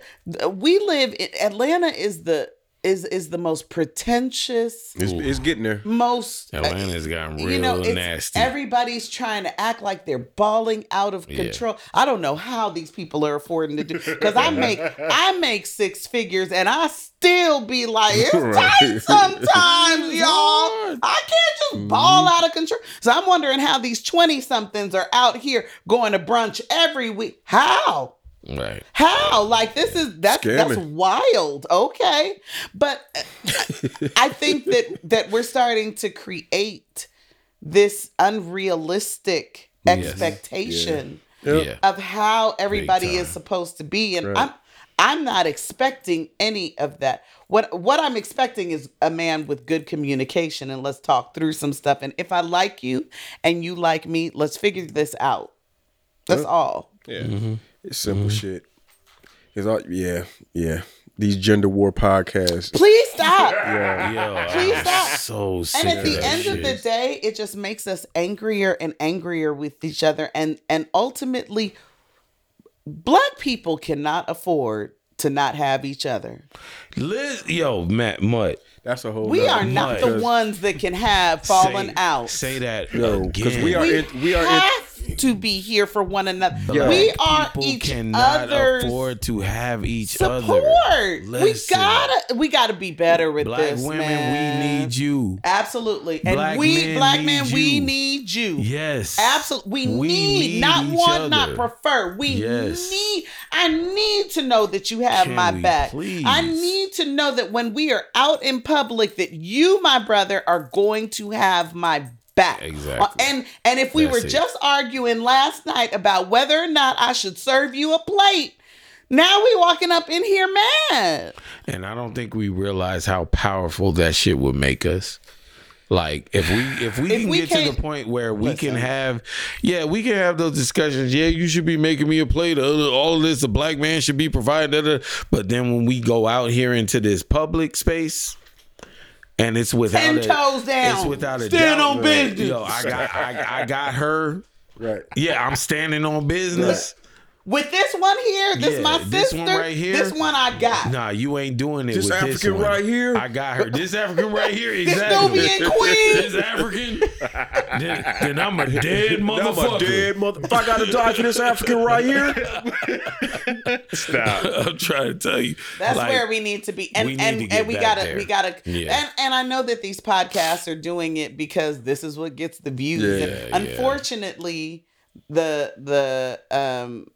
B: we live in Atlanta is the is is the most pretentious
C: it's, it's getting there.
B: most
A: atlanta's gotten real
B: you know, it's,
A: nasty
B: everybody's trying to act like they're balling out of control. I don't know how these people are affording to do because I make I make six figures and I still be like
A: <laughs>
B: it's tight sometimes, y'all. I can't
A: Mm-hmm.
B: just ball out of control. So I'm wondering how these twenty somethings are out here going to brunch every week. How?
A: Right.
B: How? Like this is that's that's
C: Scamming.
B: wild. Okay. But uh, I think that that we're starting to create this unrealistic expectation
A: Yeah.
B: of how everybody
A: Big
B: is supposed to be and I'm I'm not expecting any of that. What what I'm expecting is a man with good communication and let's talk through some stuff and if I like you and you like me, let's figure this out. That's all.
D: Yeah.
C: It's simple
A: Mm-hmm.
C: shit. It's all yeah, yeah. These gender war podcasts.
B: Please
A: <laughs>
B: stop.
A: Yo,
B: Please
A: I'm
B: stop.
A: So sick
B: and at
A: of
B: the
A: that
B: end
A: shit.
B: of the day it just makes us angrier and angrier with each other and and ultimately black people cannot afford to not have each other
A: Liz, yo, Matt Mutt.
C: That's a whole.
B: we
C: nother-
B: are not the
A: because-
B: ones that can have fallen
A: say,
B: out
A: Say that
C: Yo, because
A: again.
C: we are
B: we
C: in, we are in,
B: have to be here for one another
C: Yo.
B: we are
A: People
B: each
A: cannot
B: other's
A: afford to have each
B: support
A: other.
B: we
A: Listen,
B: gotta we gotta be better with
A: black
B: this
A: women.
B: man.
A: We need you.
B: absolutely and
A: Black
B: we
A: men
B: black
A: need
B: men we
A: you.
B: need you
A: Yes,
B: Absolutely. We, need, not
A: each
B: one, not
A: other.
B: prefer. We
A: Yes.
B: need I need to know that you have
A: Can
B: my
A: we
B: back. I
A: please?
B: need to know that when we are out in public that you, my brother, are going to have my back.
A: Exactly.
B: Uh, And and if we
A: That's
B: were
A: it.
B: just arguing last night about whether or not I should serve you a plate, now we walking up in here mad.
A: And I don't think we realize how powerful that shit would make us. Like if we if we
B: If
A: can
B: we
A: get to
B: can't-
A: the point where we can have yeah we can have those discussions yeah you should be making me a plate uh, all of this a black man should be provided da, da. but then when we go out here into this public space and it's without
B: Ten
A: a,
B: toes down.
A: it's without a doubt,
B: Stand on business.
A: yo I got I, I got her
C: right.
A: yeah I'm standing on business
B: With this one here, this
A: Yeah,
B: my sister.
A: this one right here.
B: this one I got.
A: Nah, you ain't doing it
C: This
A: with this
C: African
A: one.
C: right here?
A: I got her. This African right here,
B: <laughs> This
A: exactly.
B: Nubian queen.
A: This <laughs> African, then, then I'm a dead
C: I'm
A: motherfucker.
C: a dead mother. If I gotta die for this African right here,
A: <laughs> I'm trying to tell you.
B: <laughs> That's
A: like,
B: where we need to be, and
A: we need
B: and,
A: to get
B: and we
A: back
B: gotta
A: there.
B: we gotta,
A: Yeah.
B: and and I know that these podcasts are doing it because this is what gets the views. and
A: Yeah, yeah.
B: unfortunately, the the um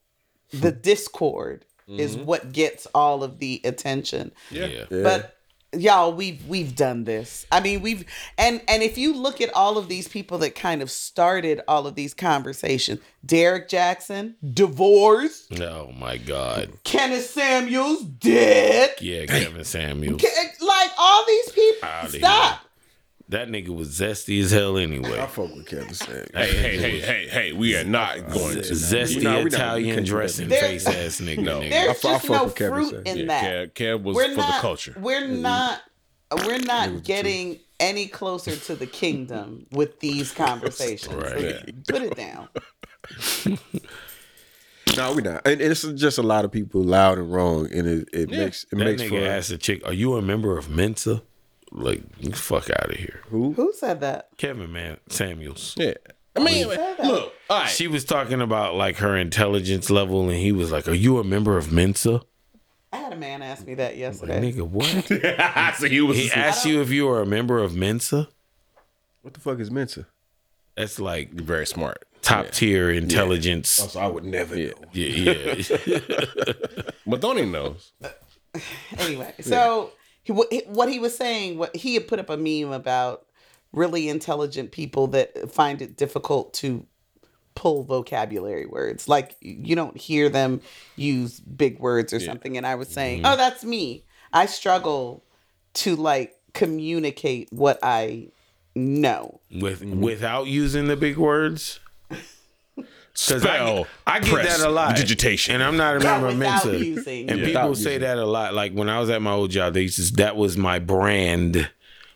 B: the discord is what gets all of the attention.
A: Mm-hmm. Yeah.
B: But y'all, we've we've done this. I mean, we've and and if you look at all of these people that kind of started all of these conversations, Derek Jackson, divorced,
A: Oh my God.
B: Kenneth Samuels, dead.
A: Yeah, Kevin Samuels.
B: Ca- Like all these people,
A: Outta
B: stop.
A: That nigga was zesty as hell anyway.
C: I fuck with Kevin Samuels.
D: Hey, hey, hey, hey, hey, we are not going to.
A: Zesty
C: Nah, we not- we
A: Italian
C: can't do
A: dressing
B: that.
A: face ass nigga.
D: No.
A: nigga.
B: There's
C: I fuck
B: just no
C: with Kevin
B: fruit
C: Samuels.
B: in that.
D: Kev, Kev was
B: We're
D: for
B: not.
D: the <laughs> culture.
B: We're not. We're not getting any closer to the kingdom with
C: <laughs>
B: these conversations.
A: Right.
B: Put it down.
C: No, we not. And it's just a lot of people loud and wrong, and it, it makes it
A: That
C: makes
A: nigga
C: for
A: asked the chick, "Are you a member of Mensa?" Like, you fuck out of here,
B: Who said that?
A: Kevin man Samuels.
D: Yeah. I mean, look, all right.
A: She was talking about like her intelligence level, and he was like, "Are you a member of Mensa?"
B: I had a man ask me that yesterday.
A: Nigga, what? <laughs>
D: so he was.
A: he asked you if you were a member of Mensa.
C: what the fuck is Mensa?
A: That's like
D: very smart.
A: top tier intelligence.
C: So I would never. Yeah.
A: Yeah, yeah.
D: Madonna knows.
B: Anyway, so he, what he- what he was saying, what he had put up a meme about really intelligent people that find it difficult to pull vocabulary words. Like you don't hear them use big words or something. And I was saying, oh, that's me. I struggle to like communicate what I know.
A: With without using the big words. 'Cause I
D: Spell,
A: get- I, get
D: press,
A: that a lot.
D: digitation.
A: and I'm not a member of
B: Without
A: Mensa.
B: using.
A: And
B: Yeah.
A: people say that a lot. Like when I was at my old job, they used to, that was my brand.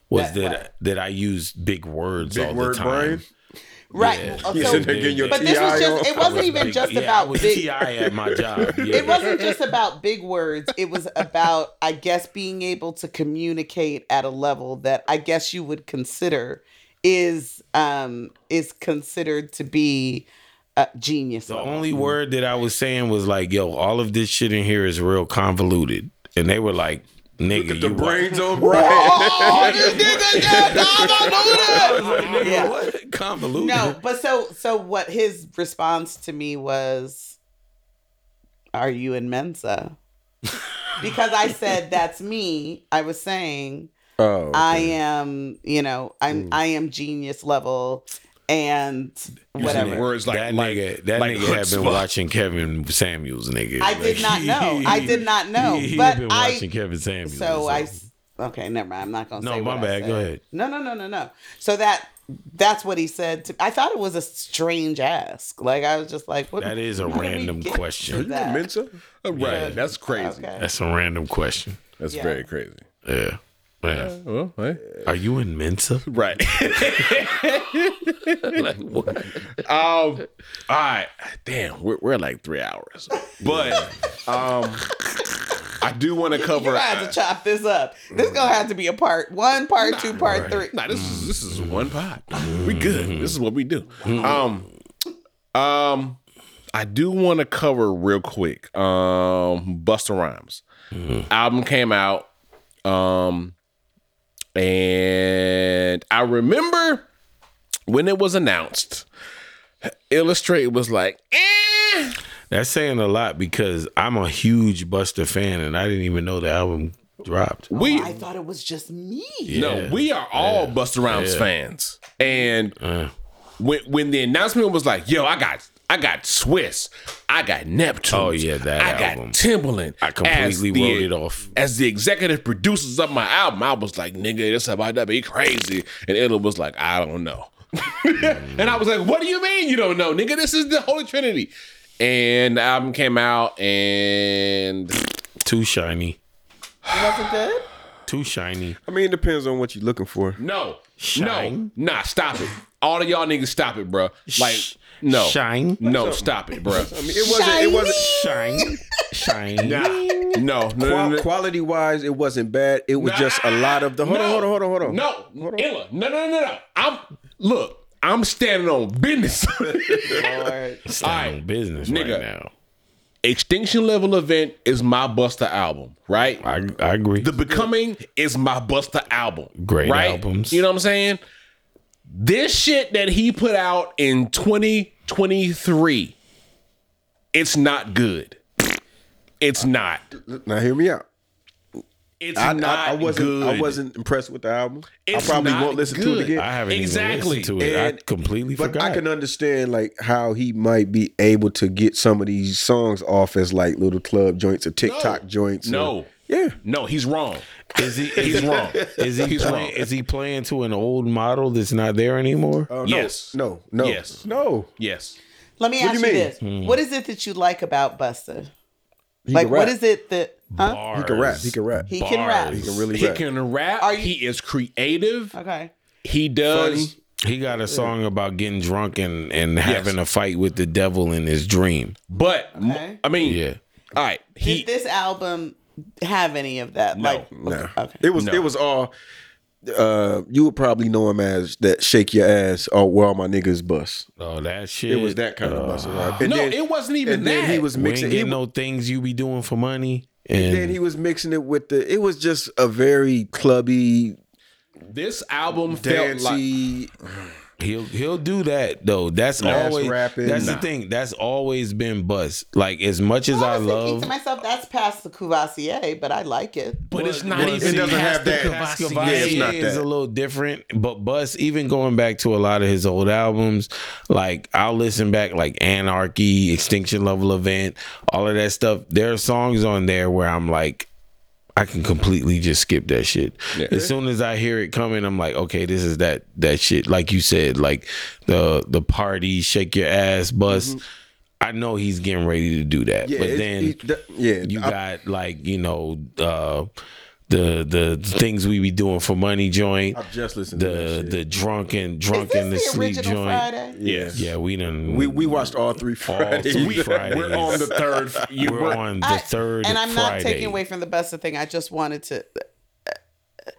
A: Was
B: That-
A: that that, I used big words all
C: word
A: the time?
C: brain?
B: Right. So-
C: You sitting there getting your
B: but this was
C: TI
B: just
C: on?
B: it wasn't even
A: Like,
B: just
A: yeah, I
B: about
A: was
B: big
A: TI at
B: <laughs>
A: my job. Yeah. <laughs>
B: it wasn't just about big words. It was about, I guess, being able to communicate at a level that I guess you would consider is um is considered to be uh, genius.
A: The
B: level.
A: only word that I was saying was like, "Yo, all of this shit in here is real convoluted," and they were like, "Nigga, you
C: The
A: right."
C: brains <laughs> on brain.
B: Oh, this nigga got convoluted. Yeah.
A: What? convoluted?"
B: No, but so so what his response to me was Are you in Mensa? because I said that's me. I was saying
C: Oh,
B: I am, you know,
A: Hmm.
B: I'm I am genius level and whatever.
D: Words like
A: that
D: like,
A: nigga, that
D: like
A: nigga had been
D: chutzpah.
A: watching Kevin Samuels, nigga.
B: I
A: <laughs>
B: did not know. I did not know.
A: He, he
B: but
A: been
B: I
A: watching Kevin Samuels.
B: so I s- okay, never mind. I'm not gonna
A: No,
B: say.
A: my
B: what I
A: bad. Go
B: said.
A: ahead.
B: No, no, no, no, no. So that that's what he said. To, I thought it was a strange ask. Like I was just like, what,
A: That is
B: <laughs>
A: a
B: how do we
A: random
B: get
A: question.
B: to
A: You
B: that?
C: Mensa?
D: Right, that's crazy.
B: Okay.
A: That's a random question.
C: That's
B: Yeah.
C: very crazy.
A: Yeah. Yeah.
D: Well, hey.
A: Are you in Mensa?
D: Right. Um, all right. Damn, we're, we're like three hours. But um, I do want to cover.
B: You have to chop this up. This gonna have to be a part one, part two, part three.
D: Nah, this is this is one pot. We good. This is what we do. Um, um, I do want to cover real quick. Um, Buster Rhymes album came out. Um, and I remember when it was announced. Illustrate was like, eh.
A: That's saying a lot because I'm a huge Buster fan and I didn't even know the album dropped.
D: we
B: I thought it was just me.
A: Yeah.
D: No, we are all Buster Rhymes fans. And when when the announcement was like, "Yo, I got I got Swiss, I got Neptune,
A: Oh, yeah, that
D: I
A: album.
D: got Timbaland."
A: I completely
D: as the-
A: wrote it off.
D: as the executive producers of my album. I was like, "Nigga, this about to be crazy," and Ella was like, "I don't know," <laughs> and I was like, "What do you mean you don't know, nigga? This is the Holy Trinity." And the album came out, and
A: Too shiny.
B: Was it good?
A: Too shiny.
C: I mean, it depends on what you're looking for.
D: No.
A: Shine.
D: No. Nah, stop it. All of y'all niggas stop it, bro. Like
A: Sh-
D: no.
B: <laughs>
A: shine.
D: No, stop it, bro.
C: I mean, it wasn't. It wasn't.
A: Shine. Shine.
D: Nah. No, no, no, no.
C: quality wise, it wasn't bad. It was
D: Nah.
C: just a lot of the. Hold on,
D: No.
C: hold on, hold on, hold on.
D: No, Illa. No, no, no, no. I'm look, I'm standing on business. <laughs>
A: <laughs>
B: Lord.
A: Stand on
D: Aight,
A: business right
D: nigga.
A: now.
D: Extinction level event is my Buster album, right?
A: I, I agree.
D: The Becoming is my Buster album.
A: Great
D: right?
A: albums.
D: You know what I'm saying? This shit that he put out in 2023, it's not good. It's not.
C: Now hear me out.
D: It's
C: I, I-
D: not
C: I wasn't.
D: good.
C: I wasn't impressed with the album.
D: It's
C: I probably
D: not
C: won't listen to
D: good.
C: it again.
A: I haven't exactly.
D: Exactly.
A: even listened to it. I
C: And-
A: completely
C: but
A: forgot.
C: I can understand like how he might be able to get some of these songs off as like little club joints or TikTok joints. or-
D: No.
C: yeah.
D: No, he's wrong.
A: is he?
D: He's wrong.
A: Is he?
D: He's
A: Play,
D: wrong.
A: is he playing to an old model that's not there anymore?
D: yes.
C: Oh, No. No.
D: Yes.
C: No.
D: Yes.
B: Let me
C: What
B: ask you,
C: do you mean?
B: this:
A: Hmm.
B: What is it that you like about Buster?
C: He
B: Like,
C: can rap.
B: what is it that? Huh?
A: Bars.
C: He can rap. He can rap.
B: He can rap.
A: Bars.
C: can really
D: He
C: rap.
D: can rap.
B: Are you-
D: he is creative.
B: Okay.
D: He does.
A: He got a song about getting drunk and and having a fight with the devil in his dream.
D: But m-
B: Okay.
D: I mean,
A: Yeah.
D: all right. He
B: Did this album have any of that? Like,
C: No.
B: Okay.
C: It was
D: No.
C: it was all uh you would probably know him as that shake your ass or where all my niggas bust.
A: Oh, that shit.
C: It was that kind of bust. right? And
D: uh, no,
C: then,
D: it wasn't even
C: and
D: that.
C: then he was
A: We ain't
C: mixing
A: getting
C: he,
A: no things you be doing for money. And
C: then he was mixing it with the it was just a very clubby,
D: this album felt like
C: dancey.
A: He'll he'll do that though. That's
C: That's
A: always
C: rapping.
A: that's
C: Nah.
A: the thing. That's always been buzz. Like as much as I,
B: was thinking
A: love,
B: to myself, that's past the Cuvassier, but I like it.
D: but it's not
A: but
D: even
C: It doesn't have that.
A: Escobar
C: Yeah, it's not
A: is
C: that.
A: a little different. But Bus, even going back to a lot of his old albums, like I'll listen back, like Anarchy, Extinction Level Event, all of that stuff. There are songs on there where I'm like, I can completely just skip that shit. As soon as I hear it coming, I'm like, okay, this is that that shit. Like you said, like the the party, shake your ass, Bus. I know he's getting ready to do that,
C: Mm-hmm. Yeah,
A: but
C: it's-
A: then
C: it- that- yeah,
A: you
C: I-
A: got like you know uh, the the things we be doing for money joint,
C: I've just listened to that
A: the
C: shit.
A: the drunk and
B: Is
A: drunk
B: this
A: and the
B: the
A: sleep
B: original
A: joint.
B: Friday?
D: Yes.
A: Yeah, we done.
C: We we watched all three
A: all
C: Fridays.
A: three
C: <laughs>
A: Fridays.
D: We're on the third. You
A: We're
D: were
A: on the
B: I-
A: third
B: and I'm
A: Friday.
B: not taking away from the Busta thing. I just wanted to. uh,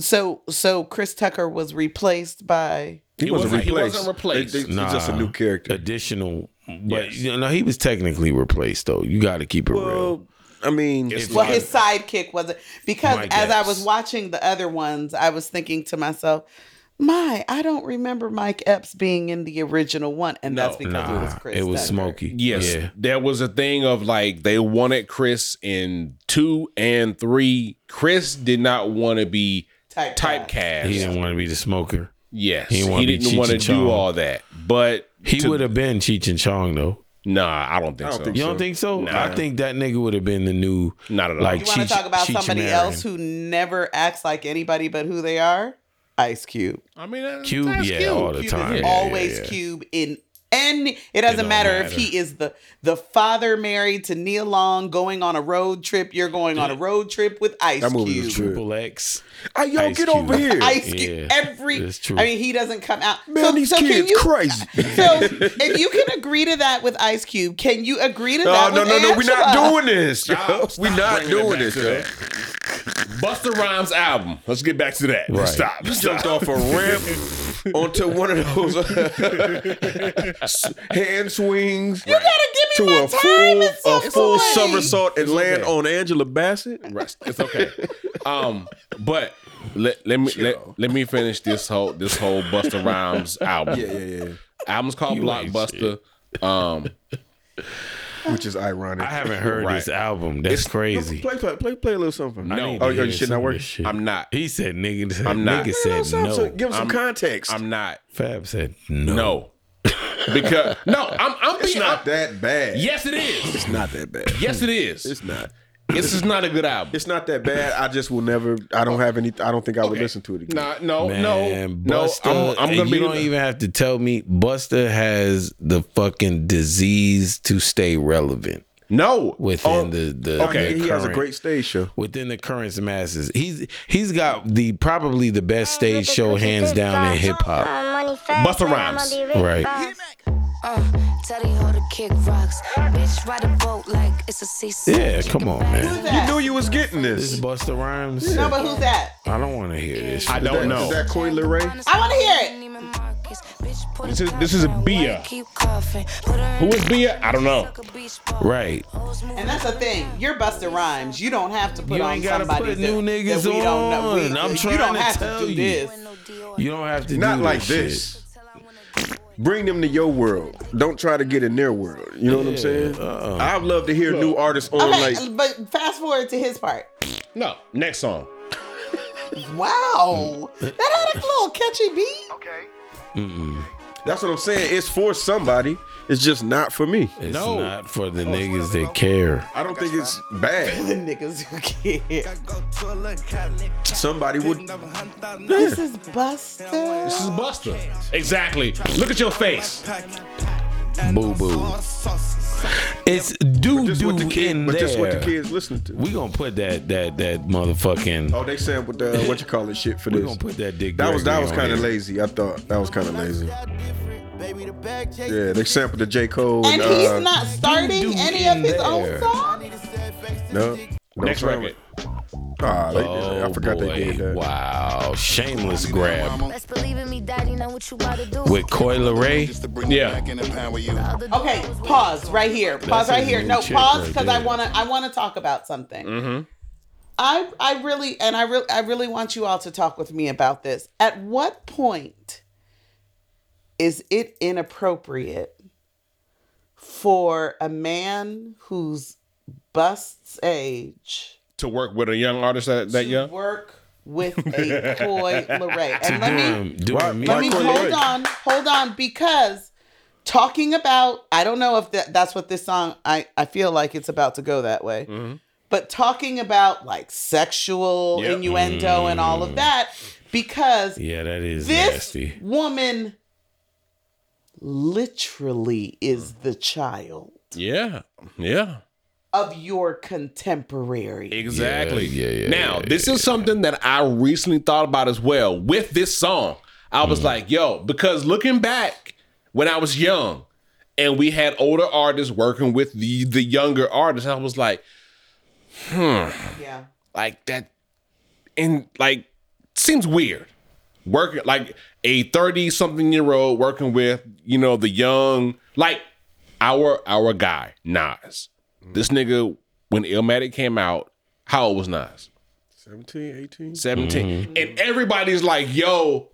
B: So so Chris Tucker was replaced by
D: He wasn't replaced. He wasn't replaced.
C: They- they- He's just a
A: Nah.
C: new character.
A: additional. But you know, he was technically replaced though. You got to keep it real.
C: Well, I mean,
B: well his sidekick was it because
A: My
B: as I
A: guess.
B: was watching the other ones, I was thinking to myself, My, I don't remember Mike Epps being in the original one, and that's because it was
A: Nah,
B: Chris.
A: it was
B: Tucker.
A: smoky.
D: Yes,
A: Yeah.
D: there was a thing of like they wanted Chris in two and three. Chris did not want to be
B: Typecast.
D: typecast.
A: He didn't want to be the smoker.
D: Yes,
A: He
D: he,
A: didn't wanna be
D: didn't want
A: Cheech
D: to
A: and
D: do
A: Chong.
D: all that. But
A: He
D: to-
A: would have been Cheech and Chong though.
D: Nah, I don't think
C: I don't
D: so.
C: think
A: You don't think so?
D: Nah.
A: I think that nigga would have been the new
D: Not at all. <laughs>
A: like
B: You want to
A: Cheech-
B: talk about
A: Cheech
B: somebody
A: Marin.
B: else who never acts like anybody but who they are? Ice Cube.
D: I mean, that's,
A: Cube,
D: that's
A: yeah,
D: Cube.
A: all the
D: Cube
A: time.
D: is-
A: Yeah,
B: Always
A: yeah.
B: Cube in any. It doesn't
A: don't
B: matter, if
A: matter.
B: he is the the father married to Neil Long, going on a road trip. You're going on a road trip with Ice
C: That movie was
B: Cube.
C: true.
A: Triple X.
C: Hey, yo,
A: Ice
C: get
A: Cube.
C: over here.
B: Ice Cube.
A: Yeah,
B: Every.
A: that's true.
B: I mean, he doesn't come out.
C: Man, these
B: can
C: kids
B: you-
C: crazy.
B: <laughs>
C: <laughs>
B: So if you can agree to that with Ice Cube, can you agree to
C: No,
B: that?
C: no,
B: with
C: no, no. We're not
B: Angela?
C: doing this. yo. We're not
D: bringing it
C: doing
D: back
C: this.
D: to
C: yo.
D: Buster Rhymes album. Let's get back to that.
A: Right.
D: Stop.
C: You jumped off a <laughs> ramp onto one of those uh, <laughs> hand swings
B: You gotta
C: to
B: give me my
C: a
B: time
C: full,
B: at some
C: a full
B: point.
C: somersault and land on Angela Bassett.
D: Rest. It's okay. um, but let, let me let, let me finish this whole this whole Buster Rhymes album.
C: Yeah, yeah, yeah.
D: Album's called
A: ain't
D: Blockbuster. Um,
C: Which is ironic.
A: I haven't heard
D: Right.
A: this album. That's crazy.
C: <laughs> Play, play, play, play a little something.
A: I need to
C: oh, yo,
A: hear
C: you
A: some
C: shit not
A: of
C: work.
A: this shit.
D: I'm not.
A: He said nigga.
D: I'm not.
A: Nigga
C: Play a little
A: said
C: something,
A: no.
C: so give him some context.
D: I'm not.
A: Fab said no.
D: No. Because no, I'm I'm
C: it's
D: being
C: not
D: not
C: that bad.
D: Yes, it is.
C: It's not that bad.
D: Yes, it is.
C: It's not.
D: This is not a good album.
C: It's not that bad. I just will never. I don't have any. I don't think I would listen to it again.
D: Nah, no, no,
A: Man,
D: no.
A: Busta,
D: I'm, I'm
A: you
D: gonna be
A: don't even have to tell me. Buster has the fucking disease to stay relevant
D: no
A: within
D: Oh,
A: the the.
D: okay,
A: the
C: he has a
A: current-
C: great stage show.
A: within the current masses. He's he's got the probably the best stage show hands down in hip hop.
D: Busta Rhymes.
A: Right.
I: Tell you how to kick rocks. Bitch, ride a boat like it's a seesaw.
A: Yeah, come on, man.
B: Who's that?
C: Knew you was getting
A: This
C: this.
A: Buster Rhymes.
B: No, but who's that?
A: I don't want to hear this.
D: I
A: shit.
D: don't
C: Is that-
D: know.
C: Is that Corey Leray?
B: I wanna hear
I: it.
D: This is- this is a Bia. Who is Bia? I don't know.
A: Right.
B: And that's the thing. You're Busta Rhymes. You don't have to put
A: You
B: on
A: ain't gotta
B: somebody
A: put new
B: that,
A: niggas
B: that we don't know. We,
A: on. I'm
B: you
A: trying
B: don't
A: to
B: have
A: tell
B: to do
A: you.
B: this.
A: You don't have to.
C: Not
A: do
C: like
A: this.
C: this. Bring them to your world. Don't try to get in their world. You know what I'm saying?
A: uh-uh.
C: I'd love to hear new artists on
B: Okay,
C: like.
B: but fast forward to his part.
D: No, next song.
B: Wow, that had a little catchy beat.
C: That's what I'm saying. It's for somebody. It's just not for me.
A: It's
D: No.
A: not for the niggas that care.
C: I don't think it's bad.
B: The <laughs> niggas who care.
C: Somebody would.
B: This is Busta.
D: This is Buster. Exactly. Look at your face.
A: Boo boo. It's doo
C: Just
A: doo
C: what the
A: in
C: kid, but
A: there.
C: just what the kids listening to.
A: We gonna put that that that motherfucking.
C: Oh, they saying
A: <laughs>
C: what the what you call it shit for
A: we
C: this.
A: gonna put that dick.
C: That was that
A: Gregory
C: was
A: on
C: kind of
A: here.
C: lazy. I thought that was kind of lazy. Yeah, they sampled the J Cole.
B: And
C: And, uh,
B: he's not starting any of his own
A: there.
B: songs.
C: No, no
D: Next
C: song.
D: record.
C: Ah, they,
A: Oh,
C: I forgot they did
A: boy.
C: that.
A: Wow, shameless grab
I: Let's believe in me, daddy. Know what you about to do.
A: with Coy Ray.
D: Yeah.
B: Okay, pause right here. Pause
A: That's a
B: right here.
A: new
B: No,
A: chick
B: pause
A: right
B: because I
A: there. Mm-hmm.
B: wanna I wanna talk about something. I I really and I really I really want you all to talk with me about this. At what point is it inappropriate for a man who's Bust's age
D: To work with a young artist that, that
B: to
D: young.
B: work with
A: <laughs>
B: a Coy Leray? And let me
A: Damn, dude,
C: Why-
A: Um, me-
C: why
B: let me
C: Coy
B: hold
C: Leray?
B: on, hold on, because talking about I don't know if that, that's what this song I I feel like it's about to go that way,
A: Mm-hmm.
B: but talking about like sexual
D: Yep.
B: innuendo and all of that because
A: Yeah, that is
B: this
A: Mm. nasty.
B: woman literally is the child
D: Yeah. Yeah.
B: of your contemporary.
D: Exactly.
A: Yeah, yeah, yeah,
D: now,
A: yeah,
D: this is something that I recently thought about as well with this song. I was like, yo, because looking back when I was young and we had older artists working with the the younger artists, I was like,
B: Yeah.
D: like that and like seems weird working like a 30 something year old working with you know the young like our our guy Nas this nigga when Illmatic came out how old was Nas
C: 17, 18.
D: 17 and everybody's like yo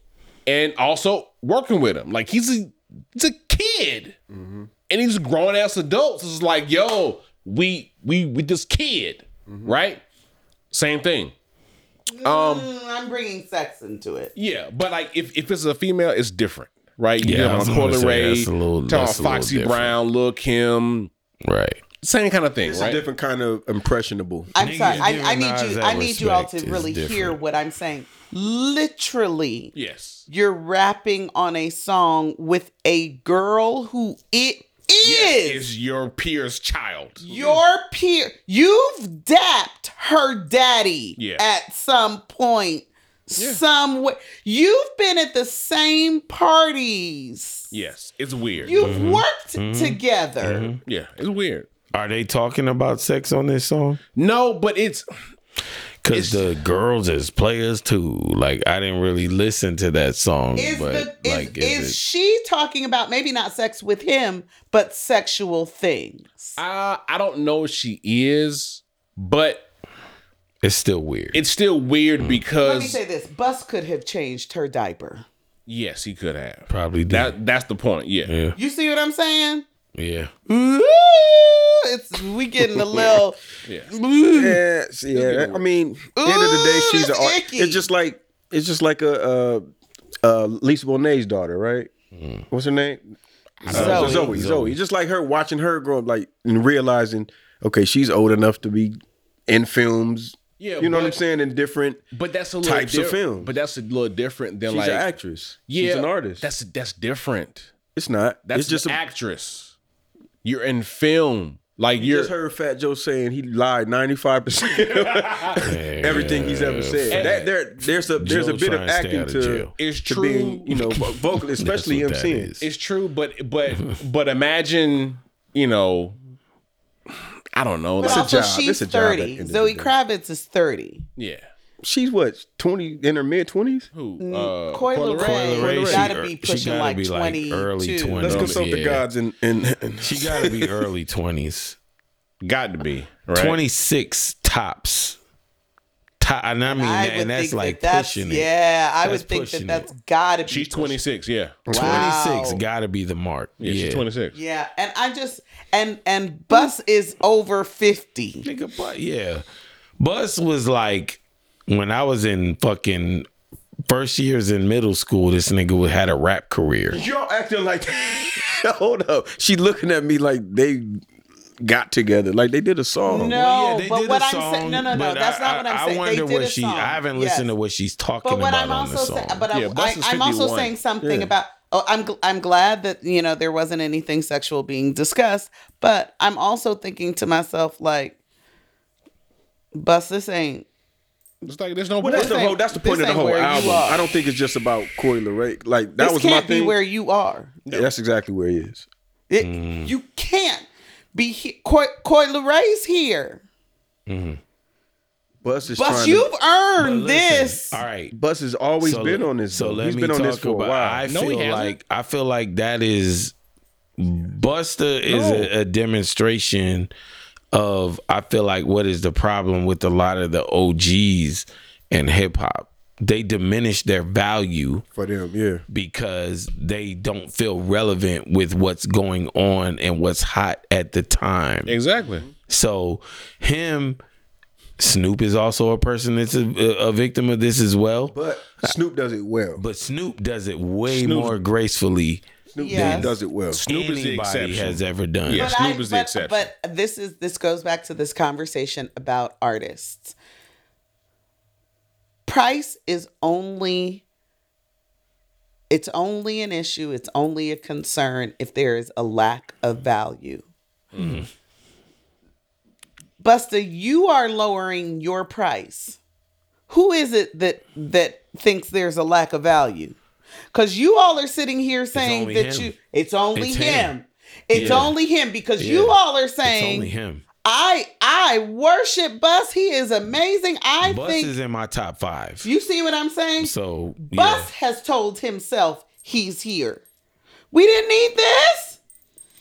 D: and also working with him. Like he's a he's a kid, and he's grown ass adults. It's like yo, we we with this kid, right? Same thing. Um,
B: Mm, I'm bringing sex into it.
D: Yeah, but like if, if it's a female, it's different, right? You
A: Yeah, I
D: have
A: was
D: on
A: gonna
D: Coyle
A: say,
D: Ray,
A: that's a little-
D: talking
A: that's
D: about
A: a little
D: Foxy
A: different.
D: Brown, Lil Kim,
A: Right.
D: same kind of thing,
C: It's
D: right?
C: a different kind of impressionable.
B: I'm
A: Niggas
B: sorry.
A: giving
B: I, I
A: Nas
B: need you.
A: that
B: I need you all
A: respect
B: to
A: is
B: really hear
A: different.
B: what I'm saying. Literally,
D: yes.
B: you're rapping on a song with a girl who it
D: Yes,
B: is
D: is your peer's child.
B: your peer. You've dapped her daddy
D: Yeah.
B: at some point. Somewhere you've been at the same parties.
D: Yes, it's weird.
B: You've worked together.
D: yeah, it's weird.
A: Are they talking about sex on this song?
D: No, but it's
A: Cause the girls is players too. Like I didn't really listen to that song,
B: Is
A: but
B: the is,
A: like
B: is,
A: is,
B: she talking about maybe not sex with him, but sexual things?
D: uh, I don't know if she is, but
A: it, it's still weird.
D: it's still
A: Mm.
D: weird
B: Let me
D: because
B: say this: Bus could have changed her diaper.
D: yes, he could have.
A: Probably did.
D: That that's the point. Yeah.
B: You see what I'm saying?
A: yeah.
B: Ooh, it's we getting a little.
C: <laughs> Yeah, see, yeah. that- I mean, at the end of the day,
B: Ooh,
C: she's an
B: that's
C: art.
B: icky.
C: It's just like it's just like a uh, uh, Lisa Bonet's daughter, right?
D: Mm.
C: What's her name? Uh,
B: Zoe.
C: Zoe. Zoe. Zoe. Just like her watching her grow up, like and realizing, okay, she's old enough to be in films.
D: Yeah,
C: you know what
D: but-
C: I'm saying. In different,
D: But that's a little
C: Types of
D: diff-
C: films.
D: But that's a little different than
C: she's
D: like
C: an actress.
D: Yeah,
C: she's an artist.
D: That's that's different.
C: it's not.
D: That's
C: it's just
D: an
C: a,
D: actress. You're in film. Like you're
C: just heard Fat Joe saying he lied 95 percent <laughs> everything he's ever said. That there, there's a there's
A: Joe
C: a bit of
A: trying to stay
C: acting
A: out of
C: to,
A: jail.
D: It's
C: to
D: true.
C: being you know <laughs> vo- vocal, especially
A: what that
C: MCing.
A: is.
D: It's true, but
C: <laughs>
D: but but imagine, you know, I don't know.
B: But
D: like-
B: also,
C: job.
B: she's
C: <laughs> It's a job at the
B: thirty.
C: end of the
B: Zoe
C: day.
B: Kravitz is thirty.
D: yeah.
C: She's what 20 in her mid 20s.
D: Who? Uh,
A: Coyle
B: Coil Ray
A: Ray, she-
B: gotta be
A: she
B: pushing
A: gotta
B: like
A: be, like,
B: twenty
A: early 20s.
C: Let's
A: No,
C: consult
A: yeah.
C: the gods and and, and
A: She gotta be <laughs> early twenties.
D: got to be right?
A: Twenty six tops. Top, and I mean,
B: I
A: that-
B: would
A: and that's
B: think
A: like
B: that that's
A: pushing it.
B: yeah. I
A: That's
B: would think
A: pushing
B: that
A: it.
B: that's gotta be.
D: She's
B: pushing-
D: 26. Yeah.
A: Twenty
B: Wow.
A: six gotta be the mark.
D: Yeah,
A: Yeah,
D: she's 26.
B: Yeah, and I just and and Bus is over fifty.
A: Nigga, but yeah. Bus was like when I was in fucking first years in middle school, this nigga had a rap career.
C: y'all acting like <laughs> hold up. She looking at me like they got together, like they did a song.
B: No,
A: Well, yeah, they
B: but
A: did
B: what
A: a
B: I'm saying, no, no, no,
A: but
B: that's
A: I-
B: not what I'm
A: I-
B: saying.
A: I wonder
B: they did
A: what
B: a
A: she.
B: song.
A: I haven't
B: Yes.
A: listened to what she's talking
B: But what
A: about
B: I'm
A: on the
B: also
A: song.
B: saying, but I-
D: Yeah,
B: I,
D: Bus is
B: I'm also
D: 51.
B: saying something about. Oh, I'm gl- I'm glad that you know there wasn't anything sexual being discussed, but I'm also thinking to myself like, Bus, this ain't.
D: It's like there's no
C: Well, that's
B: This
C: the
B: ain't-
C: whole. That's the
B: this
C: point of the
B: ain't
C: whole
B: where you
C: album.
B: are.
C: I don't think it's just about Corey LeRae. Like that
B: this
C: was my
B: can't be
C: thing.
B: where you are.
C: Yeah, That's exactly where he is.
B: It,
A: Mm.
B: You can't be he- Coy, Coy Ray's here.
C: Bus is
B: But
C: trying.
B: you've
C: To,
B: earned
A: Listen,
B: this.
A: All right.
C: Bus has always
A: So
C: been
A: let-
C: on this.
A: So
C: though.
A: let
C: He's
A: me
C: been on
A: talk
C: this for a
A: about-
C: while.
A: I
D: No, he
A: feel
D: hasn't.
A: like I feel like that is Buster is a, a demonstration of I feel like what is the problem with a lot of the OGs and hip hop. They diminish their value
C: for them, yeah.
A: because they don't feel relevant with what's going on and what's hot at the time.
D: exactly.
A: So him, Snoop is also a person that's a, a victim of this as well. But,
C: But Snoop does it well.
A: Snoop does it way
D: Snoop-
A: more gracefully
C: Snoop
B: Yes.
C: does it well.
D: Snoop is the
A: anybody
D: exception.
A: has ever done.
D: Yeah.
B: But
D: Snoop
B: I-
D: is the
B: but-
D: exception.
B: But this is this goes back to this conversation about artists. Price is only it's only an issue, it's only a concern if there is a lack of value. Buster, you are lowering your price. Who is it that that thinks there's a lack of value? Cuz you all are sitting here saying
A: only
B: that
A: him.
B: you it's only
A: It's
B: him.
A: him.
B: It's
A: Yeah.
B: only him because you
A: Yeah.
B: all are
A: It's only
B: saying
A: him.
B: I I worship Bus. He is amazing. I
A: Bus
B: think
A: is in my top five.
B: you see what I'm saying?
A: So
B: Bus has told himself he's here. We didn't need this.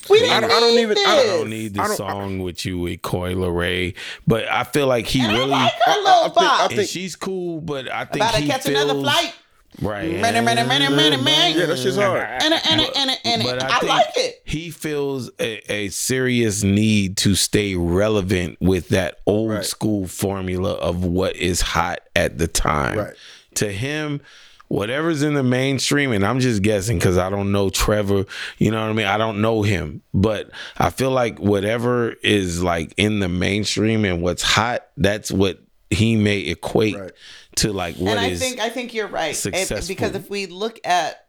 B: We didn't
C: I don't- I don't
B: need
C: even-
B: this.
C: I
A: I don't need
C: I
A: the
C: don't-
A: song with you with Coy Ray, but I feel like he
B: I
A: really
B: like her
C: I- I
B: little
C: think- I
B: bop.
A: and she's cool. But I think
B: About to
A: he
B: catch
A: feels
B: another flight.
A: Right.
B: Many, many, many, many, many.
C: Yeah, that shit's hard.
B: And and and and
A: But I,
B: I
A: think
B: like it.
A: He feels a, a serious need to stay relevant with that old
C: Right.
A: school formula of what is hot at the time.
C: Right.
A: To him, whatever's in the mainstream, and I'm just guessing because I don't know Trevor, you know what I mean? I don't know him, but I feel like whatever is like in the mainstream and what's hot, that's what he may equate
C: Right.
A: to like what is.
B: And I think I think you're right. It- because
A: successful.
B: if we look at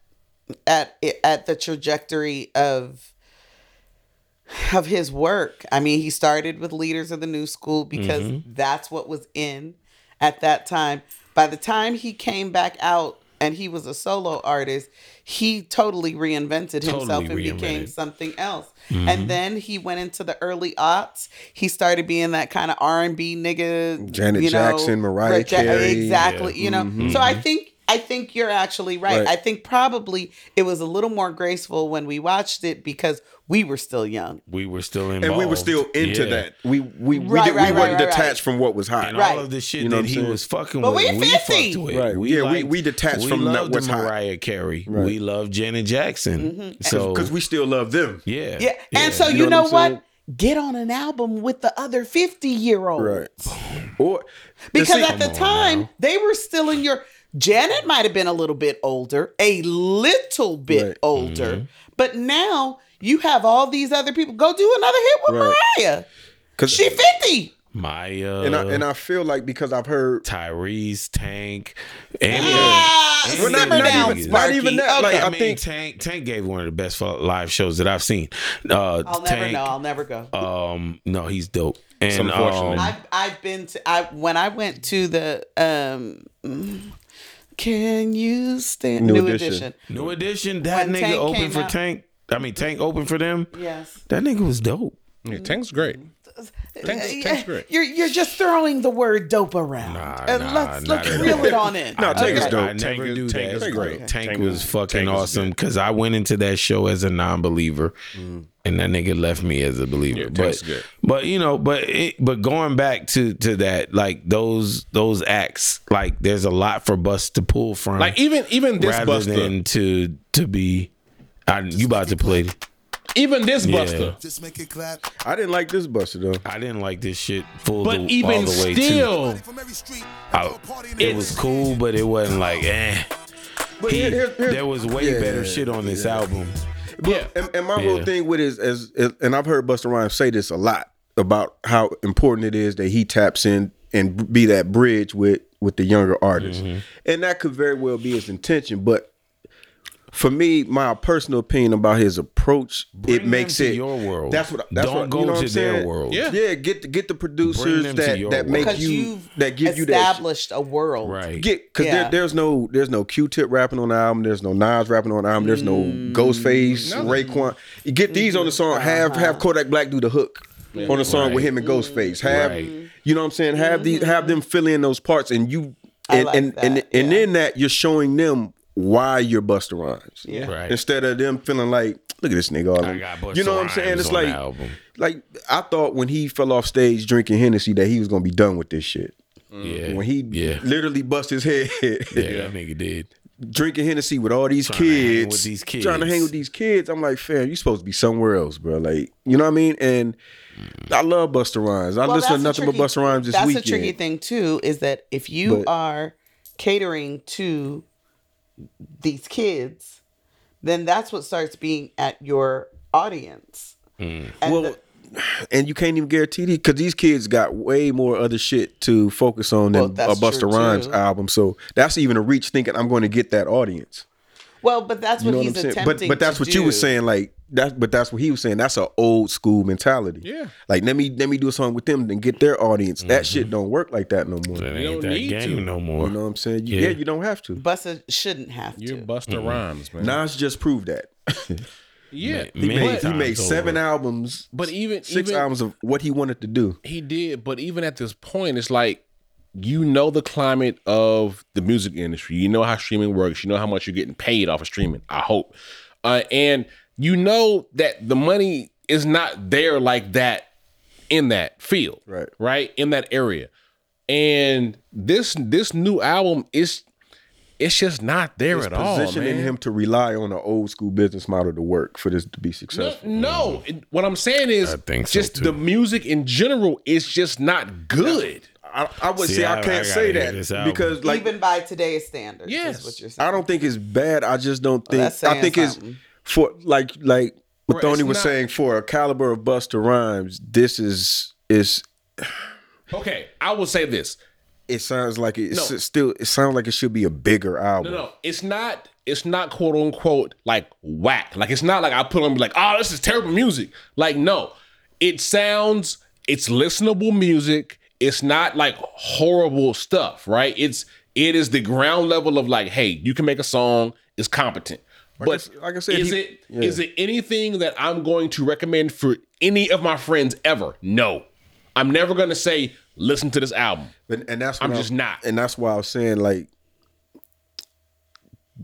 B: at it- at the trajectory of of his work, I mean, he started with Leaders of the New School because
A: Mm-hmm.
B: that's what was in at that time. By the time he came back out and he was a solo artist, he totally reinvented himself and
A: Totally
B: became
A: reinvented. Mm-hmm.
B: something else. And then he went into the early aughts. He started being that kind of R and B nigga,
C: Janet
B: you know,
C: Jackson, Mariah
B: Right, Ja-
C: Carey.
B: Exactly. You know. So I think I think you're actually right.
C: Right.
B: I think probably it was a little more graceful when we watched it because we were still young.
A: we were still involved.
C: And we were still into
A: Yeah.
C: that. We we we,
B: Right, right,
C: did, we
B: right,
C: weren't
B: right, right.
C: detached from what was hot.
A: and
B: Right.
A: all of the shit
C: You know what
A: that
C: I'm
A: he
C: saying?
A: was fucking
B: But
A: with.
B: we
A: We
B: 50.
A: fucked with.
C: Right. Yeah, we-
A: liked-
C: we detached from that
A: loved
C: what's hot.
A: Mariah Carey.
C: Right.
A: We love Janet
B: Mm-hmm.
A: Jackson. So
C: Because we still love them.
A: yeah,
B: Yeah. And so you,
C: You
B: know,
C: know what I'm
B: what?
C: saying?
B: Get on an album with the other 50 year olds.
C: Or
B: Because
C: and see-
B: at the time, they were still in your. Janet might have been a little bit older, a little bit
C: Right.
B: older, but now you have all these other people. Go do another hit with
C: Right.
B: Mariah.
C: 'Cause-
B: She 50.
A: my uh,
C: and I and I feel like because I've heard
A: Tyrese Tank and
B: Ah,
A: and
B: simmer
A: them niggas.
B: down,
A: Not even
B: Sparky.
C: that, like,
B: Okay.
A: I,
C: I
A: mean,
C: think-
A: Tank Tank gave one of the best fu- live shows that I've seen. Uh,
B: I'll never
A: Tank,
B: know. I'll never go.
A: Um, no, he's dope. And um,
D: unfortunate.
B: I've I've been to I when I went to the um. mm, Can you stand
C: New
B: New,
C: Edition.
B: edition.
A: New Edition, that
B: When
A: nigga
B: Tank
A: opened
B: came
A: for
B: out-
A: Tank. I mean, Tank opened for them.
B: Yes.
A: That nigga was dope.
D: Yeah, Tank's great. Tank's, Tank's great.
B: Uh, You're you're just throwing the word dope around.
A: Nah,
B: and
A: nah,
B: let's
A: not
B: let's
A: at
B: reel
A: all.
B: it on in.
C: No, Tank is
B: Okay.
C: dope.
A: I
D: Tank
A: never
D: is-
A: do
D: Tank
A: that.
D: is
A: Tank,
D: great.
A: Tank
D: Tank
A: was
D: is-
A: fucking
D: Tank is
A: awesome because I went into that show as a non-believer, and that nigga left me as a believer.
D: Tank's
A: but
D: Mm. good.
A: but you know, but it, but going back to to that, like those those acts, like there's a lot for Bus to pull from.
D: Like even even this
A: rather
D: Buster,
A: than to to be, I, you about to play.
D: even this
A: Yeah.
D: Buster.
J: Just make it clap.
C: I didn't like this Buster though.
A: I didn't like this shit full
D: But
A: the, all
D: even
A: the way to.
D: still,
J: From every street.
A: I- Oh, it was cool, but it wasn't like eh.
C: But
A: He-
C: here- here- here-
A: there was way
C: Yeah.
A: better shit on this album.
D: yeah.
C: And, and my whole
A: Yeah.
C: thing with it is, is, is, and I've heard Buster Rhymes say this a lot about how important it is that he taps in and be that bridge with with the younger artists,
A: Mm-hmm.
C: and that could very well be his intention. But for me, my personal opinion about his approach, it
A: them
C: makes
A: to
C: it
A: your world.
C: That's what. That's
A: Don't
C: what,
A: go
C: you know what
A: to
C: I'm
A: their
C: saying?
A: world.
C: Yeah,
D: Yeah.
C: yeah. Get get the
A: Bring
C: producers
A: them to
C: that
A: your
C: that
A: world.
C: make
B: Because
C: you
B: you've
C: that give you that. shit.
B: established a world.
A: Right.
C: Yeah, because
B: Yeah.
C: there, there's no there's no Q-Tip rapping on the album. There's no Nas rapping on the album. There's no
B: Mm.
C: Ghostface, Raekwon. You get these on the
B: Uh-huh.
C: song. Have have Kodak Black do the hook on the song with
A: Right.
C: him and Ghostface. Have
A: Right.
C: you know what I'm saying? Have these have them fill in those parts, and you
B: Mm-hmm. I
C: and
B: like
C: and, and
B: that,
C: and
B: yeah.
C: in that you're showing them why you're Buster Rhymes.
B: Yeah.
A: Right.
C: Instead of them feeling like, look at this nigga. All
A: I
C: in-"
A: got Busta
C: you know what I'm saying?
A: Rhymes
C: It's
A: on the
C: like,
A: album.
C: like I thought when he fell off stage drinking Hennessy that he was gonna be done with this shit.
D: Mm.
A: Yeah.
C: When he
A: yeah.
C: literally bust his head
A: <laughs> yeah, that nigga did.
C: drinking Hennessy with all these
A: Tryna hang
C: kids,
A: with these kids.
C: trying to hang with these kids. I'm like, fam, you supposed to be somewhere else, bro. Like, you know what I mean? And
A: Mm.
C: I love Buster Rhymes. I
B: Well,
C: listen to
B: that's a
C: nothing but
B: tricky-
C: Buster Rhymes this
B: that's
C: weekend.
B: a tricky thing too. Is that if you
C: But-
B: are catering to these kids, then that's what starts being at your audience. And
C: Well,
B: the-
C: and you can't even guarantee these because these kids got way more other shit to focus on
B: Well,
C: than a
B: that's
C: Buster
B: true,
C: Rhymes
B: too.
C: album. So that's even a reach, thinking I'm going to get that audience.
B: well, but that's
C: You
B: what
C: know
B: he's
C: what I'm saying?
B: attempting.
C: But but that's
B: to
C: what you were
B: do.
C: saying, like that. But that's what he was saying. That's an old school mentality.
D: Yeah.
C: Like let me let me do a song with them, then get their audience. That shit don't work like that no more.
A: That
D: You
A: ain't
D: don't
A: that
D: need
A: game
D: to.
A: no more.
C: You know what I'm saying? You- yeah.
A: Yeah.
C: you don't have to.
B: Buster shouldn't have
D: You're
B: to.
D: Buster Rhymes, man.
C: Nas just proved that.
D: yeah,
A: He
C: He made,
A: Many
C: he made
A: times
C: seven
A: over.
C: albums,
D: but even
C: six
D: even
C: albums of what he wanted to do.
D: he did. But even at this point, it's like you know the climate of the music industry. You know how streaming works. You know how much you're getting paid off of streaming. I hope, uh, and you know that the money is not there like that in that field,
C: Right.
D: Right in that area, and this this new album is it's just not there
C: It's
D: at all,
C: positioning
D: man.
C: him to rely on an old school business model to work for this to be
D: No,
C: successful.
D: no. It- what I'm saying is,
A: I think so,
D: just
A: too.
D: the music in general is just not good.
C: I, I would
A: See,
C: say I,
A: I- I
C: can't
A: gotta
C: say
A: hear
C: that
A: this album.
C: because like
B: even by today's standards.
D: Yes.
B: is what you're saying.
C: I don't think it's bad. I just
B: Well,
C: don't think.
B: that's saying
C: I think it's
B: something.
C: for like like
D: Bro,
C: Mathoni
D: it's
C: was
D: not-
C: saying for a caliber of Buster Rhymes, this is is
D: Okay, I will say this.
C: it sounds like it's
D: No.
C: still it sounds like it should be a bigger
D: No,
C: album.
D: no, it's not. It's not quote unquote like whack. Like it's not like I put on like, oh, this is terrible music. Like no, it sounds. It's listenable music. It's not like horrible stuff, right? It's it is the ground level of like, hey, you can make a song. It's competent.
C: Like I
D: but
C: s- like I said,
D: is
C: he-
D: it is
C: yeah.
D: it anything that I'm going to recommend for any of my friends ever? No, I'm never going to say listen to this album.
C: And, and that's
D: I'm
C: what
D: just not.
C: And that's why I was saying like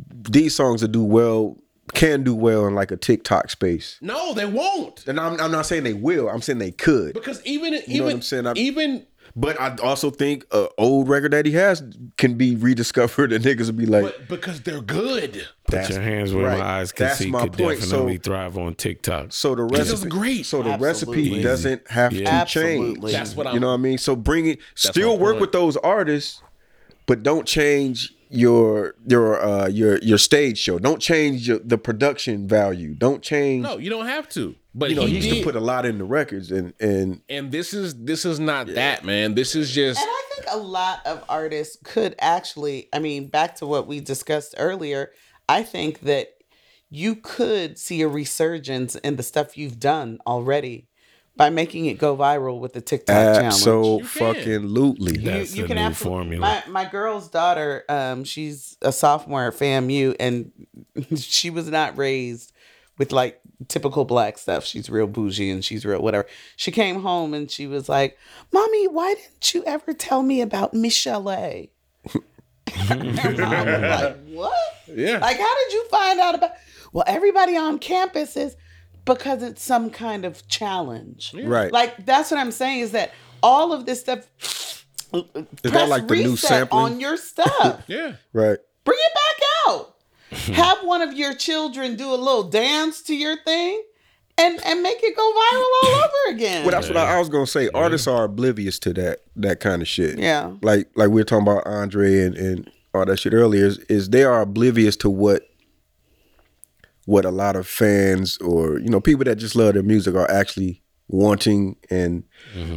C: these songs that do well can do well in like a TikTok space.
D: No, they won't.
C: And I'm, I'm not saying they will. I'm saying they could.
D: Because even even
C: what I'm saying? I'm-
D: even
C: But I also think a old record that he has can be rediscovered, <laughs> and niggas will be like,
D: But because they're good.
A: Put your hands where
C: right.
A: my eyes can
C: That's
A: see
C: my
A: could
C: point. So-
A: definitely thrive on TikTok.
C: So the
D: This
C: recipe,
D: is great.
C: So the
B: Absolutely.
C: recipe doesn't have to
A: Yeah.
B: Absolutely.
C: change.
D: That's what I'm-
C: You know what I mean? So bring it. Still
D: my
C: work
D: point.
C: with those artists, but don't change your your uh your your stage show. Don't change your, the production value. Don't change.
D: No, you don't have to. But
C: you know
D: he,
C: he, used
D: did.
C: to put a lot in the records, and and
D: and this is this is not that, man. This is just
B: And I think a lot of artists could actually, I mean, back to what we discussed earlier, I think that you could see a resurgence in the stuff you've done already by making it go viral with the TikTok challenge.
C: so
D: You can.
C: fucking lootly.
A: That's the new
B: absol-
A: formula.
B: My, my girl's daughter, um, she's a sophomore at FAMU, and <laughs> she was not raised with like typical black stuff. She's real bougie and she's real whatever. She came home and she was like, "Mommy, why didn't you ever tell me about Michelle?" A?" <laughs> Her mom was like, "What?
D: Yeah.
B: Like, how did you find out about?" Well, everybody on campus is because it's some kind of challenge.
C: Right.
B: Like that's what I'm saying is that all of this stuff. Is
C: that like the new sampling?
B: on your
C: <laughs>
B: stuff?
D: yeah.
C: Right.
B: Bring it back
C: <laughs>
B: out. Have one of your children do a little dance to your thing, and and make it go viral
C: <laughs>
B: all over again.
C: Well, that's what I, I was gonna say. Artists are oblivious to that that kind of shit.
B: Yeah.
C: Like like we were talking about Andre and, and all that shit earlier is, is they are oblivious to what what a lot of fans or you know people that just love their music are actually wanting and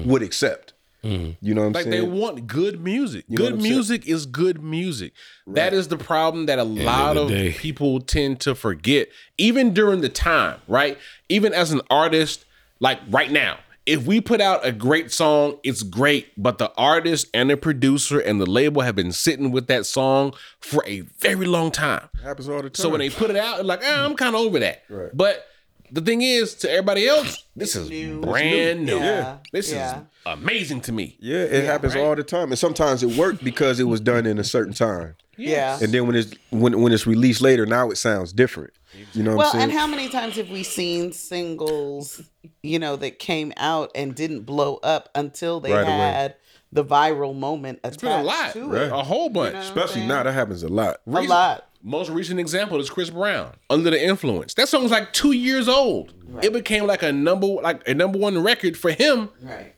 C: would accept. You know what I'm
D: Mm-hmm. Like they
C: saying?
D: want good music.
C: know
D: good
C: what I'm saying?
D: music is good music. That is the problem that a lot
A: the
D: of
A: day.
D: people tend to forget, even during the time, right? Even as an artist, like right now, if we put out a great song, it's great, but the artist and the producer and the label have been sitting with that song for a very long time.
C: happens all the time.
D: So when they put it out, like, eh, I'm kind of over that.
C: Right.
D: But the thing is, to everybody else, this is
B: new.
D: brand new.
B: Yeah.
D: This
B: Yeah.
D: is amazing to me.
C: yeah, it happens all the time, and sometimes it worked because it was done in a certain time,
B: yeah.
C: and then when it's when when it's released later, now it sounds different. You know what
B: Well,
C: I'm saying?
B: and how many times have we seen singles, you know, that came out and didn't blow up until they
C: Right away.
B: had the viral moment attached
D: It's been a lot,
B: to it?
D: a whole bunch.
C: Especially now, that happens a lot.
B: A lot.
D: Most recent example is Chris Brown, Under the Influence. That song's like two years old. It became like a number like a number one record for him
B: Right.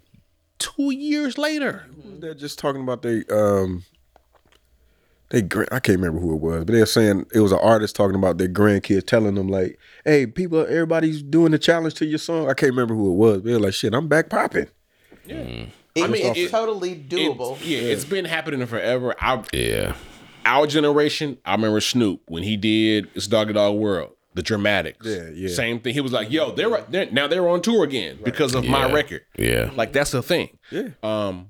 D: two years later.
C: They're just talking about they um they grand, I can't remember who it was, but they were saying it was an artist talking about their grandkids telling them like, "Hey, people, everybody's doing the challenge to your song." I can't remember who it was. They're like, "Shit, I'm back popping."
B: It,
D: mean,
B: it's
D: it-
B: totally doable.
D: It's- yeah, it's been happening forever. I,
A: yeah.
D: our generation, I remember Snoop when he did It's Dog Dog World, the dramatics.
C: Yeah, yeah.
D: Same thing. He was like, yo, they're, they're now they're on tour again because of my
A: Yeah.
D: record.
A: Yeah.
D: Like that's the thing. Yeah. Um,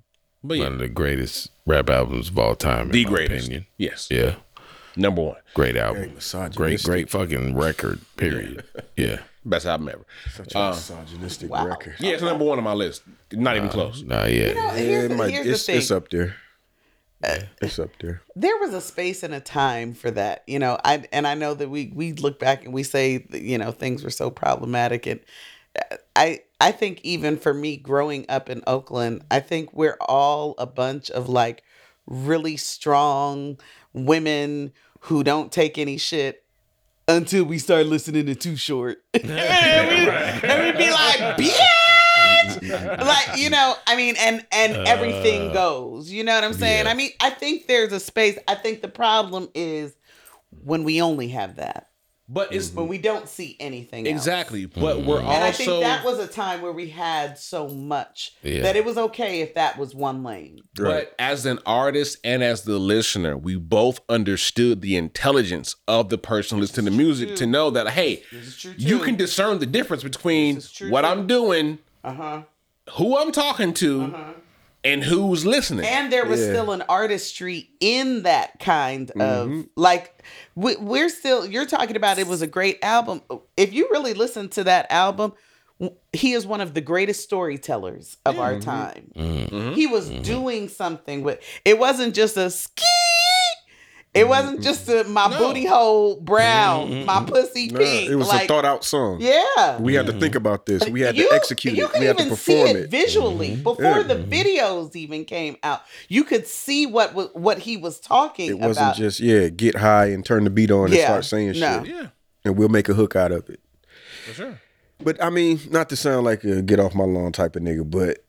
A: One
D: but yeah,
A: of the greatest rap albums of all time. in
D: the
A: my
D: greatest.
A: opinion.
D: Yes.
A: Yeah.
D: Number one.
A: Great album. Great, great fucking record,
C: <laughs>
A: period. Yeah.
D: Best album ever. Um,
C: Such a misogynistic record.
D: Yeah, it's number one on my list. Not even close.
A: Nah, yeah.
B: Well, here's,
C: It
B: the-
C: might-
B: here's the
C: it's,
B: thing. Uh,
C: it's up there. It's up
B: <laughs>
C: there.
B: there was a space and a time for that you know i and i know that we we look back and we say that, you know things were so problematic and uh, i i think even for me growing up in oakland i think we're all a bunch of like really strong women who don't take any shit until we start listening to Too Short. <laughs> and, we, and we be like, bitch! like, you know, I mean, and and
D: Uh,
B: everything goes. You know what I'm saying? I mean, I think there's a space. I think the problem is when we only have that.
D: But it's
B: When we don't see anything else.
D: exactly. But we're
B: And I
D: also
B: think that was a time where we had so much
A: Yeah.
B: that it was okay if that was one lane.
D: But as an artist and as the listener, we both understood the intelligence of the person listening to music to know that hey, you can discern the difference between what I'm doing, Uh-huh. who I'm talking to, and who's listening.
B: And there was still an artistry in that kind
C: Mm-hmm.
B: of like we, we're still you're talking about it was a great album. If you really listen to that album, w- he is one of the greatest storytellers of our
C: Mm-hmm.
B: time. He was doing something with it wasn't just a ski. It wasn't
C: Mm-hmm.
B: just a, my booty hole brown, my pussy
C: Nah,
B: pink.
C: it was
B: like,
C: a thought out song.
B: Yeah.
C: We had to think about this. We had to execute
B: you
C: it.
B: could
C: We had to
B: even
C: perform
B: see
C: it. Mm-hmm.
B: visually before the videos even came out. You could see what wa- what he was talking
C: It wasn't
B: about.
C: just yeah, get high and turn the beat on and
B: Yeah,
C: start saying
B: no.
C: shit,
D: yeah,
C: and we'll make a hook out of it.
D: for sure.
C: But I mean, not to sound like a get off my lawn type of nigga, but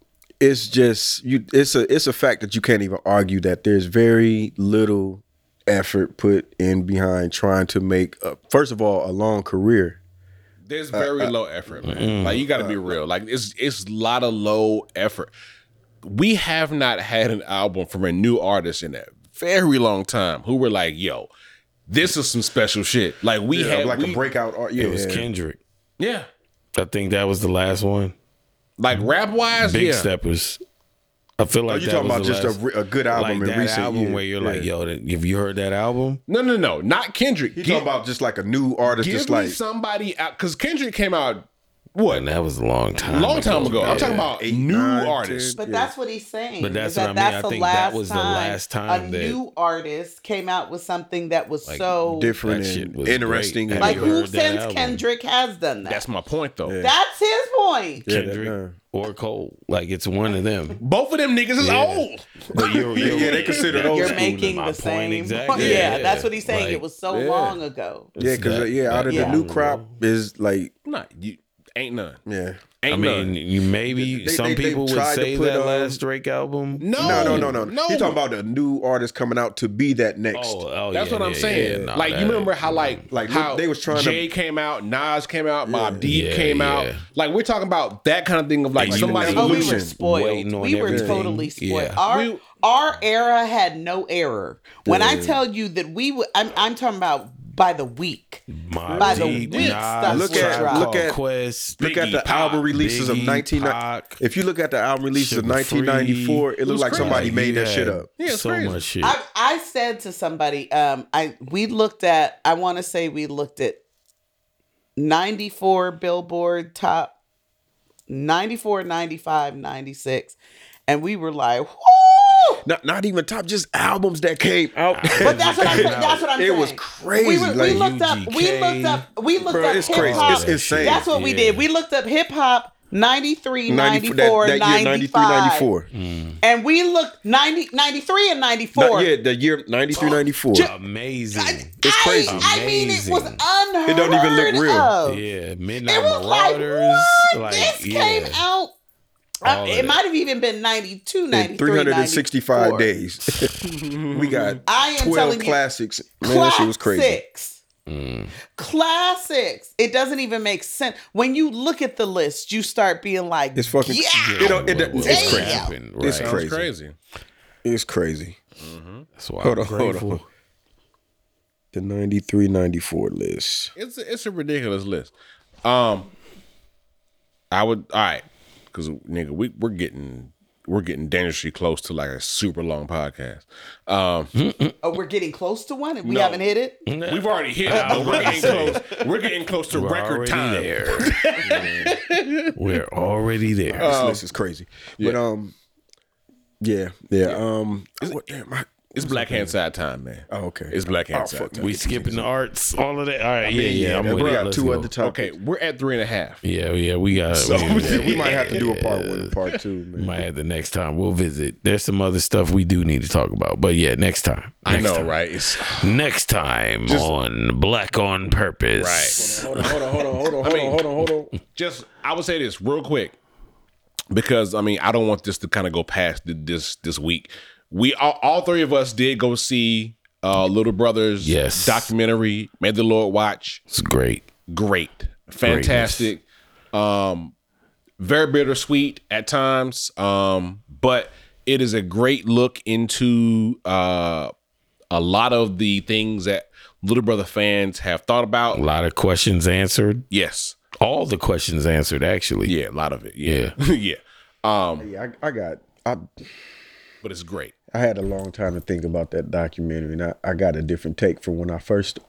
C: it's just you. It's a it's a fact that you can't even argue that there's very little effort put in behind trying to make a, first of all a long career.
D: There's
C: Uh,
D: very low effort, man. like you got to be real. Like it's it's a lot of low effort. We have not had an album from a new artist in a very long time who were like, "Yo, this is some special shit." Like we
C: Yeah,
D: had
C: like
D: we-
C: a breakout art. Yeah,
A: It was Kendrick.
D: Yeah,
A: I think that was the last one.
D: like rap wise,
A: Big
D: yeah.
A: Steppers. I feel like
C: Are Oh, you
A: that
C: talking
A: was
C: about
A: the
C: just
A: last-
C: a, re- a good album
A: like
C: in
A: that
C: recent
A: album
C: year?
A: where you're like,
C: Yeah.
A: yo, that- have you heard that album?
D: No, no, no, not Kendrick.
C: You
D: Gi-
C: talking about just like a new artist?
D: give
C: Just
D: me
C: like
D: somebody out because Kendrick came out what
A: And that was a long time.
D: long time ago. I'm
A: Yeah.
D: talking about
C: Eight,
D: new
C: nine, ten.
D: artists.
B: But
C: yeah.
B: that's what he's saying.
A: But that's
B: is
A: what I
B: that
A: mean. I
B: That's the
A: think that
B: last
A: was the
B: time
A: last time
B: a
A: that-
B: new artist came out with something that was so
C: different
A: That shit
C: and
A: was
C: interesting.
A: great.
C: and-
A: Have
B: like
A: you
B: who
A: heard that
B: since
A: album?
B: Kendrick has done that.
D: That's my point though.
B: That's his point.
C: Yeah, that-
A: Kendrick
C: nah.
A: or Cole. Like it's one of them.
D: Both of them niggas is old.
A: But
D: <laughs>
A: you're, you're
C: Yeah, they
A: right.
C: consider
A: That-
C: those
B: You're
C: school
B: making
A: my point
B: the same.
A: exactly.
B: point. <laughs> Yeah,
A: Yeah.
B: that's what he's saying.
A: Like-
B: it was so long ago.
C: Yeah, because
A: that-
C: yeah, out of
B: that
C: the new
A: album.
C: crop is like
D: Not you. Ain't none.
C: yeah.
D: Ain't
A: I mean,
D: none.
A: you maybe
C: They-
A: some
C: they- they
A: people would
C: tried to
A: say
C: put,
A: that
C: um,
A: last Drake album. oh,
D: No,
C: No, no, no, no. no. You're talking about a new artist coming out to be that next.
A: Oh, oh,
D: That's
A: yeah,
D: what I'm
A: yeah,
D: saying.
A: yeah, nah,
D: like
A: that
D: you
A: ain't-
D: remember how like
C: Like,
D: how
C: they was trying to-
D: Jay came out, Nas came out, Mob Deep
A: Yeah,
D: came out.
A: yeah.
D: Like we're talking about that kind of thing of like
A: Like,
D: somebody
A: you-
B: Oh, we
C: Evolution.
B: were spoiled.
A: Waiting on
B: We were
A: everything.
B: totally spoiled.
A: Yeah.
B: Our
D: We-
B: our era had no error. When I tell you that we, would, I'm I'm talking about by the week.
A: Mobb
B: by the
A: Deep, Nas,
B: week stuff
C: Look at-
A: Tribe
C: look
A: Called
C: at-
A: Quest.
C: Look at the
D: Biggie,
C: album
D: Pac,
C: releases
A: Biggie,
C: of 1994.
A: Pac,
C: If you look at the album releases of
A: Sugar Free.
C: 1994, it looked
D: was
C: like
D: crazy.
C: somebody
A: Like,
C: made
A: you
C: that shit
A: had
C: up.
D: Yeah, it's
A: so
D: crazy.
A: much shit.
B: I, I said to somebody, um, I we looked at. I want to say we looked at 94 Billboard top 94, 95, 96, and we were like, whoo!
C: Not not even top, just albums that came out.
B: But that's what I'm saying. That's what I'm
C: It
B: saying.
C: was crazy.
B: We, were, we
C: Like,
B: looked up. We
A: UGK.
B: looked up. We looked
C: Bro,
B: up.
C: it's crazy.
B: hip-hop.
C: It's insane.
B: That's what we did.
A: Yeah.
B: We looked up hip hop 93,
C: 90 that-
B: 94,
C: that, year, 93,
B: 94.
C: 94.
B: And we looked 90, 93 and 94.
C: Not, yeah, the year 93, 94.
A: Amazing.
C: It's crazy.
B: I, I mean, it was
A: Amazing.
B: unheard
C: It don't even look real.
B: Of.
A: yeah, Midnight
B: It was like,
A: Marauders.
B: what?
A: Like,
B: this
A: yeah.
B: came out.
A: All of
B: it
A: that.
B: might have even been 92,
C: In
B: 93,
C: 365
B: 94.
C: days. <laughs> we got
B: <laughs> I am
C: 12
B: telling you,
C: classics. Man, that shit was crazy.
B: Classics.
A: Mm.
B: Classics. It doesn't even make sense. When you look at the list, you start being like,
C: It's fucking-
B: yeah.
C: It don't- it-
A: What
C: it's
A: was
B: crazy.
A: happening,
C: It's
A: right.
D: It's
C: crazy.
D: crazy.
C: It's crazy.
A: That's why
C: Hold
A: I'm
C: on, hold
A: grateful.
C: on. The 93, 94 list.
D: It's a, it's a ridiculous list. Um, I would all right because nigga, we we're getting we're getting dangerously close to like a super
A: <laughs>
D: long podcast. Um,
B: Oh, we're getting close to one and we
D: No.
B: haven't hit it.
D: we've already hit, it, but we're getting close. We're getting close to
A: We're
D: record
A: already
D: time.
C: <laughs>
A: there. We're already there.
C: Uh, Oh. this list is crazy. But um, yeah, yeah. Um, what, damn, I,
D: It's black hand side time, man.
C: Oh, okay.
D: It's black hand
C: Oh,
D: side
C: fuck
D: time.
A: We skipping the arts, all of that. All right, yeah, yeah. I'm
C: we
A: with it.
C: got
A: Let's
C: two
A: go.
C: other topics.
D: okay, we're at three and a half.
A: Yeah, yeah, we got.
C: So
A: we,
C: <laughs> yeah, we might have to do a part one, and part two, man.
A: might have the next time we'll visit. There's some other stuff we do need to talk about, but yeah, next time.
D: I
A: Next
D: know,
A: time.
D: right? It's,
A: Next time on Black on Purpose.
D: right.
C: Hold on, hold on, hold on, hold on, hold
D: I mean-
C: on, hold on, hold on.
D: Just I would say this real quick because I mean I don't want this to kind of go past th- this this week. We all, all three of us did go see uh Little Brothers
A: Yes.
D: documentary. May the Lord watch.
A: It's great.
D: great, fantastic, um, very bittersweet at times, um, but it is a great look into uh, a lot of the things that Little Brother fans have thought
A: A
D: about.
A: lot of questions answered.
D: Yes,
A: All the questions answered, actually.
D: yeah, a lot of it. Yeah, <laughs> yeah, um,
C: Yeah, I, I got. I,
D: but it's great.
C: I had a long time to think about that documentary, and I, I got a different take from when I first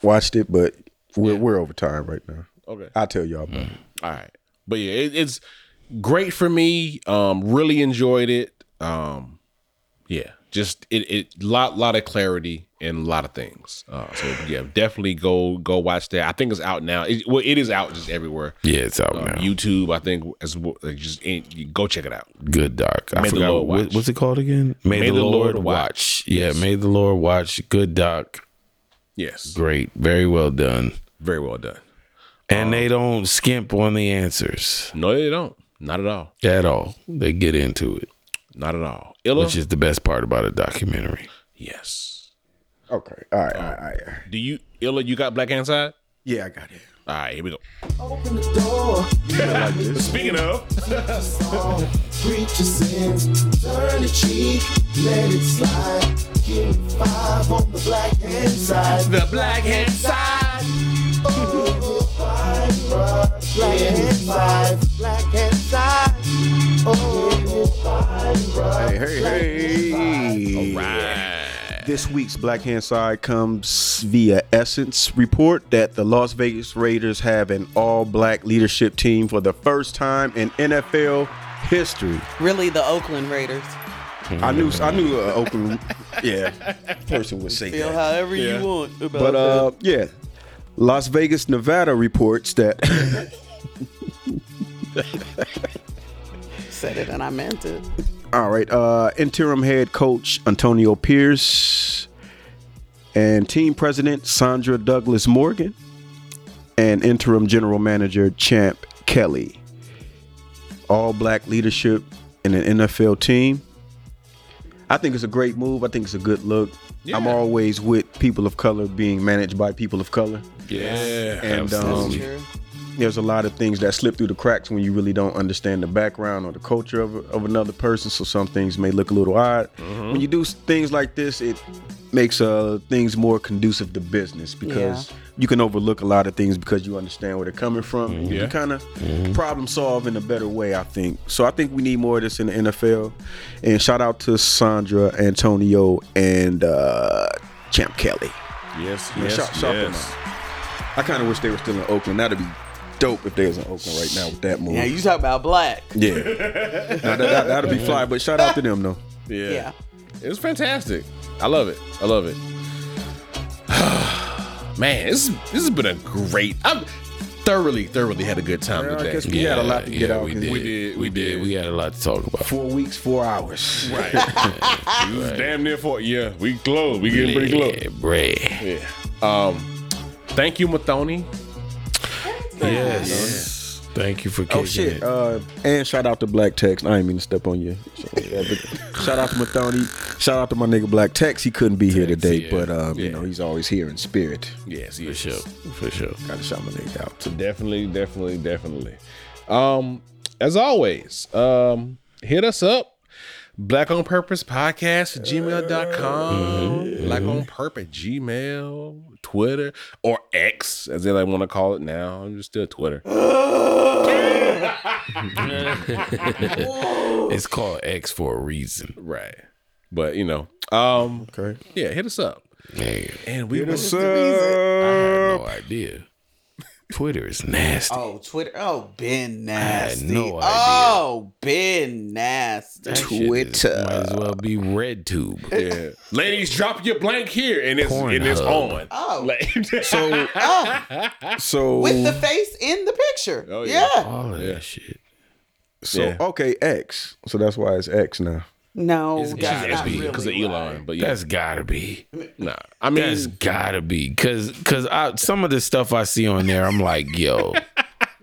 C: watched it. But we're we're over time right now.
D: Okay.
C: I'll tell y'all about it.
D: All right. But yeah, it, it's great for me. Um, really enjoyed it. Um, yeah, just it, it lot lot of clarity and a lot of things. Uh, so yeah, definitely go go watch that. I think it's out now. It, well, it is out just everywhere.
A: Yeah, it's out
D: Um,
A: now.
D: YouTube, I think, as well, like, just in, you go check it out.
A: Good doc. I
D: May the
A: forgot
D: Lord
A: what-
D: watch.
A: what's it called again. May, the, Lord, watch. Yeah, may the Lord watch. Good doc.
D: Yes,
A: Great. Very well done.
D: very well done.
A: And they don't skimp on the answers
D: No, they don't. Not at all.
A: at all. They get into it,
D: Not at all. Illa.
A: which is the best part about a documentary.
D: yes.
C: Okay. All right. All right, all right.
D: Do you Illa? You got black hand side?
C: Yeah, I got it.
D: All right, here we go. Speaking of. The black hand side.
C: Hey, hey, hey. This week's Black Hand Side comes via Essence report that the Las Vegas Raiders have an all black leadership team for the first time in NFL history.
B: Really, the Oakland Raiders.
C: I knew I knew uh, Oakland yeah person would say
B: Feel
C: that.
B: however you want about
C: But uh, yeah, Las Vegas, Nevada reports that
B: that. Said it and I meant it.
C: All right. Uh, interim head coach Antonio Pierce and team president Sandra Douglas Morgan and interim general manager Champ Kelly. All black leadership in an NFL team. I think it's a great move. I think it's a good look. I'm always with people of color being managed by people of color.
D: Yeah.
C: And um,
B: Sure.
C: there's a lot of things that slip through the cracks when you really don't understand the background or the culture of, of another person. So some things may look a little odd. When you do s- things like this, it makes uh, things more conducive to business because you can overlook a lot of things because you understand where they're coming from. You
D: Yeah.
C: can kind of problem solve in a better way, I think. So I think we need more of this in the NFL. And shout out to Sandra, Antonio, and uh, Champ Kelly.
D: Yes,
C: Yeah,
D: yes,
C: shout- shout them
D: yes.
C: I kind of wish they were still in Oakland. That'd be dope if they was in Oakland right now with that move.
B: Yeah, you talk about black.
C: Yeah. Nah, that, that, that'll be fly, but shout out to them though.
D: Yeah.
B: Yeah.
D: It was fantastic. I love it. I love it. <sighs> Man, this, this has been a great. I've thoroughly, thoroughly had a good time
C: Yeah, I
D: today.
C: guess we had a lot to get out.
A: We
C: here.
A: did. We did. We did. We had a lot to talk about.
C: Four weeks, four hours.
D: Right. It was damn near for yeah. We close. We getting pretty close.
A: Yeah, bruh.
D: Yeah. Um, thank you, Mathoni.
A: Yes. Thank you for kicking
C: Oh shit!
A: it.
C: Uh, and shout out to Black Text. I ain't mean to step on you. So, yeah, but shout out to Mathoni. Shout out to my nigga Black Tex. He couldn't be here today,
A: yeah.
C: but um,
D: Yeah.
C: you know he's always here in spirit.
D: Yes,
A: For
D: yes.
A: sure. For sure.
C: Gotta shout my nigga out.
D: So definitely, definitely, definitely. Um, as always, um, hit us up. Black on purpose podcast at gmail.com. Black on purpose, Gmail, Twitter, or X, as they like want to call it now. I'm just still Twitter.
A: It's called X for a reason.
D: right. But you know. Um
C: Okay.
D: yeah, hit us up.
A: Man,
D: And we will
C: What's up?
A: I had no idea. Twitter is nasty.
B: Oh, Twitter. Oh, Ben Nasty.
A: no idea.
B: Oh, Ben Nasty.
A: That shit is- might as well be RedTube.
D: Yeah. Ladies, drop your blank here and it's and it's
A: Pornhub.
D: on.
B: <laughs> Oh.
D: Like-
C: So
B: Oh,
C: so
B: with the face in the picture.
D: Oh, yeah.
B: yeah.
A: All of that shit.
C: so
D: Yeah.
C: okay X. So that's why it's X now.
B: No,
A: It's
B: that's
A: gotta
B: not
A: be,
B: really
D: 'cause of
B: why.
D: Elon, but yeah.
A: That's gotta be.
D: nah. I mean
A: That's gotta be. Cause cause I some of the stuff I see on there, I'm like,
B: <laughs>
A: yo.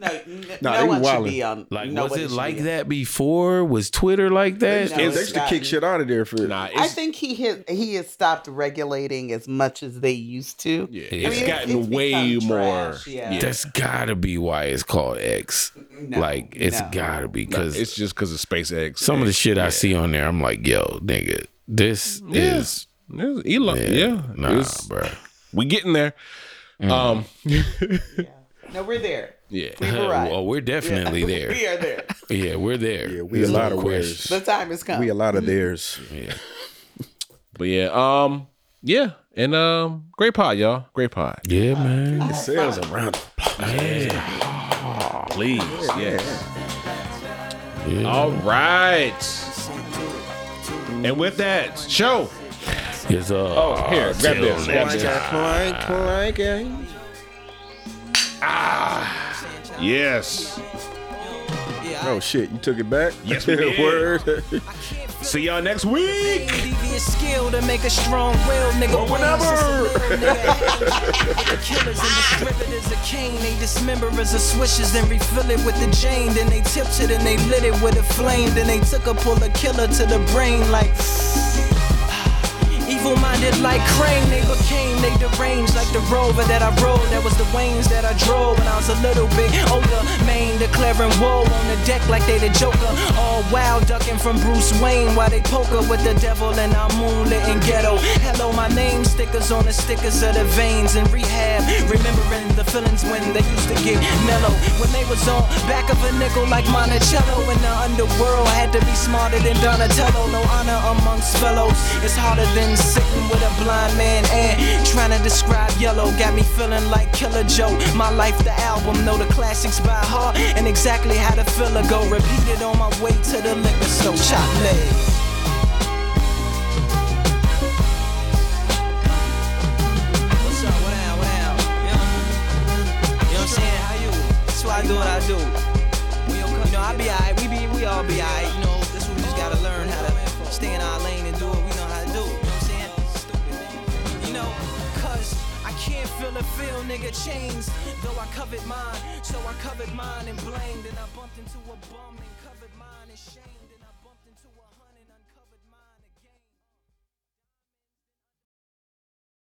B: No, n-
C: Nah,
B: no
C: they
B: one
C: wildin'.
B: should be on.
A: Like was
B: nobody should
A: it
B: be
A: like
B: on-
A: that before? Was Twitter like that?
B: No,
C: Yeah,
B: it's
C: they used to
B: not.
C: kick shit out of there for
D: nah,
B: I
D: it's
B: think he has, he has stopped regulating as much as they used to.
D: yeah,
A: mean,
D: it's
A: it's-
D: gotten
B: it's
D: way
B: become
D: more
B: trash, yeah.
A: That's gotta be why it's called X.
B: No,
A: like it's
B: no.
A: gotta be because
D: it's just because of SpaceX.
A: some of the
D: It's-
A: shit I see on there, I'm like, yo, nigga, this is
D: it's Elon. Yeah.
A: nah,
D: it's-
A: bro.
D: we getting there. Um
B: No, we're there.
D: yeah.
B: We've arrived.
A: <laughs> Well, we're definitely oh, there.
B: <laughs> We are there.
A: Yeah, we're there.
C: Yeah, we a lot of ways.
B: The time has come.
C: We a lot of theirs.
D: But yeah, um, yeah. And um great pod, y'all. Great pod.
A: Yeah, man.
C: Sales around.
D: Please. Yeah.
A: Yeah.
D: All right. And with that, show.
A: Yes, uh, oh,
D: Here, grab this. Grab this. Ah, yes.
C: Oh shit, you took it back?
D: Yes, we
C: <laughs>
D: did.
C: Word.
D: See y'all next week.
J: Devious skill to make a strong will, nigga.
D: whatever.
J: The <laughs> killers and distributors of king, they dismember us of swishes, then refill it with the jane. Then they tipped it and they lit it with a flame. Then they took a pull a killer to the brain like. Evil minded like Crane, they became, they deranged like the rover that I rode. That was the wings that I drove when I was a little bit older. Maine declaring war on the deck like they the Joker. All wild ducking from Bruce Wayne while they poker with the devil and I'm moonlit in ghetto. Hello, my name stickers on the stickers of the veins in rehab. Remembering the feelings when they used to get mellow. When they was on back of a nickel like Monticello in the underworld. Had to be smarter than Donatello. No honor amongst fellows. It's harder than sitting with a blind man and trying to describe yellow. Got me feeling like Killer Joe. My life, the album. Know the classics by heart and exactly how the filler go. Repeated on my way to the liquor store. Chocolate. What's up? What down? What down? You know, you know what I'm saying? How you? That's why I do what I do. We okay. You know, I be alright. We be, we all be alright. You know, this what we just gotta learn how to stay in our lane and do what we know how to do. You know what I'm saying? Stupid. You know, cause I can't feel the feel, nigga, chains. Though I covered mine, so I covered mine and blamed. And I bumped into a bum and covered mine and shame.